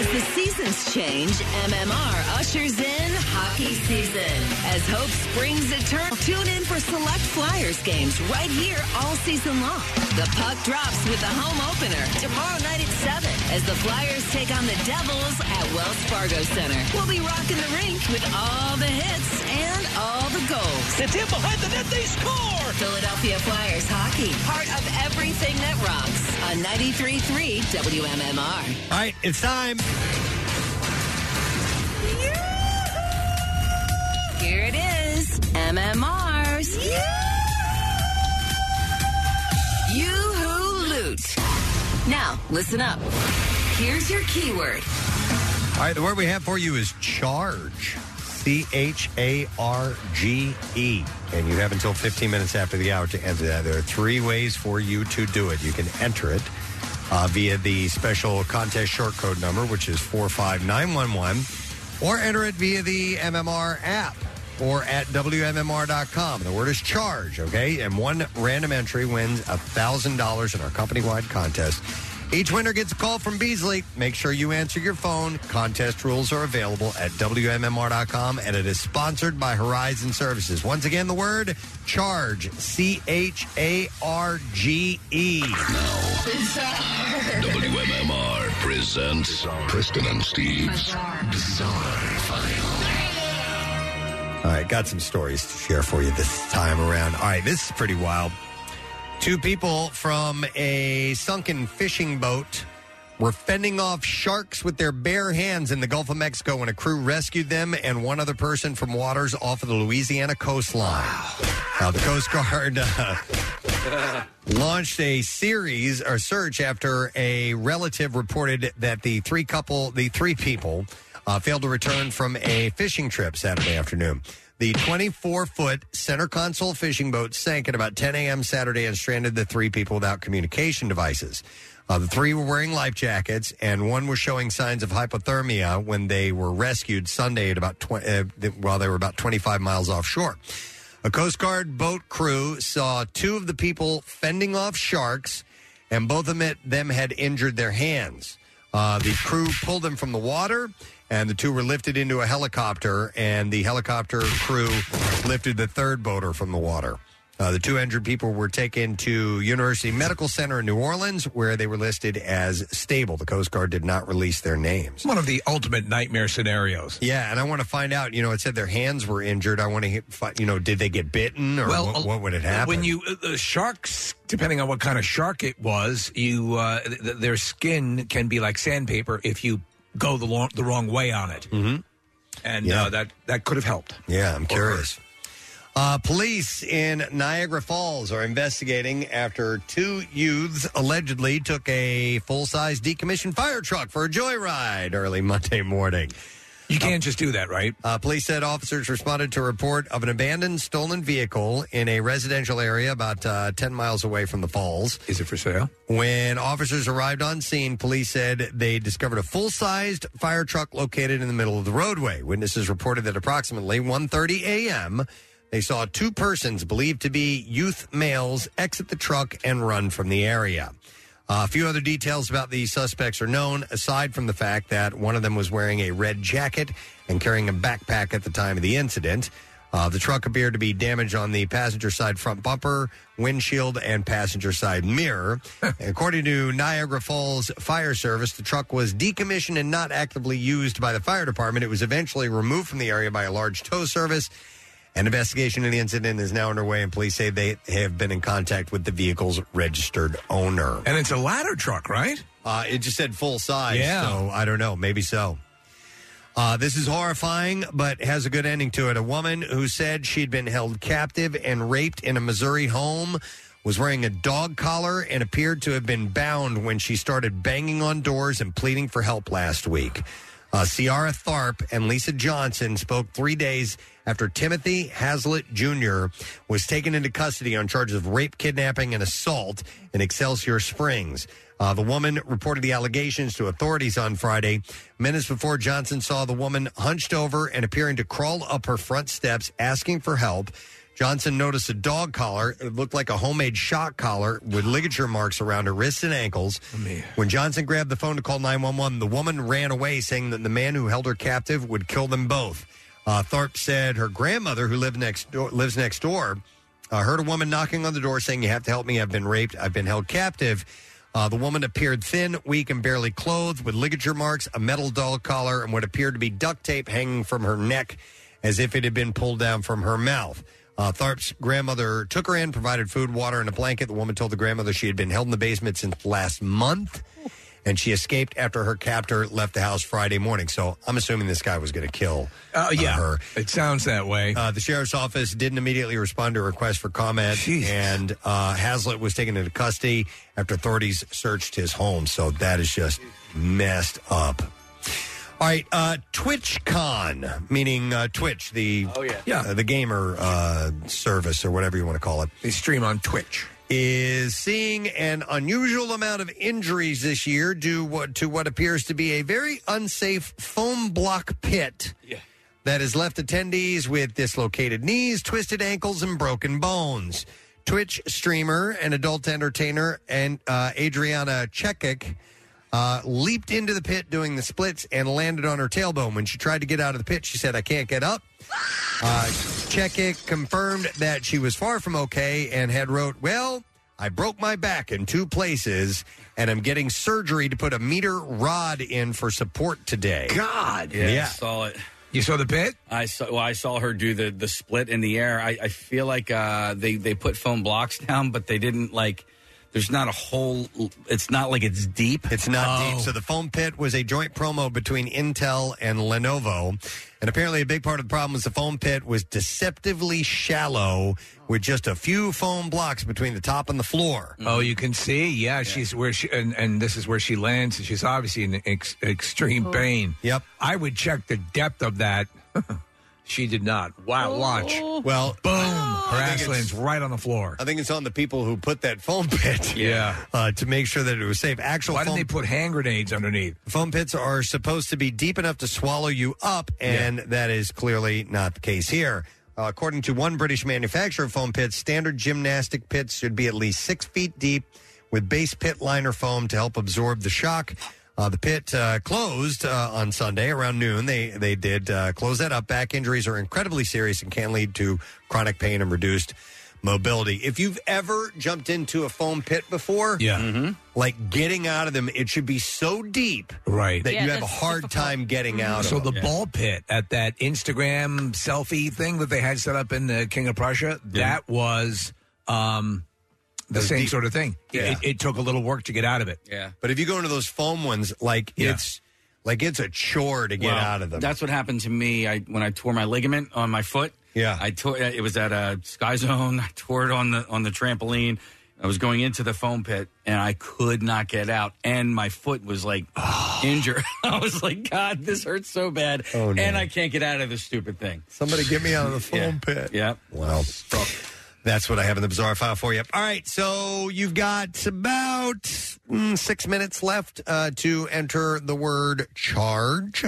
Speaker 12: As the seasons change, MMR ushers in hockey season. As hope springs eternal, tune in for select Flyers games right here all season long. The puck drops with the home opener tomorrow night at 7 as the Flyers take on the Devils at Wells Fargo Center. We'll be rocking the rink with all the hits and all the goals. It's him behind the net, they score! Philadelphia Flyers hockey, part of everything that rocks on 93.3 WMMR.
Speaker 1: All right, it's time.
Speaker 12: Here it is, MMR's Yoo-Hoo Loot. Now, listen up. Here's your keyword.
Speaker 1: All right, the word we have for you is charge. C H A R G E. And you have until 15 minutes after the hour to enter that. There are three ways for you to do it. You can enter it uh, via the special contest short code number, which is 45911, or enter it via the MMR app or at WMMR.com. The word is charge, okay? And one random entry wins $1,000 in our company wide contest. Each winner gets a call from Beasley. Make sure you answer your phone. Contest rules are available at WMMR.com and it is sponsored by Horizon Services. Once again, the word charge, C H A R G E.
Speaker 8: WMMR presents Preston and Steve's Bizarre File.
Speaker 1: All right, got some stories to share for you this time around. All right, this is pretty wild. Two people from a sunken fishing boat were fending off sharks with their bare hands in the Gulf of Mexico when a crew rescued them and one other person from waters off of the Louisiana coastline. Uh, the Coast Guard [LAUGHS] uh, [LAUGHS] launched a series or search after a relative reported that the three couple, the three people, uh, failed to return from a fishing trip Saturday afternoon. The 24 foot center console fishing boat sank at about 10 a.m. Saturday and stranded the three people without communication devices. Uh, the three were wearing life jackets, and one was showing signs of hypothermia when they were rescued Sunday at about 20, uh, th- while they were about 25 miles offshore. A Coast Guard boat crew saw two of the people fending off sharks, and both of them- them had injured their hands. Uh, the crew pulled them from the water, and the two were lifted into a helicopter, and the helicopter crew lifted the third boater from the water. Uh, the 200 people were taken to University Medical Center in New Orleans, where they were listed as stable. The Coast Guard did not release their names.
Speaker 3: One of the ultimate nightmare scenarios.
Speaker 1: Yeah, and I want to find out. You know, it said their hands were injured. I want to, fi- you know, did they get bitten or
Speaker 3: Well,
Speaker 1: what,
Speaker 3: uh,
Speaker 1: what would it happen?
Speaker 3: When you uh, uh, sharks, depending on what kind of shark it was, you uh, th- th- their skin can be like sandpaper if you go the long, the wrong way on it, mm-hmm. and
Speaker 1: Yeah.
Speaker 3: uh, that that could have helped.
Speaker 1: Yeah, I'm curious. Uh, police in Niagara Falls are investigating after two youths allegedly took a full size decommissioned fire truck for a joyride early Monday morning.
Speaker 3: You can't just do that, right?
Speaker 1: Uh, police said officers responded to a report of an abandoned stolen vehicle in a residential area about uh, 10 miles away from the falls.
Speaker 3: Is it for sale?
Speaker 1: When officers arrived on scene, police said they discovered a full-sized fire truck located in the middle of the roadway. Witnesses reported that approximately 1:30 a.m., they saw two persons believed to be youth males exit the truck and run from the area. Uh, a few other details about the suspects are known, aside from the fact that one of them was wearing a red jacket and carrying a backpack at the time of the incident. Uh, the truck appeared to be damaged on the passenger side front bumper, windshield, and passenger side mirror. According to Niagara Falls Fire Service, the truck was decommissioned and not actively used by the fire department. It was eventually removed from the area by a large tow service. An investigation of the incident is now underway, and police say they have been in contact with the vehicle's registered owner.
Speaker 3: And it's a ladder truck, right?
Speaker 1: Uh, it just said full size.
Speaker 3: Yeah.
Speaker 1: So I don't know. Maybe so. Uh, this is horrifying, but has a good ending to it. A woman who said she'd been held captive and raped in a Missouri home was wearing a dog collar and appeared to have been bound when she started banging on doors and pleading for help last week. Uh, Ciara Tharp and Lisa Johnson spoke three days after Timothy Hazlitt Jr. was taken into custody on charges of rape, kidnapping, and assault in Excelsior Springs. Uh, the woman reported the allegations to authorities on Friday. Minutes before Johnson saw the woman hunched over and appearing to crawl up her front steps, asking for help. Johnson noticed a dog collar. It looked like a homemade shock collar with ligature marks around her wrists and ankles. When Johnson grabbed the phone to call 911, the woman ran away, saying that the man who held her captive would kill them both. Uh, Tharp said her grandmother, who lived next door, lives next door, uh, heard a woman knocking on the door saying, You have to help me. I've been raped. I've been held captive. Uh, the woman appeared thin, weak, and barely clothed, with ligature marks, a metal doll collar, and what appeared to be duct tape hanging from her neck as if it had been pulled down from her mouth. Uh, Tharp's grandmother took her in, provided food, water, and a blanket. The woman told the grandmother she had been held in the basement since last month, and she escaped after her captor left the house Friday morning. So I'm assuming this guy was going to kill
Speaker 3: Uh, yeah,
Speaker 1: her.
Speaker 3: it sounds that way.
Speaker 1: Uh, the sheriff's office didn't immediately respond to a request for comment, and uh, Hazlitt was taken into custody after authorities searched his home. So that is just messed up. All right, uh, TwitchCon, meaning uh, Twitch, the oh, yeah. Yeah. the gamer uh, service or whatever you want to call it.
Speaker 3: They stream on Twitch.
Speaker 1: Is seeing an unusual amount of injuries this year due what, to what appears to be a very unsafe foam block pit that has left attendees with dislocated knees, twisted ankles, and broken bones. Twitch streamer and adult entertainer and uh, Adriana Chekik uh, leaped into the pit doing the splits and landed on her tailbone. When she tried to get out of the pit, she said, "I can't get up." Uh, Chekik confirmed that she was far from okay and had wrote, "Well, I broke my back in two places, and I'm getting surgery to put a meter rod in for support today."
Speaker 3: God,
Speaker 4: Yeah, I
Speaker 1: yeah.
Speaker 4: saw it.
Speaker 3: You saw the pit?
Speaker 4: I saw. Well, I saw her do the the split in the air. I, I feel like uh, they they put foam blocks [LAUGHS] down, but they didn't like. There's not a whole. It's not like it's deep.
Speaker 1: It's not
Speaker 3: Oh.
Speaker 1: deep. So the foam pit was a joint promo between Intel and Lenovo. And apparently, a big part of the problem was the foam pit was deceptively shallow with just a few foam blocks between the top and the floor.
Speaker 3: Oh, you can see. Yeah, she's where she and, and this is where she lands. And she's obviously in ex, extreme
Speaker 1: Oh.
Speaker 3: pain.
Speaker 1: Yep.
Speaker 3: I would check the depth of that. [LAUGHS] she did not. Wow. Watch.
Speaker 16: Oh.
Speaker 1: Well,
Speaker 3: boom. Her
Speaker 1: Oh. think
Speaker 3: ass
Speaker 1: it's-
Speaker 3: lands right on the floor.
Speaker 1: I think it's on the people who put that foam [LAUGHS] pit.
Speaker 3: Yeah.
Speaker 1: Uh, to make sure that it was safe. Actual
Speaker 3: Why
Speaker 1: foam-
Speaker 3: didn't they put hand grenades underneath?
Speaker 1: Foam pits are supposed to be deep enough to swallow you up, and that is clearly not the case here. Uh, according to one British manufacturer of foam pits, standard gymnastic pits should be at least six feet deep with base pit liner foam to help absorb the shock. Uh, the pit uh, closed uh, on Sunday around noon. They they did uh, close that up. Back injuries are incredibly serious and can lead to chronic pain and reduced mobility. If you've ever jumped into a foam pit before,
Speaker 3: Yeah.
Speaker 1: like getting out of them, it should be so deep
Speaker 3: Right.
Speaker 1: that
Speaker 3: Yeah,
Speaker 1: you have a
Speaker 3: that's
Speaker 1: hard time getting out
Speaker 3: So
Speaker 1: of
Speaker 3: the
Speaker 1: them.
Speaker 3: ball pit at that Instagram selfie thing that they had set up in the King of Prussia, that was um, the
Speaker 1: was
Speaker 3: same
Speaker 1: deep.
Speaker 3: sort of thing. It-
Speaker 1: Yeah.
Speaker 3: It, it took a little work to get out of it.
Speaker 4: Yeah.
Speaker 1: But if you go into those foam ones, like it's like it's a chore to get
Speaker 4: Well,
Speaker 1: out of them.
Speaker 4: That's what happened to me. I when I tore my ligament on my foot.
Speaker 1: Yeah.
Speaker 4: I tore. It was at a Sky Zone. [LAUGHS] I tore it on the on the trampoline. I was going into the foam pit and I could not get out, and my foot was
Speaker 1: [SIGHS]
Speaker 4: like injured. [LAUGHS] I was like, God, this hurts so bad,
Speaker 1: Oh, no.
Speaker 4: and I can't get out of this stupid thing.
Speaker 1: Somebody get me out of the foam pit.
Speaker 4: Yep.
Speaker 1: Wow. That's what I have in the bizarre file for you. All right, so you've got about mm, six minutes left uh, to enter the word charge.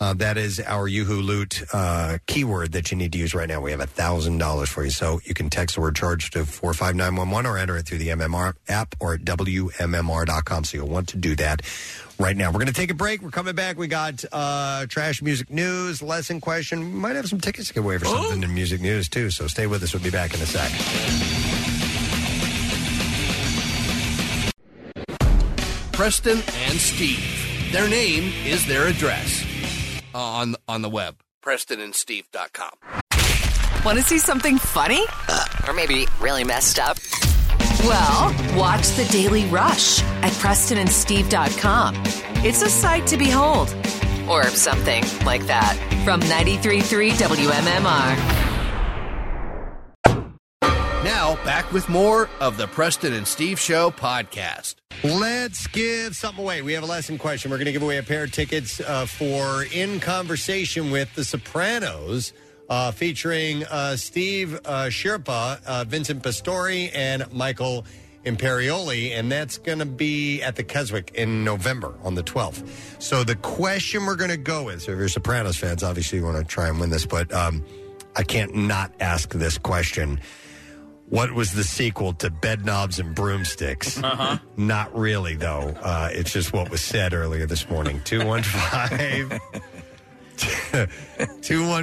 Speaker 1: Uh, that is our Yoohoo Loot uh, keyword that you need to use right now. We have $1,000 for you. So you can text the word charge to 45911 or enter it through the MMR app or at WMMR.com. So you'll want to do that right now. We're going to take a break. We're coming back. We got uh, trash music news, lesson question. We might have some tickets to give away for something in music news, too. So stay with us. We'll be back in a sec.
Speaker 5: Preston and Steve. Their name is their address on on the web. PrestonandSteve.com.
Speaker 12: Want to see something funny? Uh, or maybe really messed up? Well, watch The Daily Rush at PrestonandSteve.com. It's a sight to behold, or something like that, from 93.3 WMMR.
Speaker 5: Now back with more of the Preston and Steve Show podcast.
Speaker 1: Let's give something away. We have a lesson question. We're going to give away a pair of tickets uh, for In Conversation with the Sopranos, uh, featuring uh, Steve uh, Sherpa, uh, Vincent Pastore, and Michael Imperioli. And that's going to be at the Keswick in November on the 12th. So the question we're going to go with, so if you're Sopranos fans, obviously you want to try and win this, but um, I can't not ask this question. What was the sequel to Bedknobs and Broomsticks? Uh-huh. Not really, though. Uh, it's just what was said earlier this morning. [LAUGHS] 215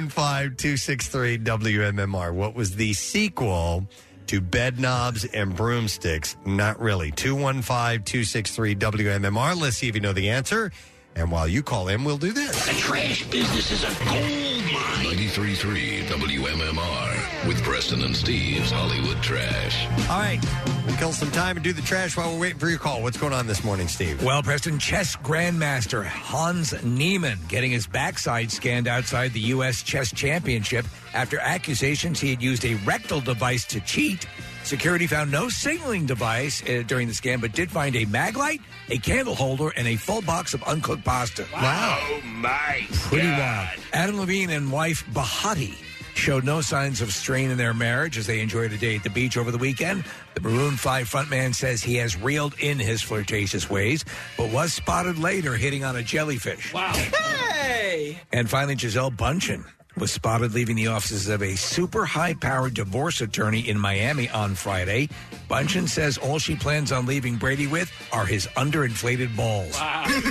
Speaker 1: 263 WMMR. What was the sequel to Bedknobs and Broomsticks? Not really. 215 263 WMMR. Let's see if you know the answer. And while you call in, we'll do this.
Speaker 8: The trash business is a gold mine. 93.3 WMMR with Preston and Steve's Hollywood Trash.
Speaker 1: All right. We'll kill some time and do the trash while we're waiting for your call. What's going on this morning, Steve?
Speaker 3: Well, Preston, chess grandmaster Hans Niemann getting his backside scanned outside the U.S. Chess Championship after accusations he had used a rectal device to cheat. Security found no signaling device uh, during the scan, but did find a mag light, a candle holder, and a full box of uncooked pasta.
Speaker 8: Oh, my
Speaker 3: Pretty
Speaker 8: God.
Speaker 3: wild. Adam Levine and wife Bahati showed no signs of strain in their marriage as they enjoyed a day at the beach over the weekend. The Maroon 5 frontman says he has reeled in his flirtatious ways, but was spotted later hitting on a jellyfish. Wow.
Speaker 1: [LAUGHS]
Speaker 10: Hey!
Speaker 3: And finally, Giselle Bundchen was spotted leaving the offices of a super high powered divorce attorney in Miami on Friday. Bundchen says all she plans on leaving Brady with are his underinflated balls. That's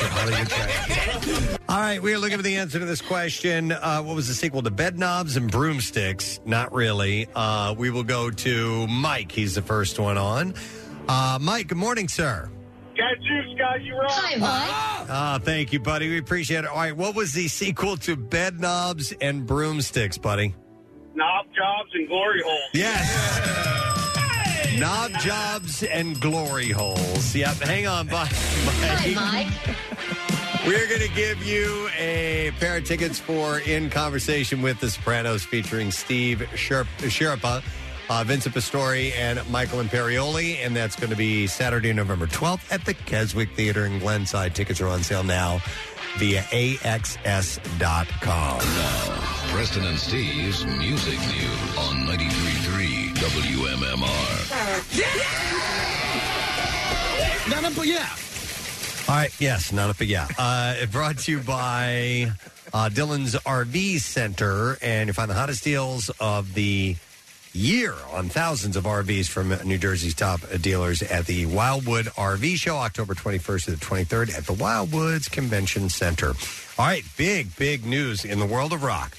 Speaker 3: your Hollywood trash.
Speaker 1: All right, we are looking for the answer to this question. Uh, what was the sequel to Bed Knobs and Broomsticks? Not really. Uh, we will go to Mike. He's the first one on. Uh, Mike, good morning, sir.
Speaker 15: Got juice, guys. You rock. Hi, Mike.
Speaker 1: Uh, thank you, buddy. We appreciate it. All right, what was the sequel to Bed Knobs and Broomsticks, buddy?
Speaker 15: Knob jobs and glory holes.
Speaker 1: Yes. Knob jobs and glory holes. Yep. Hang on, bye. Hi, Mike. We're going to give you a pair of tickets for In Conversation with the Sopranos featuring Steve Sherp- Sherpa, uh, Vincent Pastore, and Michael Imperioli. And that's going to be Saturday, November 12th at the Keswick Theater in Glenside. Tickets are on sale now via AXS.com.
Speaker 8: Preston and Steve's Music News on 93.3 WMMR.
Speaker 6: Not a, yeah.
Speaker 1: All right. Yes, not a big yeah. Uh, it brought to you by uh, Dylan's RV Center, and you find the hottest deals of the year on thousands of RVs from New Jersey's top dealers at the Wildwood RV Show, October 21st to the 23rd at the Wildwoods Convention Center. All right, big, big news in the world of rock.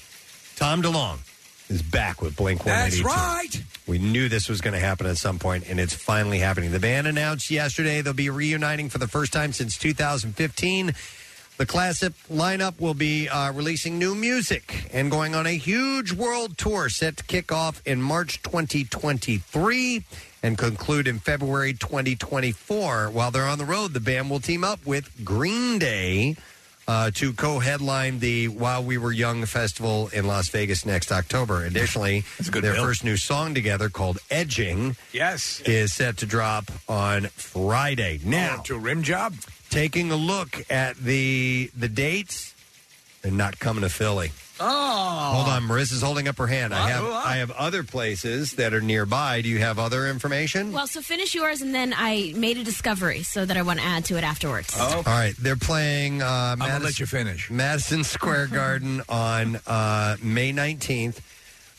Speaker 1: Tom DeLong is back with Blink
Speaker 3: That's
Speaker 1: 182.
Speaker 3: right.
Speaker 1: We knew this was going to happen at some point, and it's finally happening. The band announced yesterday they'll be reuniting for the first time since 2015. The classic lineup will be uh, releasing new music and going on a huge world tour set to kick off in March 2023 and conclude in February 2024. While they're on the road, the band will team up with Green Day uh, to co-headline the While We Were Young festival in Las Vegas next October. Additionally, their first new song together called "Edging"
Speaker 3: yes Oh,
Speaker 1: is set to drop on Friday. Now
Speaker 3: to a rim job.
Speaker 1: Taking a look at the the dates, they're not coming to Philly.
Speaker 3: Oh,
Speaker 1: Hold on, Marissa's holding up her hand. I have
Speaker 11: Oh, oh.
Speaker 1: I have other places that are nearby. Do you have other information?
Speaker 11: Well, so finish yours, and then I made a discovery so that I want to add to it afterwards.
Speaker 4: Oh.
Speaker 1: All right, they're playing. Uh,
Speaker 3: gonna
Speaker 1: Madison,
Speaker 3: let you
Speaker 1: finish.
Speaker 3: [LAUGHS]
Speaker 1: Madison Square Garden on uh, May nineteenth.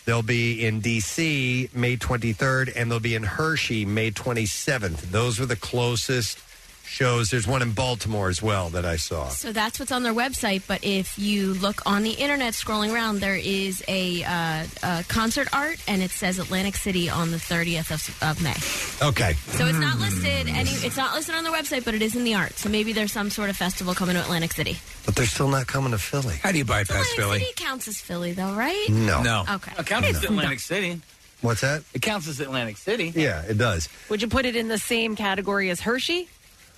Speaker 1: They'll be in D.C. May twenty third, and they'll be in Hershey May twenty seventh. Those were the closest shows. There's one in Baltimore as well that I saw.
Speaker 11: So that's what's on their website. But if you look on the internet, scrolling around, there is a, uh, a concert art, and it says Atlantic City on the 30th of, of May.
Speaker 1: Okay,
Speaker 11: So it's not listed. Any, it's not listed on their website, but it is in the art. So maybe there's some sort of festival coming to Atlantic City.
Speaker 1: but they're still not coming to Philly.
Speaker 3: How do you bypass Philly?
Speaker 11: City counts as Philly, though, right?
Speaker 1: No. No.
Speaker 11: Okay.
Speaker 4: It counts as Atlantic City.
Speaker 1: What's that?
Speaker 4: It counts as Atlantic City.
Speaker 1: Yeah, it does.
Speaker 16: Would you put it in the same category as Hershey?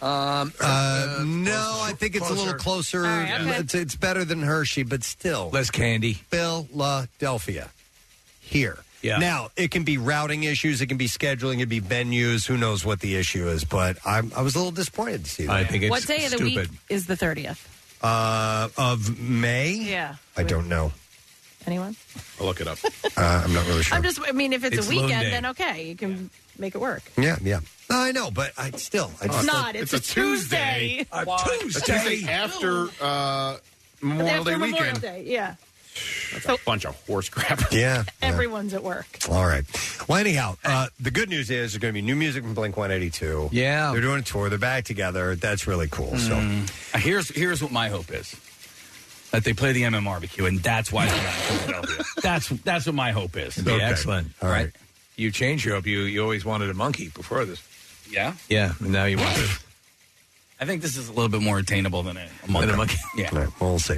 Speaker 4: Um,
Speaker 1: Uh, no, I think it's a little closer.
Speaker 16: All right, okay.
Speaker 1: It's, it's better than Hershey, but still
Speaker 3: less candy.
Speaker 1: Philadelphia here.
Speaker 3: Yeah.
Speaker 1: Now it can be routing issues, it can be scheduling, it can be venues. Who knows what the issue is? But I'm, I was a little disappointed to see that.
Speaker 16: what day of the week is the 30th?
Speaker 1: Uh, of May?
Speaker 16: Yeah.
Speaker 1: I don't know.
Speaker 16: Anyone?
Speaker 1: I'll look it up. [LAUGHS] uh, I'm not really sure.
Speaker 16: I'm just, I mean, if it's,
Speaker 1: It's
Speaker 16: a
Speaker 1: Loon Day.
Speaker 16: weekend, then okay, you can make it work.
Speaker 1: Yeah, yeah. No, I know, but I still. I
Speaker 16: It's
Speaker 1: just
Speaker 16: not. It's It's a a Tuesday. Tuesday.
Speaker 1: A
Speaker 16: Why?
Speaker 1: Tuesday.
Speaker 6: A Tuesday after uh, Memorial
Speaker 16: After
Speaker 6: Day
Speaker 16: Memorial
Speaker 6: weekend.
Speaker 16: Day, yeah.
Speaker 6: That's
Speaker 16: So-
Speaker 6: a bunch of horse crap.
Speaker 1: [LAUGHS] Yeah.
Speaker 16: Everyone's at work.
Speaker 1: All right. Well, anyhow, uh, the good news is there's going to be new music from Blink 182.
Speaker 4: Yeah.
Speaker 1: They're doing a tour. They're back together. That's really cool. So,
Speaker 4: Uh, here's here's what my hope is that they play the MMRBQ, and that's why they're not in Philadelphia. That's that's what my hope is.
Speaker 3: That'd be excellent.
Speaker 4: All right.
Speaker 3: You changed your hope. You you always wanted a monkey before this.
Speaker 4: Yeah.
Speaker 3: Yeah, and now you want it.
Speaker 4: I think this is a little bit more attainable than a, a monkey. [LAUGHS] Yeah.
Speaker 1: All right, well, we'll see.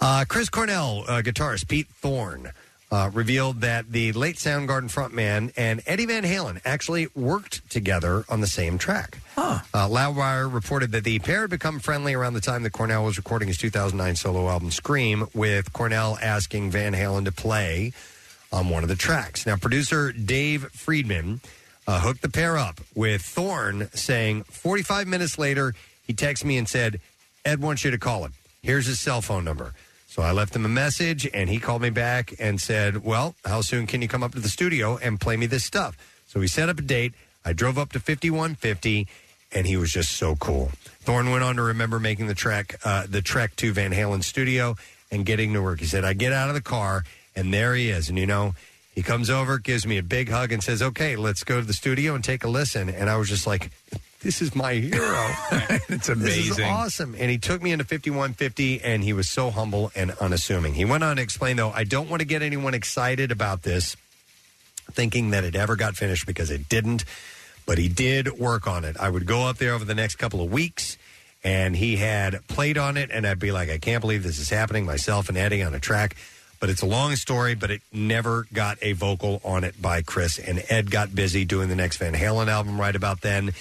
Speaker 1: Uh, Chris Cornell, uh, guitarist Pete Thorne, uh, revealed that the late Soundgarden frontman and Eddie Van Halen actually worked together on the same track. Uh, Loudwire reported that the pair had become friendly around the time that Cornell was recording his 2009 solo album Scream, with Cornell asking Van Halen to play on one of the tracks. Now, producer Dave Friedman uh, hooked the pair up with Thorne saying 45 minutes later, he texted me and said, Ed wants you to call him. Here's his cell phone number. So I left him a message and he called me back and said, Well, how soon can you come up to the studio and play me this stuff? So we set up a date. I drove up to 5150 and he was just so cool. Thorne went on to remember making the track, uh, the trek to Van Halen's studio and getting to work. He said, I get out of the car and there he is. And you know, he comes over, gives me a big hug, and says, Okay, let's go to the studio and take a listen. And I was just like, This is my hero.
Speaker 3: [LAUGHS] it's
Speaker 1: This is
Speaker 3: amazing.
Speaker 1: awesome. And he took me into 5150, and he was so humble and unassuming. He went on to explain, though, I don't want to get anyone excited about this, thinking that it ever got finished because it didn't. But he did work on it. I would go up there over the next couple of weeks, and he had played on it, and I'd be like, I can't believe this is happening, myself and Eddie on a track. But it's a long story, but it never got a vocal on it by Chris. And Ed got busy doing the next Van Halen album right about then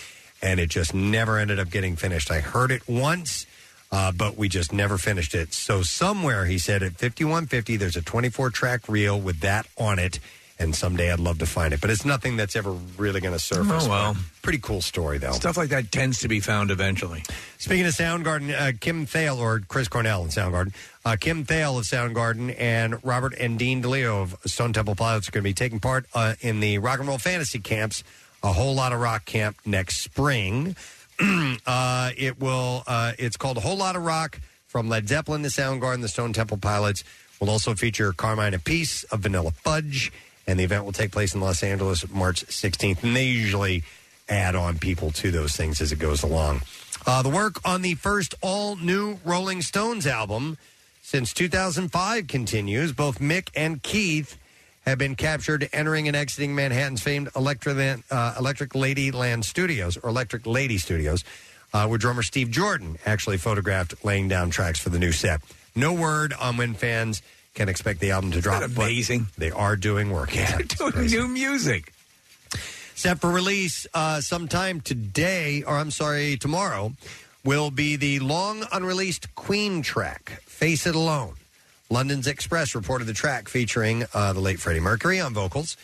Speaker 1: and it just never ended up getting finished. I heard it once, uh, but we just never finished it. So somewhere he said at 5150, there's a 24 track reel with that on it, and someday I'd love to find it. But it's nothing that's ever really going to surface.
Speaker 3: Oh, well.
Speaker 1: But pretty cool story though.
Speaker 3: Stuff like that tends to be found eventually.
Speaker 1: Speaking of Soundgarden, uh, Kim Thale or Chris Cornell in Soundgarden, uh, Kim Thale of Soundgarden and Robert and Dean DeLeo of Stone Temple Pilots are going to be taking part uh, in the Rock and Roll Fantasy Camps, a whole lot of rock camp next spring. [CLEARS THROAT] uh, it will. Uh, it's called a whole lot of rock from Led Zeppelin to Soundgarden, the Stone Temple Pilots. Will also feature Carmine Apiece of Vanilla Fudge, and the event will take place in Los Angeles March 16th. And they usually add on people to those things as it goes along. Uh, the work on the first all new Rolling Stones album since 2005 continues. Both Mick and Keith have been captured entering and exiting Manhattan's famed Electra, Lan- uh, Electric Ladyland Studios or Electric Lady Studios, uh, where drummer Steve Jordan actually photographed laying down tracks for the new set. No word on when fans can expect the album to drop. amazing. They are
Speaker 3: [LAUGHS]
Speaker 1: doing work. Yeah,
Speaker 3: Doing new music.
Speaker 1: set for release uh, sometime today, or I'm sorry, tomorrow, will be the long unreleased Queen track, Face It Alone. London's Express reported the track featuring uh, the late Freddie Mercury on vocals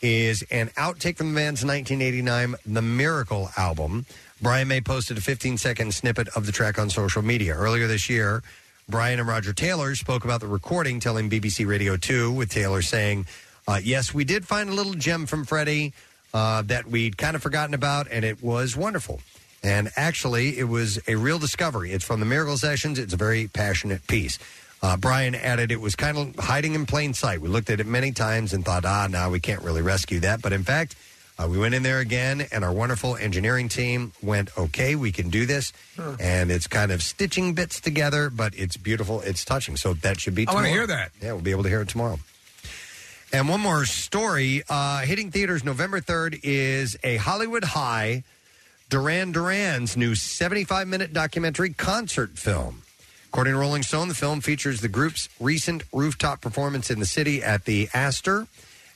Speaker 1: is an outtake from the band's 1989 The Miracle album. Brian May posted a 15 second snippet of the track on social media. Earlier this year, Brian and Roger Taylor spoke about the recording, telling BBC Radio 2, with Taylor saying, uh, Yes, we did find a little gem from Freddie uh, that we'd kind of forgotten about, and it was wonderful. And actually, it was a real discovery. It's from the Miracle Sessions. It's a very passionate piece. Uh, Brian added, it was kind of hiding in plain sight. We looked at it many times and thought, ah, now we can't really rescue that. But in fact, uh, we went in there again, and our wonderful engineering team went, okay, we can do this. And it's kind of stitching bits together, but it's beautiful. It's touching. So that should be
Speaker 3: I
Speaker 1: tomorrow.
Speaker 3: wanna hear that.
Speaker 1: Yeah, we'll be able to hear it tomorrow. And one more story. Uh, hitting theaters November 3rd is a Hollywood High Duran Duran's new 75 minute documentary concert film. According to Rolling Stone, the film features the group's recent rooftop performance in the city at the Astor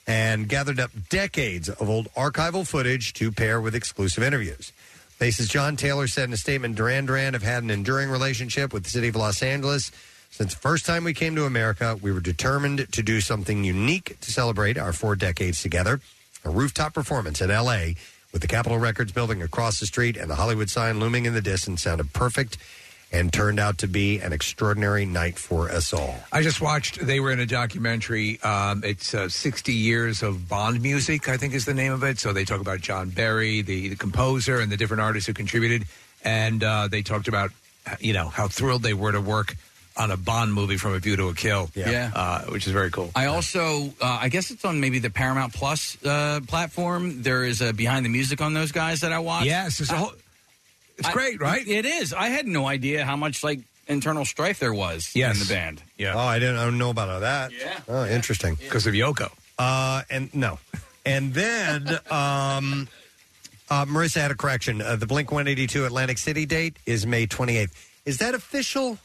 Speaker 1: and gathered up decades of old archival footage to pair with exclusive interviews. Bassist John Taylor said in a statement Duran Duran have had an enduring relationship with the city of Los Angeles. Since the first time we came to America, we were determined to do something unique to celebrate our four decades together. A rooftop performance in L.A. with the Capitol Records building across the street and the Hollywood sign looming in the distance sounded perfect and turned out to be an extraordinary night for us all.
Speaker 3: I just watched. They were in a documentary. Um, it's uh, 60 years of Bond music, I think is the name of it. So they talk about John Barry, the, the composer, and the different artists who contributed. And uh, they talked about, you know, how thrilled they were to work on a Bond movie from A View to a Kill.
Speaker 4: Yeah.
Speaker 3: Uh, which is very cool.
Speaker 4: I also, uh, I guess it's on maybe the Paramount Plus uh, platform. There is a behind the music on those guys that I watch.
Speaker 3: Yes, it's a whole- it's great, right?
Speaker 4: It is. I had no idea how much like internal strife there was
Speaker 1: Yes.
Speaker 4: in the band.
Speaker 1: Yeah. Oh, I didn't. I don't know about all that. Yeah. Oh, interesting.
Speaker 3: Because of Yoko.
Speaker 1: Uh, and no, and then um, uh, Marissa had a correction. Uh, the Blink One Eighty Two Atlantic City date is May twenty eighth. Is that official?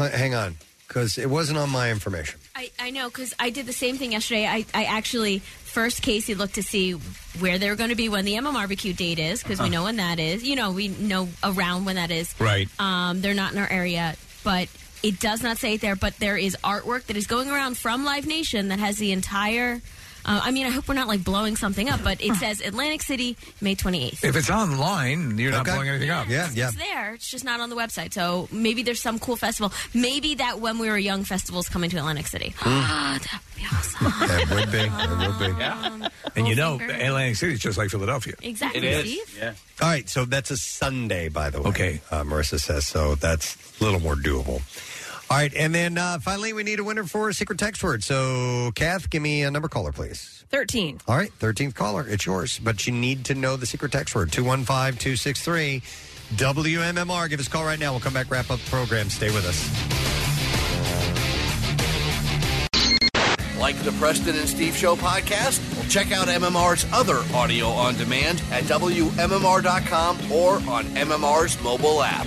Speaker 1: H- hang on, because it wasn't on my information.
Speaker 11: I, I know because I did the same thing yesterday. I, I actually first Casey looked to see where they were going to be when the MMRBQ date is because we
Speaker 13: Uh-huh.
Speaker 11: know when that is. You know, we know around when that is.
Speaker 13: Right.
Speaker 11: Um, they're not in our area, but it does not say it there. But there is artwork that is going around from Live Nation that has the entire. Uh, I mean, I hope we're not like blowing something up, but it says Atlantic City, May twenty eighth.
Speaker 3: If it's online, you're not
Speaker 1: Okay.
Speaker 3: blowing anything up.
Speaker 1: Yeah, yeah.
Speaker 11: It's there. It's just not on the website. So maybe there's some cool festival. Maybe that when we were young festival's coming to Atlantic City.
Speaker 1: Mm.
Speaker 11: Ah,
Speaker 1: It would be. It would
Speaker 11: [LAUGHS]
Speaker 1: be.
Speaker 11: Um,
Speaker 3: And you know, Atlantic City is just like Philadelphia.
Speaker 11: Exactly, It is. Steve.
Speaker 4: Yeah.
Speaker 1: All right, so that's a Sunday, by the way. Okay, uh, Marissa says so. That's a little more doable. All right, and then uh, finally, we need a winner for a secret text word. So, Kath, give me a number caller, please.
Speaker 2: 13.
Speaker 1: All right, 13th caller, it's yours. But you need to know the secret text word 215 263 WMMR. Give us a call right now. We'll come back, wrap up the program. Stay with us.
Speaker 5: Like the Preston and Steve Show podcast? Well, check out MMR's other audio on demand at WMMR.com or on MMR's mobile app.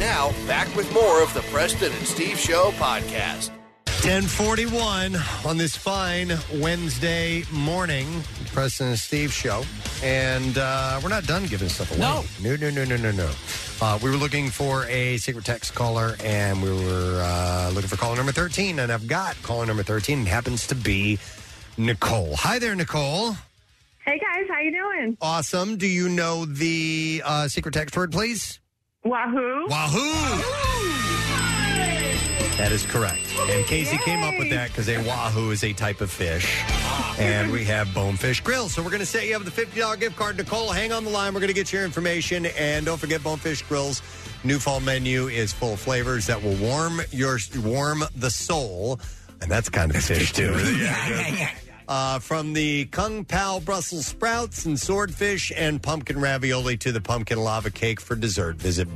Speaker 5: Now, back with more of the Preston and Steve Show podcast.
Speaker 1: 1041 on this fine Wednesday morning, Preston and Steve show. And uh, we're not done giving stuff away. No. No, no, no, no, no, no. Uh, we were looking for a secret text caller, and we were uh, looking for caller number 13. And I've got caller number 13. It happens to be Nicole. Hi there, Nicole.
Speaker 13: Hey guys, how you doing?
Speaker 1: Awesome. Do you know the uh, secret text word, please?
Speaker 13: Wahoo.
Speaker 1: Wahoo. That is correct. And Casey came up with that because a wahoo is a type of fish. And we have Bonefish Grill. So we're going to set you up with a $50 gift card. Nicole, hang on the line. We're going to get your information. And don't forget Bonefish Grill's new fall menu is full of flavors that will warm your warm the soul. And that's kind of a fish, too. [LAUGHS] Uh, from the Kung Pao Brussels sprouts and swordfish and pumpkin ravioli to the pumpkin lava cake for dessert, visit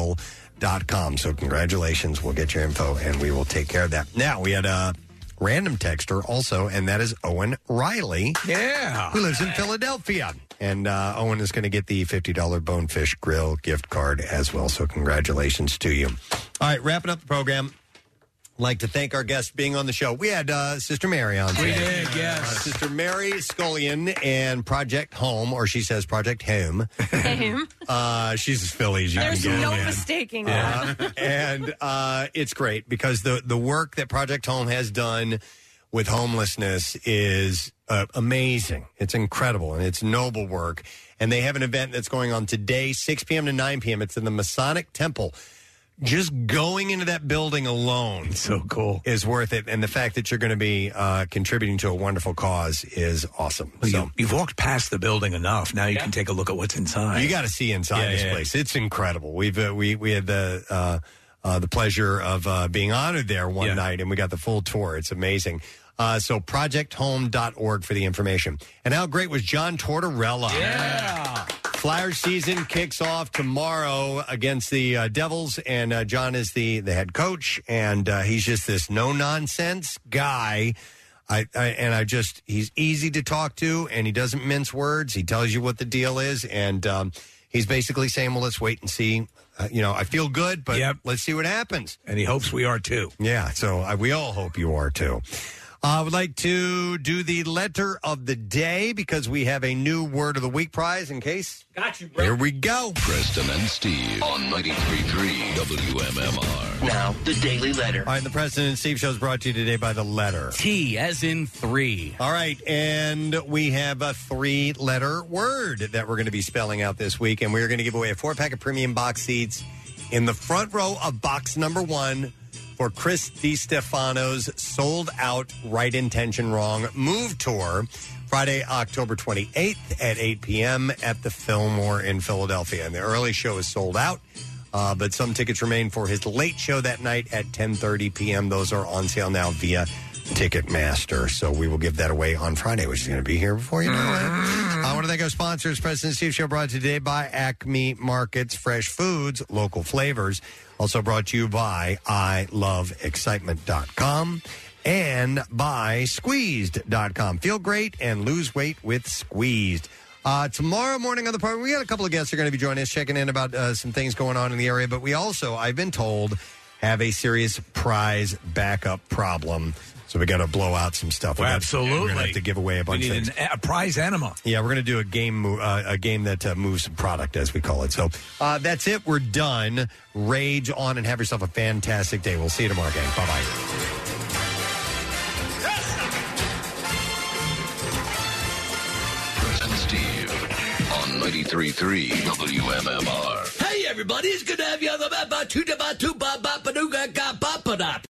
Speaker 1: bonefishgrill.com. So, congratulations. We'll get your info and we will take care of that. Now, we had a random texter also, and that is Owen Riley.
Speaker 3: Yeah.
Speaker 1: Who lives in Philadelphia. And uh, Owen is going to get the $50 Bonefish Grill gift card as well. So, congratulations to you. All right, wrapping up the program. Like to thank our guests being on the show. We had uh, Sister Mary on.
Speaker 3: We
Speaker 1: today.
Speaker 3: did,
Speaker 1: Uh,
Speaker 3: yes.
Speaker 1: Sister Mary Scullion and Project Home, or she says
Speaker 3: [LAUGHS]
Speaker 1: Project Home. [LAUGHS] Uh, she's as Philly as you
Speaker 2: There's
Speaker 1: can get.
Speaker 2: no
Speaker 1: man.
Speaker 2: mistaking
Speaker 1: Yeah. [LAUGHS]
Speaker 2: that.
Speaker 1: and uh, it's great because the the work that Project Home has done with homelessness is uh, amazing. It's incredible and it's noble work. And they have an event that's going on today, 6 p.m. to 9 p.m. It's in the Masonic Temple. Just going into that building alone, so cool, is worth it. And the fact that you're going to be uh, contributing to a wonderful cause is awesome.
Speaker 3: Well,
Speaker 1: so
Speaker 3: you, you've walked past the building enough. Now you can take a look at what's inside.
Speaker 1: you got to see inside
Speaker 3: Yeah,
Speaker 1: this
Speaker 3: yeah.
Speaker 1: place. It's incredible. We've uh, we we had the uh, uh, the pleasure of uh, being honored there one night, and we got the full tour. It's amazing. Uh, so projecthome.org for the information. And how great was John Tortorella? Yeah. Flyer season kicks off tomorrow against the uh, Devils, and uh, John is the the head coach, and uh, he's just this no nonsense guy. I, I and I just he's easy to talk to, and he doesn't mince words. He tells you what the deal is, and um, he's basically saying, "Well, let's wait and see." Uh, you know, I feel good, but let's see what happens.
Speaker 3: And he hopes we are too.
Speaker 1: Yeah, so I, we all hope you are too. Uh, I would like to do the letter of the day because we have a new word of the week prize. In case,
Speaker 8: Got you,
Speaker 1: bro. Here we go.
Speaker 8: Preston and Steve on 93.3 WMMR.
Speaker 1: Now,
Speaker 8: the Daily Letter.
Speaker 1: All right, the President and Steve show is brought to you today by the letter
Speaker 4: T, as in three.
Speaker 1: All right, and we have a three letter word that we're going to be spelling out this week, and we're going to give away a four pack of premium box seats in the front row of box number one for Chris DiStefano's sold out Right Intention Wrong Move Tour. Friday, October 28th at 8 p.m. at the Fillmore in Philadelphia. And the early show is sold out. Uh, but some tickets remain for his late show that night at 10:30 p.m. Those are on sale now via Ticketmaster. So we will give that away on Friday, which is going to be here before you know it. I want to thank our sponsors, President Steve Show, brought to you today by Acme Markets, fresh foods, local flavors. Also brought to you by iloveexcitement.com and by squeezed.com. Feel great and lose weight with squeezed. Uh, tomorrow morning on the program, we got a couple of guests who are going to be joining us, checking in about uh, some things going on in the area. But we also, I've been told, have a serious prize backup problem. So we got to blow out some stuff. We
Speaker 3: Well,
Speaker 1: gotta-
Speaker 3: absolutely.
Speaker 1: we're gonna have to give away a bunch
Speaker 3: we
Speaker 1: of
Speaker 3: need
Speaker 1: things.
Speaker 3: an, a prize animal.
Speaker 1: Yeah, we're going to do a game mo- uh, a game that uh, moves some product, as we call it. So uh, that's it. We're done. Rage on and have yourself a fantastic day. We'll see you tomorrow, gang. Bye bye.
Speaker 8: Preston and Steve on 93.3 WMMR.
Speaker 17: Hey, everybody, it's good to have you on the map. Ba- Tuda ba- tu- ba- ba- ba- doo- ga- ga- ba- ba- da.